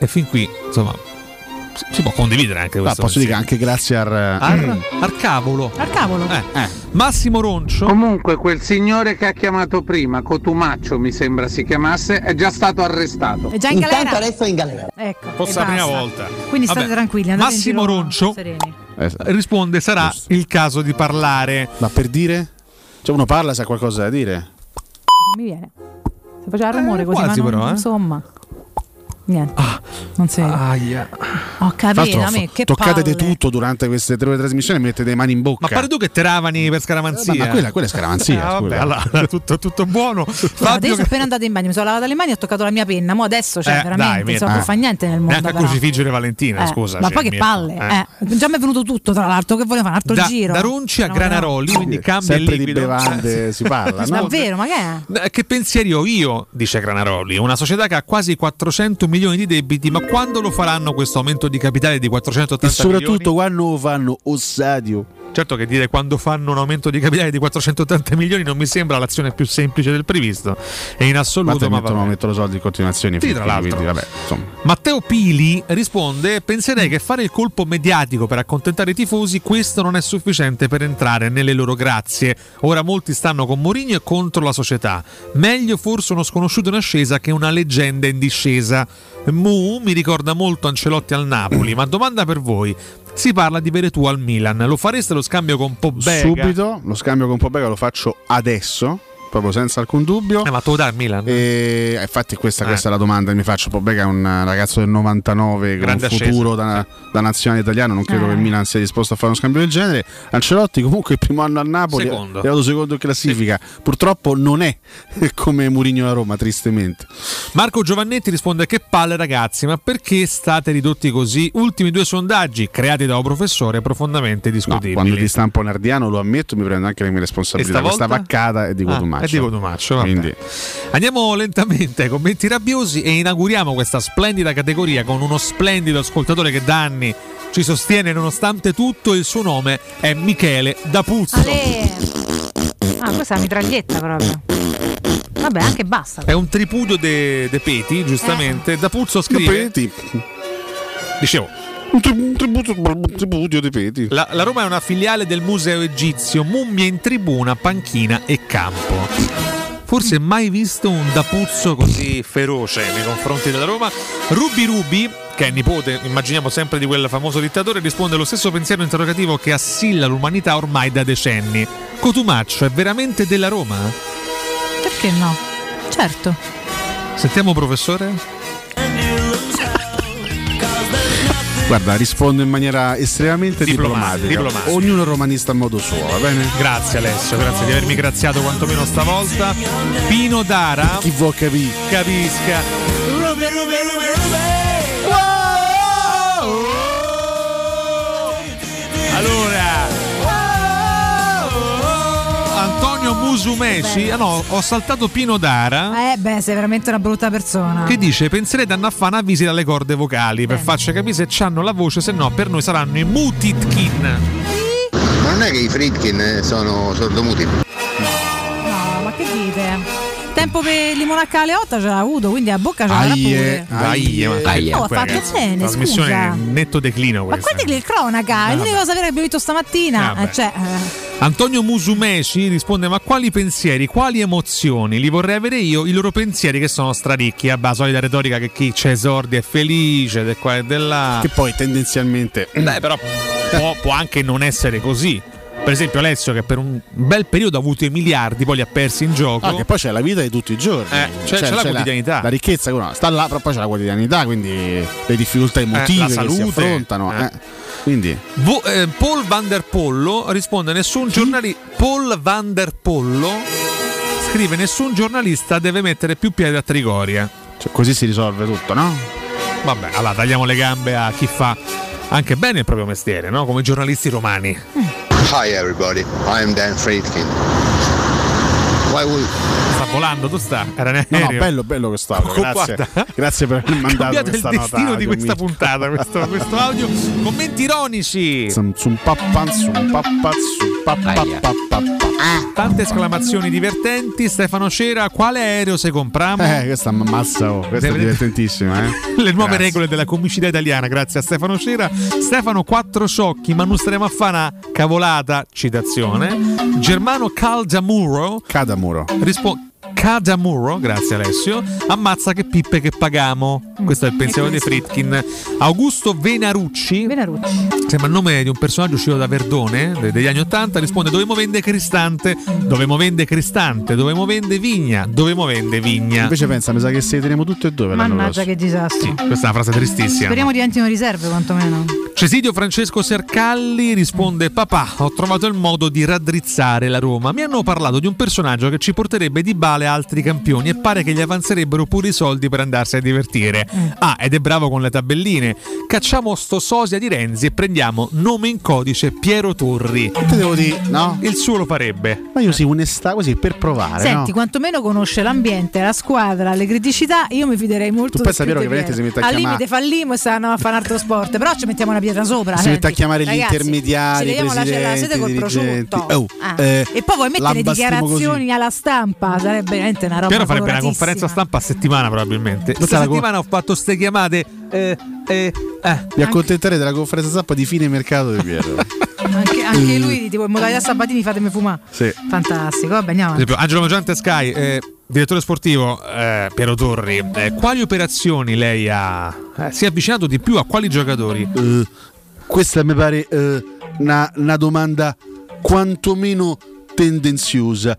[SPEAKER 19] E fin qui, insomma, si- si può condividere anche
[SPEAKER 17] Ah,
[SPEAKER 19] questo. Ah,
[SPEAKER 17] posso dire che
[SPEAKER 19] pensiero.
[SPEAKER 17] anche grazie al. eh,
[SPEAKER 19] Ar- Arcavolo.
[SPEAKER 11] Al cavolo.
[SPEAKER 19] Eh. Massimo Roncio.
[SPEAKER 3] Comunque quel signore che ha chiamato prima, Cotumaccio mi sembra si chiamasse, è già stato arrestato.
[SPEAKER 11] È già in galera. Intanto adesso è in galera. Ecco.
[SPEAKER 19] Forse
[SPEAKER 11] e
[SPEAKER 19] la prima
[SPEAKER 11] basta.
[SPEAKER 19] volta.
[SPEAKER 11] Quindi state
[SPEAKER 19] Vabbè.
[SPEAKER 11] tranquilli. andate in
[SPEAKER 19] Massimo
[SPEAKER 11] giro
[SPEAKER 19] Roncio.
[SPEAKER 11] sereni.
[SPEAKER 17] Eh, sì.
[SPEAKER 19] Risponde: sarà
[SPEAKER 17] Giusto.
[SPEAKER 19] il caso di parlare.
[SPEAKER 17] Ma per dire? Cioè, uno parla se ha qualcosa da dire.
[SPEAKER 11] Non mi viene. Se faceva rumore
[SPEAKER 19] Eh,
[SPEAKER 11] così,
[SPEAKER 19] quasi
[SPEAKER 11] ma non-
[SPEAKER 19] però, eh.
[SPEAKER 11] insomma. Niente.
[SPEAKER 17] Ah,
[SPEAKER 11] non si vede. Ho
[SPEAKER 17] Tra
[SPEAKER 11] capito, a
[SPEAKER 17] l'altro,
[SPEAKER 11] me
[SPEAKER 17] fo-
[SPEAKER 11] che
[SPEAKER 17] toccate
[SPEAKER 11] palle.
[SPEAKER 17] di tutto durante queste tre ore di trasmissione e mettete le mani in bocca.
[SPEAKER 19] Ma pare tu che Teravani per scaramanzia.
[SPEAKER 17] Eh, ma- ma quella- quella è scaramanzia,
[SPEAKER 19] Ah, vabbè,
[SPEAKER 17] scusa.
[SPEAKER 19] allora, tutto, tutto buono.
[SPEAKER 11] Guarda, io
[SPEAKER 19] Fabio,
[SPEAKER 11] sono appena andata in bagno, mi sono lavata le mani e ho toccato la mia penna. Mo adesso, cioè,
[SPEAKER 19] Eh,
[SPEAKER 11] veramente,
[SPEAKER 19] dai, mi-
[SPEAKER 11] insomma,
[SPEAKER 19] eh.
[SPEAKER 17] Ah.
[SPEAKER 11] non fa niente nel mondo.
[SPEAKER 19] neanche a
[SPEAKER 11] però.
[SPEAKER 19] crucifigere Valentina.
[SPEAKER 11] Eh,
[SPEAKER 19] scusa.
[SPEAKER 11] ma
[SPEAKER 19] cioè,
[SPEAKER 11] poi che
[SPEAKER 19] Mirko.
[SPEAKER 11] palle, eh. già mi è venuto tutto tra l'altro. Che voglio fare un altro
[SPEAKER 19] da,
[SPEAKER 11] giro?
[SPEAKER 19] da Ronci a
[SPEAKER 11] No,
[SPEAKER 19] Granaroli, quindi cambia il
[SPEAKER 17] Sempre di
[SPEAKER 19] liquido.
[SPEAKER 17] bevande si parla,
[SPEAKER 11] no.
[SPEAKER 17] no?
[SPEAKER 11] Davvero, ma che è?
[SPEAKER 19] Eh, Che pensieri ho io, dice Granaroli, una società che ha quasi 400 milioni di debiti, ma quando lo faranno questo aumento di capitale di
[SPEAKER 17] E
[SPEAKER 19] 480
[SPEAKER 17] soprattutto
[SPEAKER 19] milioni?
[SPEAKER 17] quando lo fanno ossadio.
[SPEAKER 19] Certo che dire quando fanno un aumento di capitale di 480 milioni non mi sembra l'azione più semplice del previsto. È in assoluto,
[SPEAKER 17] Guarda,
[SPEAKER 19] ma
[SPEAKER 17] mettono,
[SPEAKER 19] va
[SPEAKER 17] mettono soldi in continuazione.
[SPEAKER 19] Sì, tra l'altro.
[SPEAKER 17] Quindi, vabbè, insomma.
[SPEAKER 19] Matteo Pili risponde: Penserei che fare il colpo mediatico per accontentare i tifosi, questo non è sufficiente per entrare nelle loro grazie. Ora molti stanno con Mourinho e contro la società. Meglio forse uno sconosciuto in ascesa che una leggenda in discesa. Mu mi ricorda molto Ancelotti al Napoli, ma domanda per voi. Si parla di Veretù al Milan, lo fareste lo scambio con Pobega?
[SPEAKER 17] Subito lo scambio con Pobega lo faccio adesso. Proprio senza alcun dubbio.
[SPEAKER 19] Eh,
[SPEAKER 17] eh,
[SPEAKER 19] ma tu dai Milan? Eh.
[SPEAKER 17] infatti, questa, questa è la domanda che mi faccio. Pobega è un ragazzo del 99 con un
[SPEAKER 19] Grande ascesa,
[SPEAKER 17] futuro da, da nazionale italiano. Non credo
[SPEAKER 19] Eh.
[SPEAKER 17] che il Milan sia disposto a fare uno scambio del genere. Ancelotti, comunque, il primo anno a Napoli
[SPEAKER 19] Secondo.
[SPEAKER 17] è arrivato secondo in classifica. Purtroppo non è come Murigno a Roma, tristemente.
[SPEAKER 19] Marco Giovannetti risponde che palle ragazzi, ma perché state ridotti così? Ultimi due sondaggi creati da un professore profondamente discutibili.
[SPEAKER 17] Quando ti sta un po' nardiano, lo ammetto, mi prendo anche le mie responsabilità.
[SPEAKER 19] E stavolta?
[SPEAKER 17] Questa vaccata è di
[SPEAKER 19] Ah,
[SPEAKER 17] Cotumaccio.
[SPEAKER 19] è di Cotumaccio, vabbè.
[SPEAKER 17] Quindi,
[SPEAKER 19] Andiamo lentamente ai commenti rabbiosi e inauguriamo questa splendida categoria con uno splendido ascoltatore che da anni ci sostiene nonostante tutto il suo nome è Michele D'Apuzzo.
[SPEAKER 11] Ah, questa è la mitraglietta proprio. Vabbè, anche basta.
[SPEAKER 19] È un tripudio de, de Peti, giustamente. D'Apuzzo scrive... Dicevo,
[SPEAKER 17] un, tri- un tributo, un tribudio di Peti.
[SPEAKER 19] La, la Roma è una filiale del Museo Egizio, mummie in tribuna, panchina e campo. Forse mai visto un dapuzzo così feroce nei confronti della Roma. Rubi Rubi, che è nipote, immaginiamo sempre di quel famoso dittatore, risponde allo stesso pensiero interrogativo che assilla l'umanità ormai da decenni. Cotumaccio è veramente della Roma?
[SPEAKER 11] Perché no? Certo.
[SPEAKER 19] Sentiamo professore?
[SPEAKER 17] Guarda, rispondo in maniera estremamente diplomatica.
[SPEAKER 19] Diplomatico, diplomatico.
[SPEAKER 17] Ognuno è romanista a modo suo, va bene?
[SPEAKER 19] Grazie Alessio, grazie di avermi graziato quantomeno stavolta. Pino Dara. Chi
[SPEAKER 17] vuol capire?
[SPEAKER 19] Capisca.
[SPEAKER 8] Rube, rube, rube, rube.
[SPEAKER 19] Allora, Antonio Musumeci, ah no, ho saltato Pino Dara.
[SPEAKER 11] Eh beh, sei veramente una brutta persona.
[SPEAKER 19] Che dice: Penserete a Naffana a visita alle corde vocali per farci capire se c'hanno la voce, se no per noi saranno i Mutitkin.
[SPEAKER 3] Ma non è che i Fritkin sono sordomuti?
[SPEAKER 11] No, ma che dite? Tempo per limonacca alle 8 ce l'ha avuto, quindi a bocca ce l'ha pure.
[SPEAKER 19] Aie, ma-
[SPEAKER 11] Aie. Oh, ha fatto
[SPEAKER 19] Ragazzi,
[SPEAKER 11] bene,
[SPEAKER 19] Trasmissione
[SPEAKER 11] scusa.
[SPEAKER 19] in netto declino
[SPEAKER 11] Ma
[SPEAKER 19] questa.
[SPEAKER 11] guarda che il cronaca,
[SPEAKER 19] Ah,
[SPEAKER 11] io devo sapere che abbiamo visto stamattina.
[SPEAKER 19] Vabbè.
[SPEAKER 11] Eh, cioè, eh,
[SPEAKER 19] Antonio Musumeci risponde: Ma quali pensieri, quali emozioni? Li vorrei avere io, i loro pensieri che sono straricchi. Vabbè, la solita retorica che chi c'è esordi è felice, del qua e del là.
[SPEAKER 17] Che poi tendenzialmente.
[SPEAKER 19] Beh, però può, può anche non essere così. Per esempio, Alessio, che per un bel periodo ha avuto i miliardi, poi li ha persi in gioco.
[SPEAKER 17] Ah, che poi c'è la vita di tutti i giorni. Cioè,
[SPEAKER 19] Eh, c'è- c'è la quotidianità.
[SPEAKER 17] La, ricchezza no, sta là, però poi c'è la quotidianità, quindi le difficoltà emotive
[SPEAKER 19] Eh, la
[SPEAKER 17] che si
[SPEAKER 19] salute.
[SPEAKER 17] affrontano.
[SPEAKER 19] Eh.
[SPEAKER 17] eh. Quindi.
[SPEAKER 19] Vo- eh, Paul Van der Pollo risponde: Nessun giornalista. Paul Van der Pollo scrive: Nessun giornalista deve mettere più piede a Trigoria.
[SPEAKER 17] Cioè, così si risolve tutto, no?
[SPEAKER 19] Vabbè, allora tagliamo le gambe a chi fa anche bene il proprio mestiere, no? Come i giornalisti romani.
[SPEAKER 3] Hi everybody, I am Dan Friedkin. Why would...
[SPEAKER 19] Sta volando, tu sta. Era in
[SPEAKER 17] No, no,
[SPEAKER 19] aereo.
[SPEAKER 17] bello, bello quest'audio.
[SPEAKER 19] Oh,
[SPEAKER 17] Grazie,
[SPEAKER 19] guarda.
[SPEAKER 17] grazie per aver mandato
[SPEAKER 19] Cambiate il
[SPEAKER 17] questa
[SPEAKER 19] destino
[SPEAKER 17] nota.
[SPEAKER 19] di questa puntata, questo, questo audio. Commenti ironici. Tante esclamazioni divertenti. Stefano Cera, quale aereo se compriamo?
[SPEAKER 17] Eh, questa ammazza, oh, questa è
[SPEAKER 19] Deve-
[SPEAKER 17] divertentissima, eh.
[SPEAKER 19] Le nuove
[SPEAKER 17] Grazie.
[SPEAKER 19] regole della comicità italiana, grazie a Stefano Cera. Stefano Quattro Sciocchi, Manu Stremaffana, cavolata, citazione. Germano Caldamuro.
[SPEAKER 17] Cadamuro.
[SPEAKER 19] Risponde. Cadamuro, grazie Alessio, ammazza che pippe che pagamo. Questo è il pensiero di Fritkin. Augusto Venarucci, sembra il nome di un personaggio uscito da Verdone de- degli anni Ottanta, risponde dovemo vende Cristante, dovemo vende Cristante, dovemo vende Vigna, dovemo vende Vigna.
[SPEAKER 17] Invece pensa, mi sa che se li teniamo tutte e due per l'anno
[SPEAKER 11] mannaggia che disastro.
[SPEAKER 19] prossimo. Questa è una frase tristissima.
[SPEAKER 11] Speriamo diventino riserve quantomeno.
[SPEAKER 19] Cesidio Francesco Sercalli risponde: Papà, ho trovato il modo di raddrizzare la Roma. Mi hanno parlato di un personaggio che ci porterebbe di bale a altri campioni e pare che gli avanzerebbero pure i soldi per andarsi a divertire.
[SPEAKER 11] Mm.
[SPEAKER 19] Ah, ed è bravo con le tabelline. Cacciamo sto sosia di Renzi e prendiamo nome in codice Piero Torri.
[SPEAKER 17] Te devo dire, no?
[SPEAKER 19] Il suo lo farebbe.
[SPEAKER 17] Ma io sì, onestà così per provare.
[SPEAKER 11] Senti,
[SPEAKER 17] no?
[SPEAKER 11] quantomeno conosce l'ambiente, la squadra, le criticità. Io mi fiderei molto.
[SPEAKER 17] Tu
[SPEAKER 11] del
[SPEAKER 17] pensa, Piero, che
[SPEAKER 11] Piero.
[SPEAKER 17] veramente si mette a
[SPEAKER 11] Al
[SPEAKER 17] chiamare-
[SPEAKER 11] limite fallimo e stanno a fare un altro sport. Però ci mettiamo una pietra sopra.
[SPEAKER 17] Si
[SPEAKER 11] senti.
[SPEAKER 17] mette a chiamare gli
[SPEAKER 11] Ragazzi,
[SPEAKER 17] intermediari,
[SPEAKER 11] Ci
[SPEAKER 17] i
[SPEAKER 11] leviamo la cella della sede
[SPEAKER 17] presidenti,
[SPEAKER 11] col
[SPEAKER 17] i dirigenti.
[SPEAKER 11] prosciutto.
[SPEAKER 17] Oh,
[SPEAKER 11] Ah.
[SPEAKER 17] eh,
[SPEAKER 11] e poi vuoi mettere le
[SPEAKER 17] l'ambastimo così.
[SPEAKER 11] dichiarazioni alla stampa. Sarebbe veramente una roba.
[SPEAKER 19] Piero farebbe una
[SPEAKER 11] coloratissima.
[SPEAKER 19] conferenza stampa a settimana probabilmente. Questa
[SPEAKER 17] sarà co-
[SPEAKER 19] settimana ho fatto ste chiamate. eh, eh, eh.
[SPEAKER 17] Vi accontenterete della conferenza stampa di fine mercato di Piero.
[SPEAKER 11] Anche, anche lui, tipo, in modalità Sabatini, fatemi fumare.
[SPEAKER 17] Mm. sì.
[SPEAKER 11] Fantastico, vabbè, andiamo.
[SPEAKER 19] Per
[SPEAKER 11] avanti.
[SPEAKER 19] esempio, Angelo Maggiante Sky, eh, direttore sportivo eh, Piero Torri, eh, quali operazioni lei ha? eh, si è avvicinato di più a quali giocatori?
[SPEAKER 17] Eh. Questa mi pare eh, una, una domanda quantomeno tendenziosa.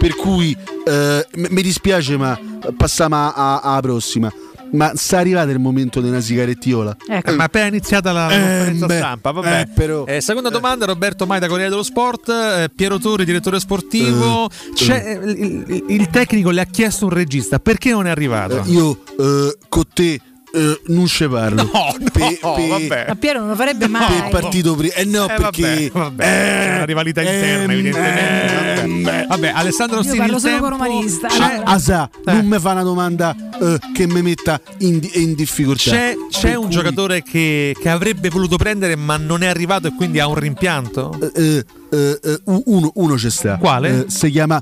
[SPEAKER 17] Per cui eh, m- mi dispiace, ma passiamo a- a- alla prossima. Ma sta arrivato il momento della sigarettiola?
[SPEAKER 19] Eh, ma appena iniziata la la
[SPEAKER 17] Eh,
[SPEAKER 19] conferenza
[SPEAKER 17] beh,
[SPEAKER 19] stampa, vabbè.
[SPEAKER 17] eh, però-
[SPEAKER 19] Eh, seconda domanda, Roberto Maida, Corriere dello Sport, eh, Piero Torri, direttore sportivo.
[SPEAKER 17] Eh,
[SPEAKER 19] C'è- eh, il, il- il tecnico le ha chiesto un regista, perché non è arrivato?
[SPEAKER 17] Eh, io eh, con te eh, non ce parlo.
[SPEAKER 19] No, no, vabbè.
[SPEAKER 11] Ma Piero non lo farebbe mai.
[SPEAKER 17] Per partito prima. Eh no,
[SPEAKER 19] Eh,
[SPEAKER 17] perché. eh,
[SPEAKER 19] vabbè, vabbè, c'è una rivalità interna, evidentemente. Vabbè, Alessandro
[SPEAKER 11] Io
[SPEAKER 19] Rossini,
[SPEAKER 11] parlo
[SPEAKER 19] il
[SPEAKER 11] solo
[SPEAKER 19] tempo.
[SPEAKER 11] con romanista.
[SPEAKER 17] Ah, Asa,
[SPEAKER 19] Eh.
[SPEAKER 17] non mi fa una domanda eh, che mi metta in, di- in difficoltà.
[SPEAKER 19] C'è, c'è
[SPEAKER 17] Cioè, Per
[SPEAKER 19] un
[SPEAKER 17] cui,
[SPEAKER 19] giocatore che, che avrebbe voluto prendere ma non è arrivato e quindi ha un rimpianto?
[SPEAKER 17] eh, eh, eh, u- uno, uno c'è sta.
[SPEAKER 19] Quale?
[SPEAKER 17] Eh, si chiama.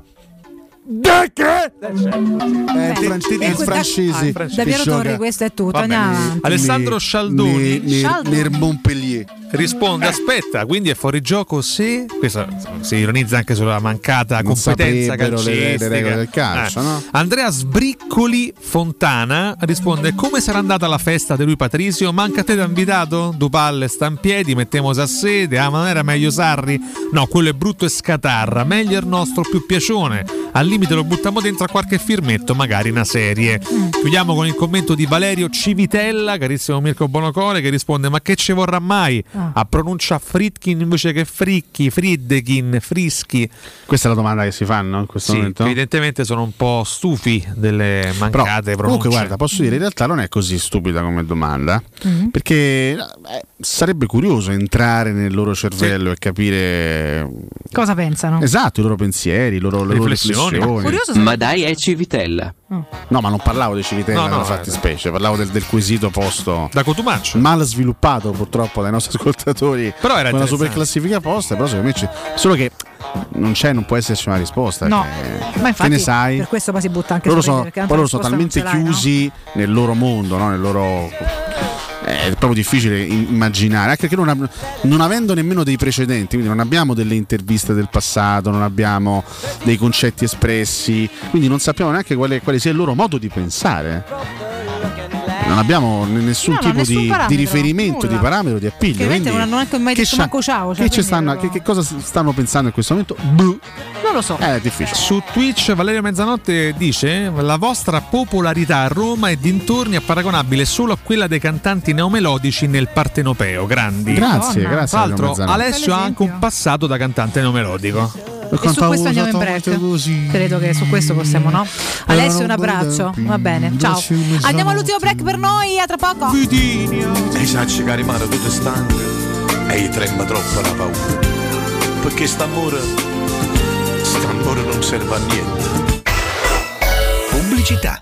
[SPEAKER 17] Da che? È, fran- è il francese.
[SPEAKER 11] Da Piero Torri, questo è tutto. Andiamo avanti.
[SPEAKER 19] Alessandro Scialdoni.
[SPEAKER 11] Scialdoni.
[SPEAKER 17] Nel Montpellier. Eh.
[SPEAKER 19] Risponde, aspetta, quindi è fuori gioco se. Questo si ironizza anche sulla mancata competenza
[SPEAKER 17] saprebbero le- le
[SPEAKER 19] calcistica. Eh,
[SPEAKER 17] regole del calcio, no?
[SPEAKER 19] Andrea Sbriccoli Fontana risponde: Come sarà andata la festa di lui Patrizio? Manca te da invitato? Dupalle sta in piedi, mettiamo Sassede. Ah, ma non era meglio Sarri? No, quello è brutto e scatarra. Meglio il nostro più piacione. Al limite lo buttiamo dentro a qualche firmetto, magari una serie. Chiudiamo con il commento di Valerio Civitella, carissimo Mirko Bonocore, che risponde: Ma che ci vorrà mai?
[SPEAKER 17] Ah.
[SPEAKER 19] A pronuncia Fritkin invece che Fricchi, Friddekin, Frischi.
[SPEAKER 17] Questa è la domanda che si fanno in questo
[SPEAKER 19] Sì,
[SPEAKER 17] momento.
[SPEAKER 19] evidentemente sono un po' stufi delle
[SPEAKER 17] Però,
[SPEAKER 19] mancate pronunce.
[SPEAKER 17] comunque guarda, posso dire, in realtà non è così stupida come domanda,
[SPEAKER 19] Mhm.
[SPEAKER 17] perché eh, sarebbe curioso entrare nel loro cervello e capire
[SPEAKER 11] Cosa pensano?
[SPEAKER 17] esatto i loro pensieri, i loro, le loro
[SPEAKER 96] Riflessioni.
[SPEAKER 17] riflessioni.
[SPEAKER 96] Curioso sarebbe- Ma dai,
[SPEAKER 17] è Civitella.
[SPEAKER 11] Mm.
[SPEAKER 17] No, ma non parlavo di Civitella
[SPEAKER 96] No, no,
[SPEAKER 17] nella
[SPEAKER 96] eh,
[SPEAKER 17] fattispecie, parlavo del, del quesito posto
[SPEAKER 19] da Cotumaccio.
[SPEAKER 17] Mal sviluppato purtroppo dai nostri ascoltatori.
[SPEAKER 19] Però era
[SPEAKER 17] con una
[SPEAKER 19] interessante.
[SPEAKER 17] super classifica posta, però secondo me c'è. Solo che non c'è, non può esserci una risposta.
[SPEAKER 11] No,
[SPEAKER 17] eh,
[SPEAKER 11] ma
[SPEAKER 17] che
[SPEAKER 11] infatti
[SPEAKER 17] ne sai?
[SPEAKER 11] per questo poi si butta anche
[SPEAKER 17] loro
[SPEAKER 11] sopra
[SPEAKER 17] sono,
[SPEAKER 11] perché tanto
[SPEAKER 17] poi loro
[SPEAKER 11] la
[SPEAKER 17] sono
[SPEAKER 11] risposta
[SPEAKER 17] talmente
[SPEAKER 11] non ce l'hai, no?
[SPEAKER 17] chiusi nel loro mondo, no? nel loro. eh, È proprio difficile im- immaginare, anche perché non, ab- non avendo nemmeno dei precedenti, quindi non abbiamo delle interviste del passato, non abbiamo dei concetti espressi, quindi non sappiamo neanche quale, quale sia il loro modo di pensare. Non abbiamo n- nessun
[SPEAKER 11] No, no,
[SPEAKER 17] tipo
[SPEAKER 11] nessun
[SPEAKER 17] di, di
[SPEAKER 11] parametro,
[SPEAKER 17] riferimento,
[SPEAKER 11] nulla.
[SPEAKER 17] di parametro, di
[SPEAKER 11] Che
[SPEAKER 17] appiglio.
[SPEAKER 11] veramente
[SPEAKER 17] Quindi,
[SPEAKER 11] non hanno neanche mai
[SPEAKER 17] che
[SPEAKER 11] detto
[SPEAKER 17] c'ha-
[SPEAKER 11] manco ciao. cioè,
[SPEAKER 17] che, ci
[SPEAKER 11] quindi
[SPEAKER 17] stanno-
[SPEAKER 11] proprio-
[SPEAKER 17] che- che cosa s- stanno pensando in questo momento? Boh.
[SPEAKER 11] Non lo so.
[SPEAKER 17] È difficile.
[SPEAKER 19] Su Twitch Valerio Mezzanotte dice la vostra popolarità a Roma e dintorni è paragonabile solo a quella dei cantanti neomelodici nel Partenopeo. Grandi.
[SPEAKER 17] Grazie, Madonna. grazie,
[SPEAKER 19] Tra l'altro
[SPEAKER 17] Valerio Mezzanotte.
[SPEAKER 19] Alessio ha anche un passato da cantante neomelodico.
[SPEAKER 11] E su questo andiamo in break. Credo che su questo possiamo, no? Alessio, un abbraccio. Va bene, ciao. Andiamo all'ultimo break per noi, a tra poco.
[SPEAKER 3] E i sacci che rimangono tutti stanchi e gli trema troppo la paura. Perché st'amore, st'amore non serve a niente.
[SPEAKER 25] Pubblicità.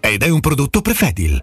[SPEAKER 36] ed è un prodotto Prefedil.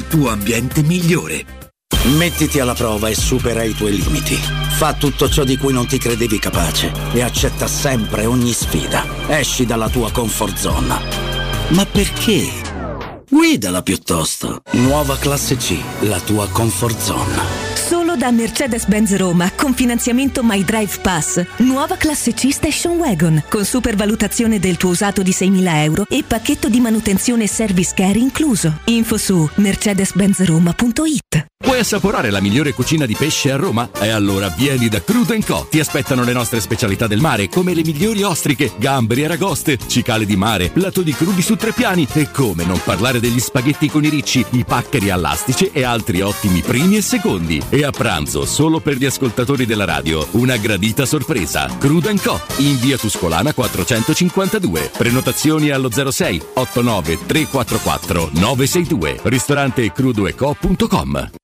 [SPEAKER 24] tuo ambiente migliore.
[SPEAKER 5] Mettiti alla prova e supera i tuoi limiti. Fa tutto ciò di cui non ti credevi capace e accetta sempre ogni sfida. Esci dalla tua comfort zone. Ma perché? Guidala piuttosto. Nuova classe C, la tua comfort zone.
[SPEAKER 35] Solo da Mercedes-Benz Roma con finanziamento My Drive Pass. Nuova classe C Station Wagon con supervalutazione del tuo usato di 6.000 euro e pacchetto di manutenzione e service care incluso. Info su mercedes-benzroma.it
[SPEAKER 25] Vuoi assaporare la migliore cucina di pesce a Roma? E allora vieni da Crudo Co. Ti aspettano le nostre specialità del mare, come le migliori ostriche, gamberi e ragoste, cicale di mare, piatto di crudi su tre piani e come non parlare degli spaghetti con i ricci, i paccheri all'astice e altri ottimi primi e secondi. E a pranzo, solo per gli ascoltatori della radio, una gradita sorpresa. Crudo Co. in via Tuscolana 452. Prenotazioni allo 06 89 344 962. Ristorante crudoeco.com.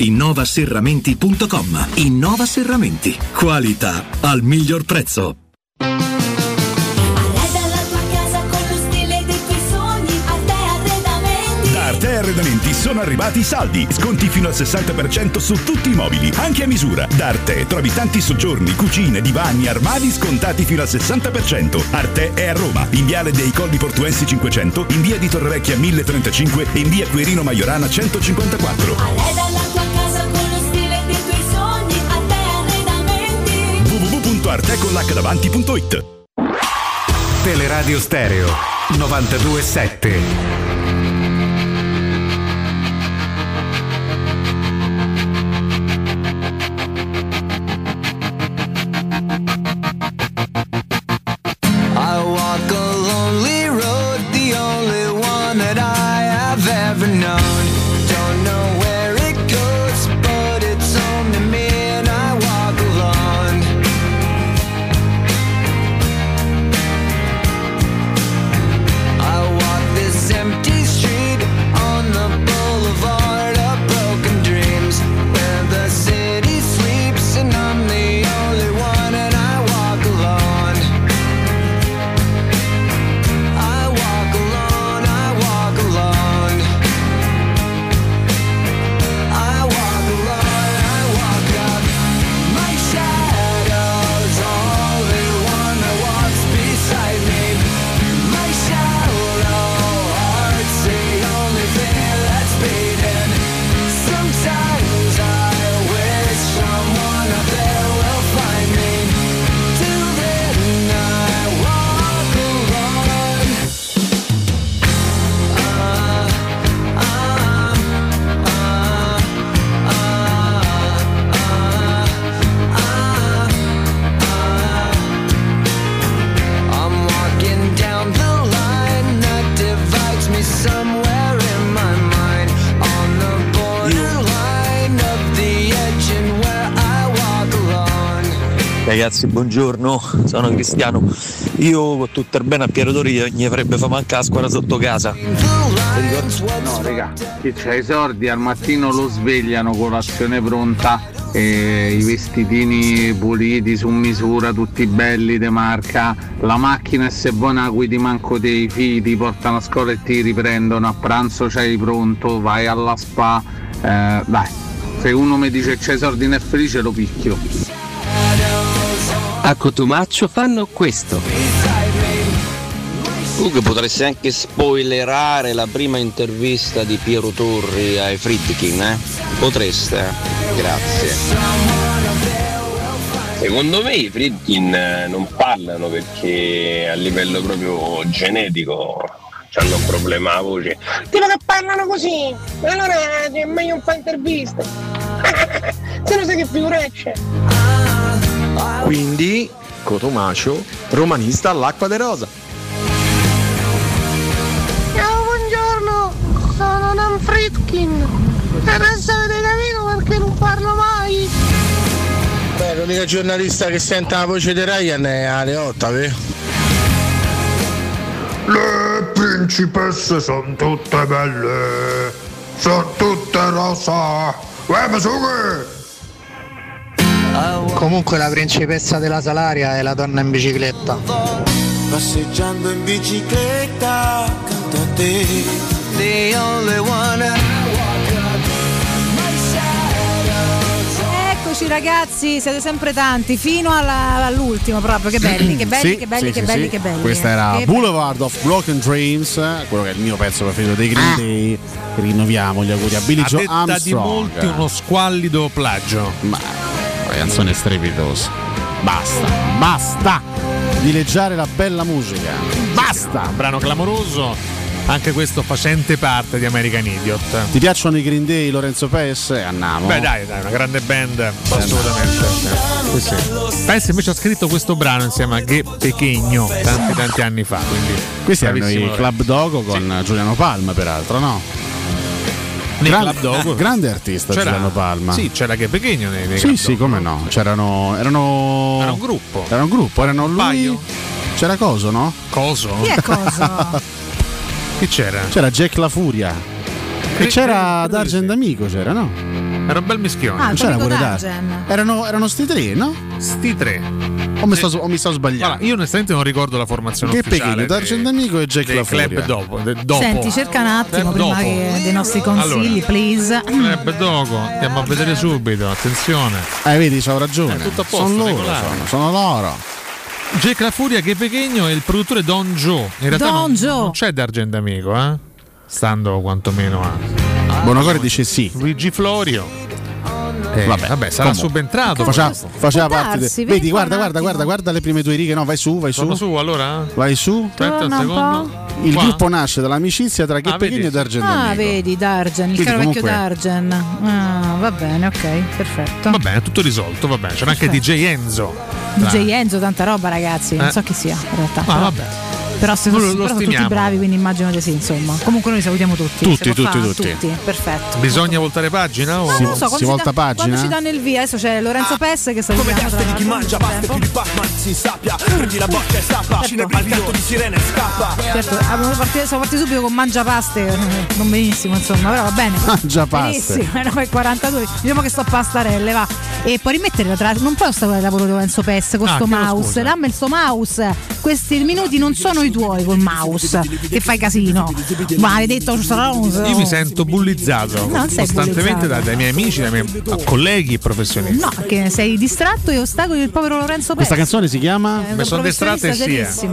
[SPEAKER 24] innovaserramenti.com. Innova Serramenti. Qualità al miglior prezzo.
[SPEAKER 14] Da Arte Arredamenti sono arrivati i saldi, sconti fino al 60% su tutti i mobili, anche a misura. Da Arte trovi tanti soggiorni, cucine, divani, armadi scontati fino al 60%. Arte è a Roma, in Viale dei Colli Portuensi 500, in Via di Torrevecchia 1035 e in Via Querino Maiorana 154. www.artecollacdavanti.it
[SPEAKER 97] Teleradio Stereo 927.
[SPEAKER 8] I walk a lonely road, the only one that I have ever known. Don't know where it goes, but it's only me and I walk alone. I walk this empty
[SPEAKER 5] Ragazzi, buongiorno, sono Cristiano. Io con tutto il bene a Piero Torri gli avrebbe fatto mancare la squadra sotto casa.
[SPEAKER 3] No, regà, chi c'ha i sordi al mattino lo svegliano colazione pronta, eh, i vestitini puliti su misura, tutti belli de marca, la macchina e se buona la guidi manco dei figli, ti portano a scuola e ti riprendono, a pranzo c'hai pronto, vai alla spa, eh, dai, se uno mi dice c'hai i sordi e è felice lo picchio.
[SPEAKER 98] A Cotumaccio fanno questo.
[SPEAKER 5] Comunque potresti anche spoilerare la prima intervista di Piero Torri ai Fritkin, eh? Potreste? eh? Grazie.
[SPEAKER 29] Secondo me i Fridkin eh, non parlano perché a livello proprio genetico hanno un problema a voce.
[SPEAKER 8] Tipo che parlano così, allora è meglio un po' interviste. Se no sai che figuraccia.
[SPEAKER 99] Quindi, Cotomacio, romanista all'acqua de rosa.
[SPEAKER 8] Ciao, buongiorno, sono Nan Fritkin. Adesso avete capito perché non parlo mai.
[SPEAKER 100] Beh, l'unica giornalista che sente la voce di Ryan è Aleotta, vero?
[SPEAKER 101] Le principesse sono tutte belle, sono tutte rosa. Uè, ma su che?
[SPEAKER 102] Comunque la principessa della Salaria è la donna in bicicletta.
[SPEAKER 103] Passeggiando in bicicletta accanto a te The only one I
[SPEAKER 11] Eccoci ragazzi, siete sempre tanti, fino alla- all'ultimo proprio, che belli, che belli,
[SPEAKER 17] Sì,
[SPEAKER 11] che belli,
[SPEAKER 17] sì,
[SPEAKER 11] che
[SPEAKER 17] sì,
[SPEAKER 11] belli,
[SPEAKER 17] sì.
[SPEAKER 11] che belli.
[SPEAKER 17] Questa
[SPEAKER 11] eh.
[SPEAKER 17] era
[SPEAKER 11] Che
[SPEAKER 17] Boulevard of Broken Dreams, eh, quello che è il mio pezzo preferito dei
[SPEAKER 11] Ah.
[SPEAKER 17] Green Day. Rinnoviamo gli auguri a Billy
[SPEAKER 19] A
[SPEAKER 17] Joe
[SPEAKER 19] detta
[SPEAKER 17] Armstrong.
[SPEAKER 19] di molti uno squallido plagio.
[SPEAKER 17] Ma la canzone è strepitosa. Basta, basta dileggiare la bella musica. Basta!
[SPEAKER 19] Un brano clamoroso, anche questo facente parte di American Idiot.
[SPEAKER 17] Ti piacciono i Green Day, Lorenzo Paes? Eh, Andiamo.
[SPEAKER 19] Beh dai, dai, una grande band, assolutamente. Sì, sì. Paes invece ha scritto questo brano insieme a Ghe Pechegno tanti tanti anni fa. Quindi
[SPEAKER 17] Questi erano
[SPEAKER 19] bravissimo
[SPEAKER 17] i
[SPEAKER 19] Lorenzo.
[SPEAKER 17] Club Dogo con Giuliano Palma, peraltro, no?
[SPEAKER 19] Nei
[SPEAKER 17] Gran-
[SPEAKER 19] Club Dogo.
[SPEAKER 17] grande artista
[SPEAKER 19] C'era-
[SPEAKER 17] Giuliano Palma.
[SPEAKER 19] Sì, c'era Ghe Pechegno nei, nei
[SPEAKER 17] Sì,
[SPEAKER 19] Club
[SPEAKER 17] sì, come no? C'erano. Erano.
[SPEAKER 19] Era un gruppo.
[SPEAKER 17] Era un gruppo, erano lui. C'era Coso, no?
[SPEAKER 19] Coso?
[SPEAKER 11] Chi è Coso?
[SPEAKER 19] Chi c'era?
[SPEAKER 17] C'era Jack La Furia. E c'era Dargen D'Amico, c'era, no?
[SPEAKER 19] Era un bel mischione.
[SPEAKER 17] Ah, il C'era pure
[SPEAKER 11] Dargen.
[SPEAKER 17] Erano, erano sti tre, no?
[SPEAKER 19] Sti tre.
[SPEAKER 17] O mi sto, o mi sto sbagliando?
[SPEAKER 19] Guarda, io onestamente non ricordo la formazione
[SPEAKER 17] Che
[SPEAKER 19] ufficiale.
[SPEAKER 17] Pechino, Dargen D'Amico e Jack
[SPEAKER 19] dei
[SPEAKER 17] La Furia.
[SPEAKER 19] Club dopo, de- dopo.
[SPEAKER 11] Senti, cerca un attimo prima
[SPEAKER 19] dopo.
[SPEAKER 11] che dei nostri consigli,
[SPEAKER 19] Allora.
[SPEAKER 11] please.
[SPEAKER 19] Club Dogo, andiamo a vedere subito, attenzione.
[SPEAKER 17] Eh, vedi, c'ho ragione.
[SPEAKER 19] È tutto a posto,
[SPEAKER 17] sono loro,
[SPEAKER 19] regolare.
[SPEAKER 17] sono, sono loro.
[SPEAKER 19] Jack La Furia che Pechegno è il produttore Don Joe. In realtà
[SPEAKER 11] Don
[SPEAKER 19] non,
[SPEAKER 11] Joe.
[SPEAKER 19] non c'è D'Argent Amico, eh? Stando quantomeno a.
[SPEAKER 17] Bonacore dice sì.
[SPEAKER 19] Luigi Florio. Eh, vabbè, sarà
[SPEAKER 17] comunque.
[SPEAKER 19] subentrato.
[SPEAKER 17] Faceva,
[SPEAKER 19] questo.
[SPEAKER 17] faceva parte. de- Vedi, guarda, guarda, guarda, guarda le prime due righe. No, vai su, vai su.
[SPEAKER 19] Torno su allora?
[SPEAKER 17] Vai su.
[SPEAKER 19] Aspetta un secondo.
[SPEAKER 17] Il
[SPEAKER 19] Qua?
[SPEAKER 17] gruppo nasce dall'amicizia tra Che
[SPEAKER 19] Ah,
[SPEAKER 17] Pechino
[SPEAKER 19] vedi?
[SPEAKER 17] e Dargen
[SPEAKER 11] Ah,
[SPEAKER 17] D'Amico.
[SPEAKER 11] vedi, Dargen, il
[SPEAKER 17] Quindi
[SPEAKER 11] caro vecchio
[SPEAKER 17] comunque-
[SPEAKER 11] Dargen. Ah, va bene, ok, perfetto.
[SPEAKER 19] Va bene, tutto risolto, va bene. C'era anche DJ Enzo.
[SPEAKER 11] DJ Enzo, tanta roba, ragazzi, non
[SPEAKER 19] Eh.
[SPEAKER 11] so chi sia in realtà.
[SPEAKER 19] Ma
[SPEAKER 11] però-
[SPEAKER 19] vabbè.
[SPEAKER 11] Però se
[SPEAKER 19] Lo-
[SPEAKER 11] però
[SPEAKER 19] lo
[SPEAKER 11] sono tutti
[SPEAKER 19] stimiamo.
[SPEAKER 11] bravi, quindi immagino di sì, insomma. Comunque noi salutiamo tutti.
[SPEAKER 19] Tutti,
[SPEAKER 11] se può
[SPEAKER 19] tutti,
[SPEAKER 11] fa-
[SPEAKER 19] tutti.
[SPEAKER 11] Perfetto.
[SPEAKER 19] Bisogna voltare pagina? O...
[SPEAKER 11] Ma non lo so, quando, ci dà- quando
[SPEAKER 19] eh.
[SPEAKER 11] ci danno il via, adesso c'è Lorenzo Pesse che salutiamo tra
[SPEAKER 103] Testa Ah, di chi
[SPEAKER 11] l'altro.
[SPEAKER 103] mangia basta più di Pac-Man si sappia Prendi la botta e scappa Cina al canto di sirena e scappa
[SPEAKER 11] Certo, abbiamo partito, siamo partiti subito con mangiapaste, eh, non benissimo insomma, però va bene.
[SPEAKER 17] Mangiapaste.
[SPEAKER 11] Benissimo, erano i 42, diciamo che sto a pastarelle, va. E puoi rimettere la traccia, non puoi ostacolare il lavoro di Lorenzo Pes con
[SPEAKER 35] Ah,
[SPEAKER 11] sto
[SPEAKER 35] chiedo
[SPEAKER 11] mouse,
[SPEAKER 35] scusa.
[SPEAKER 11] dammi il suo mouse, questi minuti non sono i tuoi col mouse, che fai casino. Maledetto stronzo.
[SPEAKER 19] Io mi sento bullizzato
[SPEAKER 11] No, non sei
[SPEAKER 19] costantemente
[SPEAKER 11] bullizzato.
[SPEAKER 19] da- dai miei amici, dai miei colleghi e professionisti.
[SPEAKER 11] No, che sei distratto e ostacoli del povero Lorenzo Eh, Pes.
[SPEAKER 17] Questa canzone si chiama
[SPEAKER 19] Mi sono distratto e
[SPEAKER 35] eh.
[SPEAKER 19] sia.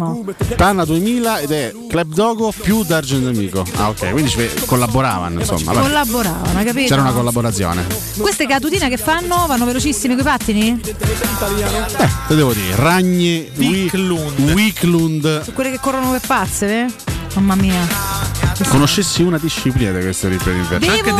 [SPEAKER 17] Tana 2000 ed è Club Dogo più Dargen D'Amico. Ah, ok, quindi ci collaboravano, insomma. vabbè.
[SPEAKER 11] Collaboravano, hai capito?
[SPEAKER 17] C'era una collaborazione.
[SPEAKER 11] Queste catudine che fanno vanno velocissime coi pattini?
[SPEAKER 17] Eh, Te devo dire, Ragne Wiklund. Wiklund.
[SPEAKER 11] Quelle che corrono per pazze, eh? Mamma mia.
[SPEAKER 17] Conoscessi una disciplina di queste riprese d'inverno.
[SPEAKER 11] Devo-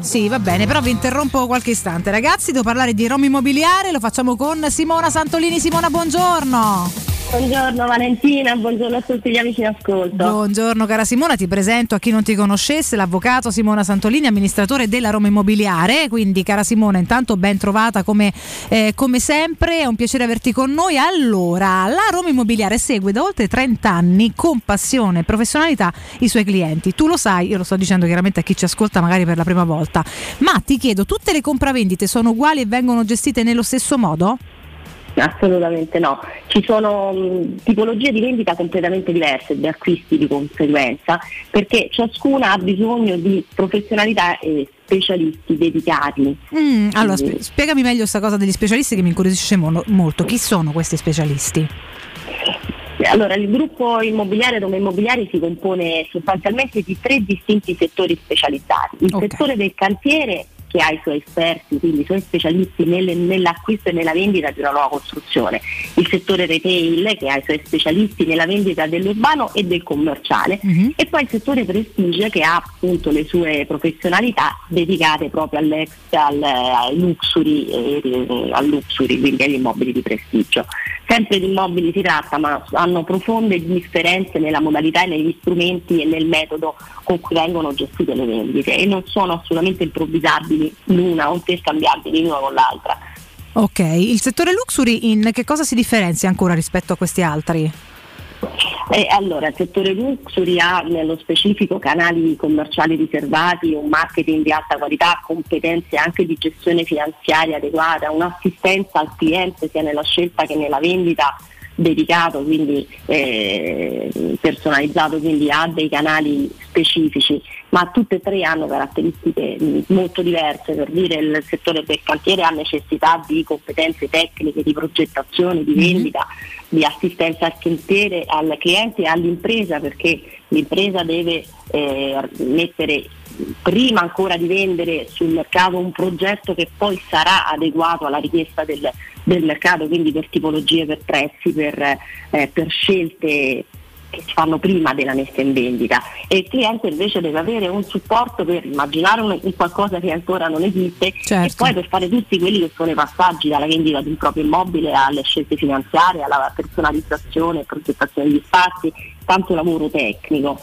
[SPEAKER 11] Sì, va bene, però vi interrompo qualche istante. Ragazzi, devo parlare di Rom Immobiliare, lo facciamo con Simona Santolini. Simona, buongiorno.
[SPEAKER 85] Buongiorno Valentina, buongiorno a tutti gli amici in ascolto.
[SPEAKER 11] Buongiorno cara Simona, ti presento a chi non ti conoscesse l'avvocato Simona Santolini, amministratore della Roma Immobiliare. Quindi cara Simona, intanto ben trovata come, eh, come sempre, è un piacere averti con noi. Allora, la Roma Immobiliare segue da oltre 30 anni con passione e professionalità i suoi clienti. Tu lo sai, io lo sto dicendo chiaramente a chi ci ascolta magari per la prima volta, ma ti chiedo, tutte le compravendite sono uguali e vengono gestite nello stesso modo?
[SPEAKER 85] Assolutamente no, ci sono mh, tipologie di vendita completamente diverse, di acquisti di conseguenza, perché ciascuna ha bisogno di professionalità e specialisti dedicati.
[SPEAKER 11] Mm, allora,
[SPEAKER 85] Quindi-
[SPEAKER 11] spie- spiegami meglio questa cosa degli specialisti che mi incuriosisce mo- molto. Chi sono questi specialisti?
[SPEAKER 85] Allora, il gruppo immobiliare Roma Immobiliari si compone sostanzialmente di tre distinti settori specializzati. Il settore del cantiere che ha i suoi esperti, quindi i suoi specialisti nelle- nell'acquisto e nella vendita di una nuova costruzione, il settore retail che ha i suoi specialisti nella vendita dell'urbano e del commerciale e poi il settore prestige che ha appunto le sue professionalità dedicate proprio all'ex, al, ai luxury, eh, al luxury, quindi agli immobili di prestigio. Sempre di immobili si tratta, ma hanno profonde differenze nella modalità e negli strumenti e nel metodo con cui vengono gestite le vendite e non sono assolutamente improvvisabili l'una o interscambiabili l'una con l'altra.
[SPEAKER 11] Ok, il settore luxury in che cosa si differenzia ancora rispetto a questi altri?
[SPEAKER 85] Eh, allora, il settore luxury ha nello specifico canali commerciali riservati, un marketing di alta qualità, competenze anche di gestione finanziaria adeguata, un'assistenza al cliente sia nella scelta che nella vendita dedicato, quindi eh, personalizzato, quindi ha dei canali specifici, ma tutte e tre hanno caratteristiche mh, molto diverse, per dire il settore del cantiere ha necessità di competenze tecniche, di progettazione, di vendita, di assistenza al cliente, al cliente e all'impresa perché l'impresa deve eh, mettere prima ancora di vendere sul mercato un progetto che poi sarà adeguato alla richiesta del, del mercato, quindi per tipologie, per prezzi, per, eh, per scelte che si fanno prima della messa in vendita e il cliente invece deve avere un supporto per immaginare un, un qualcosa che ancora non esiste e poi per fare tutti quelli che sono i passaggi dalla vendita di un proprio immobile alle scelte finanziarie, alla personalizzazione e progettazione degli spazi, tanto lavoro tecnico.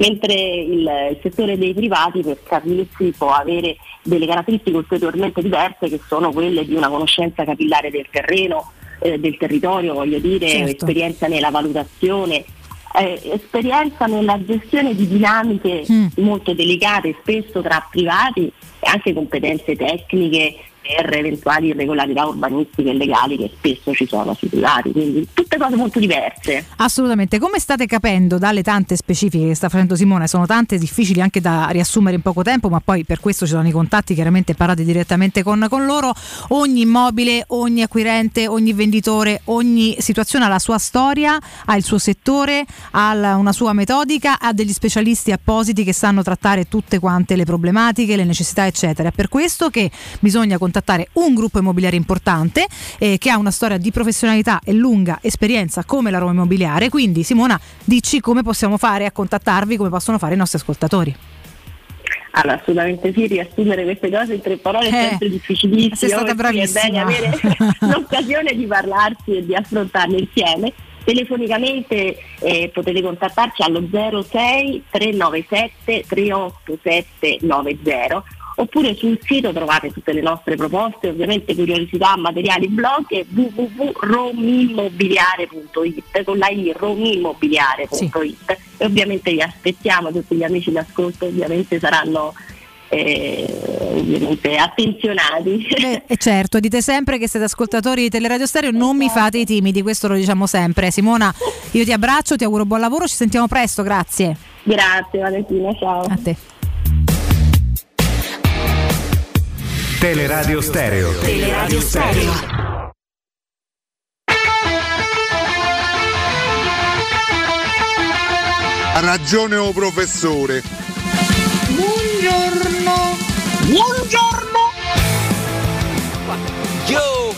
[SPEAKER 85] Mentre il, il settore dei privati per capirsi può avere delle caratteristiche ulteriormente diverse che sono quelle di una conoscenza capillare del terreno, eh, del territorio, voglio dire,
[SPEAKER 16] Certo.
[SPEAKER 85] esperienza nella valutazione, eh, esperienza nella gestione di dinamiche
[SPEAKER 11] Mm.
[SPEAKER 85] molto delicate, spesso tra privati e anche competenze tecniche per eventuali irregolarità urbanistiche e legali che spesso ci sono sui privati, quindi tutte cose molto diverse.
[SPEAKER 11] Assolutamente, come state capendo dalle tante specifiche che sta facendo Simone, sono tante difficili anche da riassumere in poco tempo, ma poi per questo ci sono i contatti, chiaramente parlate direttamente con, con loro, ogni immobile, ogni acquirente, ogni venditore, ogni situazione ha la sua storia, ha il suo settore, ha la- una sua metodica, ha degli specialisti appositi che sanno trattare tutte quante le problematiche, le necessità eccetera. È per questo che bisogna contattare un gruppo immobiliare importante eh, che ha una storia di professionalità e lunga esperienza come la Roma Immobiliare. Quindi Simona, dici come possiamo fare a contattarvi, come possono fare i nostri ascoltatori.
[SPEAKER 85] Allora, assolutamente sì, riassumere queste cose in tre parole è sempre difficilissimo.
[SPEAKER 11] Eh, sei stata
[SPEAKER 85] e quindi È bene
[SPEAKER 11] bravissima.
[SPEAKER 85] avere l'occasione di parlarsi e di affrontarle insieme. Telefonicamente eh, potete contattarci allo 06 397 3890 oppure sul sito trovate tutte le nostre proposte, ovviamente curiosità, materiali, blog e www.romimmobiliare.it con la i romimmobiliare.it e ovviamente vi aspettiamo tutti gli amici d'ascolto, ovviamente saranno eh, ovviamente attenzionati.
[SPEAKER 11] E certo, dite sempre che siete ascoltatori di Teleradio Stereo, non mi fate i timidi, questo lo diciamo sempre. Simona, io ti abbraccio, ti auguro buon lavoro, ci sentiamo presto, grazie.
[SPEAKER 85] Grazie Valentina, ciao.
[SPEAKER 11] A te.
[SPEAKER 74] Teleradio Stereo.
[SPEAKER 8] Teleradio Stereo.
[SPEAKER 57] Ha ragione o professore.
[SPEAKER 8] Buongiorno. Buongiorno.
[SPEAKER 104] Yo!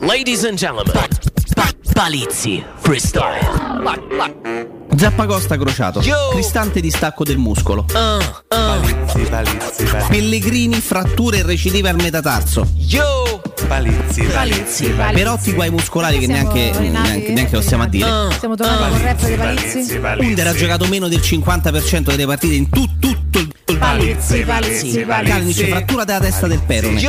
[SPEAKER 104] Ladies and gentlemen, Palizzi Freestyle.
[SPEAKER 35] Zappacosta crociato. Cristante distacco del muscolo. Pellegrini fratture e recidive al metatarso.
[SPEAKER 104] Yo!
[SPEAKER 5] Palizzi, palizzi, Perotti guai muscolari che
[SPEAKER 11] Siamo
[SPEAKER 5] neanche,
[SPEAKER 11] rinati?
[SPEAKER 5] neanche, neanche lo stiamo a dire.
[SPEAKER 11] Siamo tornati con il rap dei palizzi.
[SPEAKER 5] Under ha giocato meno del 50% delle partite in tut- tutto il tutto il
[SPEAKER 11] Palizzi, palizzi, palizzi.
[SPEAKER 5] Calnici frattura della testa del perone.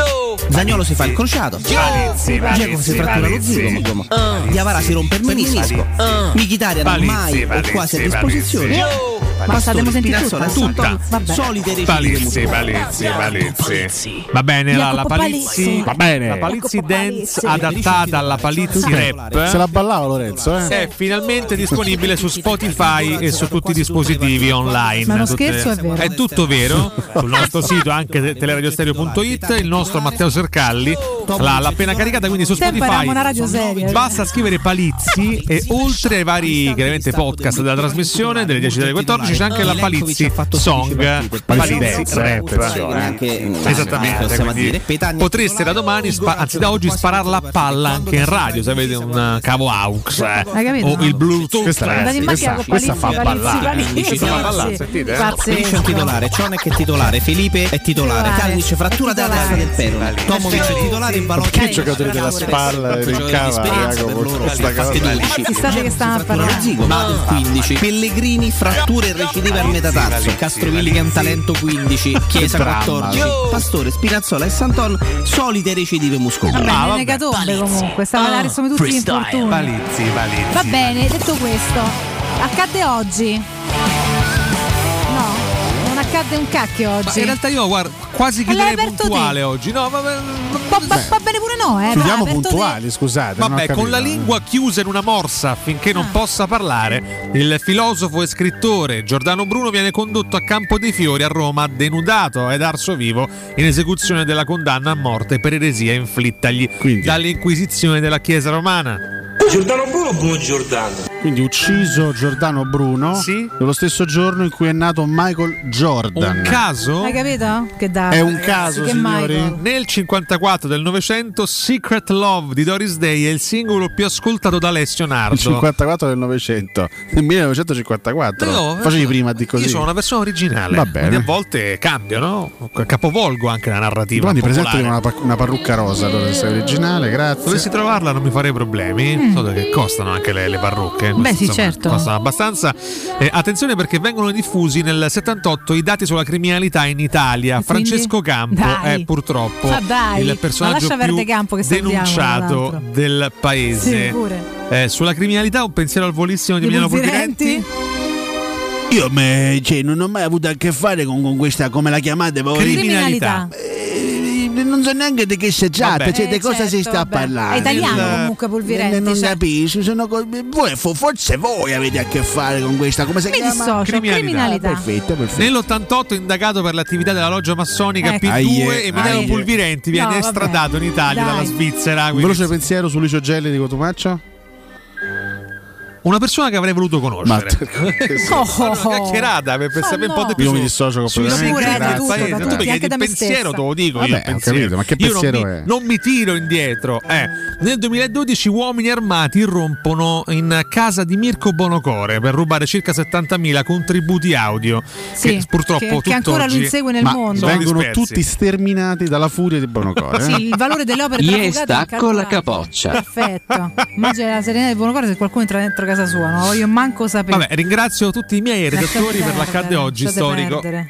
[SPEAKER 5] Zagnolo si fa il crociato.
[SPEAKER 11] Palizzi,
[SPEAKER 5] Giacomo si
[SPEAKER 11] palizzi,
[SPEAKER 5] frattura lo
[SPEAKER 11] palizzi.
[SPEAKER 5] zigomo.
[SPEAKER 18] Uh.
[SPEAKER 5] Diavara si rompe il menisco. Michitaria non mai o quasi a disposizione.
[SPEAKER 11] Ma stiamo sentendo
[SPEAKER 5] Spinazzola,
[SPEAKER 11] tutta?
[SPEAKER 5] tutta.
[SPEAKER 11] Vabbè. Ecco,
[SPEAKER 5] Solide
[SPEAKER 19] Palizzi, palizzi, palizzi. Va bene, la, la
[SPEAKER 11] Jacopo
[SPEAKER 19] palizzi.
[SPEAKER 11] Palizzi.
[SPEAKER 19] Va bene. La
[SPEAKER 11] Jacopo
[SPEAKER 19] palizzi dance
[SPEAKER 11] Palizzi.
[SPEAKER 19] adattata alla palizzi rap.
[SPEAKER 17] Se la ballava Lorenzo, eh?
[SPEAKER 19] è finalmente disponibile su Spotify e su tutti i dispositivi online.
[SPEAKER 11] Ma uno
[SPEAKER 19] Tutte-
[SPEAKER 11] scherzo è vero.
[SPEAKER 19] tutto vero. Sul nostro sito anche te- teleradiostereo.it, il nostro Matteo Sercalli l'ha, l'ha appena caricata, quindi su
[SPEAKER 11] Tempo eravamo una
[SPEAKER 19] Spotify
[SPEAKER 11] radio seria.
[SPEAKER 19] Basta scrivere Palizzi e oltre ai vari chiaramente podcast della trasmissione delle 10 alle 14 c'è anche la Palizzi Song Palizzi Dance Rap.
[SPEAKER 5] Esattamente,
[SPEAKER 19] Esattamente,
[SPEAKER 5] possiamo
[SPEAKER 19] quindi
[SPEAKER 5] dire. Petagna
[SPEAKER 19] potreste da domani, spa- anzi da oggi, sparare la palla anche in radio se avete un eh, cavo AUX eh,
[SPEAKER 11] Hai capito?
[SPEAKER 19] o il Bluetooth.
[SPEAKER 11] Questa era- Andate in
[SPEAKER 19] Questa-
[SPEAKER 11] macchina con
[SPEAKER 19] questa fa
[SPEAKER 11] Palizzi, Palizzi,
[SPEAKER 19] ballare.
[SPEAKER 11] Palizzi.
[SPEAKER 19] Questa fa ballare,
[SPEAKER 11] Sì.
[SPEAKER 19] sentite? eh?
[SPEAKER 11] Pazzesco.
[SPEAKER 5] Felice è un titolare, Cionek è titolare, Felipe è titolare,
[SPEAKER 11] Titolare.
[SPEAKER 5] Kalinic frattura della testa del perone, Tomovic è titolare in Balotelli.
[SPEAKER 17] Che giocatore della spalla rincava Jacopo con questa cosa?
[SPEAKER 11] Ci state che stanno a parlare.
[SPEAKER 5] Zigomato il 15, Pellegrini fratture e recidive al metatarso, Castrovilli che è un talento 15, Chiesa
[SPEAKER 17] dramma.
[SPEAKER 5] 14, Pastore, Spinazzola e Santon solide recidive muscolari.
[SPEAKER 11] Ah, Vabbè, nelle catombe comunque, stava
[SPEAKER 17] Ah,
[SPEAKER 11] a sono tutti infortuni.
[SPEAKER 5] Palizzi, palizzi.
[SPEAKER 11] Va bene, detto questo, accadde oggi. No, non accadde un cacchio
[SPEAKER 19] Ma
[SPEAKER 11] oggi.
[SPEAKER 19] in realtà io guarda, quasi chiuderei
[SPEAKER 11] aperto te.
[SPEAKER 19] puntuale oggi. No, vabbè,
[SPEAKER 11] Va, va- va bene pure no, eh.
[SPEAKER 17] Chiudiamo
[SPEAKER 11] va, aperto
[SPEAKER 17] puntuali, scusate. non ho
[SPEAKER 19] Vabbè, con
[SPEAKER 17] capito.
[SPEAKER 19] la lingua chiusa in una morsa finché
[SPEAKER 11] Ah.
[SPEAKER 19] non possa parlare, il filosofo e scrittore Giordano Bruno viene condotto a Campo dei Fiori a Roma, denudato ed arso vivo in esecuzione della condanna a morte per eresia inflittagli dall'Inquisizione della Chiesa Romana.
[SPEAKER 105] Giordano Bruno, buon Giordano.
[SPEAKER 17] Quindi ucciso Giordano Bruno nello stesso giorno in cui è nato Michael Jordan.
[SPEAKER 19] Un caso?
[SPEAKER 11] Hai capito? Che da
[SPEAKER 17] È un caso,
[SPEAKER 11] che
[SPEAKER 17] signori?
[SPEAKER 11] Michael.
[SPEAKER 19] Nel 54 del Novecento, Secret Love di Doris Day è il singolo più ascoltato da Alessio Nardo.
[SPEAKER 17] Il 54 del 900, nel 1954.
[SPEAKER 19] No,
[SPEAKER 17] Facevi prima di così.
[SPEAKER 19] Io sono una persona originale.
[SPEAKER 17] Va bene.
[SPEAKER 19] Quindi A volte cambio, no? Capovolgo anche la narrativa.
[SPEAKER 17] Domani
[SPEAKER 19] popolare.
[SPEAKER 17] presentati con una, pa- una parrucca rosa, dove sei originale, grazie.
[SPEAKER 19] Dovessi trovarla non mi farei problemi,
[SPEAKER 17] Mm.
[SPEAKER 19] solo che costano anche le, le parrucche.
[SPEAKER 11] Beh, sì,
[SPEAKER 19] Insomma,
[SPEAKER 11] certo.
[SPEAKER 19] Costano abbastanza. Eh, attenzione perché vengono diffusi nel 78 i dati sulla criminalità in Italia.
[SPEAKER 11] E Ah, quindi?
[SPEAKER 19] Francesco Campo
[SPEAKER 11] Dai.
[SPEAKER 19] è purtroppo
[SPEAKER 11] Ma dai,
[SPEAKER 19] il
[SPEAKER 11] ma
[SPEAKER 19] personaggio più
[SPEAKER 11] lascia perdere Campo che salutiamo, tra
[SPEAKER 19] denunciato
[SPEAKER 11] l'altro.
[SPEAKER 19] del paese.
[SPEAKER 11] Sì, pure.
[SPEAKER 19] Eh, sulla criminalità un pensiero al volissimo di,
[SPEAKER 11] Di
[SPEAKER 19] Emiliano
[SPEAKER 11] Pulzirenti?
[SPEAKER 19] Pulvirenti.
[SPEAKER 3] Io me- cioè, non ho mai avuto a che fare con, con questa, come la chiamate voi?
[SPEAKER 11] Criminalità.
[SPEAKER 3] Eh, Non so neanche di che si tratta,
[SPEAKER 11] Vabbè.
[SPEAKER 3] cioè, di
[SPEAKER 11] Eh,
[SPEAKER 3] cosa si
[SPEAKER 11] certo,
[SPEAKER 3] sta
[SPEAKER 11] vabbè.
[SPEAKER 3] parlando.
[SPEAKER 11] È italiano
[SPEAKER 3] Il-
[SPEAKER 11] comunque Polverenti,
[SPEAKER 3] eh, Non
[SPEAKER 11] cioè.
[SPEAKER 3] capisco, sono co- voi- fo- forse voi avete a che fare con questa, come si
[SPEAKER 11] Mi
[SPEAKER 3] chiama?
[SPEAKER 11] dissocio, Criminalità. criminalità.
[SPEAKER 3] Perfetto, perfetto.
[SPEAKER 19] Nell'88 indagato per l'attività della loggia massonica
[SPEAKER 3] Ecco.
[SPEAKER 19] P2
[SPEAKER 3] Aie,
[SPEAKER 19] Emiliano
[SPEAKER 3] aie.
[SPEAKER 19] Pulvirenti
[SPEAKER 11] No,
[SPEAKER 19] viene
[SPEAKER 11] vabbè.
[SPEAKER 19] estradato in Italia
[SPEAKER 11] Dai.
[SPEAKER 19] dalla Svizzera.
[SPEAKER 17] Un
[SPEAKER 19] quindi-
[SPEAKER 17] veloce pensiero su Lucio Gelli di Cotumaccio?
[SPEAKER 19] Una persona che avrei voluto conoscere.
[SPEAKER 11] Oh,
[SPEAKER 19] Una chiacchierata per, per
[SPEAKER 11] Ma
[SPEAKER 19] sapere un po'
[SPEAKER 11] no.
[SPEAKER 19] di più.
[SPEAKER 17] Io
[SPEAKER 19] su-
[SPEAKER 17] mi dissocio
[SPEAKER 19] sui
[SPEAKER 17] completamente,
[SPEAKER 19] segreti
[SPEAKER 17] grazie.
[SPEAKER 19] del
[SPEAKER 17] Tutto,
[SPEAKER 19] paese.
[SPEAKER 17] da
[SPEAKER 19] Tu
[SPEAKER 17] tutti,
[SPEAKER 19] mi chiedi
[SPEAKER 17] anche
[SPEAKER 19] il
[SPEAKER 17] da me
[SPEAKER 19] pensiero
[SPEAKER 17] stessa.
[SPEAKER 19] te lo dico
[SPEAKER 17] Vabbè,
[SPEAKER 19] io.
[SPEAKER 17] ho
[SPEAKER 19] il pensiero.
[SPEAKER 17] capito, ma che
[SPEAKER 19] Io non
[SPEAKER 17] pensiero
[SPEAKER 19] mi-
[SPEAKER 17] è?
[SPEAKER 19] Non mi tiro indietro. eh. Nel 2012 uomini armati irrompono in casa di Mirko Bonocore per rubare circa 70.000 contributi audio.
[SPEAKER 11] Sì,
[SPEAKER 19] che purtroppo
[SPEAKER 11] che- che ancora
[SPEAKER 19] tutt'oggi
[SPEAKER 11] lo insegue nel
[SPEAKER 17] Ma
[SPEAKER 11] mondo.
[SPEAKER 19] sono
[SPEAKER 17] vengono
[SPEAKER 19] dispersi.
[SPEAKER 17] tutti sterminati dalla furia di eh. Bonocore.
[SPEAKER 11] Sì, il valore delle opere
[SPEAKER 17] Gli
[SPEAKER 11] trafugate è
[SPEAKER 17] stacco la
[SPEAKER 11] incalcolabile.
[SPEAKER 17] capoccia.
[SPEAKER 11] Perfetto. Immagina la serenità di buono cuore se qualcuno entra dentro casa sua, non voglio manco sapere.
[SPEAKER 19] Vabbè, ringrazio tutti i miei
[SPEAKER 11] Lasciate
[SPEAKER 19] redattori per
[SPEAKER 11] perdere,
[SPEAKER 19] l'accadde oggi
[SPEAKER 11] lasciate
[SPEAKER 19] storico.
[SPEAKER 11] perdere.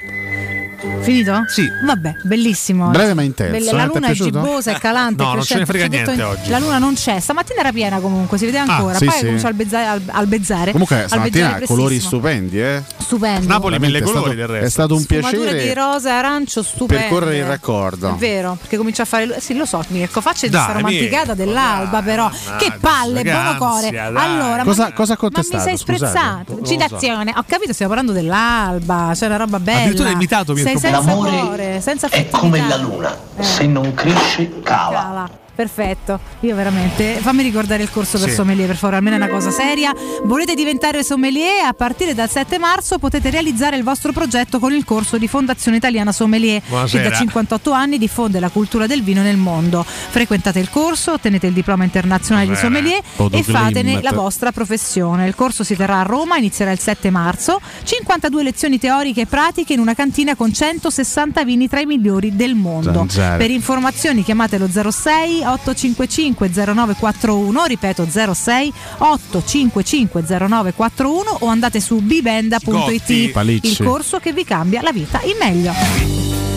[SPEAKER 11] Finito?
[SPEAKER 19] Sì.
[SPEAKER 11] Vabbè, bellissimo. oggi.
[SPEAKER 17] Breve ma intenso,
[SPEAKER 11] Bella-
[SPEAKER 17] eh?
[SPEAKER 11] la
[SPEAKER 17] Ti è
[SPEAKER 11] luna è
[SPEAKER 17] piaciuto?
[SPEAKER 11] gibbosa, è calante.
[SPEAKER 17] No,
[SPEAKER 11] è
[SPEAKER 17] non ce ne
[SPEAKER 11] crescente,
[SPEAKER 17] frega
[SPEAKER 11] c'è tutto
[SPEAKER 17] niente
[SPEAKER 11] in-
[SPEAKER 17] oggi.
[SPEAKER 11] La luna non c'è, stamattina era piena comunque, si vede ancora.
[SPEAKER 17] Ah, sì,
[SPEAKER 11] Poi
[SPEAKER 17] sì.
[SPEAKER 11] comincia a albezzare- al- albezzare.
[SPEAKER 17] Comunque
[SPEAKER 11] albezzare
[SPEAKER 17] stamattina colori
[SPEAKER 11] prestissimo.
[SPEAKER 17] stupendi, eh?
[SPEAKER 11] Stupendo.
[SPEAKER 17] Veramente
[SPEAKER 19] mille
[SPEAKER 17] è
[SPEAKER 19] colori
[SPEAKER 17] stato-
[SPEAKER 19] del resto.
[SPEAKER 17] È stato un
[SPEAKER 11] Sfumature di eh,
[SPEAKER 17] piacere
[SPEAKER 11] rosa e arancio stupende.
[SPEAKER 17] percorrere il
[SPEAKER 11] È
[SPEAKER 17] raccordo.
[SPEAKER 11] vero, perché comincia a fare. lu- Sì, lo so, ecco, Mirko, faccia di
[SPEAKER 17] Dai,
[SPEAKER 11] sta romanticata dell'alba, però. Che palle, buono
[SPEAKER 17] ragazzi,
[SPEAKER 11] cuore.
[SPEAKER 17] dai.
[SPEAKER 11] Allora,
[SPEAKER 17] Cosa-
[SPEAKER 11] ma, mi-
[SPEAKER 17] cosa ha
[SPEAKER 11] ma mi
[SPEAKER 17] contestato, scusate?
[SPEAKER 11] sei sprezzato? eh?
[SPEAKER 17] Non lo so.
[SPEAKER 11] Citazione, ho capito, stiamo parlando dell'alba, c'è una roba bella.
[SPEAKER 35] Addirittura ha imitato
[SPEAKER 11] Sei
[SPEAKER 35] Mirko
[SPEAKER 11] senza
[SPEAKER 35] Bonomo. L'amore
[SPEAKER 11] cuore, senza
[SPEAKER 35] È
[SPEAKER 11] affettività.
[SPEAKER 35] come la luna,
[SPEAKER 11] Eh.
[SPEAKER 35] se non cresce cava.
[SPEAKER 11] Cala. Perfetto, io veramente fammi ricordare il corso per
[SPEAKER 35] Sì.
[SPEAKER 11] sommelier per favore, almeno è una cosa seria. Volete diventare sommelier? A partire dal 7 marzo potete realizzare il vostro progetto con il corso di Fondazione Italiana Sommelier che da
[SPEAKER 35] Buonasera.
[SPEAKER 11] 58 anni diffonde la cultura del vino nel mondo. Frequentate il corso, ottenete il diploma internazionale di
[SPEAKER 35] Buonasera.
[SPEAKER 11] sommelier
[SPEAKER 35] Podo
[SPEAKER 11] e fatene
[SPEAKER 35] Glimmet.
[SPEAKER 11] la vostra professione. Il corso si terrà a Roma, inizierà il 7 marzo, 52 lezioni teoriche e pratiche in una cantina con 160 vini tra i migliori del mondo.
[SPEAKER 35] Zanzare.
[SPEAKER 11] Per informazioni chiamatelo 06 855 0941, ripeto 06 855 0941 o andate su
[SPEAKER 17] Gotti.
[SPEAKER 11] bibenda.it, il
[SPEAKER 17] Palicci.
[SPEAKER 11] corso che vi cambia la vita in meglio.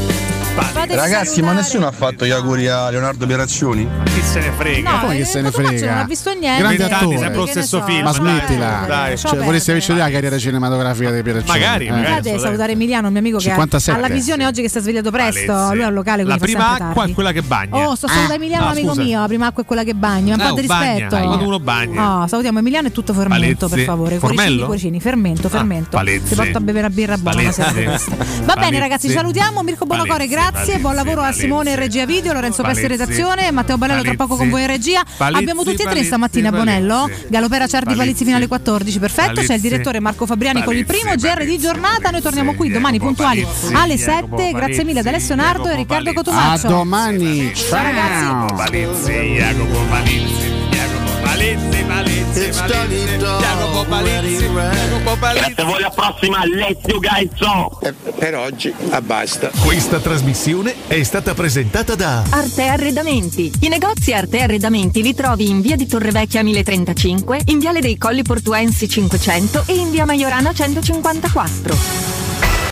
[SPEAKER 11] Fatevi
[SPEAKER 3] Ragazzi, ma
[SPEAKER 11] salutare.
[SPEAKER 3] nessuno ha fatto gli auguri a Leonardo Pieraccioni?
[SPEAKER 5] Chi se ne frega?
[SPEAKER 11] No, Come chi eh, se ne Cotumaccio frega? non ha visto niente.
[SPEAKER 17] Grande
[SPEAKER 11] Vent'anni,
[SPEAKER 17] attore.
[SPEAKER 11] sempre lo stesso Che ne so, film,
[SPEAKER 17] Ma
[SPEAKER 11] dai,
[SPEAKER 17] smettila.
[SPEAKER 11] dai.
[SPEAKER 17] Cioè, vorresti averci la carriera cinematografica dei Pieraccioni.
[SPEAKER 5] Magari,
[SPEAKER 17] Eh.
[SPEAKER 11] Andate a salutare Emiliano, un mio amico che
[SPEAKER 17] 57.
[SPEAKER 11] ha- ha la visione oggi che si è svegliato presto. Lui è al locale,
[SPEAKER 5] La
[SPEAKER 11] quindi fa
[SPEAKER 5] prima
[SPEAKER 11] sempre
[SPEAKER 5] acqua
[SPEAKER 11] tardi.
[SPEAKER 5] è quella che bagna. Ah.
[SPEAKER 11] Oh, sto salutando Emiliano,
[SPEAKER 5] No,
[SPEAKER 11] amico
[SPEAKER 5] scusa.
[SPEAKER 11] mio. La prima acqua è quella che bagna. Un
[SPEAKER 5] Eh,
[SPEAKER 11] po' di
[SPEAKER 5] oh, bagna,
[SPEAKER 11] rispetto.
[SPEAKER 5] dai, quando uno bagna.
[SPEAKER 11] Oh, salutiamo Emiliano e tutto fermento,
[SPEAKER 5] Palezzi.
[SPEAKER 11] per favore. Cuoricini,
[SPEAKER 5] Formello? Ah,
[SPEAKER 11] cuoricini, fermento, fermento.
[SPEAKER 5] Palezzi.
[SPEAKER 11] Ti porto a bere una birra buona. una sera di questa. Va bene, ragazzi, ci salutiamo. Mirko Bonacore, grazie. Buon lavoro a Simone, regia video, Lorenzo Pessi,
[SPEAKER 5] Palezzi.
[SPEAKER 11] redazione, Matteo Bonello tra poco con voi in regia.
[SPEAKER 5] Palezzi,
[SPEAKER 11] Abbiamo tutti e tre
[SPEAKER 5] Palezzi,
[SPEAKER 11] stamattina, Bonello.
[SPEAKER 5] Palezzi.
[SPEAKER 11] Galopera Ciardi
[SPEAKER 5] Palezzi.
[SPEAKER 11] Palizzi fino alle 14. Perfetto. C'è il
[SPEAKER 5] Palezzi.
[SPEAKER 11] direttore Marco Fabriani con il
[SPEAKER 5] Palezzi,
[SPEAKER 11] primo GR di giornata. Noi torniamo qui domani puntuali
[SPEAKER 5] Palezzi,
[SPEAKER 11] alle
[SPEAKER 5] Jacopo
[SPEAKER 11] 7. Grazie mille ad Alessio Nardo e Riccardo
[SPEAKER 17] A
[SPEAKER 11] Cotumaccio.
[SPEAKER 17] domani. Ciao.
[SPEAKER 5] Palizzi, Jacopo Palizzi, Jacopo Palizzi, Palizzi, Palizzi, Jacopo Palizzi, Jacopo Palizzi.
[SPEAKER 83] Se vuoi la prossima, let's you guys go! Eh, Per oggi, a basta.
[SPEAKER 36] Questa trasmissione è stata presentata da
[SPEAKER 83] Arte Arredamenti. I negozi Arte Arredamenti li trovi in via di Torrevecchia 1035, in viale dei Colli Portuensi 500 e in via Maiorana 154.